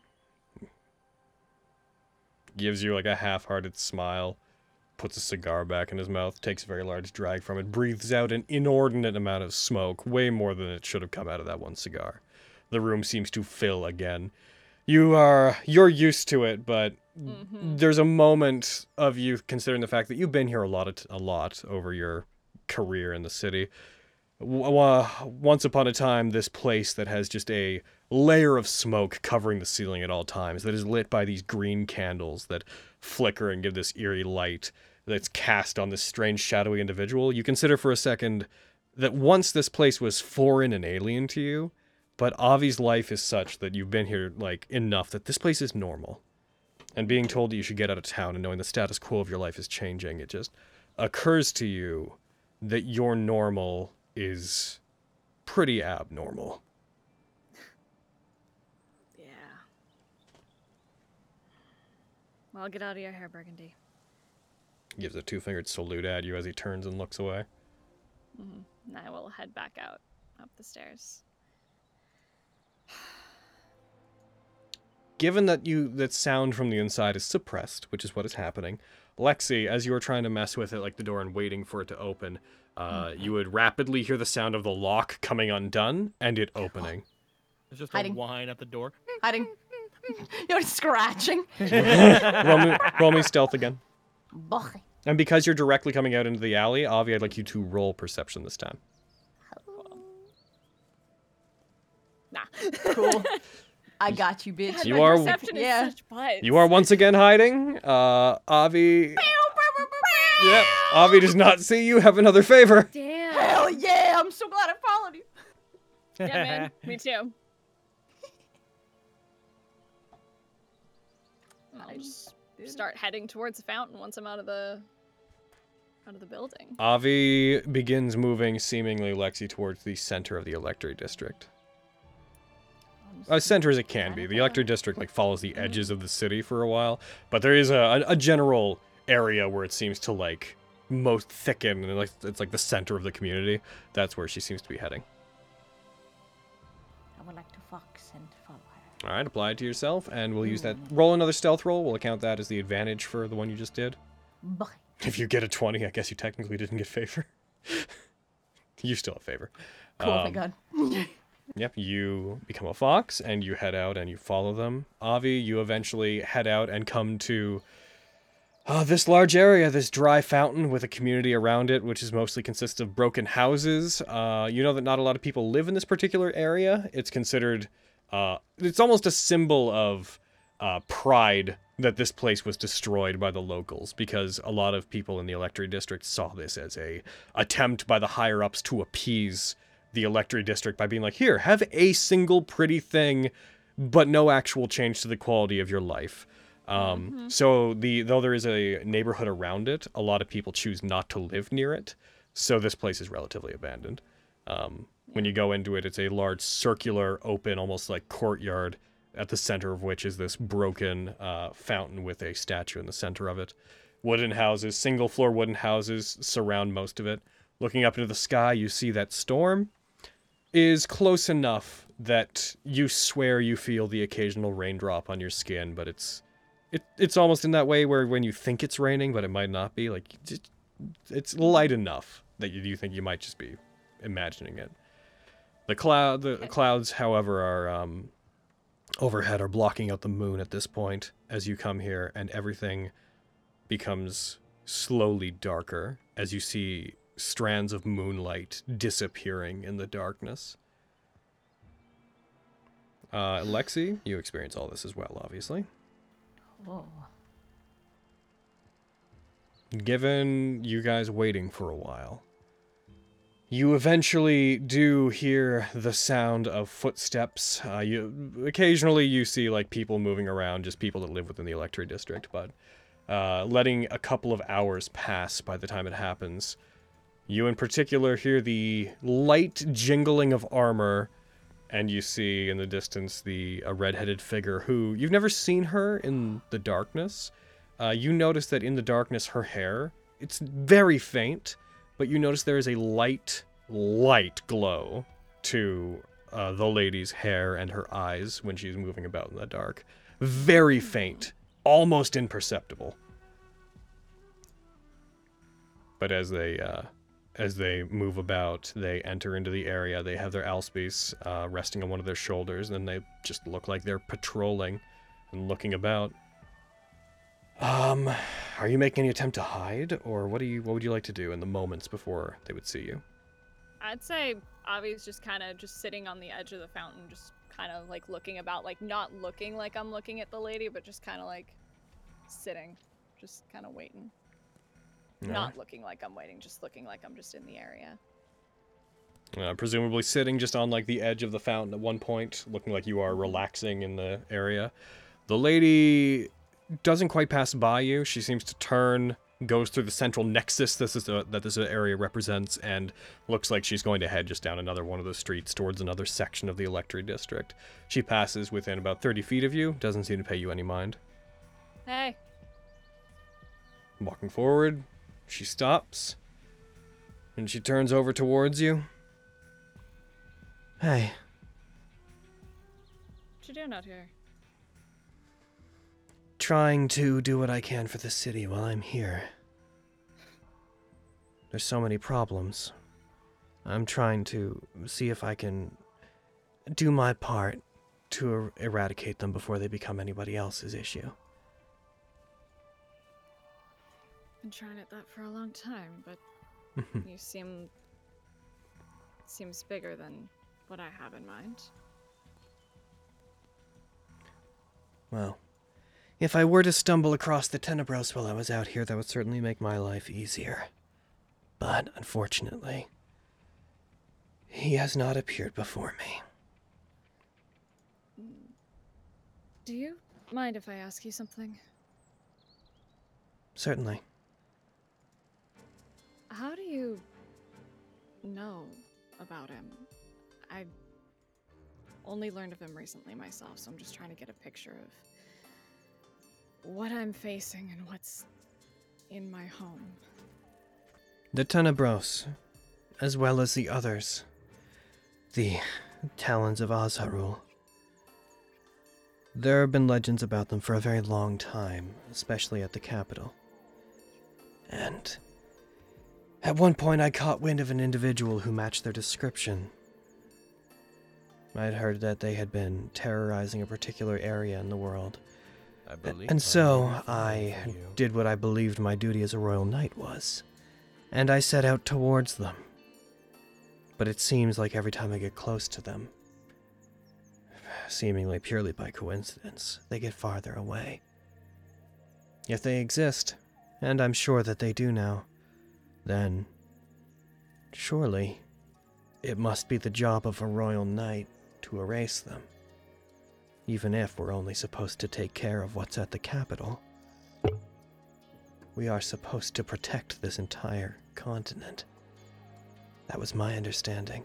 Speaker 1: gives you like a half-hearted smile, puts a cigar back in his mouth, takes a very large drag from it, breathes out an inordinate amount of smoke, way more than it should have come out of that one cigar. The room seems to fill again. You are you're used to it, but there's a moment of you considering the fact that you've been here a lot of t- a lot over your career in the city. W- wa- Once upon a time, this place that has just a layer of smoke covering the ceiling at all times, that is lit by these green candles that flicker and give this eerie light that's cast on this strange, shadowy individual. You consider for a second that once this place was foreign and alien to you, but Avi's life is such that you've been here like enough that this place is normal and being told that you should get out of town and knowing the status quo of your life is changing, it just occurs to you that your normal is pretty abnormal.
Speaker 14: Yeah. Well, get out of your hair, Burgundy.
Speaker 1: He gives a two fingered salute at you as he turns and looks away.
Speaker 14: hmm And I will head back out up the stairs.
Speaker 1: Given that you that sound from the inside is suppressed, which is what is happening, Lexi, as you are trying to mess with it like the door and waiting for it to open, uh,
Speaker 14: Mm-hmm.
Speaker 1: you would rapidly hear the sound of the lock coming undone and it opening.
Speaker 4: There's just
Speaker 11: Hiding.
Speaker 4: a whine at the door.
Speaker 11: Hiding. You're scratching.
Speaker 1: roll, me, roll me stealth again.
Speaker 11: Boy.
Speaker 1: And because you're directly coming out into the alley, Avi, I'd like you to roll perception this time.
Speaker 14: Nah.
Speaker 11: Cool. I got you, bitch.
Speaker 1: God, You my are- perception is You are once again hiding. Uh, Avi. yep. Avi does not see you. Have another favor.
Speaker 3: Damn.
Speaker 11: Hell yeah! I'm so glad I followed you.
Speaker 14: Yeah, man. Me too. I'll just start heading towards the fountain once I'm out of the out of the building.
Speaker 1: Ah, Avi begins moving seemingly Lexi towards the center of the Electri district.
Speaker 14: Oh
Speaker 11: problems.
Speaker 1: as center as it can be. The electoral district like follows the edges of the city for a while, but there is a, a, a general area where it seems to like most thicken and like it's like the center of the community. That's where she seems to be heading.
Speaker 11: I would like to fox and follow her.
Speaker 1: All right, apply it to yourself, and we'll use that. Roll another stealth roll. We'll account that as the advantage for the one you just did.
Speaker 11: Bye.
Speaker 1: If you get a twenty, I guess you technically didn't get favor. you still have favor.
Speaker 11: Cool,
Speaker 1: Um,
Speaker 11: thank God.
Speaker 1: Yep, you become a fox and you head out and you follow them. Avi, you eventually head out and come to uh, this large area, this dry fountain with a community around it, which is mostly consists of broken houses. Uh, you know that not a lot of people live in this particular area. It's considered, uh, it's almost a symbol of uh, pride that this place was destroyed by the locals because a lot of people in the electorate district saw this as a attempt by the higher ups to appease the electorate district by being like, here, have a single pretty thing, but no actual change to the quality of your life. Um, So the though there is a neighborhood around it, a lot of people choose not to live near it. So this place is relatively abandoned. Um, When you go into it, it's a large circular, open, almost like courtyard, at the center of which is this broken uh, fountain with a statue in the center of it. Wooden houses, single floor wooden houses, surround most of it. Looking up into the sky, you see that storm is close enough that you swear you feel the occasional raindrop on your skin, but it's it, it's almost in that way where when you think it's raining, but it might not be. Like just, it's light enough that you, you think you might just be imagining it. The cloud, the clouds, however, are um, overhead are blocking out the moon at this point as you come here, and everything becomes slowly darker as you see strands of moonlight disappearing in the darkness. Uh, Lexi, you experience all this as well, obviously.
Speaker 11: Whoa.
Speaker 1: Given you guys waiting for a while, you eventually do hear the sound of footsteps. Uh, you occasionally you see like people moving around, just people that live within the electorate district. But uh, letting a couple of hours pass by the time it happens, you in particular hear the light jingling of armor, and you see in the distance the a red-headed figure who you've never seen her in the darkness. Uh, you notice that in the darkness, her hair it's very faint, but you notice there is a light, light glow to uh, the lady's hair and her eyes when she's moving about in the dark. Very faint, almost imperceptible. But as they uh, as they move about, they enter into the area. They have their alspies uh, resting on one of their shoulders, and they just look like they're patrolling and looking about. Um, are you making any attempt to hide, or what do you what would you like to do in the moments before they would see you?
Speaker 14: I'd say Avi's just kind of just sitting on the edge of the fountain, just kind of like looking about, like not looking like I'm looking at the lady, but just kind of like sitting, just kind of waiting. Not
Speaker 1: Alright.
Speaker 14: looking like I'm waiting, just looking like I'm just in the area.
Speaker 1: Uh, presumably sitting just on like the edge of the fountain at one point, looking like you are relaxing in the area. The lady doesn't quite pass by you. She seems to turn, goes through the central nexus this is the that this area represents, and looks like she's going to head just down another one of the streets towards another section of the electorate district. She passes within about 30 feet of you, doesn't seem to pay you any mind.
Speaker 14: Hey,
Speaker 1: Walking forward, she stops, and she turns over towards you.
Speaker 15: Hey,
Speaker 14: what you doing out here?
Speaker 16: Trying to do what I can for the city while I'm here.
Speaker 15: there's so many problems. I'm trying to see if I can do my part to er- eradicate them before they become anybody else's issue.
Speaker 14: Been trying at that for a long time, but you seem seems bigger than what I have in mind.
Speaker 16: Well,
Speaker 15: If I were to stumble across the Tenebros while I was out here, that would certainly make my life easier. But unfortunately, he has not appeared before me.
Speaker 14: Mm. Do you mind if I ask you something?
Speaker 15: Certainly.
Speaker 14: How do you know about him? I Only learned of him recently myself, so I'm just trying to get a picture of what I'm facing and what's in my home.
Speaker 16: The Tenebros, as well as the others, the Talons of Azharul. There have been legends about them for a very long time, especially at the capital. And at one point, I caught wind of an individual who matched their description. I'd heard that they had been terrorizing a particular area in the world.
Speaker 15: I
Speaker 16: believe and so I did what I believed my duty as a royal knight was, and I set out towards them. But it seems like every time I get close to them, seemingly purely by coincidence, they get farther away. If they exist, and I'm sure that they do now, then surely it must be the job of a royal knight to erase them. Even if we're only supposed to take care of what's at the capital, we are supposed to protect this entire continent. That was my understanding.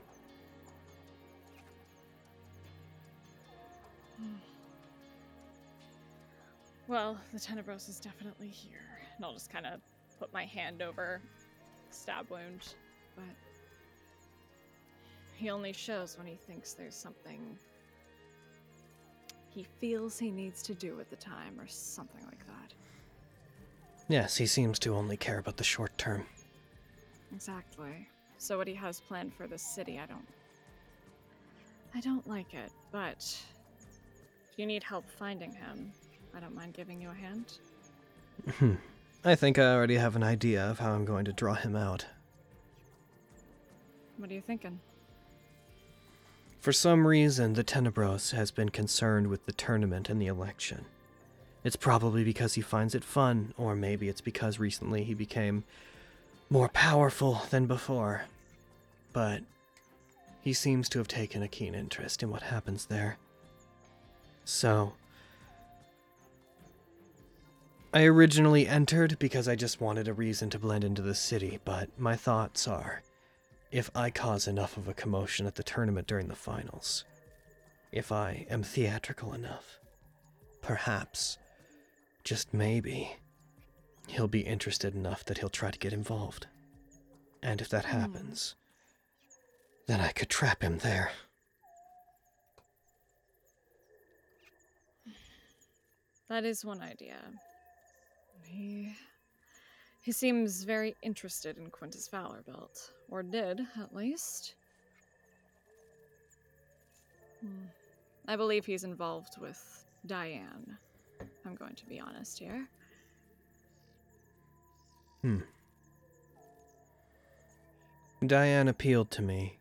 Speaker 14: Well, the Tenebros is definitely here. And I'll just kind of put my hand over stab wound, but he only shows when he thinks there's something he feels he needs to do at the time or something like that.
Speaker 16: Yes, he seems to only care about the short term.
Speaker 14: Exactly. So what he has planned for this city, I don't I don't like it, but if you need help finding him, I don't mind giving you a hand.
Speaker 16: Hmm. I think I already have an idea of how I'm going to draw him out.
Speaker 14: What are you thinking?
Speaker 16: For some reason, the Tenebros has been concerned with the tournament and the election. It's probably because he finds it fun, or maybe it's because recently he became more powerful than before. But he seems to have taken a keen interest in what happens there. So, I originally entered because I just wanted a reason to blend into the city, but my thoughts are if I cause enough of a commotion at the tournament during the finals, if I am theatrical enough, perhaps, just maybe, he'll be interested enough that he'll try to get involved. And if that happens, then I could trap him there.
Speaker 14: That is one idea. He he seems very interested in Quintus Fowlerbelt, or did at least. Hmm. I believe he's involved with Diane. I'm going to be honest here.
Speaker 16: Hmm. Diane appealed to me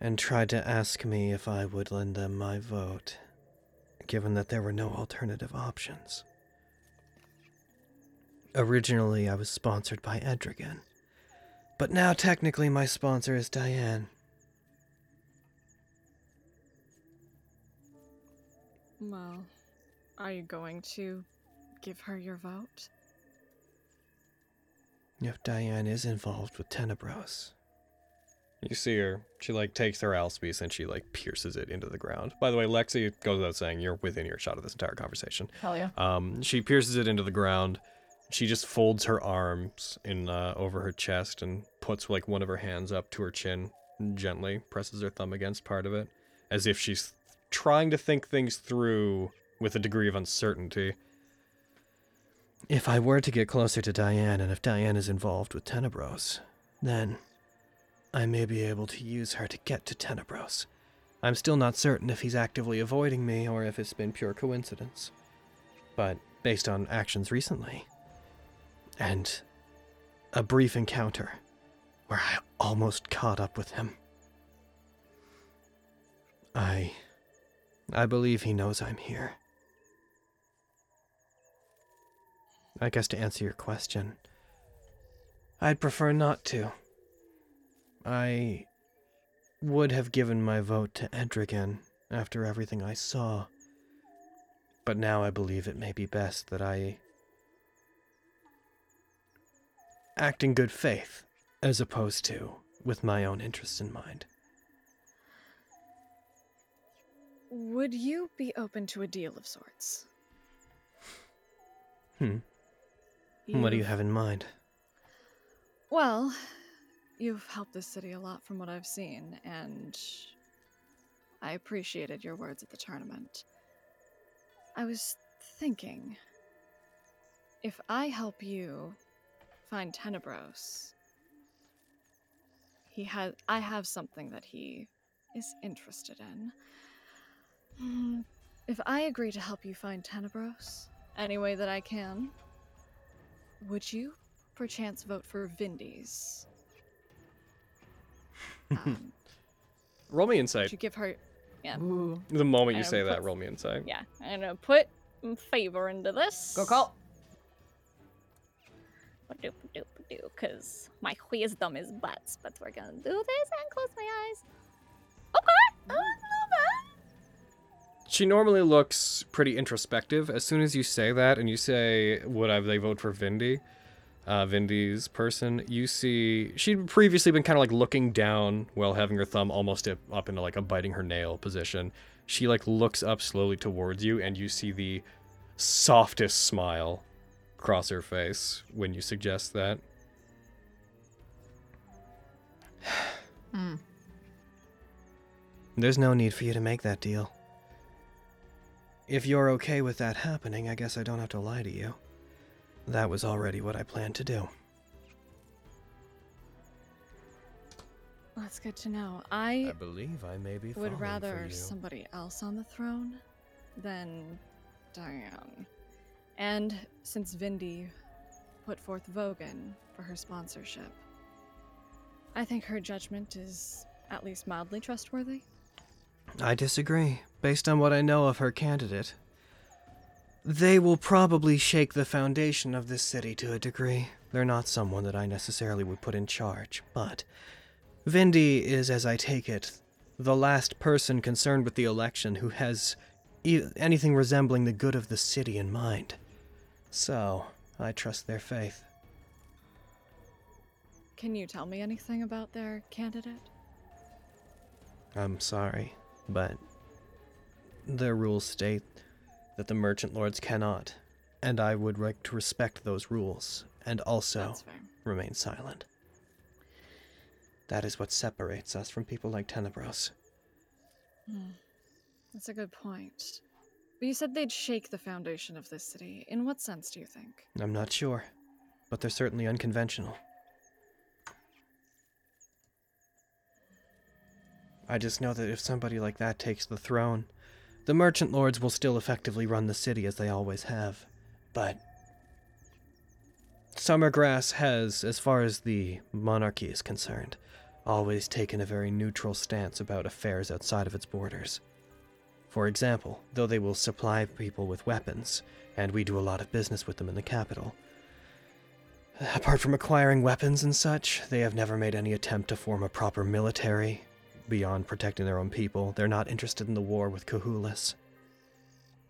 Speaker 16: and tried to ask me if I would lend them my vote, given that there were no alternative options. Originally, I was sponsored by Edrigan, but now technically my sponsor is Diane.
Speaker 14: Well, are you going to give her your vote?
Speaker 16: If Diane is involved with Tenebros,
Speaker 1: You see her. She like takes her owl's piece and she like pierces it into the ground. By the way, Lexi goes without saying you're within earshot of this entire conversation.
Speaker 11: Hell yeah.
Speaker 1: Um, she pierces it into the ground. She just folds her arms in uh, over her chest and puts like one of her hands up to her chin and gently, presses her thumb against part of it, as if she's trying to think things through with a degree of uncertainty.
Speaker 16: if I were to get closer to Diane and if Diane is involved with Tenebros, then I may be able to use her to get to Tenebros. I'm still not certain if he's actively avoiding me or if it's been pure coincidence. But based on actions recently, and a brief encounter where I almost caught up with him, I. I believe he knows I'm here. I guess to answer your question, I'd prefer not to. I would have given my vote to Edrigan after everything I saw, but now I believe it may be best that I act in good faith as opposed to with my own interests in mind.
Speaker 14: Would you be open to a deal of sorts?
Speaker 15: Hmm. What do you have in mind?
Speaker 14: Well, you've helped this city a lot from what I've seen, and I appreciated your words at the tournament. I was thinking if I help you find Tenebros, he has I have something that he is interested in. Hmm, If I agree to help you find Tenebros any way that I can, would you perchance vote for Vindy's?
Speaker 1: roll me
Speaker 14: To
Speaker 1: insight.
Speaker 14: give her, yeah.
Speaker 1: The moment you
Speaker 14: Um,
Speaker 1: say that,
Speaker 14: put-
Speaker 1: roll me insight.
Speaker 14: Yeah, I'm gonna put m- favor into this. Go call. Doop doop doop, cause my wisdom is butts, but we're gonna do this and close my eyes. Okay, uh,
Speaker 1: She normally looks pretty introspective. As soon as you say that and you say, would I they vote for Vindy? Uh, Vindy's person, you see, she'd previously been kind of like looking down while having her thumb almost up, up into like a biting her nail position. She like looks up slowly towards you, and you see the softest smile cross her face when you suggest that.
Speaker 16: There's no need for you to make that deal. If you're okay with that happening, I guess I don't have to lie to you. That was already what I planned to do.
Speaker 14: that's good to know. I
Speaker 16: I believe I may be falling
Speaker 14: would
Speaker 16: for
Speaker 14: rather
Speaker 16: you.
Speaker 14: somebody else on the throne than Diane. And since Vindy put forth Vogan for her sponsorship, I think her judgment is at least mildly trustworthy.
Speaker 16: I disagree. Based on what I know of her candidate, they will probably shake the foundation of this city to a degree. They're not someone that I necessarily would put in charge, but Vindy is, as I take it, the last person concerned with the election who has e- anything resembling the good of the city in mind. So, I trust their faith.
Speaker 14: Can you tell me anything about their candidate?
Speaker 16: I'm sorry, but their rules state that the merchant lords cannot, and I would like to respect those rules and also remain silent. That is what separates us from people like Tenebros.
Speaker 14: Hmm. That's a good point. But you said they'd shake the foundation of this city. In what sense do you think?
Speaker 16: I'm not sure, but they're certainly unconventional. I just know that if somebody like that takes the throne, the merchant lords will still effectively run the city as they always have. But Summergrass has, as far as the monarchy is concerned, always taken a very neutral stance about affairs outside of its borders. For example, though they will supply people with weapons, and we do a lot of business with them in the capital, apart from acquiring weapons and such, they have never made any attempt to form a proper military beyond protecting their own people. They're not interested in the war with Cahulas.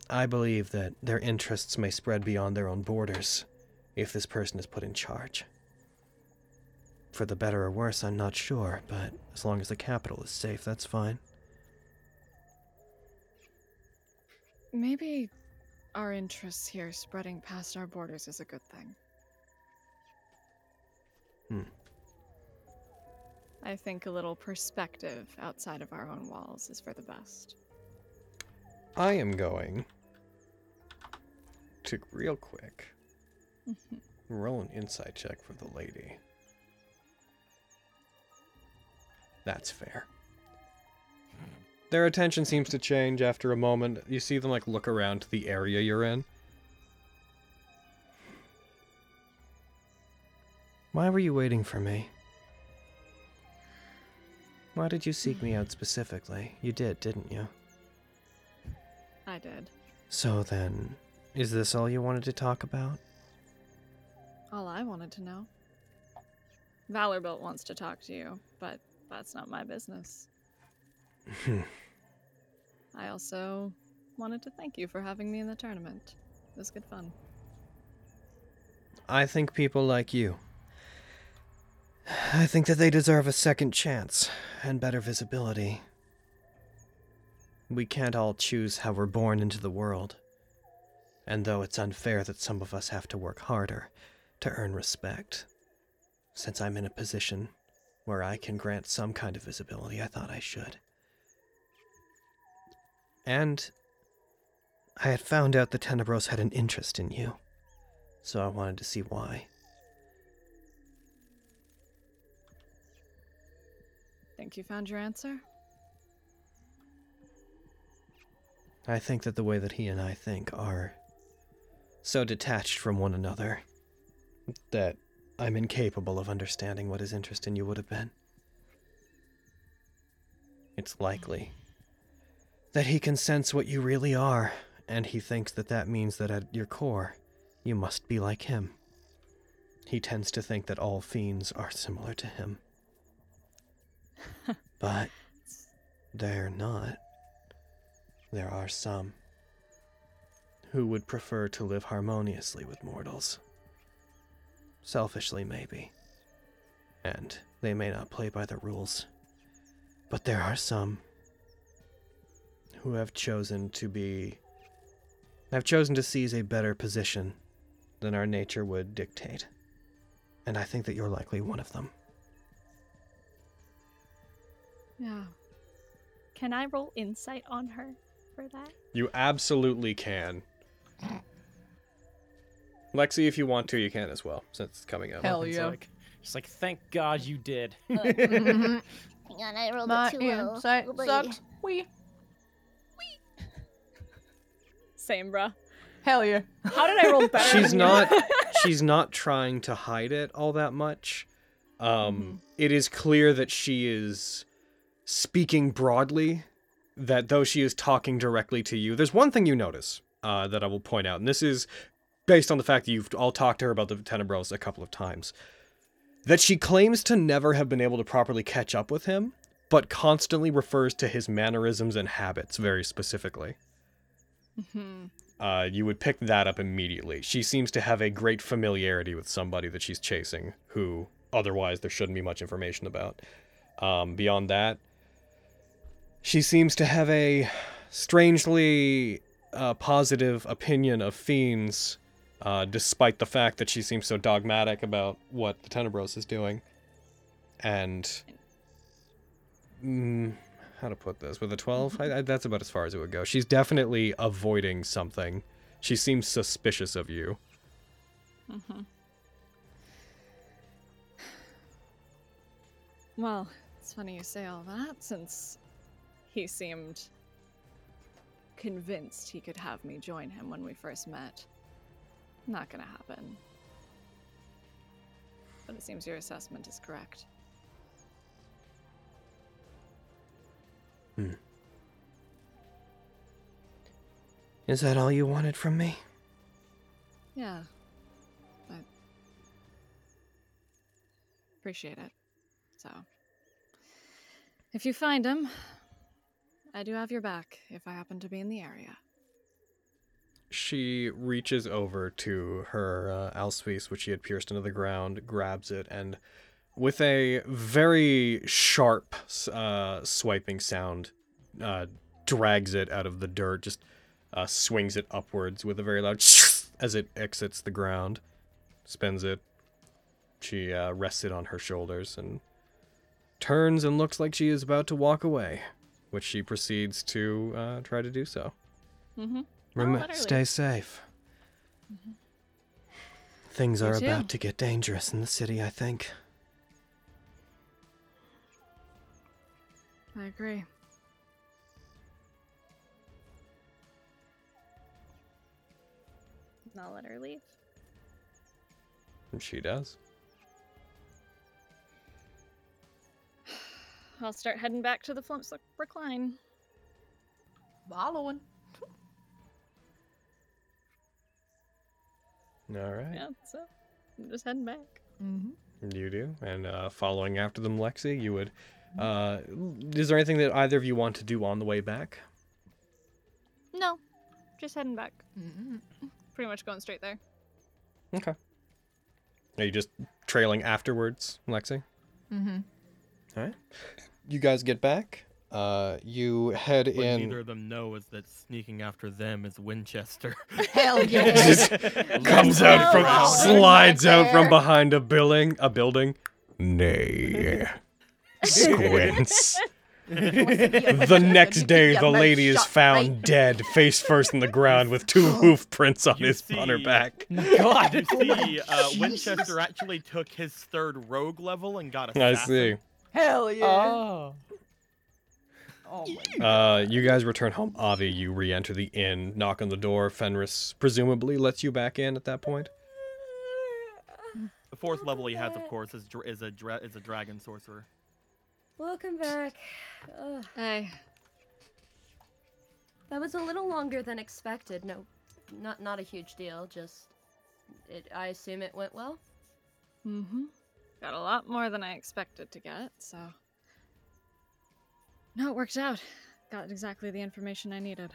Speaker 16: I believe that their interests may spread beyond their own borders if this person is put in charge. For the better or worse, I'm not sure, but as long as the capital is safe, that's fine.
Speaker 14: Maybe our interests here spreading past our borders is a good thing.
Speaker 16: Hmm.
Speaker 14: I think a little perspective outside of our own walls is for the best.
Speaker 1: I am going to real quick roll an insight check for the lady. That's fair. Their attention seems to change after a moment. You see them like look around to the area you're in.
Speaker 16: Why were you waiting for me? Why did you seek me out specifically? You did, didn't you?
Speaker 14: I did.
Speaker 16: So then, is this all you wanted to talk about?
Speaker 14: All I wanted to know. Valorbilt wants to talk to you, but that's not my business. I also wanted to thank you for having me in the tournament. It was good fun.
Speaker 16: I think people like you. I think that they deserve a second chance and better visibility. We can't all choose how we're born into the world. And though it's unfair that some of us have to work harder to earn respect, since I'm in a position where I can grant some kind of visibility, I thought I should. And I had found out that Tenebros had an interest in you, so I wanted to see why.
Speaker 14: Think you found your answer?
Speaker 16: I think that the way that he and I think are so detached from one another that I'm incapable of understanding what his interest in you would have been. It's likely that he can sense what you really are, and he thinks that that means that at your core, you must be like him. He tends to think that all fiends are similar to him. but they're not. There are some who would prefer to live harmoniously with mortals. Selfishly, maybe. And they may not play by the rules. But there are some who have chosen to be. have chosen to seize a better position than our nature would dictate. And I think that you're likely one of them.
Speaker 14: Yeah. Can I roll insight on her for that?
Speaker 1: You absolutely can. Lexi, if you want to, you can as well, since it's coming up.
Speaker 7: It's Like, it's like, thank God you did.
Speaker 11: Hang on, I rolled
Speaker 7: My
Speaker 11: it too low.
Speaker 7: insight
Speaker 11: Oh, boy.
Speaker 7: sucks. We.
Speaker 14: Same, bruh.
Speaker 7: Hell yeah.
Speaker 14: How did I roll better?
Speaker 1: she's
Speaker 14: than you?
Speaker 1: not she's not trying to hide it all that much um it is clear that she is speaking broadly that though she is talking directly to you there's one thing you notice uh, that i will point out and this is based on the fact that you've all talked to her about the tenebros a couple of times that she claims to never have been able to properly catch up with him but constantly refers to his mannerisms and habits very specifically
Speaker 11: Mm-hmm.
Speaker 14: Mhm.
Speaker 1: uh, you would pick that up immediately. She seems to have a great familiarity with somebody that she's chasing, who otherwise there shouldn't be much information about. Um, beyond that, she seems to have a strangely uh, positive opinion of fiends, uh, despite the fact that she seems so dogmatic about what the Tenebros is doing. And. Mm, how to put this? With a 12? I, I, that's about as far as it would go. She's definitely avoiding something. She seems suspicious of you.
Speaker 14: Mhm. Well, it's funny you say all that, since he seemed convinced he could have me join him when we first met. Not gonna happen. But it seems your assessment is correct.
Speaker 16: Is that all you wanted from me?
Speaker 14: Yeah. But appreciate it. So if you find him, I do have your back if I happen to be in the area.
Speaker 1: She reaches over to her uh, alspice, which she had pierced into the ground, grabs it, and with a very sharp uh, swiping sound, uh, drags it out of the dirt, just uh, swings it upwards with a very loud as it exits the ground, spins it. She uh, rests it on her shoulders and turns and looks like she is about to walk away, which she proceeds to uh, try to do so.
Speaker 14: Mm-hmm.
Speaker 16: Rem- stay safe.
Speaker 11: Mm-hmm.
Speaker 16: Things
Speaker 14: You
Speaker 16: are
Speaker 14: too.
Speaker 16: about to get dangerous in the city, I think.
Speaker 14: I agree. And I'll let her leave.
Speaker 1: And she does.
Speaker 14: I'll start heading back to the Flumps Recline.
Speaker 11: Following.
Speaker 1: All right.
Speaker 14: Yeah, that's it. I'm just heading back.
Speaker 1: You do, and uh, following after them, Lexi, you would. Uh, is there anything that either of you want to do on the way back?
Speaker 14: No, just heading back. Pretty much going straight there.
Speaker 1: Okay. Are you just trailing afterwards, Lexi?
Speaker 14: Mm-hmm.
Speaker 1: All right. You guys get back.
Speaker 16: Uh, you head
Speaker 4: What
Speaker 16: in.
Speaker 4: neither of them know is that sneaking after them is Winchester.
Speaker 11: Hell yeah.
Speaker 1: Just comes out from slides out from behind a building. A building. Nay. Squints. the next day, the lady is found dead, face first in the ground, with two hoof prints on his on her back.
Speaker 4: You see, uh, Winchester actually took his third rogue level and got a.
Speaker 1: I see.
Speaker 11: Hell yeah.
Speaker 7: Oh.
Speaker 1: Uh, you guys return home. Avi, you re-enter the inn, knock on the door. Fenris presumably lets you back in at that point.
Speaker 11: Oh
Speaker 4: The fourth level he has, of course, is dra- is a dra- is a dragon sorcerer.
Speaker 3: Welcome back. Ugh. That was a little longer than expected. No, not not a huge deal. Just, it, I assume it went well.
Speaker 14: Mm-hmm. Got a lot more than I expected to get, so. No, it worked out. Got exactly the information I needed.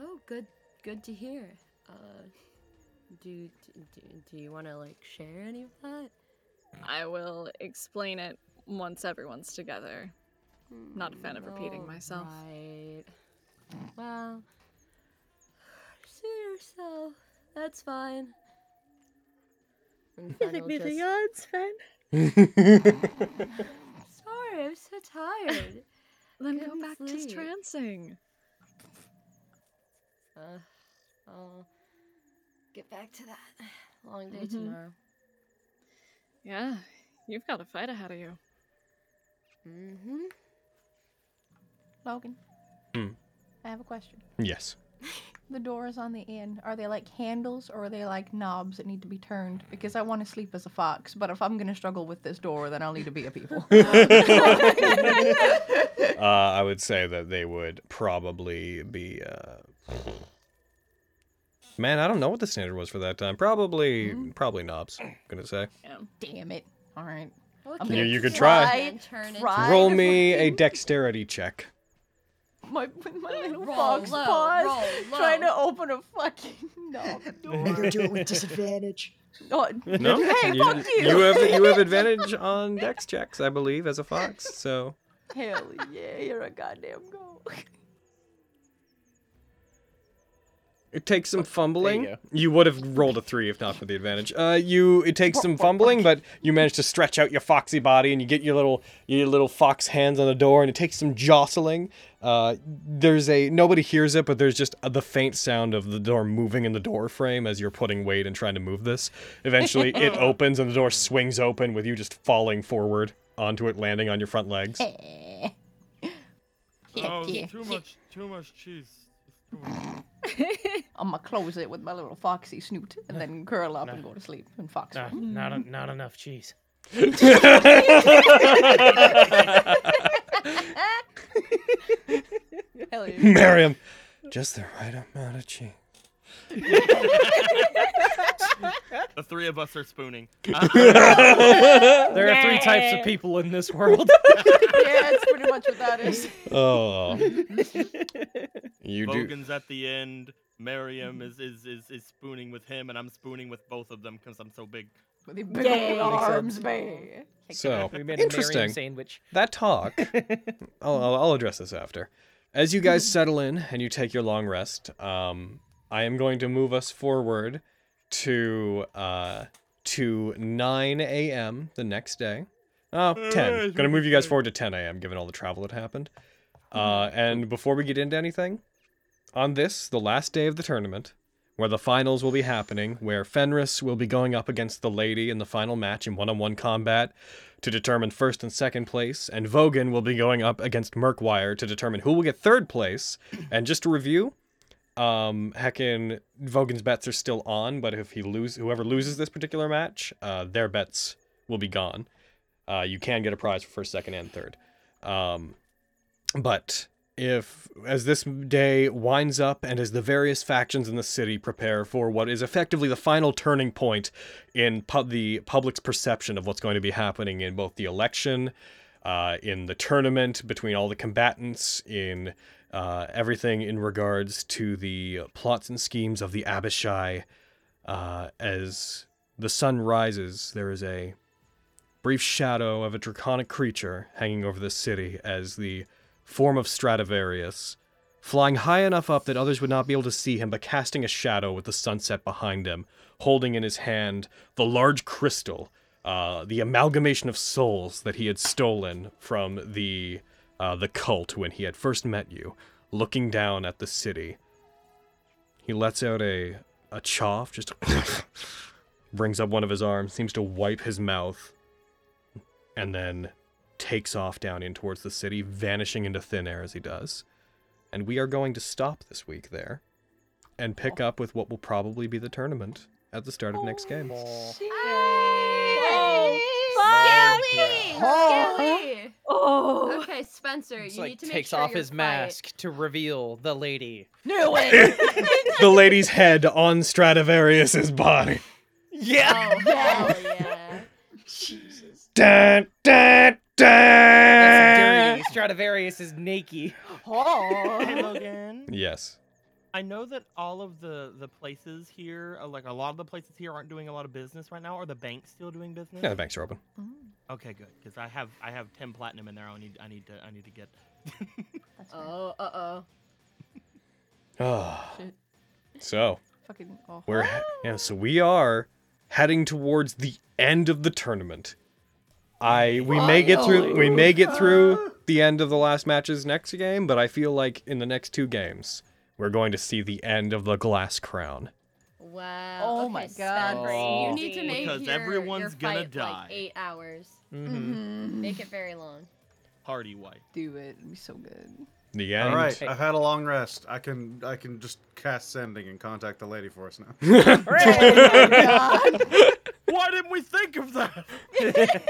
Speaker 3: Oh, good, good to hear. Uh, do do, do you want to like share any of that?
Speaker 14: I will explain it once everyone's together. Not a fan of repeating
Speaker 3: All
Speaker 14: myself.
Speaker 3: Oh, Right. Well, suit yourself. That's fine. And Fen'll just- Sorry, I'm so tired.
Speaker 14: Then go
Speaker 3: Couldn't
Speaker 14: back to
Speaker 3: sleep.
Speaker 14: trancing.
Speaker 3: Uh, I'll get back to that. Long day
Speaker 14: Mhm.
Speaker 3: tomorrow.
Speaker 14: Yeah, you've got a fight ahead of you.
Speaker 3: Mm-hmm.
Speaker 11: Logan,
Speaker 1: Hmm.
Speaker 11: I have a question.
Speaker 1: Yes.
Speaker 11: The doors on the inn, are they like handles or are they like knobs that need to be turned? Because I want to sleep as a fox, but if I'm going to struggle with this door, then I'll need to be a people.
Speaker 1: Uh, I would say that they would probably be. Uh... Man, I don't know what the standard was for that time. Probably,
Speaker 11: Mm-hmm.
Speaker 1: probably knobs. I'm gonna say.
Speaker 11: Damn it. All right.
Speaker 1: Okay. You- you could try. Roll me a dexterity check.
Speaker 11: My, with my little
Speaker 2: Roll
Speaker 11: fox
Speaker 2: low,
Speaker 11: paws
Speaker 2: roll
Speaker 11: trying
Speaker 2: low.
Speaker 11: to open a fucking knob door.
Speaker 8: You're gonna do it with disadvantage.
Speaker 11: Oh,
Speaker 1: No,
Speaker 11: Hey,
Speaker 1: you,
Speaker 11: fuck you.
Speaker 1: have you have advantage on dex checks, I believe, as a fox. So
Speaker 11: Hell yeah, you're a goddamn go.
Speaker 1: it takes some fumbling. You, would have rolled a three if not for the advantage. Uh, you it takes some fumbling, but you manage to stretch out your foxy body and you get your little your little fox hands on the door, and it takes some jostling. Uh, there's a nobody hears it, but there's just the faint sound of the door moving in the door frame as you're putting weight and trying to move this. Eventually, it opens and the door swings open with you just falling forward onto it, landing on your front legs.
Speaker 4: oh,
Speaker 11: yeah,
Speaker 4: too
Speaker 11: yeah.
Speaker 4: much, too much cheese.
Speaker 11: I'm gonna close it with my little foxy snoot and then curl up and go to sleep and fox.
Speaker 10: No,
Speaker 11: roll.
Speaker 10: Uh, not en- not enough cheese.
Speaker 11: Hell yeah.
Speaker 16: Miriam, just the right amount of cheese.
Speaker 4: The three of us are spooning. Uh,
Speaker 7: there are three types of people in this world.
Speaker 11: yeah, that's pretty much what that is.
Speaker 1: Oh. You do-
Speaker 4: Bogan's at the end. Miriam is, is is is spooning with him, and I'm spooning with both of them because I'm so big.
Speaker 11: With the big old arms, man.
Speaker 1: So
Speaker 10: We made a
Speaker 1: interesting.
Speaker 10: Miriam sandwich.
Speaker 1: That talk. I'll, I'll, I'll address this after. As you guys settle in and you take your long rest, um, I am going to move us forward to uh, to 9 a.m. the next day. Oh, 10. Gonna move you guys forward to 10 a.m. given all the travel that happened. Uh, and before we get into anything, on this, the last day of the tournament, where the finals will be happening, where Fenris will be going up against the lady in the final match in one on one combat to determine first and second place, and Vogan will be going up against Merkwire to determine who will get third place. And just to review, um, heckin' Vogan's bets are still on, but if he lose, whoever loses this particular match, uh, their bets will be gone. Uh, you can get a prize for first, second, and third. Um, but if, as this day winds up and as the various factions in the city prepare for what is effectively the final turning point in pu- the public's perception of what's going to be happening in both the election, uh, in the tournament, between all the combatants, in uh, everything in regards to the plots and schemes of the Abishai, uh, as the sun rises, there is a brief shadow of a draconic creature hanging over the city as the form of Stradivarius, flying high enough up that others would not be able to see him, but casting a shadow with the sunset behind him, holding in his hand the large crystal, uh, the amalgamation of souls that he had stolen from the uh, the cult when he had first met you, looking down at the city. He lets out a a choff, just brings up one of his arms, seems to wipe his mouth, and then takes off down in towards the city, vanishing into thin air as he does. And we are going to stop this week there and pick up with what will probably be the tournament at the start of next game.
Speaker 3: Skelly!
Speaker 7: Oh.
Speaker 3: Okay, Spencer,
Speaker 7: It's
Speaker 3: you
Speaker 7: like
Speaker 3: need to make
Speaker 7: takes
Speaker 3: sure
Speaker 7: off
Speaker 3: you're
Speaker 7: his mask to reveal the lady.
Speaker 3: Knew it!
Speaker 1: the lady's head on Stradivarius's body.
Speaker 7: Yeah.
Speaker 11: Oh,
Speaker 2: Oh,
Speaker 8: Jesus.
Speaker 1: Dun, dun, dun.
Speaker 7: Dirty. Stradivarius is naked.
Speaker 4: Oh. Hey, Logan.
Speaker 1: Yes.
Speaker 4: I know that all of the the places here, uh, like a lot of the places here, aren't doing a lot of business right now. Are the banks still doing business?
Speaker 1: Yeah, the banks are open.
Speaker 11: Mm,
Speaker 4: Okay, good. Because I have I have ten platinum in there. I need I need to I need to get.
Speaker 3: Oh, uh oh.
Speaker 1: Ah. so
Speaker 11: Fucking. Oh.
Speaker 1: we're yeah, so we are heading towards the end of the tournament. I we may get through we may get through the end of the last matches next game, but I feel like in the next two games we're going to see the end of the glass crown.
Speaker 3: Wow.
Speaker 11: Oh
Speaker 3: okay,
Speaker 11: my
Speaker 3: Spencer,
Speaker 11: God.
Speaker 3: You
Speaker 7: Oh,
Speaker 3: need to make
Speaker 4: Because
Speaker 3: your,
Speaker 4: everyone's
Speaker 3: your
Speaker 4: gonna
Speaker 3: fight
Speaker 4: die.
Speaker 3: like eight hours.
Speaker 7: Mm-hmm.
Speaker 4: Mhm.
Speaker 3: Make it very long.
Speaker 4: Party white.
Speaker 11: Do it. It'd be so good.
Speaker 1: The
Speaker 9: All
Speaker 1: end.
Speaker 9: right, I've had a long rest. I can I can just cast sending and contact the lady for us now.
Speaker 2: Oh
Speaker 4: Why didn't we think of that?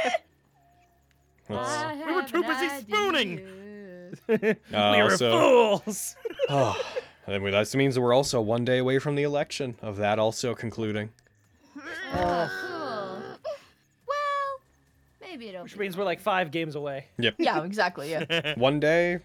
Speaker 1: Let's-
Speaker 4: we were too busy spooning.
Speaker 1: Uh,
Speaker 7: we were
Speaker 1: also-
Speaker 7: fools.
Speaker 1: Oh, and we- that means we're also one day away from the election of that also concluding.
Speaker 3: Oh. Cool. Well, maybe it'll.
Speaker 7: Which means we're like five games away.
Speaker 1: Yep.
Speaker 11: Yeah, exactly. Yeah.
Speaker 1: One day,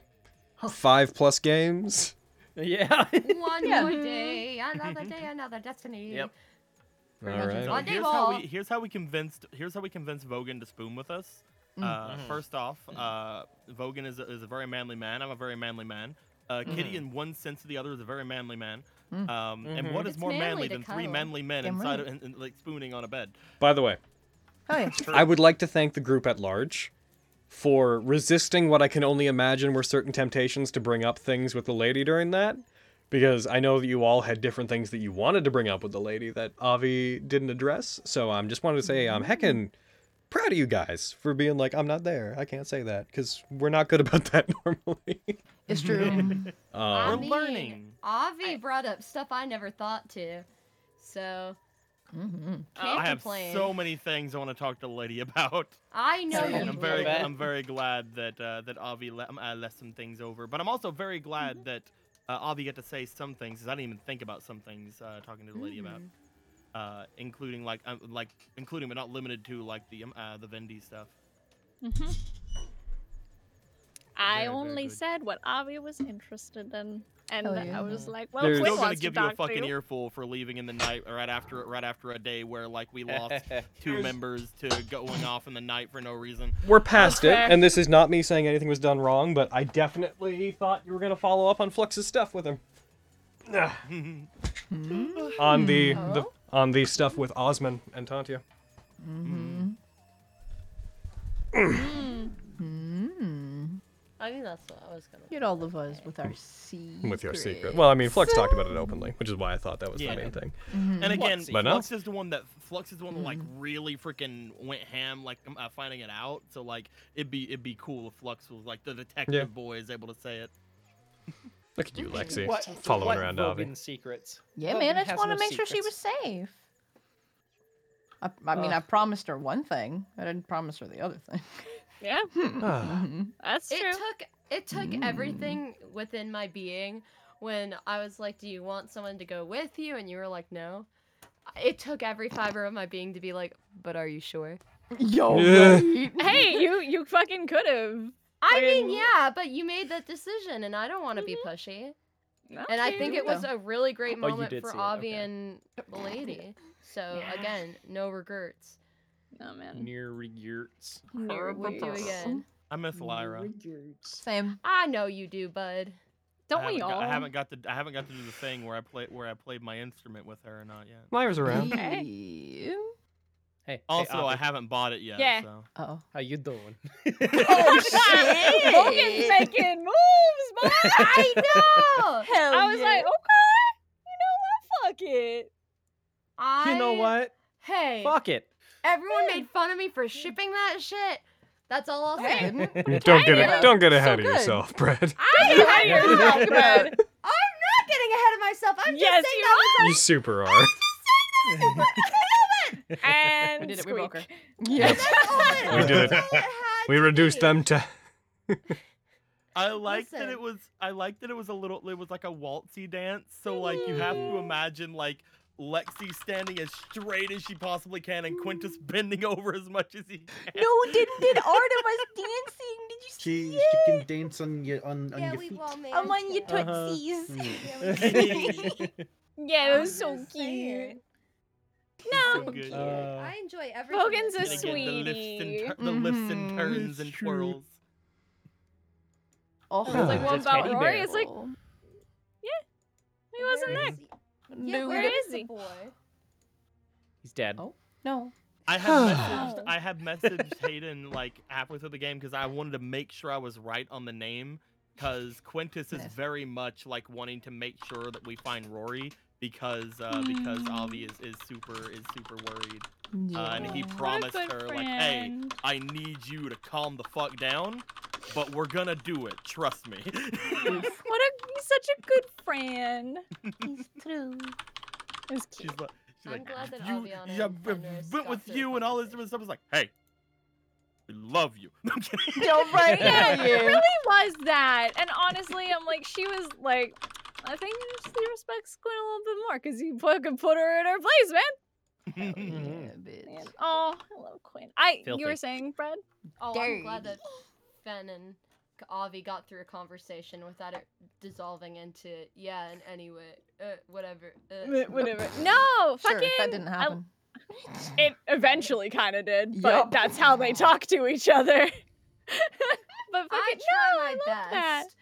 Speaker 1: five plus games.
Speaker 7: Yeah.
Speaker 3: One
Speaker 11: Yeah.
Speaker 3: more day, another day, another destiny.
Speaker 4: Yep.
Speaker 1: All
Speaker 4: So
Speaker 1: right.
Speaker 3: Monday
Speaker 4: here's how
Speaker 3: ball.
Speaker 4: we here's how we convinced here's how we convinced Vogan to spoon with us.
Speaker 3: Mm.
Speaker 4: Uh,
Speaker 3: Mhm.
Speaker 4: First off, uh, Vogan is a, is a very manly man. I'm a very manly man. Uh,
Speaker 3: Mm-hmm.
Speaker 4: Kitty, in one sense or the other, is a very manly man.
Speaker 1: Mm.
Speaker 4: Um,
Speaker 1: Mhm.
Speaker 4: And what is
Speaker 3: Mm-hmm. It's
Speaker 4: more manly
Speaker 3: manly to
Speaker 4: than three
Speaker 3: cuddle.
Speaker 4: manly men
Speaker 3: Damn
Speaker 4: inside
Speaker 3: right. Oh,
Speaker 4: of, in, in, like spooning on a bed?
Speaker 1: By the way, I would like to thank the group at large for resisting what I can only imagine were certain temptations to bring up things with the lady during that. Because I know that you all had different things that you wanted to bring up with the lady that Avi didn't address. So I'm just wanted to say I'm heckin' proud of you guys for being like, I'm not there. I can't say that because we're not good about that normally.
Speaker 11: It's true.
Speaker 1: Um,
Speaker 3: I mean, Avi brought up stuff I never thought to, so mm-hmm. can't
Speaker 4: I have
Speaker 3: complain.
Speaker 4: so many things I want to talk to the lady about.
Speaker 3: I know
Speaker 4: And
Speaker 3: you
Speaker 4: I'm very,
Speaker 3: do.
Speaker 4: I'm very glad that uh, that Avi le- um, uh, left some things over, but I'm also very glad
Speaker 14: Mm-hmm.
Speaker 4: that uh, Avi got to say some things 'cause I didn't even think about some things uh, talking to the lady about,
Speaker 14: Mm.
Speaker 3: Mhm.
Speaker 4: uh, including like um, like including but not limited to like the um, uh, the Vendi stuff.
Speaker 5: Mm-hmm.
Speaker 14: hmm I
Speaker 4: Very, very
Speaker 14: only
Speaker 4: good.
Speaker 14: said what Avi was interested in, and
Speaker 4: Hell
Speaker 14: I
Speaker 4: yeah.
Speaker 14: was like, "Well,
Speaker 4: Mm-hmm. They're
Speaker 14: Quinn
Speaker 4: still gonna
Speaker 14: wants to
Speaker 4: give you a
Speaker 14: talk to
Speaker 4: fucking
Speaker 14: you."
Speaker 4: earful for leaving in the night, right after right after a day where like we lost two members to going off in the night for no reason.
Speaker 1: We're past it,
Speaker 4: fair.
Speaker 1: and this is not me saying anything was done wrong, but I definitely thought you were gonna follow up on Flux's stuff with him.
Speaker 11: Hmm?
Speaker 1: on the,
Speaker 16: Hmm.
Speaker 1: the on the stuff with Osman and Tantia.
Speaker 2: Mm-hmm.
Speaker 11: Hmm.
Speaker 3: I mean, that's what I was gonna.
Speaker 11: You're all of us with our C.
Speaker 1: With your secret. Well, I mean, Flux talked about it openly, which is why I thought that was
Speaker 4: Yeah.
Speaker 1: the main thing.
Speaker 7: Mm-hmm.
Speaker 4: And again,
Speaker 1: but no.
Speaker 4: Flux is the one that Flux is the one that like really freaking went ham, like um, uh, finding it out. So like it'd be it'd be cool if Flux was like the detective
Speaker 1: Yeah.
Speaker 4: boy is able to say it.
Speaker 1: Look at you, Lexi,
Speaker 7: What-
Speaker 1: following
Speaker 7: what
Speaker 1: around
Speaker 7: Vogan
Speaker 1: Avi.
Speaker 7: secrets.
Speaker 11: Yeah,
Speaker 7: Vogan
Speaker 11: man. I
Speaker 7: has
Speaker 11: just want to
Speaker 7: no
Speaker 11: make sure she was
Speaker 7: secrets.
Speaker 11: safe. I, I mean, I promised her one thing. I didn't promise her the other thing.
Speaker 14: Yeah.
Speaker 11: Hmm.
Speaker 1: Ah.
Speaker 14: That's
Speaker 3: it
Speaker 14: true.
Speaker 3: took it took everything
Speaker 14: Mm.
Speaker 3: within my being when I was like, "Do you want someone to go with you?" And you were like, "No." It took every fiber of my being to be like, "But are you sure?"
Speaker 11: Yo.
Speaker 1: Yeah.
Speaker 14: hey, you you fucking could have.
Speaker 3: I mean, yeah, but you made that decision, and I don't want to be pushy. And I
Speaker 14: Okay.
Speaker 3: think it was
Speaker 14: Mm-hmm. Though.
Speaker 3: a really great
Speaker 14: Oh, you
Speaker 3: moment
Speaker 14: did
Speaker 3: for
Speaker 14: see it,
Speaker 3: Avi
Speaker 14: okay.
Speaker 3: and the lady. So
Speaker 14: Yeah.
Speaker 3: again, no regrets.
Speaker 5: Oh man.
Speaker 7: Near Yurts.
Speaker 5: Near
Speaker 3: What do you
Speaker 5: Yurts.
Speaker 3: again?
Speaker 4: I miss Lyra.
Speaker 2: Same.
Speaker 3: I know you do, bud.
Speaker 4: I
Speaker 3: Don't
Speaker 4: haven't
Speaker 3: we
Speaker 4: got-
Speaker 3: all?
Speaker 4: I haven't got to. I haven't got to do the thing where I play where I played my instrument with her or not yet.
Speaker 21: Lyra's around.
Speaker 7: Hey.
Speaker 4: Also, I haven't bought it yet.
Speaker 5: Yeah.
Speaker 4: So.
Speaker 2: Oh.
Speaker 7: How you doing?
Speaker 5: oh shit! Logan's making moves, boy. I
Speaker 2: know.
Speaker 3: Hell
Speaker 5: I was
Speaker 3: yeah.
Speaker 5: like, okay, you know what? Fuck it.
Speaker 3: I...
Speaker 7: You know what?
Speaker 3: Hey.
Speaker 7: Fuck it.
Speaker 3: Everyone made fun of me for shipping that shit. That's all I'll say.
Speaker 1: don't get it. Don't get ahead of yourself, Brad.
Speaker 3: I
Speaker 5: You're not good.
Speaker 22: I'm not getting ahead of myself. I'm
Speaker 5: Yes,
Speaker 22: just saying
Speaker 5: you
Speaker 22: that was
Speaker 1: You super are.
Speaker 5: And
Speaker 2: We did it, we broke her.
Speaker 5: squeak.
Speaker 2: Yes.
Speaker 1: We did it. We reduced them to.
Speaker 4: I like that
Speaker 3: Listen.
Speaker 4: it was. I like that it was a little. It was like a waltzy dance. So like you have to imagine like Lexi standing as straight as she possibly can, and Quintus bending over as much as he can.
Speaker 2: No one did did Artemis dancing. Did you see?
Speaker 9: She, she can dance on your on, on your feet.
Speaker 2: I'm on your
Speaker 9: Uh-huh.
Speaker 2: tootsies.
Speaker 9: Mm.
Speaker 5: Yeah, it was so
Speaker 3: I'm
Speaker 5: cute.
Speaker 3: just saying.
Speaker 5: No.
Speaker 4: Good.
Speaker 3: I enjoy everything.
Speaker 5: Logan's a
Speaker 3: that's
Speaker 4: Gonna get the lifts and
Speaker 5: sweetie.
Speaker 4: tur- the lifts and turns and twirls.
Speaker 2: Oh,
Speaker 5: It's like one
Speaker 4: Just
Speaker 5: about
Speaker 4: teddy
Speaker 5: Rory.
Speaker 4: bear.
Speaker 5: It's like, yeah, he wasn't
Speaker 3: Where
Speaker 5: there.
Speaker 3: is Yeah,
Speaker 2: No,
Speaker 3: where
Speaker 2: we-
Speaker 3: is
Speaker 5: the
Speaker 3: the boy?
Speaker 7: He's dead.
Speaker 2: Oh no.
Speaker 4: I had messaged, I had messaged Hayden like halfway through the game because I wanted to make sure I was right on the name because Quintus is very much like wanting to make sure that we find Rory because uh, because Avi is, is super is super worried uh, and he
Speaker 5: Yeah. What a
Speaker 4: promised
Speaker 5: good
Speaker 4: her like hey
Speaker 5: friend.
Speaker 4: I need you to calm the fuck down but we're gonna do it trust me
Speaker 5: What a he's such a good friend.
Speaker 2: He's true.
Speaker 4: she's like, she's
Speaker 3: I'm
Speaker 4: like
Speaker 3: glad that
Speaker 4: you
Speaker 3: Aviana
Speaker 4: yeah,
Speaker 3: and
Speaker 4: I
Speaker 3: Fenris
Speaker 4: went
Speaker 3: got
Speaker 4: with
Speaker 3: to
Speaker 4: you and all this different stuff it's like hey we love you I'm kidding.
Speaker 2: Don't break
Speaker 5: Yeah,
Speaker 2: yeah,
Speaker 5: it really was that. And honestly, I'm like, she was like, I think she respects Quinn a little bit more because you put, could put her in her place, man. Man. Oh, I love Quinn. I you were
Speaker 7: Filthy.
Speaker 5: saying, Fred?
Speaker 3: Oh, I'm glad
Speaker 5: Dirty.
Speaker 3: that Fen and K- Avi got through a conversation without it dissolving into yeah and anyway uh, whatever uh.
Speaker 5: Wh- whatever. No,
Speaker 2: Sure,
Speaker 5: fucking.
Speaker 2: that didn't
Speaker 5: I-
Speaker 2: happen.
Speaker 5: it eventually kind of did, but
Speaker 2: Yup.
Speaker 5: that's how they talk to each other. but fucking no,
Speaker 3: I
Speaker 5: I
Speaker 3: try
Speaker 5: love
Speaker 3: my
Speaker 5: that,
Speaker 3: best.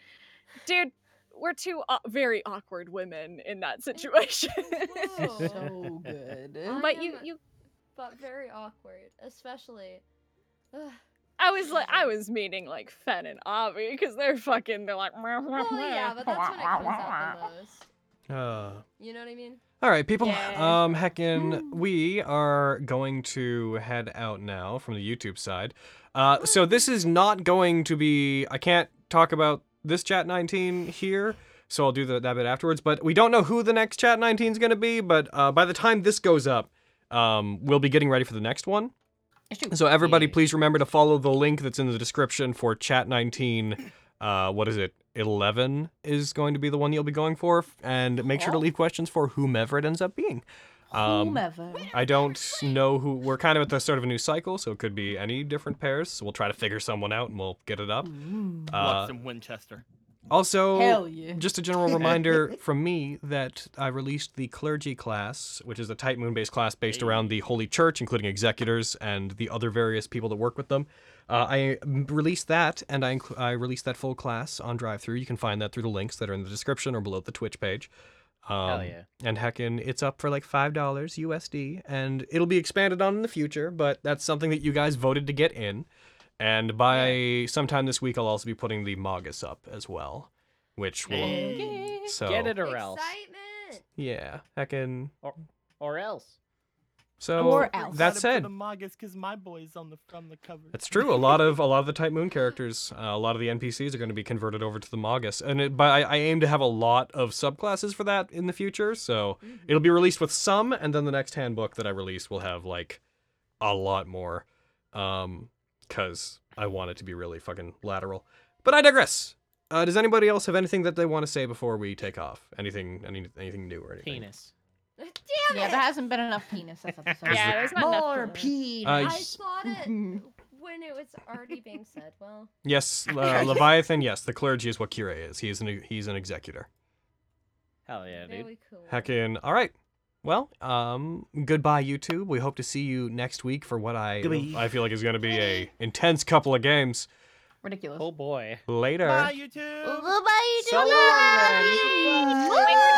Speaker 5: dude. We're two au- very awkward women in that situation.
Speaker 2: so good.
Speaker 3: I
Speaker 5: but you,
Speaker 3: am-
Speaker 5: you,
Speaker 3: but very awkward especially Ugh.
Speaker 5: I was like, I was meeting like Fen and Avi because they're fucking. They're like, well,
Speaker 3: well yeah but that's when it comes out the most
Speaker 1: Uh,
Speaker 3: you know what I mean
Speaker 1: all right, people.
Speaker 3: Yeah.
Speaker 1: Um, heckin, we are going to head out now from the YouTube side. Uh, so this is not going to be. I can't talk about this chat 19 here. So I'll do the, that bit afterwards. But we don't know who the next chat 19 is going to be. But uh, by the time this goes up, um, we'll be getting ready for the next one. So everybody, please remember to follow the link that's in the description for Chat 19. Uh, what is it? 11 is going to be the one you'll be going for, and make sure
Speaker 4: Oh.
Speaker 1: to leave questions for whomever it ends up being. Um,
Speaker 2: Whomever.
Speaker 1: I don't know who. We're kind of at the start of a new cycle, so it could be any different pairs. So we'll try to figure someone out, and we'll get it up. Uh,
Speaker 4: Watson Winchester.
Speaker 1: also,
Speaker 4: Hell yeah.
Speaker 1: just a general reminder from me that I released the clergy class, which is a tight moon based class based around the Holy Church, including executors and the other various people that work with them. Uh, I m- released that, and I, inclu- I released that full class on drive through. You can find that through the links that are in the description or below the Twitch page. Um,
Speaker 7: yeah.
Speaker 1: And heckin', it's up for like $5 USD, and it'll be expanded on in the future, but that's something that you guys voted to get in. And by sometime this week, I'll also be putting the Magus up as well, which will. So,
Speaker 7: um, Get it or else.
Speaker 1: Yeah, heckin'.
Speaker 7: Or, or else.
Speaker 1: So, that said,
Speaker 4: the Magus, because my boy's on the from the cover.
Speaker 1: That's true. A lot of a lot of the Type Moon characters, uh, a lot of the NPCs are going to be converted over to the Magus, and it, but I, I aim to have a lot of subclasses for that in the future. So it'll be released with some, and then the next handbook that I release will have like a lot more, um, because I want it to be really fucking lateral. But I digress. Uh, does anybody else have anything that they want to say before we take off? Anything, any, anything new or anything?
Speaker 7: Penis.
Speaker 2: Damn yeah, there hasn't been enough penis this episode.
Speaker 1: Yeah, there's not enough
Speaker 2: More
Speaker 1: penis.
Speaker 2: penis.
Speaker 1: Uh,
Speaker 3: I
Speaker 1: s-
Speaker 3: thought it when it was already being said well
Speaker 1: Yes, uh, Leviathan. Yes, the clergy is what Kira is. He is an he's an executor.
Speaker 7: Hell yeah, dude.
Speaker 1: Heckin'. All right. Well, um, goodbye, YouTube. We hope to see you next week for what I
Speaker 23: Goodbye.
Speaker 1: I feel like is going to be a intense couple of games.
Speaker 7: Ridiculous.
Speaker 16: Oh boy.
Speaker 1: Later.
Speaker 7: Bye, YouTube. Bye,
Speaker 16: So long,
Speaker 7: YouTube.
Speaker 16: then.
Speaker 7: Bye.